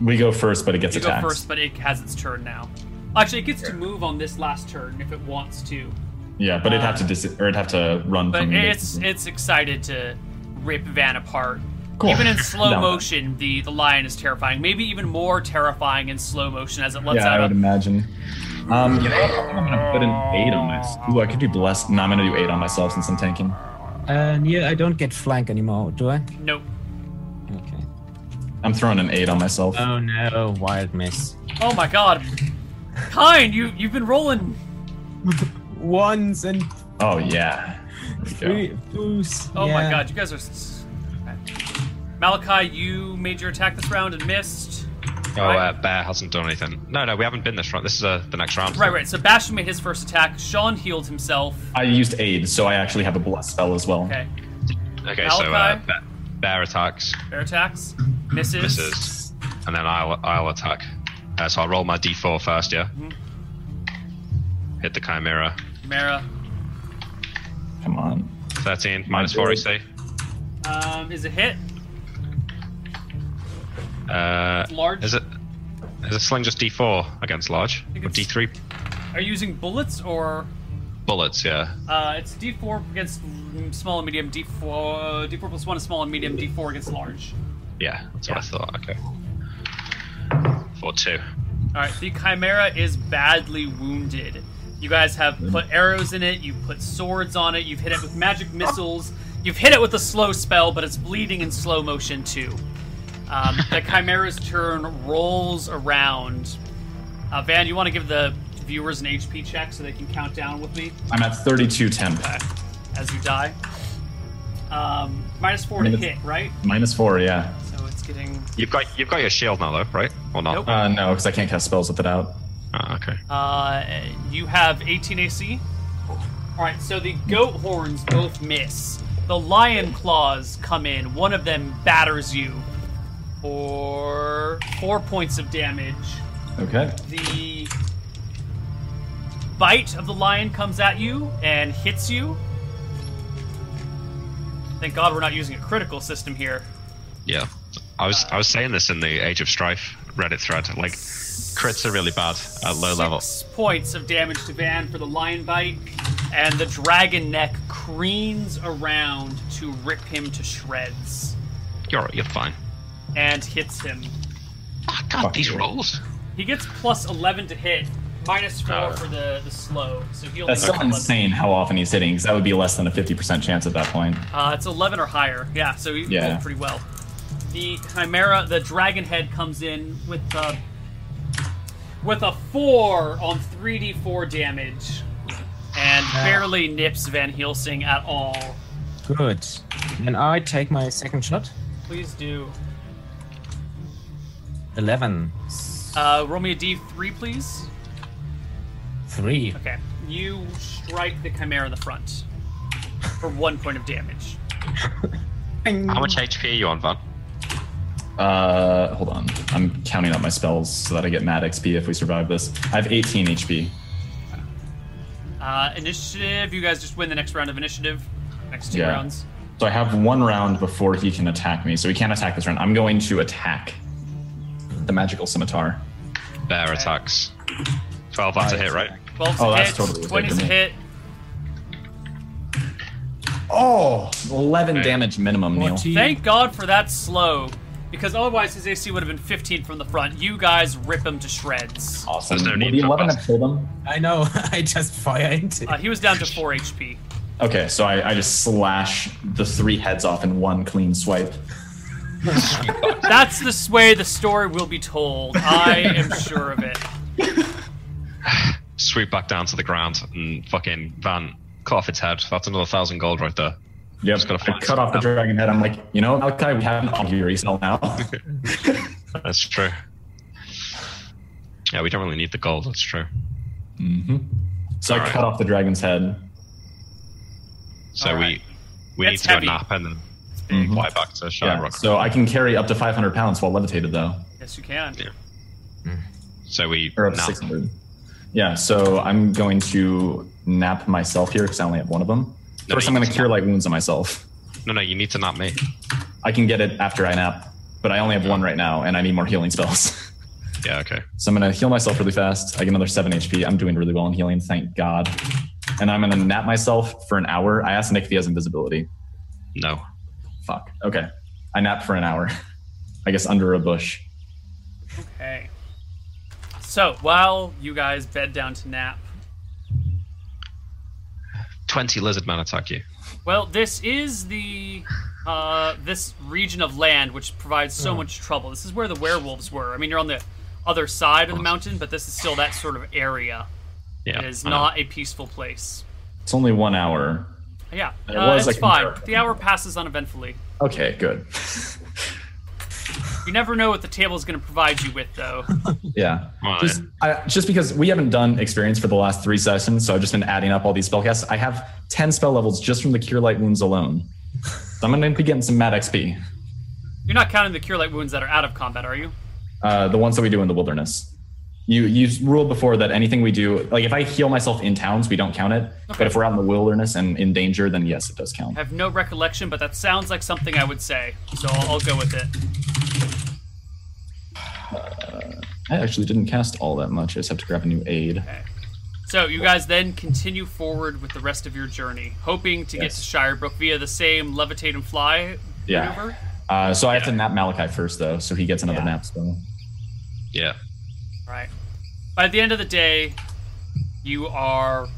S6: We go first, but it gets
S1: You
S6: attacked.
S1: go first, but it has its turn now. Actually, it gets to move on this last turn if it wants to.
S6: Yeah, but it'd have to dis- or it'd have to run
S1: uh, But
S6: from you.
S1: it's it's excited to rip Van apart.
S6: Cool.
S1: Even in slow
S6: Oh, No.
S1: motion, the the lion is terrifying. Maybe even more terrifying in slow motion as it lets
S6: yeah, I
S1: out
S6: would
S1: a.
S6: imagine. Um, you know what? I'm gonna put an eight on myself. Ooh, I could do blessed. No, I'm gonna do eight on myself since I'm tanking.
S5: And yeah, I don't get flank anymore, do I?
S1: Nope.
S5: Okay.
S6: I'm throwing an eight on myself.
S5: Oh no, wild miss.
S1: Oh my god. Kind, you you've been rolling.
S5: Ones and
S6: oh yeah. There we go.
S5: three twos.
S1: Oh my
S5: yeah.
S1: god, you guys are. s- Malachi, you made your attack this round and missed.
S2: Oh,
S1: Right.
S2: uh, Bear hasn't done anything. No, no, we haven't been this round. This is uh, the next round.
S1: Right, right. So Bastion made his first attack. Sean healed himself.
S6: I used aid, so I actually have a blessed spell as well.
S1: Okay.
S2: Okay, so uh,
S1: Malachi?
S2: Bear, Bear attacks,
S1: Bear attacks. Misses.
S2: misses, and then I'll, I'll attack. Uh, so I'll roll my d4 first, yeah?
S1: Mm-hmm.
S2: Hit the Chimera.
S1: Mara.
S6: Come on.
S2: 13, minus 4 AC.
S1: Um, is it hit?
S2: Uh,
S1: Large?
S2: is it. Is a sling just d4 against large?
S1: think
S2: Or
S1: it's-
S2: d3
S1: Are you using bullets or
S2: bullets, yeah.
S1: uh, it's D4 against mm, small and medium. D4 D4 plus one is small and medium. D4 against large.
S2: Yeah, that's what I thought. Okay. 4 2.
S1: All right, the Chimera is badly wounded. You guys have put arrows in it, you've put swords on it, you've hit it with magic missiles, you've hit it with a slow spell, but it's bleeding in slow motion too. Um, the Chimera's turn rolls around. Uh, Van, you want to give the viewers an HP check so they can count down with me
S6: I'm at 32 temp.
S1: as you die? Um, minus four to hit, right?
S6: Minus four, yeah.
S1: So it's getting.
S2: You've got you've got your shield now though, right? Or not?
S1: Nope.
S6: Uh, no, because I can't cast spells with it out.
S2: Ah, okay.
S1: Uh, you have 18 AC. All right, so the goat horns both miss. The lion claws come in. One of them batters you for four points of damage.
S6: Okay.
S1: The bite of the lion comes at you and hits you. Thank God we're not using a critical system here.
S2: Yeah, I was I was saying this in the Age of Strife Reddit thread. Like, crits are really bad at low level.
S1: Six points of damage to Van for the lion bite, and the dragon neck creans around to rip him to shreds
S2: You're you're fine.
S1: and hits him.
S2: Oh, God, these rolls.
S1: He gets plus 11 to hit, minus 4
S2: Uh.
S1: for the, the slow, so he only
S4: That's still
S1: gets 11.
S4: insane how often he's hitting, because that would be less than a 50% chance at that point.
S1: Uh, it's 11 or higher. Yeah, so he
S4: Yeah.
S1: rolled pretty well. The Chimera, the Dragon Head comes in with uh, with a 4 on 3d4 damage and barely nips Van Helsing at all.
S5: Good. And I take my second shot.
S1: Please do.
S5: 11.
S1: Uh, roll me a d3, please.
S5: 3.
S1: Okay. You strike the Chimera in the front for one point of damage.
S2: How much HP are you on, Van?
S4: Uh, hold on. I'm counting up my spells so that I get mad XP if we survive this. I have 18 HP.
S1: Uh, initiative, you guys just win the next round of initiative. Next two
S4: Yeah.
S1: rounds.
S4: So I have one round before he can attack me. So he can't attack this round. I'm going to attack the magical scimitar.
S2: Bear attacks. Twelve that's a hit, right?
S1: 12's
S4: Oh,
S1: a
S4: that's
S1: hit,
S4: totally worth it
S1: 20's a
S4: to me.
S1: hit,
S4: Oh, 11
S2: Okay.
S4: damage minimum, Neil.
S1: Thank God for that slow, because otherwise his AC would have been 15 from the front. You guys rip him to shreds.
S4: Awesome.
S2: There's no
S4: Would
S2: need
S4: the
S2: for
S4: 11
S2: us.
S4: have killed him?
S5: I know. <laughs> I just fire into
S1: Uh, he was down to 4 HP.
S4: Okay, so I, I just slash the three heads off in one clean swipe.
S1: That's the s- way the story will be told. I am sure of it.
S2: Swoop back down to the ground and fucking Van cut off its head. That's another thousand gold right there.
S4: Yep.
S2: Just gotta
S4: I
S2: find
S4: cut off the
S2: something.
S4: dragon head. I'm like, you know, Malachi, we have an augury cell
S2: <laughs>
S4: now.
S2: That's true. Yeah, we don't really need the gold. That's true.
S4: so I
S2: Alright.
S4: cut off the dragon's head.
S2: So
S1: All
S2: we
S1: right.
S2: we
S1: It's
S2: need to
S1: heavy.
S2: go nap and then fly back to Shiloh
S4: Yeah,
S2: Rock.
S4: so I can carry up to 500 pounds while levitated, though.
S1: Yes, you can.
S2: Yeah. So we
S4: Or up
S2: nap.
S4: to 600. Yeah, so I'm going to nap myself here because I only have one of them.
S2: No,
S4: First,
S2: you
S4: I'm going to
S2: can
S4: cure light wounds on myself.
S2: No, no, you need to nap me.
S4: I can get it after I nap, but I only have one right now, and I need more healing spells. <laughs>
S2: Yeah, okay.
S4: So I'm gonna heal myself really fast. I get another seven HP. I'm doing really well in healing, thank God. And I'm gonna nap myself for an hour. I asked Nick if he has invisibility.
S2: No.
S4: Fuck. Okay. I nap for an hour. <laughs> I guess under a bush.
S1: Okay. So, while you guys bed down to nap,
S2: Twenty lizard men attack you.
S1: well, this is the. Uh, this region of land which provides so
S4: Hmm.
S1: much trouble. This is where the werewolves were. I mean, you're on the other side of the mountain, but this is still that sort of area.
S2: Yeah.
S1: It is
S4: Hmm.
S2: I know.
S1: not a peaceful place.
S4: It's only one hour.
S1: Yeah,
S4: There
S1: uh,
S4: was
S1: it's
S4: a
S1: fine.
S4: comparison.
S1: The hour passes uneventfully.
S4: Okay, good. <laughs>
S1: You never know what the table is going to provide you with, though.
S4: yeah.
S2: Well,
S4: Just, I, just because we haven't done experience for the last three sessions, so I've just been adding up all these spell casts. I have 10 spell levels just from the Cure Light Wounds alone. So I'm gonna be getting some mad XP.
S1: You're not counting the cure light wounds that are out of combat, are you?
S4: uh, the ones that we do in the wilderness. You you ruled before that anything we do, like if I heal myself in towns, we don't count it. But if we're out in the wilderness and in danger, then yes, it does count.
S1: I have no recollection, but that sounds like something I would say, so I'll, I'll go with it.
S4: I actually didn't cast all that much. I just have to grab a new aid.
S1: So you guys then continue forward with the rest of your journey, hoping to
S4: Yes.
S1: get to Shirebrook via the same levitate and fly
S4: Yeah.
S1: maneuver.
S4: Uh, so I have to nap Malachi first, though, so he gets another nap spell.
S2: yeah.
S1: Right. By the end of the day, you are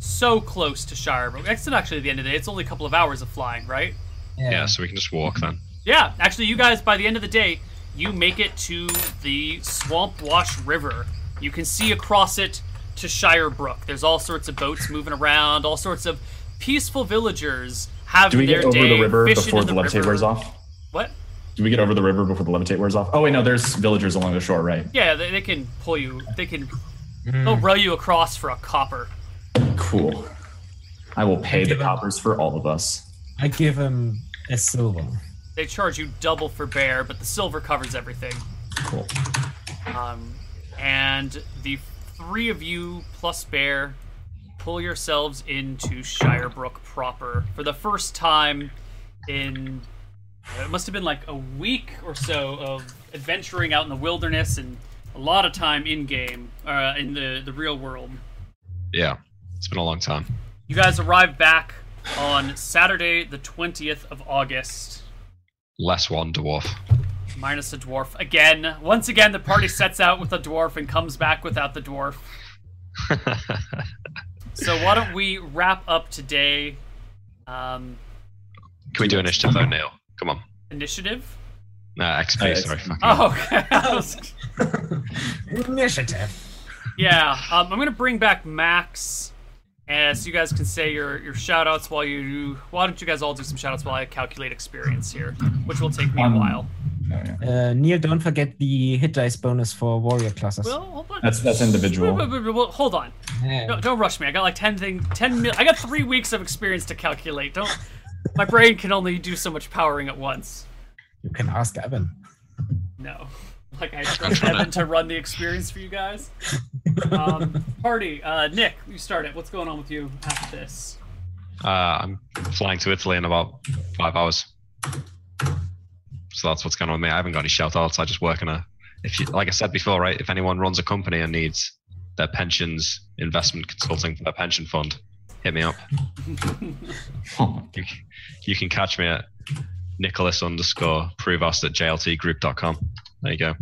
S1: so close to Shirebrook. That's not actually the end of the day. It's only a couple of hours of flying, right?
S2: Yeah, so we can just walk then.
S1: Yeah, actually, you guys, by the end of the day, you make it to the Swamp Wash River. You can see across it to Shire Brook. There's all sorts of boats moving around, all sorts of peaceful villagers having
S4: Do we
S1: their
S4: get over
S1: day
S4: the river
S1: fishing
S4: before
S1: in
S4: the,
S1: the,
S4: levitate
S1: river.
S4: wears off?
S1: What?
S4: Do we get over the river before the levitate wears off? Oh wait, no, there's villagers along the shore, right?
S1: Yeah, they, they can pull you. They can. They'll row you across for a copper.
S4: Cool. I will pay the coppers for all of us.
S5: I give him a silver.
S1: They charge you double for bear, but the silver covers everything.
S4: Cool.
S1: Um, and the three of you plus Bear pull yourselves into Shirebrook proper for the first time in it must have been like a week or so of adventuring out in the wilderness and a lot of time in game, uh, in the the real world.
S2: Yeah, it's been a long time.
S1: You guys arrived back on Saturday, the twentieth of August.
S2: Less one dwarf. <laughs>
S1: Minus a dwarf again. Once again, the party sets out with a dwarf and comes back without the dwarf.
S2: Can
S1: So why don't we wrap up today? Um,
S2: we do initiative though, Neil? Come on.
S1: initiative.
S2: Nah, XP.
S4: Oh, yeah,
S2: sorry.
S4: XP.
S2: fucking hell.
S1: Oh, okay. I was-
S5: Initiative.
S1: <laughs> yeah. Um, I'm gonna bring back Max, and so you guys can say your your shout outs while you Why don't you guys all do some shout outs while I calculate experience here, which will take me a
S6: Um,
S1: while.
S5: Uh, Neil, don't forget the hit dice bonus for warrior classes.
S1: Well, hold on.
S4: That's that's individual.
S1: Wait, wait, wait, wait, hold on.
S5: Yeah.
S1: No, don't rush me. I got like ten thing, ten mil. I got three weeks of experience to calculate. Don't. My brain can only do so much powering at once.
S5: You can ask Evan.
S1: No. <laughs> Like I trust Evan to run the experience for you guys. Um, party, uh, Nick, you start it. What's going on with you after this?
S2: Uh, I'm flying to Italy in about five hours. So that's what's going on with me. I haven't got any shout outs. I just work in a, if you, like I said before, right? If anyone runs a company and needs their pensions investment consulting for their pension fund, hit me up. you, you can catch me at Nicholas underscore Provast at jltgroup.com. There you go.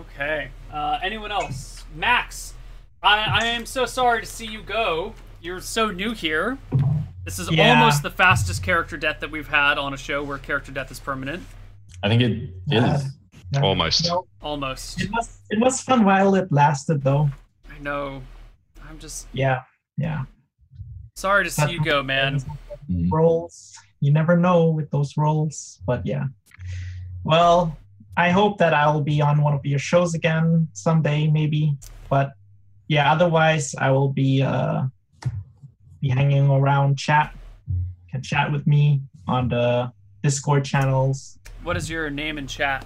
S1: Okay. Uh, anyone else? Max, I, I am so sorry to see you go. You're so new here. This is
S3: Yeah.
S1: almost the fastest character death that we've had on a show where character death is permanent.
S4: I think it is.
S2: Almost.
S3: No,
S1: Almost.
S3: it was it was fun while it lasted, though.
S1: I know. I'm just
S3: Yeah, yeah.
S1: sorry to see you go, man.
S3: Rolls. You never know with those rolls, but yeah. Well, I hope that I'll be on one of your shows again someday, maybe. But yeah, otherwise I will be uh be hanging around chat. Can chat with me on the Discord channels.
S1: What is your name in chat?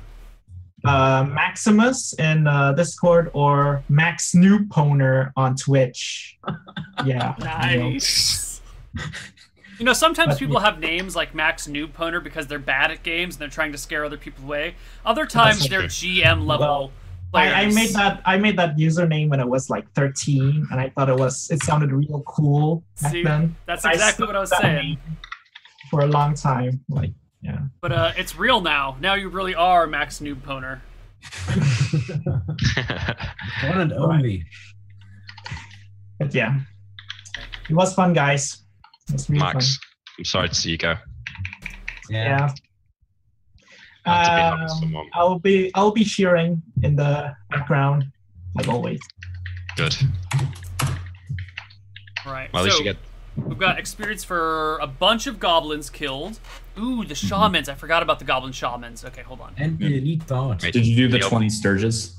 S3: Uh, Maximus in uh, Discord or Max Newponer on Twitch. Yeah.
S1: Nice. <laughs> you know, sometimes
S3: But-
S1: people have names like Max Noobponer because they're bad at games and they're trying to scare other people away. Other times they're GM level
S3: Well,
S1: players.
S3: I, I made that I made that username when I was like 13, and I thought it was it sounded real cool back
S1: See,
S3: then.
S1: That's
S3: I
S1: exactly what I was
S3: stuck that
S1: saying.
S3: name for a long time. Like, yeah,
S1: But uh, it's real now. Now you really are Max Noobponer.
S5: One and only.
S3: but yeah, it was fun, guys. It was
S2: <laughs>
S3: really
S2: Max, I'm sorry to see you go.
S3: fun.
S5: Yeah.
S3: Yeah,
S2: I have to be honest
S3: Um,
S2: with someone.
S3: I'll be I'll be cheering in the background like always.
S2: Good.
S1: Right.
S2: Well, at least
S1: so
S2: you get
S1: we've got experience for a bunch of goblins killed. Ooh, the shamans. I forgot about the goblin shamans. Okay, hold on.
S5: And the elite dart.
S2: Wait.
S4: Did you do the
S2: Yep.
S4: 20 Sturges?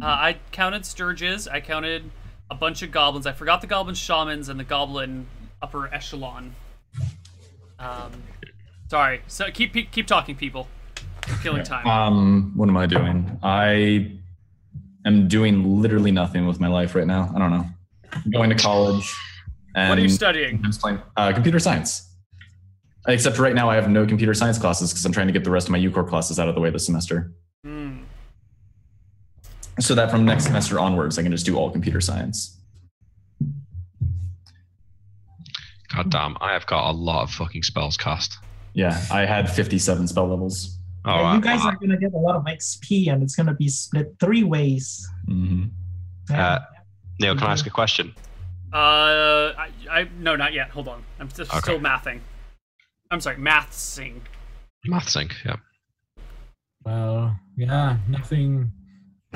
S1: Uh, I counted Sturges. I counted a bunch of goblins. I forgot the goblin shamans and the goblin upper echelon. Um, sorry. So keep keep- keep talking, people. We're killing time.
S4: Um, what am I doing? I am doing literally nothing with my life right now. I don't know. I'm going to college. And
S1: what are you studying?
S4: I'm just playing uh, computer science. Except right now, I have no computer science classes because I'm trying to get the rest of my UCOR classes out of the way this semester.
S1: Hmm.
S4: So that from next semester onwards, I can just do all computer science.
S2: God damn, I have got a lot of fucking spells cast.
S4: Yeah, I had 57 spell levels.
S2: Oh,
S3: Yeah,
S2: I-
S3: you guys
S2: I-
S3: are gonna get a lot of XP, and it's gonna be split three ways.
S4: Mm-hmm.
S3: Yeah.
S2: Uh, Neil, can I ask a question?
S1: Uh, I, I no, not yet. Hold on. I'm just
S2: Okay.
S1: still mathing. I'm sorry, mathsing.
S2: Math sync, yeah.
S5: Well, yeah, nothing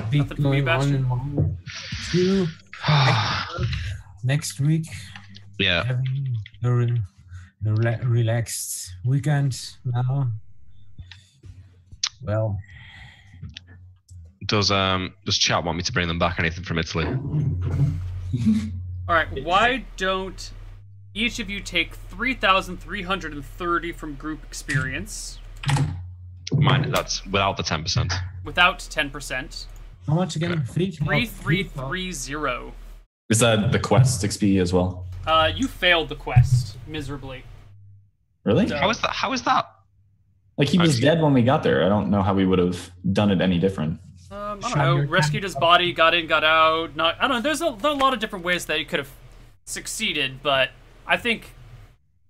S5: big
S1: Nothing for me,
S5: going on
S1: Bastion.
S5: in one. Two. Next week,
S2: <sighs> yeah,
S5: having a, re- a rela- relaxed weekend now. Well,
S2: does um does chat want me to bring them back anything from Italy?
S1: All right. Why don't each of you take three thousand three hundred and thirty from group experience
S2: Mine, that's without the ten percent.
S1: without ten percent?
S5: how much again? Three,
S1: Three three three zero.
S4: Is that the quest XP as well?
S1: Uh, you failed the quest miserably.
S4: Really?
S1: No.
S2: How is that? How is that?
S4: Like he was
S2: Actually-
S4: dead when we got there. I don't know how we would have done it any different.
S1: Um, I don't
S5: Shot
S1: know.
S5: your-
S1: Rescued his body, got in, got out. Not, I don't know. There's a, there are a lot of different ways that you could have succeeded, but I think,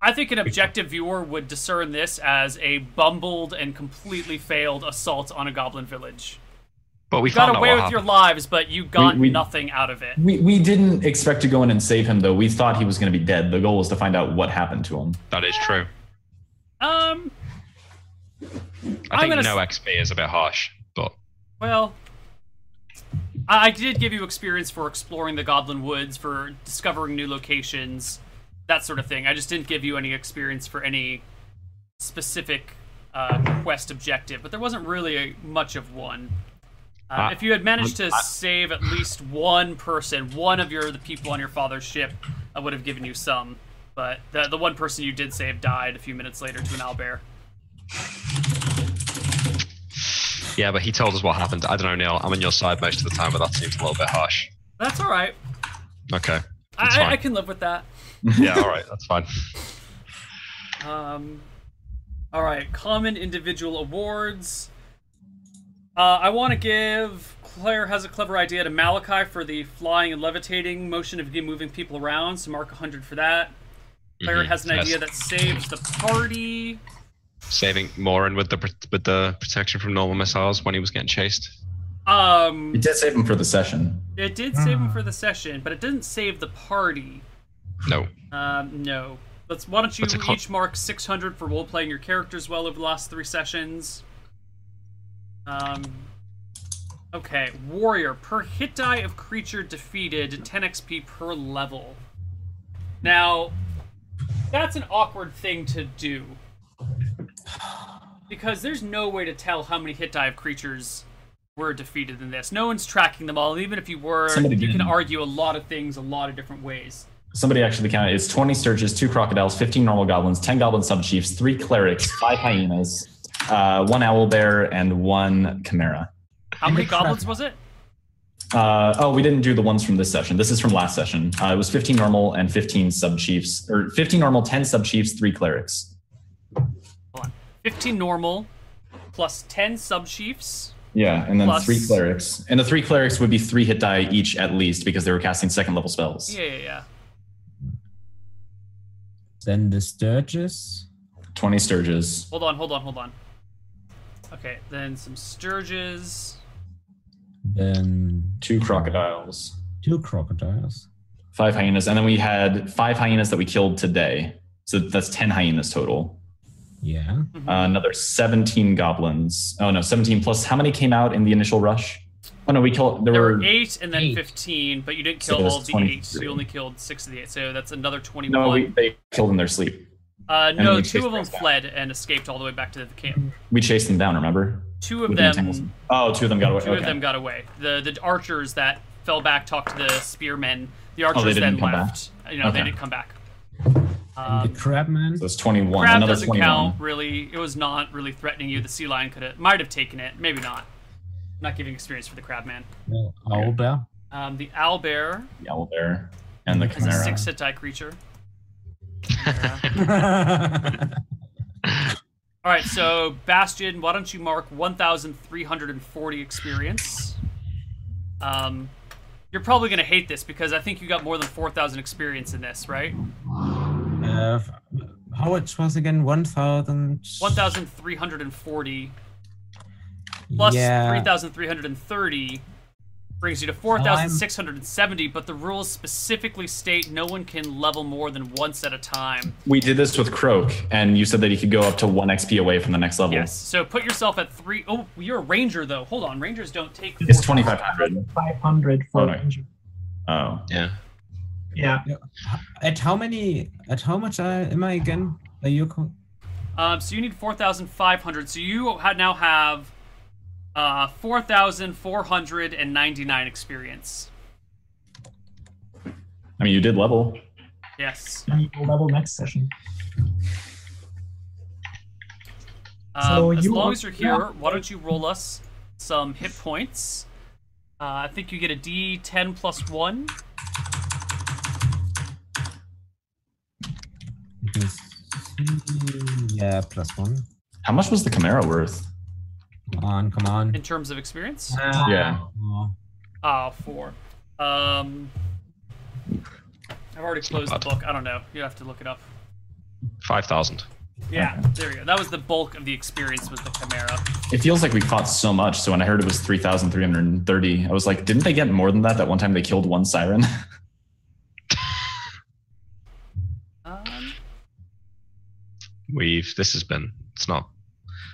S1: I think an objective viewer would discern this as a bumbled and completely failed assault on a goblin village.
S2: But we
S1: You got
S2: found out
S1: away
S2: what
S1: with your
S2: happened.
S1: lives, but you got
S4: we-
S1: nothing out of it.
S4: We we didn't expect to go in and save him though. We thought he was going to be dead. The goal was to find out what happened to him.
S2: That is true.
S1: Um. I'm
S2: I think
S1: gonna
S2: no
S1: s-
S2: XP is a bit harsh, but
S1: Well, I I did give you experience for exploring the Goblin Woods, for discovering new locations, that sort of thing. I just didn't give you any experience for any specific uh, quest objective, but there wasn't really a, much of one. Uh,
S2: Ah, I-
S1: if you had managed to save at least one person, one of your the people on your father's ship, I would have given you some. But the the one person you did save died a few minutes later to an owlbear.
S2: yeah. But he told us what happened. I don't know, Neil. I'm on your side most of the time, but that seems a little bit harsh.
S1: That's all right.
S2: Okay. That's
S1: I, I, I
S2: fine.
S1: can live with that.
S2: Yeah. All right. That's fine.
S1: Um, all right, common individual awards. Uh, I want to give Claire has a clever idea to Malachi for the flying and levitating motion of you moving people around, so mark 100 for that. Claire
S2: Mhm,
S1: has an
S2: yes.
S1: idea that saves the party.
S2: Saving Morin with the pr- with the protection from normal missiles when he was getting chased.
S1: Um,
S4: We did save him for the session.
S1: it did save him for the session, but it didn't save the party.
S2: No.
S1: Um, no. Let's. Why don't you
S2: What's it called?
S1: each mark 600 for role playing your characters well over the last three sessions? Um. Okay, warrior per hit die of creature defeated, 10 XP per level. Now, that's an awkward thing to do because there's no way to tell how many hit die of creatures were defeated in this. No one's tracking them all. and Even if you were,
S4: Somebody
S1: you
S4: did.
S1: can argue a lot of things a lot of different ways.
S4: Somebody actually counted. It's 20 sturges, two crocodiles, 15 normal goblins, 10 goblin subchiefs, three clerics, five hyenas, uh, one owl bear, and one chimera.
S1: How many goblins was it?
S4: Uh, oh, we didn't do the ones from this session. This is from last session. Uh, it was 15 normal and 15 subchiefs, or 15 normal, 10 subchiefs, three clerics.
S1: Hold on. 15 normal plus 10 subchiefs.
S4: Yeah, and then
S1: Plus-
S4: three clerics. And the three clerics would be three hit die each at least because they were casting second level spells.
S1: Yeah, yeah, yeah.
S5: Then the Sturges.
S4: 20 sturges.
S1: Hold on, hold on, hold on. Okay, then some sturges.
S5: Then
S4: Two crocodiles.
S5: two crocodiles.
S4: Five hyenas. And then we had five hyenas that we killed today. So that's 10 hyenas total.
S5: Yeah.
S4: Uh, another 17 goblins. Oh, no, 17 plus. How many came out in the initial rush? Oh, no, we killed. There,
S1: There
S4: were.
S1: were 8 and then
S5: Eight.
S1: 15, but you didn't
S4: So
S1: kill
S4: there's
S1: all of the 8, so
S4: 23.
S1: you only killed 6 of the 8. So that's another 21.
S4: No, we, they killed in their sleep.
S1: uh,
S4: then
S1: no
S4: we
S1: two
S4: chased
S1: of them
S4: those down.
S1: fled and escaped all the way back to the camp.
S4: We chased them down, remember?
S1: Two of
S4: With the
S1: them
S4: entangles. Oh, two of them got away.
S1: two of
S4: Okay.
S1: them got away. The the archers that fell back talked to the spearmen. The archers then
S4: Oh, didn't come back?
S1: left. You know, they
S4: Okay.
S1: didn't come back.
S5: The
S1: Um,
S5: crabman.
S4: So it's 21.
S1: Crab
S4: another
S1: doesn't
S4: 21.
S1: count really. It was not really threatening you. The sea lion could have might have taken it, maybe not. Not giving experience for the crab man.
S5: No, Owlbear.
S1: Um, the owl bear
S4: The owl bear and the
S1: is a
S4: chimera.
S1: six hit die creature. All right, so Bastion, why don't you mark 1,340 experience? Um, you're probably gonna hate this because I think you got more than 4,000 experience in this, right?
S5: uh, f- how much was again? 1,000.
S1: 1,340 plus
S5: yeah.
S1: 3,330 brings you to 4,670, but the rules specifically state no one can level more than once at a time.
S4: We did this with Croak, and you said that he could go up to one XP away from the next level.
S1: Yes. So put yourself at three oh, you're a ranger, though. Hold on. Rangers don't take.
S4: It's
S1: 4,000.
S4: 2,500.
S3: 500 for
S4: Oh, no.
S3: ranger.
S4: Oh.
S2: Yeah.
S3: Yeah.
S5: At how many? At how much I, am I again? Are you? co-
S1: Um, so you need 4,500. So you ha- now have uh, 4,499 experience.
S4: I mean, you did level.
S1: Yes.
S3: And you will level next session.
S1: Um,
S3: So
S1: as
S3: you
S1: long
S3: are-
S1: as you're here, why don't you roll us some hit points? Uh, I think you get a D10 plus one.
S5: Weakness. Yeah, plus one.
S4: How much was the Chimera worth?
S5: Come on, come on.
S1: in terms of experience.
S4: Yeah.
S5: Oh,
S1: Ah, four. Um, I've already closed the book. I don't know. You have to look it up.
S2: Five thousand.
S1: Yeah, there we go. That was the bulk of the experience with the Chimera.
S4: It feels like we caught so much. So when I heard it was 3,330, I was like, didn't they get more than that that one time they killed one siren? <laughs>
S1: Um,
S2: We've this has been it's not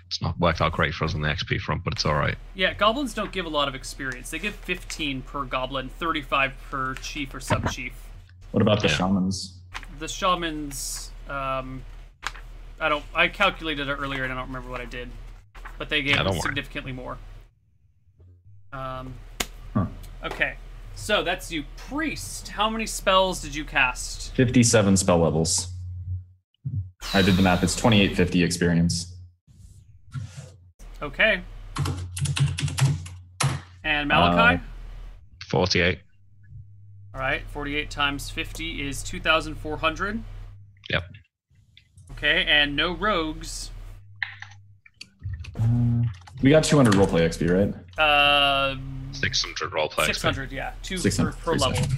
S2: it's not worked out great for us on the XP front, but it's all right.
S1: yeah, goblins don't give a lot of experience. They give 15 per goblin, 35 per chief or sub chief.
S4: what about the
S2: Yeah.
S4: shamans?
S1: The shamans, um, I don't. I calculated it earlier and I don't remember what I did, but they gave
S2: Yeah, don't worry.
S1: significantly more. Um.
S4: Huh.
S1: Okay, so that's you, priest. How many spells did you cast?
S4: 57 spell levels. I did the math. It's 2850 experience.
S1: Okay. And Malachi?
S2: Uh, Forty-eight.
S1: All right, 48 times 50 is 2,400.
S2: Yep.
S1: Okay, and no rogues.
S4: We got 200 roleplay XP, right?
S1: Uh,
S2: Six hundred role play.
S1: 600, yeah. Two
S4: 600
S1: per, per
S4: per
S1: level.
S4: session.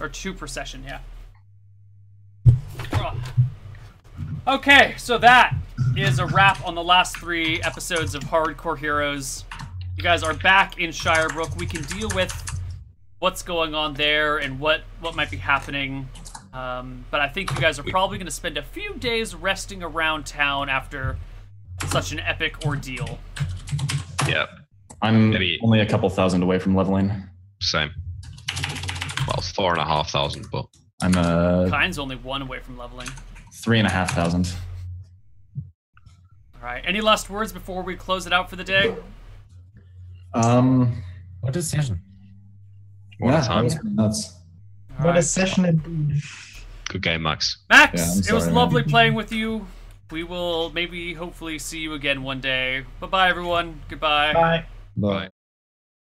S1: Or two per session, yeah. Ugh. Okay, so that is a wrap on the last three episodes of Hardcore Heroes. You guys are back in Shirebrook. We can deal with what's going on there and what what might be happening. Um, but I think you guys are probably going to spend a few days resting around town after such an epic ordeal.
S2: Yeah.
S4: I'm
S2: Maybe-
S4: only a couple thousand away from leveling.
S2: Same. Well, four and a half thousand, but
S4: I'm uh,
S1: Kine's only one away from leveling.
S4: three and a half thousand.
S1: All right. Any last words before we close it out for the day?
S4: Um,
S5: What a session.
S2: one
S4: yeah,
S2: at a time.
S4: that was pretty nuts.
S1: All
S3: What a
S1: right.
S3: session indeed.
S2: Good game, Max.
S1: Max,
S4: Yeah, I'm
S1: it was
S4: sorry, man.
S1: lovely playing with you. We will maybe, hopefully, see you again one day. Bye bye, everyone. Goodbye.
S3: Bye.
S2: Bye.